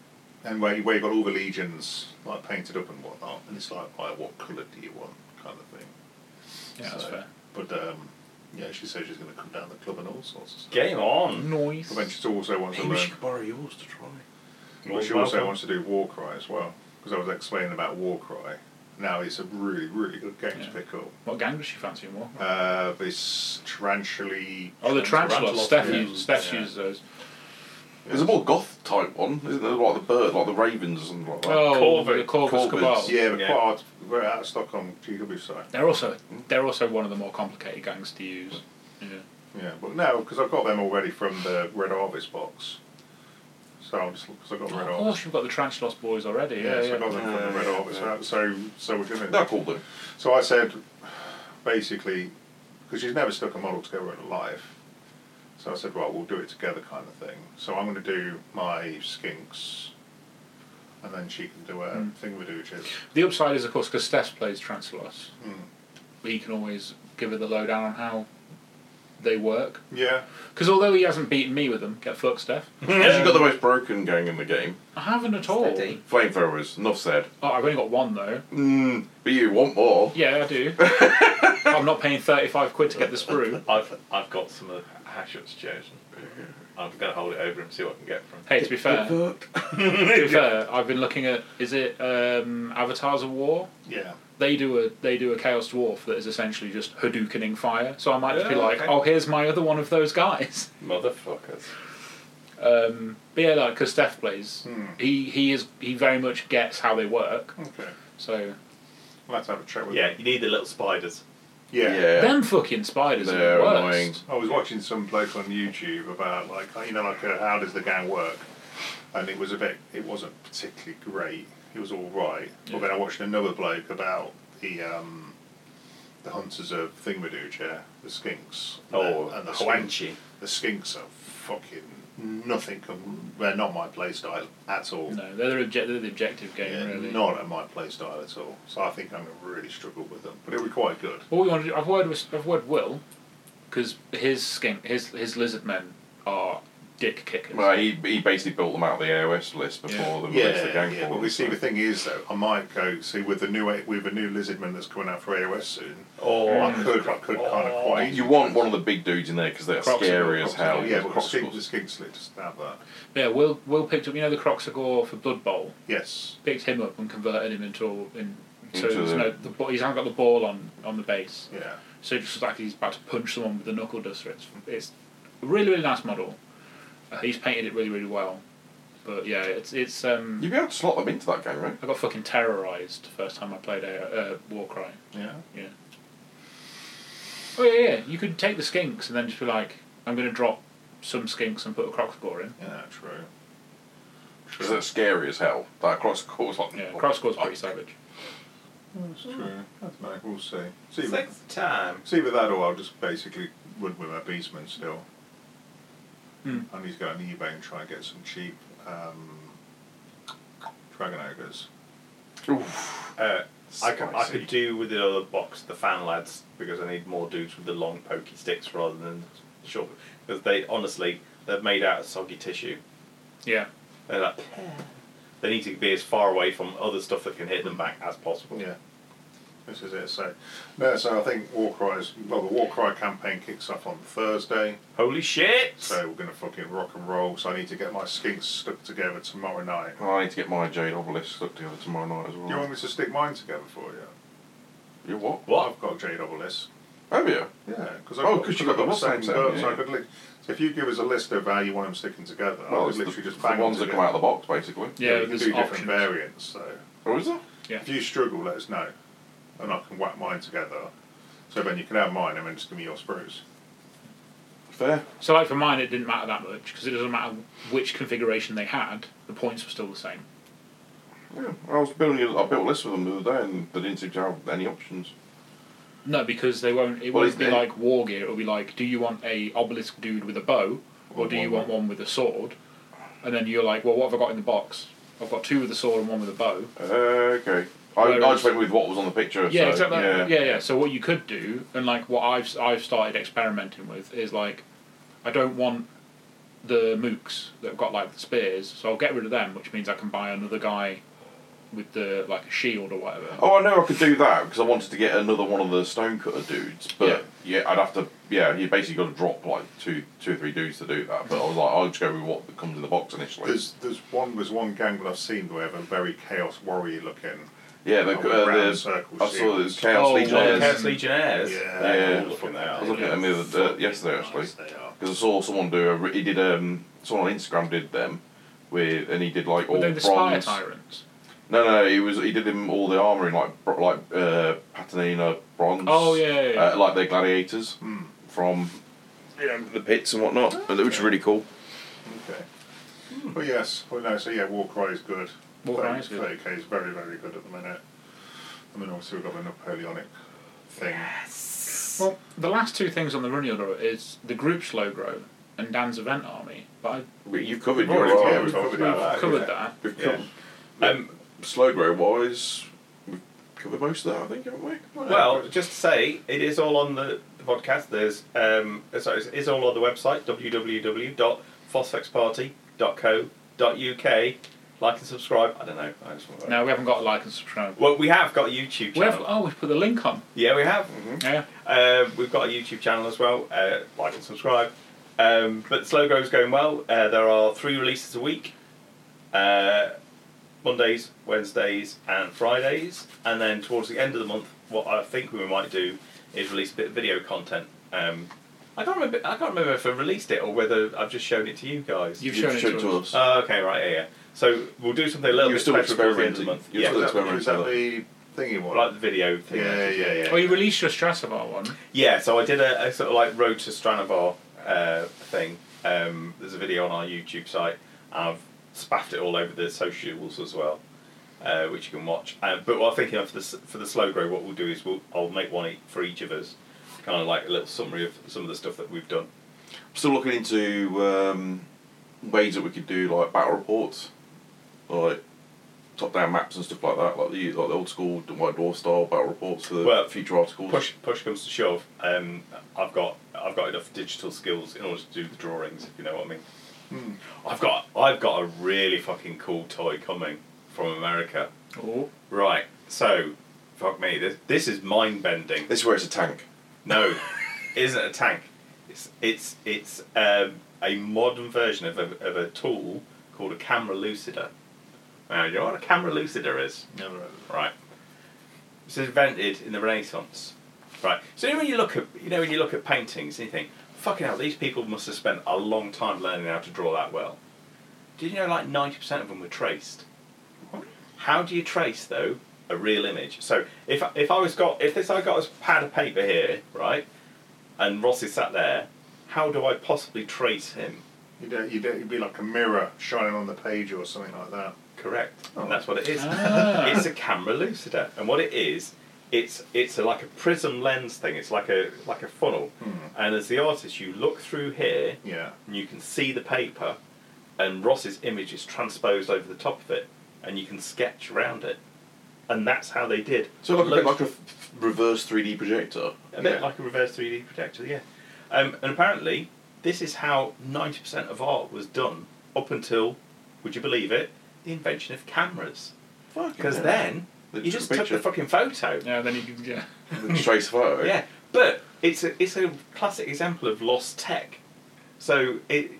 Speaker 3: and where, you- where you've got all the legions like painted up and whatnot, and it's like, right, what colour do you want, kind of thing.
Speaker 2: Yeah, that's
Speaker 3: So-
Speaker 2: fair.
Speaker 3: But um, yeah, she said she's going to come down to the club and all sorts of stuff.
Speaker 1: Game on.
Speaker 2: Noise.
Speaker 3: But then she also wants to
Speaker 4: Maybe
Speaker 3: learn.
Speaker 4: she could borrow yours to try.
Speaker 3: But she also wants to do Warcry as well, because I was explaining about Warcry. Now it's a really, really good game
Speaker 2: Yeah.
Speaker 3: to pick up.
Speaker 2: What gang does she fancy more?
Speaker 3: Uh, this tarantula.
Speaker 2: Oh, the
Speaker 1: Tarantulas,
Speaker 2: Tarantulas. Steph
Speaker 1: yeah.
Speaker 2: uses Steph
Speaker 1: Yeah.
Speaker 2: uses those.
Speaker 4: There's a more goth type one, isn't there? Like the bird, like the ravens or something like that.
Speaker 2: Oh,
Speaker 1: Corvid-
Speaker 2: the Corvus
Speaker 4: Corvids.
Speaker 2: Cabal.
Speaker 3: Yeah, but
Speaker 1: Yeah.
Speaker 3: quite hard. We're out of stock on GW side.
Speaker 2: They're also they're also one of the more complicated gangs to use. Yeah.
Speaker 3: Yeah, but no, because I've got them already from the Red Harvest box. So I'll just because I've got Red
Speaker 2: Oh, of
Speaker 3: Harvest.
Speaker 2: course, you've got the Tarantulas boys already. Yeah,
Speaker 3: Yeah, so I
Speaker 2: yeah.
Speaker 3: got them from the Red
Speaker 4: Yeah,
Speaker 3: Harvest.
Speaker 4: yeah.
Speaker 3: So, so we're doing.
Speaker 4: They're cool though.
Speaker 3: So I said, basically, because she's never stuck a model together in her life, so I said, right, we'll do it together kind of thing. So I'm going to do my skinks, and then she can do her thing with Uches.
Speaker 2: The upside is, of course, because Steph plays Tarantulas, he can always give her the lowdown on how they work.
Speaker 3: Yeah.
Speaker 2: Because although he hasn't beaten me with them, get fucked, Steph.
Speaker 4: She's got the most broken gang in the game.
Speaker 2: I haven't at all.
Speaker 1: Steady.
Speaker 4: Flamethrowers, enough said.
Speaker 2: Oh, I've only got one though.
Speaker 4: Mm, but you want more.
Speaker 2: Yeah, I do. I'm not paying thirty-five quid to get the sprue.
Speaker 1: I've I've got some of Hashot's chosen.
Speaker 3: Mm-hmm.
Speaker 1: I'm gonna hold it over and see what I can get from.
Speaker 2: Hey, to be fair, to be fair, I've been looking at is it um, Avatars of War?
Speaker 3: Yeah.
Speaker 2: they do a they do a chaos dwarf that is essentially just Hadoukening fire. So I might just be
Speaker 1: Yeah,
Speaker 2: like,
Speaker 1: okay.
Speaker 2: oh, here's my other one of those guys.
Speaker 1: Motherfuckers.
Speaker 2: Um, but yeah, like because Steph plays,
Speaker 3: Hmm.
Speaker 2: he he is he very much gets how they work.
Speaker 3: Okay.
Speaker 2: So
Speaker 3: I'll have to have a chat with
Speaker 1: Yeah,
Speaker 3: her.
Speaker 1: you need the little spiders.
Speaker 3: Yeah.
Speaker 2: them fucking spiders are
Speaker 4: They're
Speaker 2: the worst.
Speaker 4: annoying.
Speaker 3: I was watching some bloke on YouTube about like you know like uh how does the gang work, and it was a bit it wasn't particularly great. It was all right, but then I watched another bloke about the um, the hunters of Thingmadooja, the skinks.
Speaker 1: Or
Speaker 3: and Oh, the skinks,
Speaker 1: Huanchi.
Speaker 3: the skinks are fucking nothing. com- They're not my playstyle at all.
Speaker 2: No, they're the, obje- they're the objective game
Speaker 3: Yeah,
Speaker 2: really.
Speaker 3: Not at my playstyle at all. So I think I'm gonna really struggle with them, but it'll be quite good.
Speaker 2: What we want to do, I've word with, I've word Will, because his skink his his lizard men are dick kickers.
Speaker 4: Well, he, he basically built them out of the AOS list before
Speaker 2: Yeah.
Speaker 4: them released the
Speaker 3: Yeah,
Speaker 4: gang
Speaker 3: yeah.
Speaker 4: for
Speaker 3: But
Speaker 4: them,
Speaker 3: we see
Speaker 4: so.
Speaker 3: the thing is though, I might go see with the new with the new lizardman that's coming out for AOS soon.
Speaker 1: Or
Speaker 3: I could, I could kind of quite.
Speaker 4: You want one of the big dudes in there because they're
Speaker 2: Crocs are
Speaker 4: scary
Speaker 2: good,
Speaker 4: as
Speaker 2: Crocs are
Speaker 4: hell.
Speaker 2: good,
Speaker 3: yeah, but the
Speaker 4: Crocs
Speaker 3: skink,
Speaker 4: was-
Speaker 3: the skink slit doesn't have that.
Speaker 2: Yeah, Will Will picked up you know the Croxagore for Blood Bowl.
Speaker 3: Yes.
Speaker 2: picked him up and converted him into in, so
Speaker 4: Into
Speaker 2: there's
Speaker 4: the-
Speaker 2: no the, ball- he's not got the ball on on the base.
Speaker 3: Yeah.
Speaker 2: So it's just like he's about to punch someone with the knuckle duster. It's it's a really really nice model. Uh, he's painted it really really well, but yeah, it's it's um.
Speaker 4: You'd be able to slot them into that gang, right?
Speaker 2: I got fucking terrorized the first time I played a uh, Warcry.
Speaker 3: Yeah.
Speaker 2: Yeah. Oh yeah, yeah. You could take the skinks and then just be like, I'm gonna drop some skinks and put a crocscore in.
Speaker 3: Yeah. True.
Speaker 4: Because they're scary as hell. That cross core's like.
Speaker 2: Yeah, crocscore's pretty savage.
Speaker 3: That's true. That's nice. We'll see. See, with,
Speaker 1: Sixth time.
Speaker 3: see with that, or I'll just basically run with my beastman still. and he's going to eBay and try and get some cheap um, dragon ogres.
Speaker 4: Oof.
Speaker 1: Uh, I could, I
Speaker 4: Spicy.
Speaker 1: could do with the other box, the fan lads, because I need more dudes with the long pokey sticks rather than the short. Because they honestly, they're made out of soggy tissue.
Speaker 2: Yeah.
Speaker 1: They're like, they need to be as far away from other stuff that can hit them back as possible.
Speaker 3: Yeah, this is it. So, no, so I think Warcry is well. The Warcry campaign kicks off on Thursday,
Speaker 1: Holy shit!
Speaker 3: so we're going to fucking rock and roll. So I need to get my skinks stuck together tomorrow night.
Speaker 4: I need to get my Jade Obelisk stuck together tomorrow night as well.
Speaker 3: Do you want me to stick mine together for you?
Speaker 4: You what?
Speaker 1: what?
Speaker 3: I've got a jade obelisk.
Speaker 4: Have you?
Speaker 3: Yeah, because
Speaker 4: Oh, 'cause you got the
Speaker 3: the
Speaker 4: what's
Speaker 3: same
Speaker 4: name,
Speaker 3: bird,
Speaker 4: yeah.
Speaker 3: so I could. Li- so if you give us a list of how you want them sticking together, I
Speaker 4: Well,
Speaker 3: could
Speaker 4: it's the,
Speaker 3: literally just
Speaker 4: the
Speaker 3: bang
Speaker 4: ones
Speaker 3: them
Speaker 4: that come out of
Speaker 3: together.
Speaker 4: the box, basically.
Speaker 2: Yeah,
Speaker 3: you can
Speaker 2: there's
Speaker 3: do different
Speaker 2: options.
Speaker 3: variants. So
Speaker 4: Oh, is there?
Speaker 2: Yeah.
Speaker 3: if you struggle, let us know, and I can whack mine together. So then you can have mine, and then just give me your sprues.
Speaker 4: Fair.
Speaker 2: So, like for mine, it didn't matter that much because it doesn't matter which configuration they had. The points were still the same.
Speaker 4: Yeah. I was building. A, I built a list with them the other day, and they didn't seem to have any options.
Speaker 2: No, because they won't. It
Speaker 4: Well,
Speaker 2: won't be
Speaker 4: they-
Speaker 2: like war gear. It'll be like, do you want a obelisk dude with a bow, or,
Speaker 4: Or
Speaker 2: do you
Speaker 4: one
Speaker 2: want one with a sword? And then you're like, well, what have I got in the box? I've got two with a sword and one with a bow.
Speaker 4: Uh, okay. I,
Speaker 2: Whereas-
Speaker 4: I just went with what was on the picture.
Speaker 2: Yeah,
Speaker 4: so,
Speaker 2: exactly.
Speaker 4: Yeah.
Speaker 2: Yeah. yeah, So what you could do, and like what I've I've started experimenting with, is like, I don't want the mooks that have got like the spears, so I'll get rid of them, which means I can buy another guy with the like a shield or whatever.
Speaker 4: Oh, I know I could do that because I wanted to get another one of the stonecutter dudes, but yeah, I'd have to. Yeah, you basically got to drop like two, two or three dudes to do that. But I was like, I'll just go with what comes in the box initially.
Speaker 3: There's there's one there's one gang that I've seen where they're very chaos warrior looking.
Speaker 4: yeah, the,
Speaker 3: like
Speaker 4: uh,
Speaker 3: round
Speaker 4: the
Speaker 3: circle
Speaker 4: I saw
Speaker 3: shields.
Speaker 4: there's chaos
Speaker 1: Well,
Speaker 2: Oh,
Speaker 4: legionnaires.
Speaker 1: the Chaos Legionnaires.
Speaker 3: Yeah.
Speaker 1: They're
Speaker 4: Yeah.
Speaker 1: cool looking, they are.
Speaker 4: I was looking at them the other, uh, yesterday actually
Speaker 3: Nice they are.
Speaker 4: because I saw someone do a. re- He did um someone on Instagram did them with and he did like all
Speaker 2: But they're the spire
Speaker 4: bronze.
Speaker 2: tyrants.
Speaker 4: No, no, he was he did them all the armor in like bro- like uh, patinina bronze.
Speaker 2: Oh, yeah, yeah, yeah.
Speaker 4: Uh, like they're gladiators
Speaker 3: Hmm.
Speaker 4: from you know, the pits and whatnot, and which is really cool.
Speaker 3: Okay. Hmm. But yes, well no, so yeah, Warcry is good.
Speaker 2: Warcry is good.
Speaker 3: 30k is very, very good at the minute. And then obviously we've got the Napoleonic thing.
Speaker 2: Well, the last two things on the running order is the group Slowgro and Dan's event army. But I,
Speaker 4: But You've covered
Speaker 3: We've already
Speaker 4: your
Speaker 3: covered-
Speaker 4: arm.
Speaker 3: we've
Speaker 1: talked
Speaker 3: covered
Speaker 1: about
Speaker 3: that,
Speaker 1: that,
Speaker 2: covered
Speaker 3: yeah.
Speaker 2: that.
Speaker 4: We've
Speaker 1: Yeah.
Speaker 4: covered,
Speaker 1: Um,
Speaker 4: slow grow wise, we've covered most of that, I think, haven't we?
Speaker 1: Well, just to say, it is all on the, the podcast. There's um, sorry, it's, it's all on the website www.phosphexparty.co.uk. Like and subscribe. I don't know. I just want to.
Speaker 2: No, we haven't got a like and subscribe.
Speaker 1: Well, we have got a YouTube
Speaker 2: We have,
Speaker 1: channel.
Speaker 2: oh, we put the link on.
Speaker 1: Yeah, we have.
Speaker 2: Yeah.
Speaker 1: Um, we've got a YouTube channel as well. Uh, like and subscribe. Um, but Slow Grow's going well. Uh, there are three releases a week uh, Mondays, Wednesdays, and Fridays. And then towards the end of the month, what I think we might do is release a bit of video content. Um, I can't remember. I can't remember if I released it or whether I've just shown it to you guys.
Speaker 2: You've shown it to us.
Speaker 1: Oh, okay, right, yeah, yeah. So we'll do something a little
Speaker 4: You're
Speaker 1: bit
Speaker 4: still
Speaker 1: special towards the end of the
Speaker 4: experimenting.
Speaker 1: month.
Speaker 4: You're
Speaker 1: yeah,
Speaker 4: still
Speaker 3: Was that, was that
Speaker 4: experimenting
Speaker 3: the thingy one?
Speaker 1: like the video thing.
Speaker 3: yeah, yeah, yeah.
Speaker 2: Oh, you released your Strassavar one.
Speaker 1: Yeah, so I did a, a sort of like road to Stranavar uh, thing. Um, there's a video on our YouTube site. I've spaffed it all over the socials as well, uh, which you can watch. Uh, but what I'm thinking of for the s- for the slow grow, what we'll do is we'll I'll make one e- for each of us, kind of like a little summary of some of the stuff that we've done.
Speaker 4: I'm still looking into um, ways that we could do like battle reports, like top down maps and stuff like that, like the, like the old school White Dwarf style battle reports for the
Speaker 1: Well,
Speaker 4: future articles.
Speaker 1: Push push comes to shove. Um, I've got I've got enough digital skills in order to do the drawings. If you know what I mean. I've got I've got a really fucking cool toy coming from America.
Speaker 2: Oh.
Speaker 1: Right. So, fuck me. This this is mind bending.
Speaker 4: This is where it's a tank.
Speaker 1: No, it isn't a tank. It's it's it's um, a modern version of a, of a tool called a camera lucida. Now you know what a camera lucida is,
Speaker 3: Never heard of
Speaker 1: right? It was invented in the Renaissance, right? So when you look at you know when you look at paintings, and you think, fucking hell, these people must have spent a long time learning how to draw that well. Did you know like ninety percent of them were traced? How do you trace though a real image? So if if I was got if this I got a pad of paper here, right, and Ross is sat there, how do I possibly trace him?
Speaker 3: it. You'd, uh, you'd, uh, it'd be like a mirror shining on the page or something like that.
Speaker 4: Oh.
Speaker 1: Correct. And that's what it is.
Speaker 2: Ah.
Speaker 1: It's a camera lucida, and what it is it's it's a, like a prism lens thing. It's like a like a funnel,
Speaker 4: Hmm.
Speaker 1: and as the artist, you look through here,
Speaker 3: Yeah.
Speaker 1: and you can see the paper, and Ross's image is transposed over the top of it, and you can sketch around it, and that's how they did.
Speaker 4: So like a bit
Speaker 1: loads-
Speaker 4: like a f- reverse three D projector.
Speaker 1: a bit
Speaker 3: Yeah.
Speaker 1: like a reverse 3D projector, yeah. Um, and apparently, this is how 90% of art was done up until, would you believe it, the invention of cameras. Because
Speaker 4: Fucking
Speaker 1: then,
Speaker 4: They
Speaker 1: you
Speaker 4: took
Speaker 1: just
Speaker 4: a
Speaker 1: took the
Speaker 4: picture.
Speaker 1: fucking photo.
Speaker 2: Yeah, then you can, yeah.
Speaker 4: hell. trace photo.
Speaker 1: Yeah, but it's a, it's a classic example of lost tech. So it,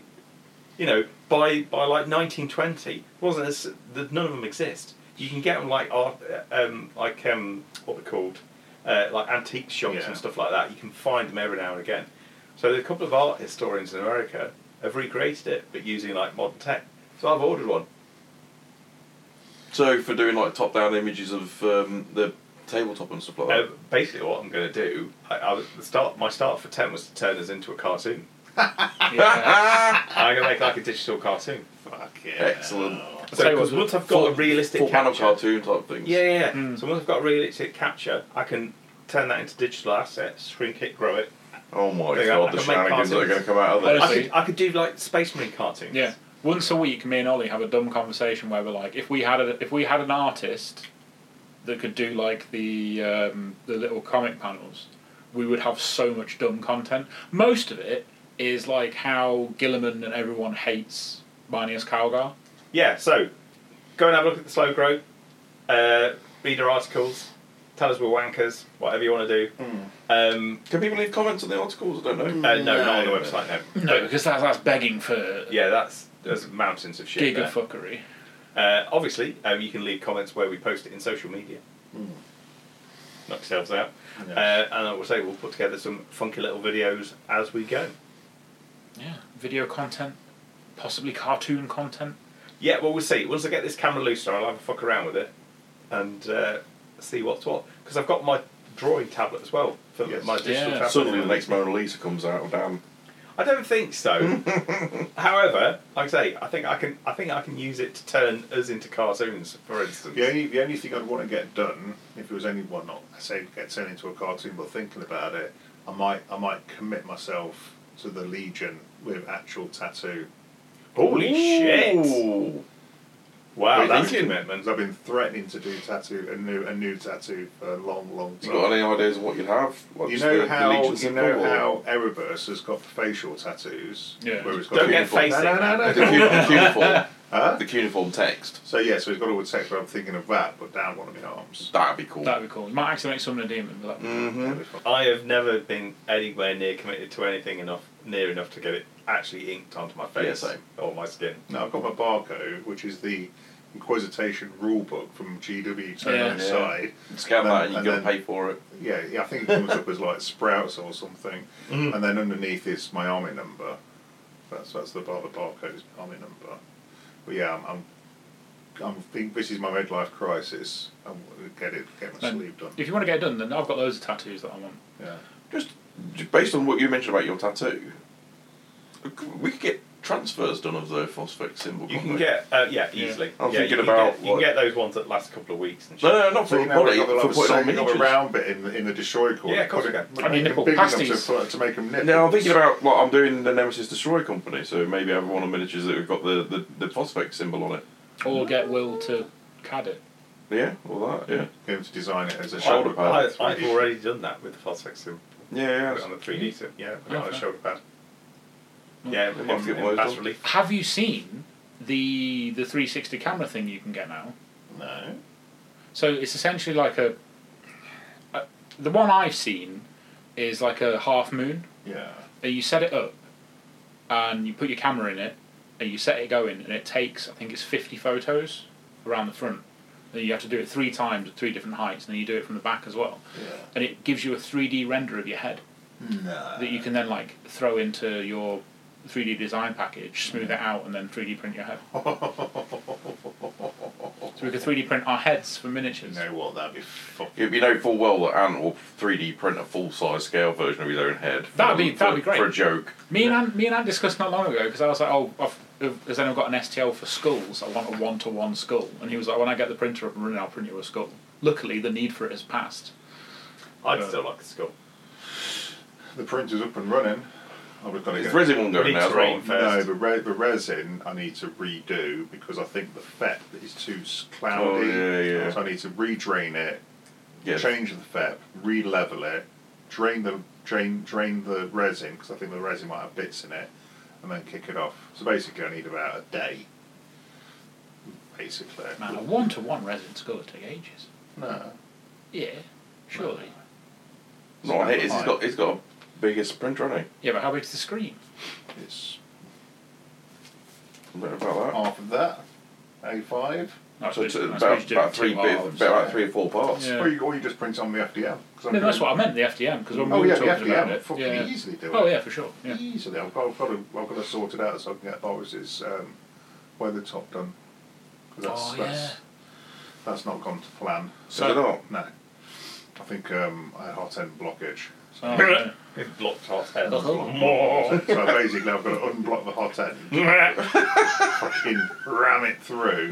Speaker 1: you know, by by like 1920, wasn't as the, none of them exist. You can get them like art, um, like um, what they're called, uh, like antique shops
Speaker 3: Yeah.
Speaker 1: and stuff like that. You can find them every now and again. So there's a couple of art historians in America have recreated it, but using like modern tech. So I've ordered one.
Speaker 4: So for doing like top down images of um, the tabletop and stuff like that.
Speaker 1: Uh, basically, what I'm going to do, I, I was, the start my start for ten was to turn us into a cartoon.
Speaker 2: Oh, yeah.
Speaker 1: I'm going to make like a digital cartoon.
Speaker 3: Fuck yeah.
Speaker 4: Excellent.
Speaker 1: So,
Speaker 2: Tell you
Speaker 1: because
Speaker 2: what,
Speaker 1: once I've got
Speaker 4: Full-
Speaker 1: a realistic
Speaker 4: full panel
Speaker 1: capture,
Speaker 4: cartoon type things.
Speaker 1: yeah, yeah. yeah.
Speaker 2: Mm.
Speaker 1: So once I've got a realistic capture, I can turn that into digital assets, shrink it, grow it.
Speaker 4: Oh my
Speaker 1: There you go.
Speaker 4: god,
Speaker 1: I
Speaker 4: the
Speaker 1: can make
Speaker 4: shenanigans that are
Speaker 1: cartoons.
Speaker 4: going to come out of this.
Speaker 1: I
Speaker 2: Honestly.
Speaker 1: could, I could do like Space Marine cartoons.
Speaker 2: Yeah. Once a week, me and Ollie have a dumb conversation where we're like, if we had a, if we had an artist that could do like the um, the little comic panels, we would have so much dumb content. Most of it is like how Gilliman and everyone hates Marnius Calgar.
Speaker 1: Yeah. So go and have a look at the slow grow. Uh, read our articles. Tell us we're wankers. Whatever you want to do.
Speaker 2: Hmm.
Speaker 1: Um,
Speaker 4: Can people leave comments on the articles? I don't
Speaker 1: uh,
Speaker 4: know.
Speaker 1: no, not on the
Speaker 3: No.
Speaker 1: website. No.
Speaker 2: No, because that's that's begging for
Speaker 1: Yeah, that's there's mountains of shit.
Speaker 2: giga
Speaker 1: There.
Speaker 2: fuckery.
Speaker 1: Uh, obviously, um, you can leave comments where we post it in social media. Knock yourselves out.
Speaker 3: Yeah.
Speaker 1: Uh, and I will say we'll put together some funky little videos as we go.
Speaker 2: Yeah, video content, possibly cartoon content.
Speaker 1: Yeah, well, we'll see. Once I get this camera looser, I'll have a fuck around with it and uh, see what's what. Because I've got my drawing tablet as well for
Speaker 3: Yes.
Speaker 1: my digital
Speaker 2: Yeah.
Speaker 1: tablet.
Speaker 4: Suddenly the next Mona Lisa comes out. Oh, damn.
Speaker 1: I don't think so. However, like I say, I think I can. I think I can use it to turn us into cartoons, for instance.
Speaker 3: The only the only thing I'd want to get done, if it was any well not I say get turned into a cartoon, but thinking about it, I might I might commit myself to the Legion with actual tattoo.
Speaker 1: Holy shit!
Speaker 4: Ooh.
Speaker 1: Wow,
Speaker 4: What are you
Speaker 1: that's a
Speaker 4: thinking?
Speaker 1: commitment.
Speaker 3: 'Cause I've been threatening to do tattoo a new a new tattoo for a long long
Speaker 4: You got
Speaker 3: time.
Speaker 4: any ideas of what you'd have? Like
Speaker 3: You
Speaker 4: just
Speaker 3: know
Speaker 4: the- the
Speaker 3: how
Speaker 4: Legion
Speaker 3: you
Speaker 4: symbol
Speaker 3: know
Speaker 4: or-
Speaker 3: how Erebus has got facial tattoos.
Speaker 2: Yeah.
Speaker 3: Where it's got
Speaker 1: Don't get
Speaker 4: Beautiful.
Speaker 1: facing.
Speaker 3: No, no, no,
Speaker 4: the, cu- the cuneiform,
Speaker 3: Huh?
Speaker 4: the cuneiform text.
Speaker 3: So yeah, so he's got all the text, but I'm thinking of that, but down one of my arms.
Speaker 4: That'd be cool.
Speaker 2: That'd be cool. You might actually make someone a demon. But
Speaker 1: Mm.
Speaker 2: that,
Speaker 4: hmm
Speaker 3: That'd be fun.
Speaker 1: I have never been anywhere near committed to anything enough near enough to get it actually inked onto my face
Speaker 4: Yeah, same.
Speaker 1: or my skin.
Speaker 3: No, I've got my barcode, which is the Inquisitation rulebook from GW turned
Speaker 2: Yeah.
Speaker 3: on its
Speaker 4: Yeah.
Speaker 3: side.
Speaker 4: Scan
Speaker 3: And
Speaker 4: that
Speaker 3: then-
Speaker 4: and you
Speaker 3: and
Speaker 4: gotta
Speaker 3: then-
Speaker 4: pay for it.
Speaker 3: Yeah, yeah, I think it comes up as like Sprouts or something, and then underneath is my army number. That's that's the bar the barcode's army number. But yeah, I'm, I'm I'm think this is my midlife crisis. I'm gonna get it, get my
Speaker 2: Then-
Speaker 3: sleeve done.
Speaker 2: if you want to get it done, then I've got loads of tattoos that I want.
Speaker 3: Yeah,
Speaker 4: Just j- based on what you mentioned about your tattoo, we could get transfers done of the phosphate symbol.
Speaker 1: You
Speaker 4: couldn't
Speaker 1: can
Speaker 4: we?
Speaker 1: get uh, yeah
Speaker 2: Yeah.
Speaker 1: easily.
Speaker 4: I'm
Speaker 1: yeah,
Speaker 4: thinking
Speaker 1: you can
Speaker 4: about
Speaker 1: get, you can
Speaker 4: what-
Speaker 1: get those ones that last a couple of weeks. And shit.
Speaker 4: No, no, not
Speaker 3: so
Speaker 4: for
Speaker 3: you
Speaker 4: a
Speaker 3: know,
Speaker 4: body,
Speaker 3: you've got,
Speaker 4: for
Speaker 3: like,
Speaker 4: putting on
Speaker 3: you've got a
Speaker 4: miniatures.
Speaker 3: round bit in the, in the destroy corner.
Speaker 1: Yeah, of course
Speaker 3: put
Speaker 1: you
Speaker 3: it-
Speaker 1: can.
Speaker 2: I mean,
Speaker 3: make
Speaker 2: nipple
Speaker 3: them big enough
Speaker 2: pasties.
Speaker 3: to, put- to make them nip.
Speaker 4: Now I'm thinking about like I'm doing the Nemesis Destroy Company, so maybe I have one of the miniatures that have got the, the, the phosphate symbol on it.
Speaker 2: Or get Will to cad it.
Speaker 4: Yeah, all that. Yeah,
Speaker 3: going to design it as a
Speaker 1: I-
Speaker 3: shoulder pad.
Speaker 1: I,
Speaker 3: It's really
Speaker 1: I've already done that with the Phosphex sim.
Speaker 4: yeah,
Speaker 1: Put it
Speaker 4: yeah.
Speaker 1: on the 3D sim. Yeah, put it on a
Speaker 2: Okay.
Speaker 1: shoulder pad. Yeah,
Speaker 4: They must
Speaker 1: in-
Speaker 4: get
Speaker 1: in
Speaker 4: those
Speaker 1: bas
Speaker 4: done.
Speaker 1: relief.
Speaker 2: Have you seen the the 360 camera thing you can get now?
Speaker 3: No.
Speaker 2: So it's essentially like a, a the one I've seen is like a half moon.
Speaker 3: Yeah.
Speaker 2: And you set it up, and you put your camera in it, and you set it going, and it takes I think it's 50 photos around the front. And you have to do it three times at three different heights, and then you do it from the back as well.
Speaker 3: Yeah.
Speaker 2: And it gives you a 3D render of your head.
Speaker 3: No.
Speaker 2: that you can then like throw into your 3D design package, smooth it out, and then 3D print your head. So we could 3D print our heads for miniatures.
Speaker 3: You know what? That'd be fucking.
Speaker 4: You you know full well that Ant will 3D print a full size scale version of his own head. for-
Speaker 2: That'd be-
Speaker 4: for-
Speaker 2: that'd be great.
Speaker 4: for a joke.
Speaker 2: Me and Anne, me and Anne discussed not long ago because I was like, oh, I've, has anyone got an STL for skulls? I want a one-to-one skull, and he was like, when I get the printer up and running, I'll print you a skull. Luckily, the need for it has passed.
Speaker 1: I'd
Speaker 3: Yeah.
Speaker 1: still like the school.
Speaker 3: The printer's up and running. I've just got to
Speaker 4: Is
Speaker 3: get.
Speaker 4: resin one
Speaker 1: We
Speaker 4: going
Speaker 1: need
Speaker 4: now
Speaker 1: to
Speaker 4: as well?
Speaker 1: read.
Speaker 3: no,
Speaker 1: first.
Speaker 3: the, re- the resin I need to redo because I think the FEP is too s-
Speaker 4: Oh,
Speaker 3: cloudy.
Speaker 4: yeah, yeah.
Speaker 3: So I need to redrain it,
Speaker 4: Yes.
Speaker 3: change the FEP, re-level it, drain the drain drain the resin because I think the resin might have bits in it, and then kick it off. So basically, I need about a day. Basically,
Speaker 2: Man, a one to one resin school would take ages.
Speaker 3: no.
Speaker 2: Yeah, surely.
Speaker 4: Not on it. It's it's got it's got a biggest printer, hasn't it?
Speaker 2: Yeah, but how big's the screen?
Speaker 3: It's
Speaker 4: I don't know about
Speaker 3: half of that. A5.
Speaker 2: No, I
Speaker 4: that. So
Speaker 2: suppose-
Speaker 4: it's
Speaker 2: I
Speaker 4: about,
Speaker 2: suppose you do
Speaker 4: about
Speaker 2: two
Speaker 4: three bit,
Speaker 2: halves.
Speaker 4: about like three or four parts.
Speaker 2: Yeah.
Speaker 3: Or, you, or you just print on the FDM. 'cause I'm
Speaker 2: No, that's
Speaker 3: doing-
Speaker 2: what I meant, the FDM, because when we
Speaker 3: Oh,
Speaker 2: were
Speaker 3: yeah, the
Speaker 2: talking about
Speaker 3: FDM.
Speaker 2: it.
Speaker 3: Fucking
Speaker 2: yeah.
Speaker 3: easily do
Speaker 2: Oh,
Speaker 3: it.
Speaker 2: yeah, for sure. Yeah.
Speaker 3: Easily. I've got, I've, got to, I've got to sort it out so I can get Boris's um, weather top done. 'Cause
Speaker 2: Oh, yeah.
Speaker 3: that's, that's not gone to plan.
Speaker 4: So, is it not?
Speaker 3: No. I think um, I had hot end blockage. So,
Speaker 2: Oh, yeah.
Speaker 1: It blocked hot head.
Speaker 2: Oh.
Speaker 3: so basically, I've got to unblock the hot end, fucking ram it through,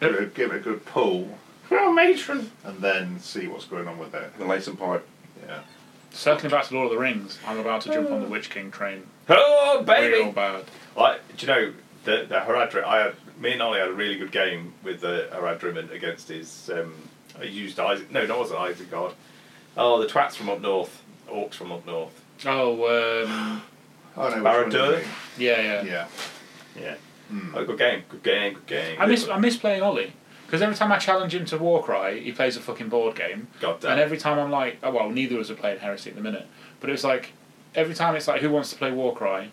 Speaker 3: give it, give it a good pull,
Speaker 1: Well, matron.
Speaker 3: and then see what's going on with it.
Speaker 4: The Leyton pipe.
Speaker 3: Yeah.
Speaker 2: Circling back to Lord of the Rings, I'm about to jump on the Witch King train.
Speaker 1: Oh, baby.
Speaker 2: Real bad.
Speaker 1: I, do you know the the Haradrim? I had, me and Ollie had a really good game with the Haradrim against his. Um, I used Isaac. No, no, it wasn't Isengard. Oh, the twats from up north, orcs from up north.
Speaker 2: Oh, um,
Speaker 3: I know which
Speaker 1: Barra
Speaker 3: one you
Speaker 1: Dura?
Speaker 3: mean.
Speaker 2: yeah, yeah.
Speaker 3: Yeah.
Speaker 1: Yeah. Oh, good game. Good game. Good game.
Speaker 2: I miss I miss playing Ollie because every time I challenge him to Warcry, he plays a fucking board game.
Speaker 1: God damn.
Speaker 2: And every time I'm like, oh, well, neither of us are playing Heresy at the minute, but it's like every time it's like, who wants to play Warcry?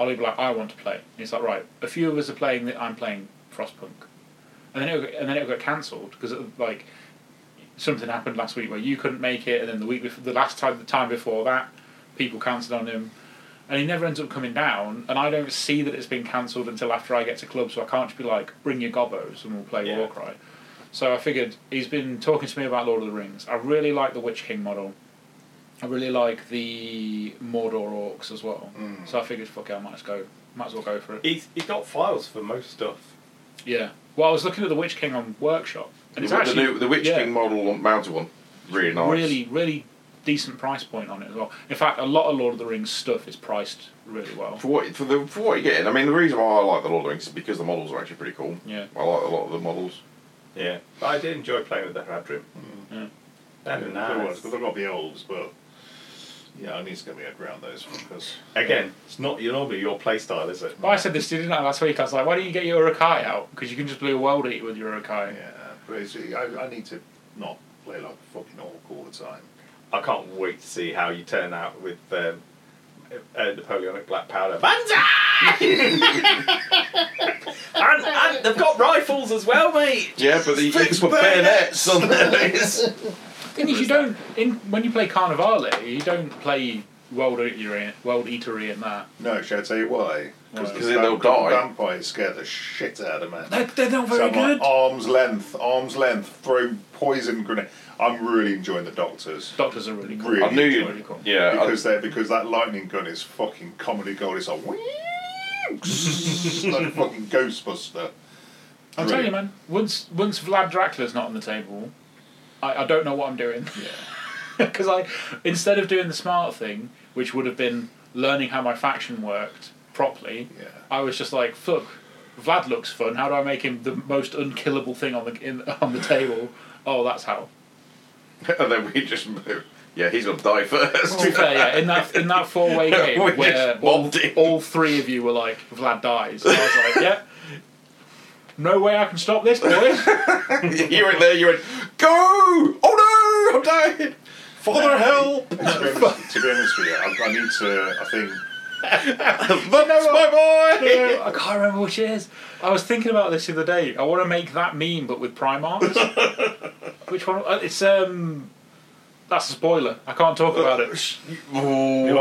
Speaker 2: Ollie be like, I want to play. And it's like, right, a few of us are playing that I'm playing Frostpunk, and then it and then it got cancelled because like something happened last week where you couldn't make it, and then the week before, the last time, the time before that, people cancelled on him, and he never ends up coming down. And I don't see that it's been cancelled until after I get to club, so I can't just be like, bring your gobos and we'll play
Speaker 1: Yeah.
Speaker 2: Warcry. So I figured he's been talking to me about Lord of the Rings. I really like the Witch King model. I really like the Mordor orcs as well.
Speaker 4: Mm.
Speaker 2: So I figured, fuck it, I might as go, might as well go for it.
Speaker 1: He's, he's got files for most stuff.
Speaker 2: Yeah. Well, I was looking at the Witch King on Workshop, and it's
Speaker 4: the,
Speaker 2: actually
Speaker 4: the, new, the Witch
Speaker 2: yeah.
Speaker 4: King model mounted one. Really nice.
Speaker 2: Really, really decent price point on it as well. In fact, a lot of Lord of the Rings stuff is priced really well.
Speaker 4: For what for the for what you're getting, I mean the reason why I like the Lord of the Rings is because the models are actually pretty cool.
Speaker 2: Yeah.
Speaker 4: I like a lot of the models.
Speaker 1: Yeah. But I did enjoy playing with the Haradrim.
Speaker 2: Yeah.
Speaker 1: They're nice.
Speaker 3: Because I've got the elves, but yeah, I need to get my head around those because
Speaker 1: Again, it's not your normally your playstyle, is it?
Speaker 2: Well, I said this to you, didn't I, last week? I was like, why don't you get your Urukai out? Because you can just blow a world eater with your Urukai.
Speaker 3: yeah, but it's, I, I need to not play like a fucking orc all the time.
Speaker 1: I can't wait to see how you turn out with um, uh, Napoleonic black powder. Banzai! and, and they've got rifles as well, mate.
Speaker 4: Yeah, but the
Speaker 1: Fixed
Speaker 4: it's for bayonets on those.
Speaker 2: thing is, you don't in when you play Carnivale, you don't play world eater in world eatery in that.
Speaker 3: No, shall I tell you why?
Speaker 2: Why?
Speaker 3: the
Speaker 4: 'Cause then they'll
Speaker 3: vamp-
Speaker 4: die.
Speaker 3: Vampires scare the shit out of me.
Speaker 2: They're, they're not
Speaker 3: So
Speaker 2: very
Speaker 3: I'm like,
Speaker 2: good.
Speaker 3: arms length, arms length, throw poison grenade. I'm really enjoying the doctors.
Speaker 2: Doctors are really cool.
Speaker 3: Really
Speaker 4: I knew
Speaker 2: Really
Speaker 4: you.
Speaker 2: cool.
Speaker 4: Yeah, I-
Speaker 3: Because they because that lightning gun is fucking comedy gold. It's like, like a fucking Ghostbuster.
Speaker 2: I'll tell you, man. Once once Vlad Dracula's not on the table, I, I don't know what I'm doing. Because I instead of doing the smart thing, which would have been learning how my faction worked properly,
Speaker 3: Yeah.
Speaker 2: I was just like, "Fuck, Vlad looks fun. How do I make him the most unkillable thing on the in, on the table?" Oh, that's how.
Speaker 4: and then we just move. Yeah, he's gonna die first.
Speaker 2: To be fair, yeah, in that in that four way game
Speaker 4: We
Speaker 2: where
Speaker 4: just
Speaker 2: all,
Speaker 4: bombed him.
Speaker 2: all three of you were like, "Vlad dies," I was like, "Yeah, no way I can stop this, boys."
Speaker 4: you went there. You went go. Oh no! I'm dying. Father help!
Speaker 3: To be honest, to be honest with you, I, I need to. I think
Speaker 4: That's my boy.
Speaker 2: I can't remember which it is. I was thinking about this the other day. I want to make that meme, but with Primarchs. which one? uh, It's um. That's a spoiler. I can't talk about it.
Speaker 4: Oh.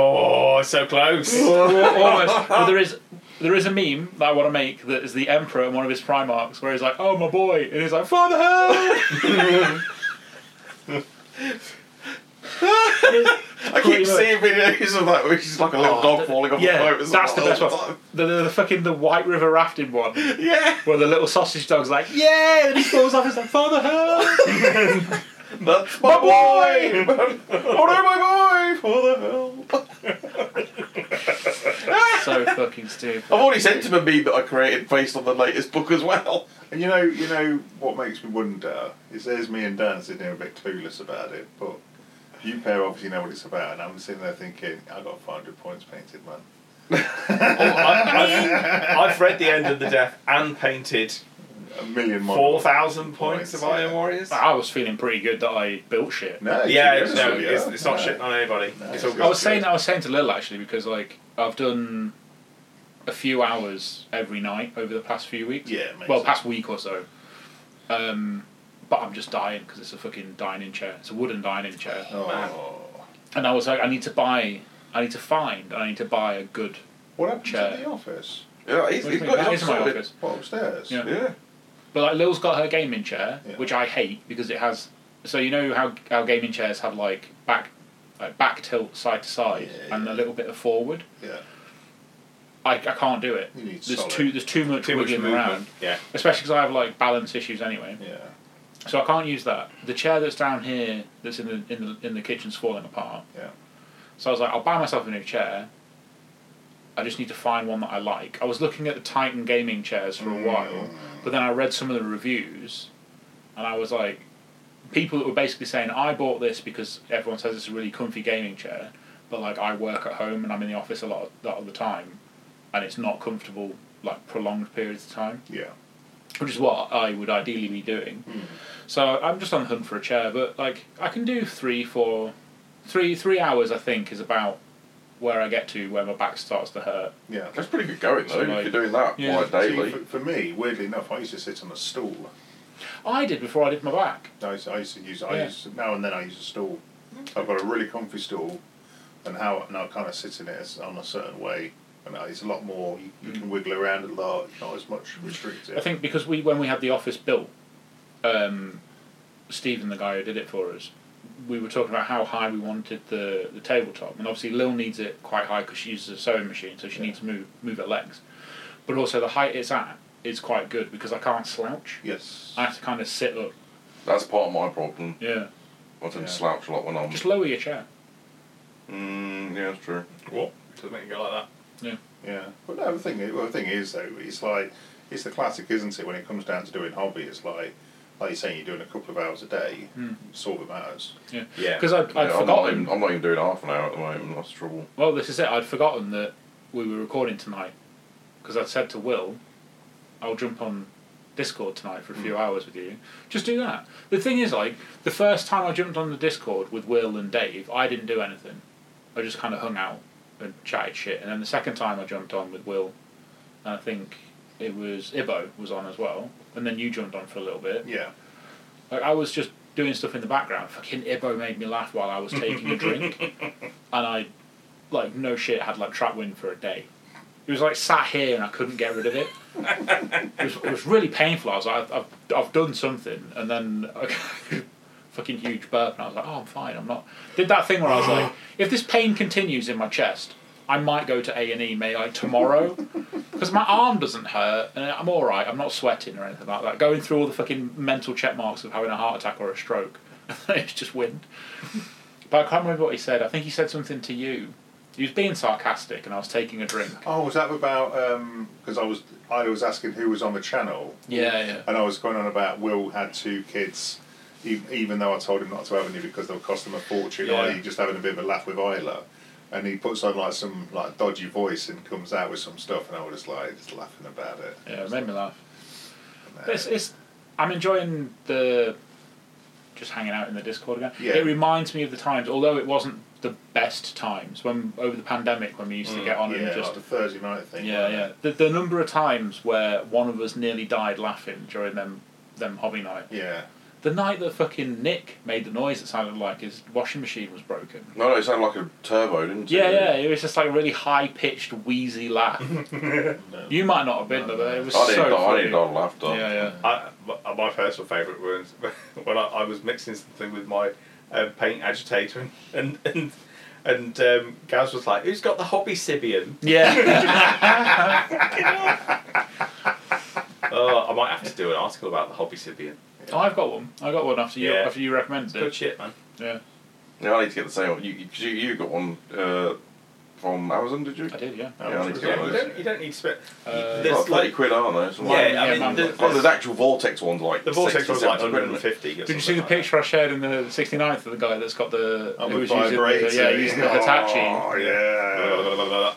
Speaker 1: Oh, so close.
Speaker 2: Al- Almost. But there is. There is a meme that I want to make that is the Emperor and one of his Primarchs, where he's like, "Oh my boy," and he's like, "Father help!"
Speaker 4: I keep seeing videos of that, which is like a little
Speaker 2: Oh,
Speaker 4: dog
Speaker 2: th-
Speaker 4: falling off a
Speaker 2: yeah,
Speaker 4: boat. It's
Speaker 2: that's the
Speaker 4: like, oh,
Speaker 2: best one.
Speaker 4: fuck.
Speaker 2: The, the, the fucking the White River rafting one,
Speaker 4: Yeah.
Speaker 2: where the little sausage dog's like, "Yeah," and he falls off. He's like, "Father help!"
Speaker 4: That's my boy! oh no, my boy! For the help!
Speaker 2: so fucking stupid.
Speaker 4: I've already sent him a meme that I created based on the latest book as well.
Speaker 3: And you know, you know what makes me wonder is there's me and Dan sitting there a bit clueless about it, but you pair obviously know what it's about, and I'm sitting there thinking, I got 500 points painted, man.
Speaker 1: Oh, I, have read the end of the death and painted
Speaker 3: A million more.
Speaker 1: four thousand points of
Speaker 3: Points, yeah.
Speaker 1: Iron Warriors.
Speaker 2: I was feeling pretty good that I built shit.
Speaker 3: No,
Speaker 1: Yeah,
Speaker 3: you
Speaker 1: it's,
Speaker 3: really
Speaker 1: no,
Speaker 3: are.
Speaker 1: it's, it's not
Speaker 3: No.
Speaker 1: shitting on anybody.
Speaker 3: No,
Speaker 1: it's
Speaker 3: it's
Speaker 1: all
Speaker 3: good.
Speaker 1: good.
Speaker 2: I was saying I was saying to Lil actually because like I've done a few hours every night over the past few weeks.
Speaker 3: Yeah, it makes
Speaker 2: well,
Speaker 3: sense.
Speaker 2: past week or so. Um, but I'm just dying because it's a fucking dining chair. It's a wooden dining chair,
Speaker 3: Oh.
Speaker 2: and I was like, I need to buy, I need to find, I need to buy a good.
Speaker 3: What happened
Speaker 2: Chair.
Speaker 3: to the office?
Speaker 4: Yeah, he's,
Speaker 2: What
Speaker 4: he's
Speaker 2: do you
Speaker 4: got
Speaker 2: mean? That
Speaker 4: his
Speaker 2: is my
Speaker 4: sorted.
Speaker 2: office.
Speaker 3: What, upstairs?
Speaker 2: Yeah.
Speaker 4: Yeah.
Speaker 2: But like Lil's got her gaming chair,
Speaker 3: Yeah.
Speaker 2: which I hate because it has. So you know how how gaming chairs have like back, like back tilt side to side
Speaker 3: Yeah,
Speaker 2: and a
Speaker 3: yeah.
Speaker 2: little bit of forward.
Speaker 3: Yeah.
Speaker 2: I, I can't do it.
Speaker 3: You need
Speaker 2: There's
Speaker 3: solid.
Speaker 2: too there's too much
Speaker 1: too much
Speaker 2: wiggling
Speaker 1: movement.
Speaker 2: around,
Speaker 1: Yeah,
Speaker 2: especially because I have like balance issues anyway.
Speaker 3: Yeah.
Speaker 2: So I can't use that. The chair that's down here, that's in the in the in the kitchen's falling apart.
Speaker 3: Yeah.
Speaker 2: So I was like, I'll buy myself a new chair. I just need to find one that I like. I was looking at the Titan gaming chairs for a while, but then I read some of the reviews, and I was like, people that were basically saying I bought this because everyone says it's a really comfy gaming chair, but like I work at home and I'm in the office a lot of, lot of the time, and it's not comfortable like prolonged periods of time
Speaker 3: Yeah.
Speaker 2: which is what I would ideally be doing. So I'm just on the hunt for a chair, but like I can do three, four, three, three hours. I think is about where I get to where my back starts to hurt.
Speaker 3: Yeah.
Speaker 4: That's pretty good going though.
Speaker 2: So,
Speaker 4: if
Speaker 2: like-
Speaker 4: you're doing that
Speaker 2: Yeah.
Speaker 4: quite
Speaker 3: See,
Speaker 4: daily.
Speaker 3: for, for me, weirdly enough, I used to sit on a stool.
Speaker 2: I did before I did my back.
Speaker 3: I used, I used to use.
Speaker 2: Yeah.
Speaker 3: I used to, now and then I use a stool. I've got a really comfy stool, and how and I kind of sit in it as- on a certain way, and it's a lot more. You, you can wiggle around a lot. It's not as much restricted.
Speaker 2: Mm. I think because we when we had the office built, um, Stephen, the guy who did it for us, we were talking about how high we wanted the, the tabletop, and obviously Lil needs it quite high because she uses a sewing machine, so she
Speaker 3: Yeah.
Speaker 2: needs to move move her legs, but also the height it's at is quite good because I can't slouch.
Speaker 3: yes.
Speaker 2: I have to kind of sit up.
Speaker 4: That's part of my problem.
Speaker 2: Yeah.
Speaker 4: I tend
Speaker 3: Yeah.
Speaker 4: to slouch a lot when I'm.
Speaker 2: Just lower your chair.
Speaker 4: Mm, yeah, that's true.
Speaker 1: what doesn't make it go like that.
Speaker 3: Yeah, but no, the thing, well, the thing is though, it's like it's the classic, isn't it? When it comes down to doing hobby, it's like like you're saying, you're doing a couple of hours a day.
Speaker 2: Mm.
Speaker 3: Sort of matters.
Speaker 1: Yeah,
Speaker 2: Because I'd, I'd
Speaker 4: Yeah, I'm, not
Speaker 2: forgotten.
Speaker 4: even, I'm not even doing half an hour at the moment. That's the trouble.
Speaker 2: Well, this is it. I'd forgotten that we were recording tonight. Because I'd said to Will, I'll jump on Discord tonight for a
Speaker 4: Hmm.
Speaker 2: few hours with you. Just do that. The thing is, like, the first time I jumped on the Discord with Will and Dave, I didn't do anything. I just kind of hung out and chatted shit. And then the second time I jumped on with Will, and I think it was Ibo was on as well. And then you jumped on for a little bit.
Speaker 3: Yeah.
Speaker 2: Like I was just doing stuff in the background. Fucking Ibo made me laugh while I was taking a drink, and I, like no shit, had like trap wind for a day. It was like sat here and I couldn't get rid of it. it, was, it was really painful. I was like, I've, I've, I've done something, and then I fucking huge burp, and I was like, oh, I'm fine. I'm not. Did that thing where I was like, if this pain continues in my chest, I might go to A and E, may I tomorrow? Because my arm doesn't hurt, and I'm all right. I'm not sweating or anything like that. Going through all the fucking mental check marks of having a heart attack or a stroke, it's just wind. But I can't remember what he said. I think he said something to you. He was being sarcastic, and I was taking a drink.
Speaker 3: Oh, was that about? Because I was I was asking who was on the channel,
Speaker 2: Yeah, yeah.
Speaker 3: and I was going on about Will had two kids. e- Even though I told him not to have any because they'll cost him a fortune,
Speaker 2: Yeah.
Speaker 3: i.e., just having a bit of a laugh with Isla, and he puts on like some like dodgy voice and comes out with some stuff, and I was just like just laughing about it.
Speaker 2: Yeah, it made me laugh. But It's, it's, I'm enjoying the just hanging out in the Discord again.
Speaker 3: Yeah.
Speaker 2: It reminds me of the times, although it wasn't the best times when over the pandemic when we used
Speaker 4: Mm,
Speaker 2: to get on
Speaker 3: yeah,
Speaker 2: and just
Speaker 3: like the Thursday night thing.
Speaker 2: yeah
Speaker 3: wasn't it?
Speaker 2: yeah the, the number of times where one of us nearly died laughing during them them hobby night.
Speaker 3: Yeah.
Speaker 2: The night that fucking Nick made the noise that sounded like his washing machine was broken.
Speaker 4: No, no, it sounded like a turbo, didn't it?
Speaker 2: Yeah, yeah, it was just like a really high pitched, wheezy laugh. You might not have been there, but it was
Speaker 4: I
Speaker 2: so
Speaker 4: didn't. die- I
Speaker 2: funny.
Speaker 4: didn't die of laughter.
Speaker 2: yeah, yeah.
Speaker 1: I, my- my personal favourite was when I, I was mixing something with my um, paint agitator, and and and, and um, Gaz was like, "Who's got the hobby sibian?"
Speaker 2: Yeah.
Speaker 1: Oh, I might have to do an article about the hobby sibian.
Speaker 2: Oh, I've got one. I got one after you
Speaker 1: Yeah.
Speaker 2: after you recommended
Speaker 1: Good
Speaker 2: it.
Speaker 1: shit, man.
Speaker 2: Yeah,
Speaker 4: Yeah, I need to get the same one. You, you, 'cause you you got one uh, from Amazon, did you?
Speaker 2: I did. Yeah.
Speaker 4: Yeah, I need to
Speaker 1: Yeah,
Speaker 4: get
Speaker 1: you,
Speaker 4: one.
Speaker 1: don't, you don't need to spend.
Speaker 2: Uh,
Speaker 4: Well,
Speaker 1: there's
Speaker 4: 30
Speaker 1: like
Speaker 4: quid, aren't they? Something
Speaker 1: yeah,
Speaker 4: like-
Speaker 2: yeah,
Speaker 1: I mean,
Speaker 2: man,
Speaker 1: there's,
Speaker 4: Oh, there's actual Vortex ones like
Speaker 1: the vortex
Speaker 4: 60,
Speaker 1: was like
Speaker 4: 70 quid, isn't it?
Speaker 1: 150.
Speaker 2: Did you see the picture I shared in the 69th of the guy that's got the
Speaker 3: I'm
Speaker 2: who
Speaker 3: a
Speaker 2: was using the, yeah using the Hitachi?
Speaker 3: Oh,
Speaker 1: Uh,
Speaker 3: yeah.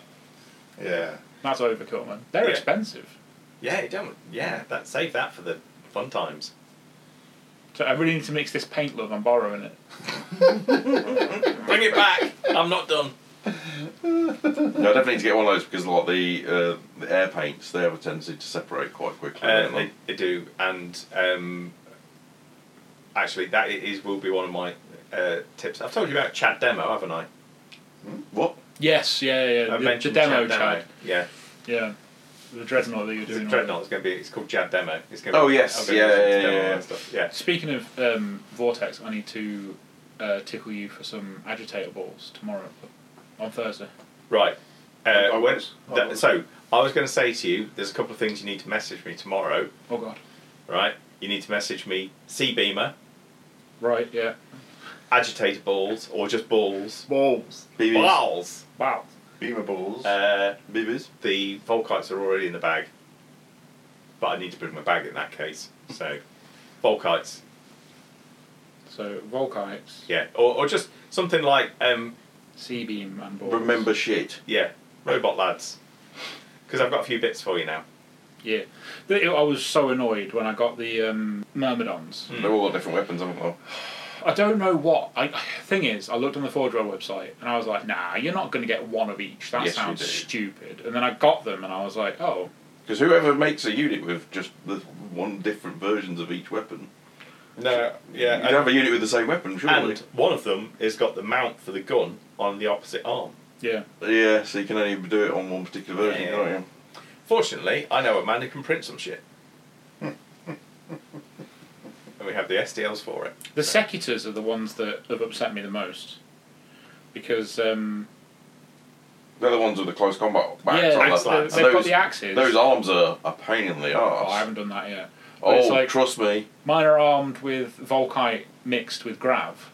Speaker 1: Yeah,
Speaker 3: Yeah.
Speaker 2: That's overkill, man. They're
Speaker 1: Yeah.
Speaker 2: expensive.
Speaker 1: yeah, don't. Yeah, that save that for the fun times.
Speaker 2: So I really need to mix this paint love. I'm borrowing it.
Speaker 1: Bring it back. I'm not done.
Speaker 4: No, I definitely need to get one of those because like the uh, the air paints, they have a tendency to separate quite quickly.
Speaker 1: Uh,
Speaker 4: don't they?
Speaker 1: they, they do, and um, actually, that i- is will be one of my uh, tips. I've told you about Chad demo, haven't I?
Speaker 4: What?
Speaker 2: Yes. Yeah. Yeah.
Speaker 1: I
Speaker 2: the- the, demo
Speaker 1: Chad
Speaker 2: chat.
Speaker 1: Yeah,
Speaker 2: Yeah. The dreadnought that you were
Speaker 1: it's a
Speaker 2: doing.
Speaker 1: dreadnought. It's going to be. It's called Chad demo. It's going.
Speaker 4: Oh, yes, yeah, yeah, yeah, yeah.
Speaker 1: yeah.
Speaker 2: Speaking of um, Vortex, I need to uh, tickle you for some agitator balls tomorrow on Thursday.
Speaker 1: Right. Uh,
Speaker 3: I
Speaker 1: when-
Speaker 3: was. I
Speaker 1: that-
Speaker 3: was.
Speaker 1: so I was going to say to you, there's a couple of things you need to message me tomorrow.
Speaker 2: Oh God.
Speaker 1: Right. You need to message me Sea Beamer,
Speaker 2: Right. Yeah.
Speaker 1: agitator balls, or just balls.
Speaker 2: Balls.
Speaker 4: BBs?
Speaker 1: Balls.
Speaker 2: Wow.
Speaker 3: Beamer balls.
Speaker 1: Uh,
Speaker 4: BBs?
Speaker 1: the Volkites are already in the bag, but I need to bring my bag in that case. So, Volkites,
Speaker 2: So Volkites,
Speaker 1: yeah, or, or just something like um,
Speaker 2: Sea Beam, and balls.
Speaker 4: Remember shit.
Speaker 1: yeah, robot lads, because I've got a few bits for you now.
Speaker 2: Yeah. The- I was so annoyed when I got the um, Myrmidons.
Speaker 1: Hmm.
Speaker 4: They've all got different weapons, haven't they?
Speaker 2: I don't know what. I thing is, I looked on the Forge World website and I was like, nah, you're not going to get one of each. That
Speaker 4: Yes, you
Speaker 2: sounds
Speaker 4: do.
Speaker 2: stupid. And then I got them and I was like, oh,
Speaker 4: Because whoever makes a unit with just the one different versions of each weapon,
Speaker 1: No,
Speaker 4: you'd have a unit with the same weapon, surely.
Speaker 1: and one of them has got the mount for the gun on the opposite arm.
Speaker 2: yeah.
Speaker 4: yeah, so you can only do it on one particular version,
Speaker 1: Yeah.
Speaker 4: can't you?
Speaker 1: Fortunately, I know a man who can print some shit, and we have the SDLs for it.
Speaker 2: The Secutors are the ones that have upset me the most. Because, um,
Speaker 4: They're the ones with the close combat backs.
Speaker 2: yeah,
Speaker 4: aren't
Speaker 1: axe
Speaker 2: they-
Speaker 1: like
Speaker 2: they've
Speaker 1: lance.
Speaker 4: And
Speaker 2: got
Speaker 4: those,
Speaker 2: the axes.
Speaker 4: those arms are a pain in the
Speaker 2: Oh, I
Speaker 4: arse.
Speaker 2: haven't done that yet. But
Speaker 4: Oh,
Speaker 2: it's like-
Speaker 4: trust me.
Speaker 2: Mine are armed with Volkite mixed with Grav.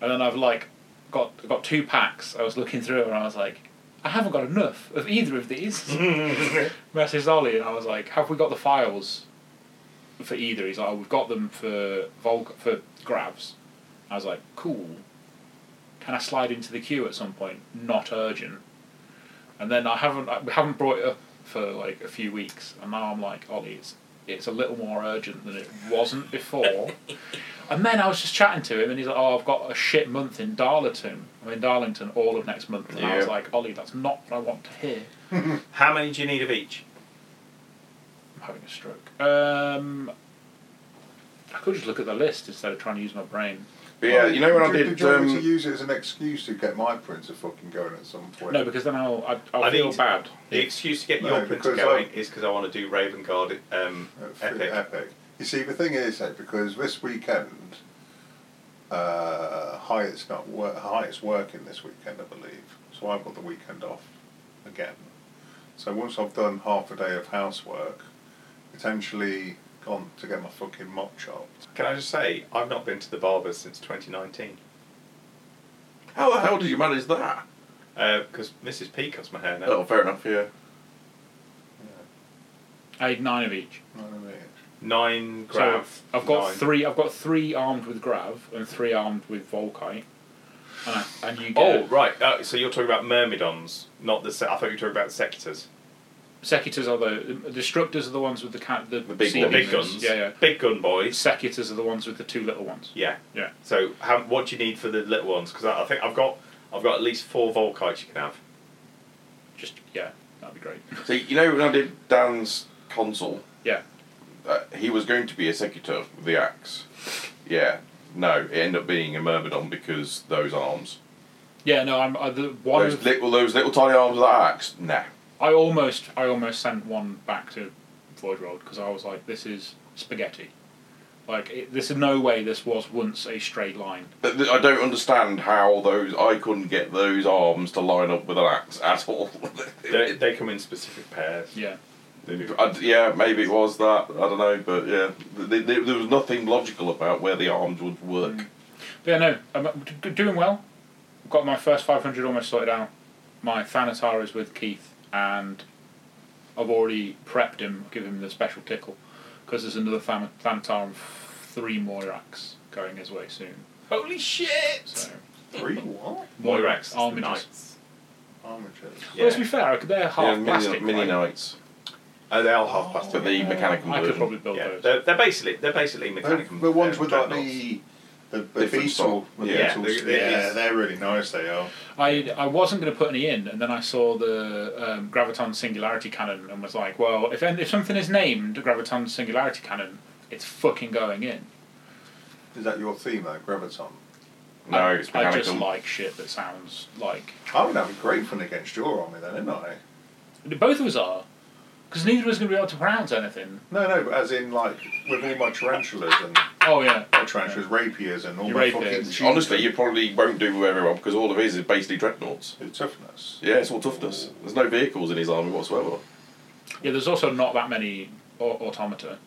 Speaker 2: And then I've like got got two packs. I was looking through and I was like, I haven't got enough of either of these. Messaged Ollie and I was like, Have we got the files for either? He's like, Oh, we've got them for Volk for Gravs. I was like, Cool. Can I slide into the queue at some point? Not urgent. And then I haven't I we haven't brought it up for like a few weeks, and now I'm like, Ollie, it's it's a little more urgent than it wasn't before. and then I was just chatting to him, and he's like, "Oh, I've got a shit month in Darlington. I'm in Darlington all of next month." And I was
Speaker 4: Yeah.
Speaker 2: like, "Ollie, that's not what I want to hear."
Speaker 1: How many do you need of each?
Speaker 2: I'm having a stroke. Um, I could just look at the list instead of trying to use my brain.
Speaker 4: But yeah, you know when I
Speaker 3: do,
Speaker 4: did.
Speaker 3: Do you want me
Speaker 4: um,
Speaker 3: to use it as an excuse to get my printer fucking going at some point?
Speaker 2: No, because then I'll I'll, I'll
Speaker 1: I
Speaker 2: feel
Speaker 1: need-
Speaker 2: bad.
Speaker 1: The excuse to get
Speaker 3: No,
Speaker 1: your printer
Speaker 3: because
Speaker 1: going
Speaker 3: I-
Speaker 1: is because I want to do Raven Guard um,
Speaker 3: Uh, for
Speaker 1: Epic.
Speaker 3: epic. You see, the thing is, though, because this weekend, uh, Hyatt's not wor- Hyatt's working this weekend, I believe. So I've got the weekend off again. So once I've done half a day of housework, potentially gone to get my fucking mop chopped.
Speaker 1: Can I just say, I've not been to the barber's since 2019
Speaker 4: How the hell did you manage that?
Speaker 1: because Mrs. uh, P cuts my hair now.
Speaker 4: Oh, fair enough, yeah.
Speaker 2: I need nine of each.
Speaker 3: You know what I mean?
Speaker 1: Nine grav.
Speaker 2: So I've got
Speaker 1: nine.
Speaker 2: three. I've got three armed with grav and three armed with volkite, and, I, and you get
Speaker 1: Oh right, uh, so you're talking about myrmidons, not the. Se- I thought you were talking about the sectors.
Speaker 2: secutors are the destructors are the ones with the cat the,
Speaker 4: The big
Speaker 2: sea
Speaker 1: The big
Speaker 2: demons.
Speaker 1: guns.
Speaker 2: Yeah, yeah.
Speaker 1: Big gun boys.
Speaker 2: Secutors are the ones with the two little ones.
Speaker 1: Yeah.
Speaker 2: Yeah.
Speaker 1: So how, what do you need for the little ones? Because I, I think I've got I've got at least four volkites you can have.
Speaker 2: Just yeah, that'd be great.
Speaker 4: So you know when I did Dan's console,
Speaker 2: Yeah.
Speaker 4: uh, he was going to be a secutor with the axe. Yeah, no, it ended up being a myrmidon because those arms,
Speaker 2: Yeah, no, I'm uh, the one.
Speaker 4: those
Speaker 2: Of,
Speaker 4: little, those little tiny arms of that axe. Nah,
Speaker 2: I almost I almost sent one back to Void World because I was like, this is spaghetti. Like it, this is no way this was once a straight line.
Speaker 4: But th- I don't understand how those. I couldn't get those arms to line up with an axe at all.
Speaker 1: They, they come in specific pairs.
Speaker 2: Yeah.
Speaker 4: I d yeah, maybe it was that. I don't know, but yeah, th th there was nothing logical about where the arms would
Speaker 2: Mm.
Speaker 4: work.
Speaker 2: But yeah, no, I'm d- doing well. Got my first 500 almost sorted out. My Thanatar is with Keith, and I've already prepped him, give him the special tickle, because there's another Than- Thanatar and f- three Moirax going his way soon.
Speaker 1: Holy shit!
Speaker 2: So
Speaker 3: Three what?
Speaker 1: Moirax, is the
Speaker 2: Armages.
Speaker 1: knights.
Speaker 3: Armatures.
Speaker 2: Well,
Speaker 1: Yeah.
Speaker 2: to be fair, they're half
Speaker 4: yeah,
Speaker 2: plastic.
Speaker 4: mini, mini
Speaker 2: right?
Speaker 4: knights,
Speaker 1: Oh, they are half plastic.
Speaker 4: but the mechanical
Speaker 2: I could
Speaker 4: version.
Speaker 2: probably build
Speaker 1: yeah,
Speaker 2: those.
Speaker 1: they're, they're basically they're basically
Speaker 3: The,
Speaker 1: mechanical.
Speaker 3: the ones
Speaker 1: uh,
Speaker 3: with like
Speaker 1: dreadnoughts.
Speaker 3: the the, the
Speaker 4: Different
Speaker 3: beetle,
Speaker 4: sort.
Speaker 3: with
Speaker 4: Yeah,
Speaker 3: the
Speaker 1: they-
Speaker 3: beetles.
Speaker 1: they-
Speaker 3: yeah,
Speaker 1: it's-
Speaker 3: they're really nice. They are.
Speaker 2: I, I wasn't going to put any in, and then I saw the um, Graviton Singularity Cannon and was like, well, if, if something is named Graviton Singularity Cannon, it's fucking going in.
Speaker 3: Is that your theme, though, graviton?
Speaker 4: No, it's
Speaker 2: I just
Speaker 4: mechanical.
Speaker 2: like shit that sounds like.
Speaker 3: I would have a great fun against your army, then, didn't I?
Speaker 2: Both of us are. Because neither of us going to be able to pronounce anything.
Speaker 3: No, no, but as in like with all my tarantulas and
Speaker 2: Oh, yeah.
Speaker 3: not tarantulas, rapiers and all
Speaker 2: Your
Speaker 3: my
Speaker 2: rapiers.
Speaker 3: fucking shooting.
Speaker 4: Honestly, you probably won't do very well because all of his is basically dreadnoughts.
Speaker 3: It's toughness.
Speaker 4: Yeah, it's all toughness. There's no vehicles in his army whatsoever.
Speaker 2: Yeah, there's also not that many au- automata.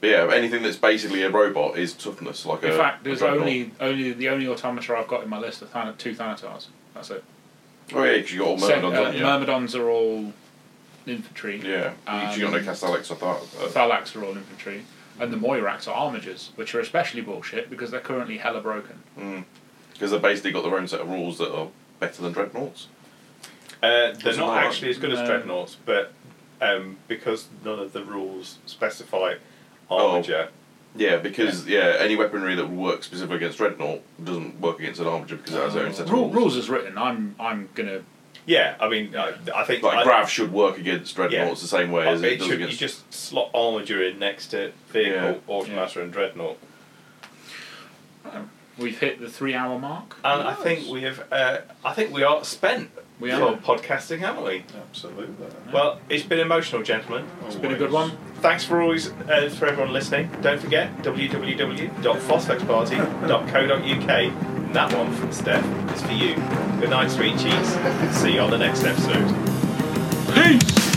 Speaker 4: But yeah, anything that's basically a robot is toughness. Like
Speaker 2: In
Speaker 4: a,
Speaker 2: fact,
Speaker 4: a
Speaker 2: there's
Speaker 4: dreadnought.
Speaker 2: only only the only automata I've got in my list are Thana- two Thanatars. That's it.
Speaker 4: oh yeah, 'cause you got all
Speaker 2: Se-
Speaker 4: myrmidons,
Speaker 2: uh,
Speaker 4: haven't you?
Speaker 2: Myrmidons are all infantry.
Speaker 4: Yeah, you you got no Castalex or
Speaker 2: The
Speaker 4: that.
Speaker 2: Thalax are all infantry, and the Moirax are armagers, which are especially bullshit because they're currently hella broken.
Speaker 4: Because they've basically got their own set of rules that are better than dreadnoughts.
Speaker 1: Uh, they're
Speaker 4: Wasn't
Speaker 1: not
Speaker 4: hard.
Speaker 1: actually as good
Speaker 2: No.
Speaker 1: as dreadnoughts, but um, because none of the rules specify
Speaker 4: Oh.
Speaker 1: armature,
Speaker 4: Yeah, because yeah, any weaponry that would work specifically against dreadnought doesn't work against an armature because it has their own set of
Speaker 2: Rule,
Speaker 4: rules.
Speaker 2: rules as written, I'm I'm gonna.
Speaker 1: yeah, I mean, I, I think
Speaker 4: Like
Speaker 1: I-
Speaker 4: grav should work against dreadnoughts the same way
Speaker 1: I-
Speaker 4: as it,
Speaker 1: it
Speaker 4: does
Speaker 1: should, you
Speaker 4: against.
Speaker 1: just slot armature in next to vehicle,
Speaker 4: Yeah.
Speaker 1: automata, and dreadnought.
Speaker 2: We've hit the three hour mark.
Speaker 1: And I think we have. Uh, I think we are spent
Speaker 2: We
Speaker 1: for
Speaker 2: are.
Speaker 1: podcasting, haven't we?
Speaker 3: Absolutely.
Speaker 1: Well, it's been emotional, gentlemen.
Speaker 2: It's been a good one.
Speaker 1: Thanks for always uh, for everyone listening. Don't forget www.phosphexparty.co.uk. And that one from Steph is for you. Good night, sweet cheese. See you on the next episode.
Speaker 2: Peace.